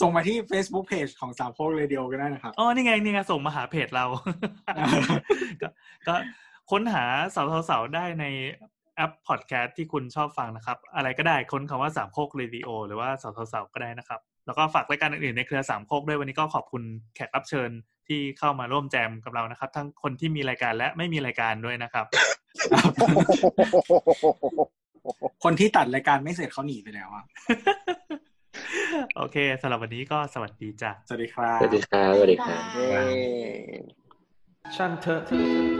D: ส่งมาที่ Facebook Page ของสามโคกเรดิโอก็ได้นะครับ
B: อ๋อนี่ไงนี่ไงส่งมาหาเพจเรา
D: อ่า
B: ก็ก็ค้นหาสาวๆๆได้ในแอปพอดแคสต์ที่คุณชอบฟังนะครับ อะไรก็ได้ค้นคำว่าสามโคกเรดิโอหรือว่าสาวๆๆก็ได้นะครับ แล้วก็ฝากรายการอื่นๆในเครือสามโคกด้วยวันนี้ก็ขอบคุณแขกรับเชิญที่เข้ามาร่วมแจมกับเรานะครับ ทั้งคนที่มีรายการและไม่มีรายการด้วยนะครับ
D: คนที่ตัดรายการไม่เสร็จเขาหนีไปแล้วอะ
B: โอเคสำหรับวันนี้ก็สวัสดีจ้ะ
D: สวัสดีครับ
F: 啊
E: สวัสดีครับสวัสดีครับ
F: เย้
G: ช่างเถอะ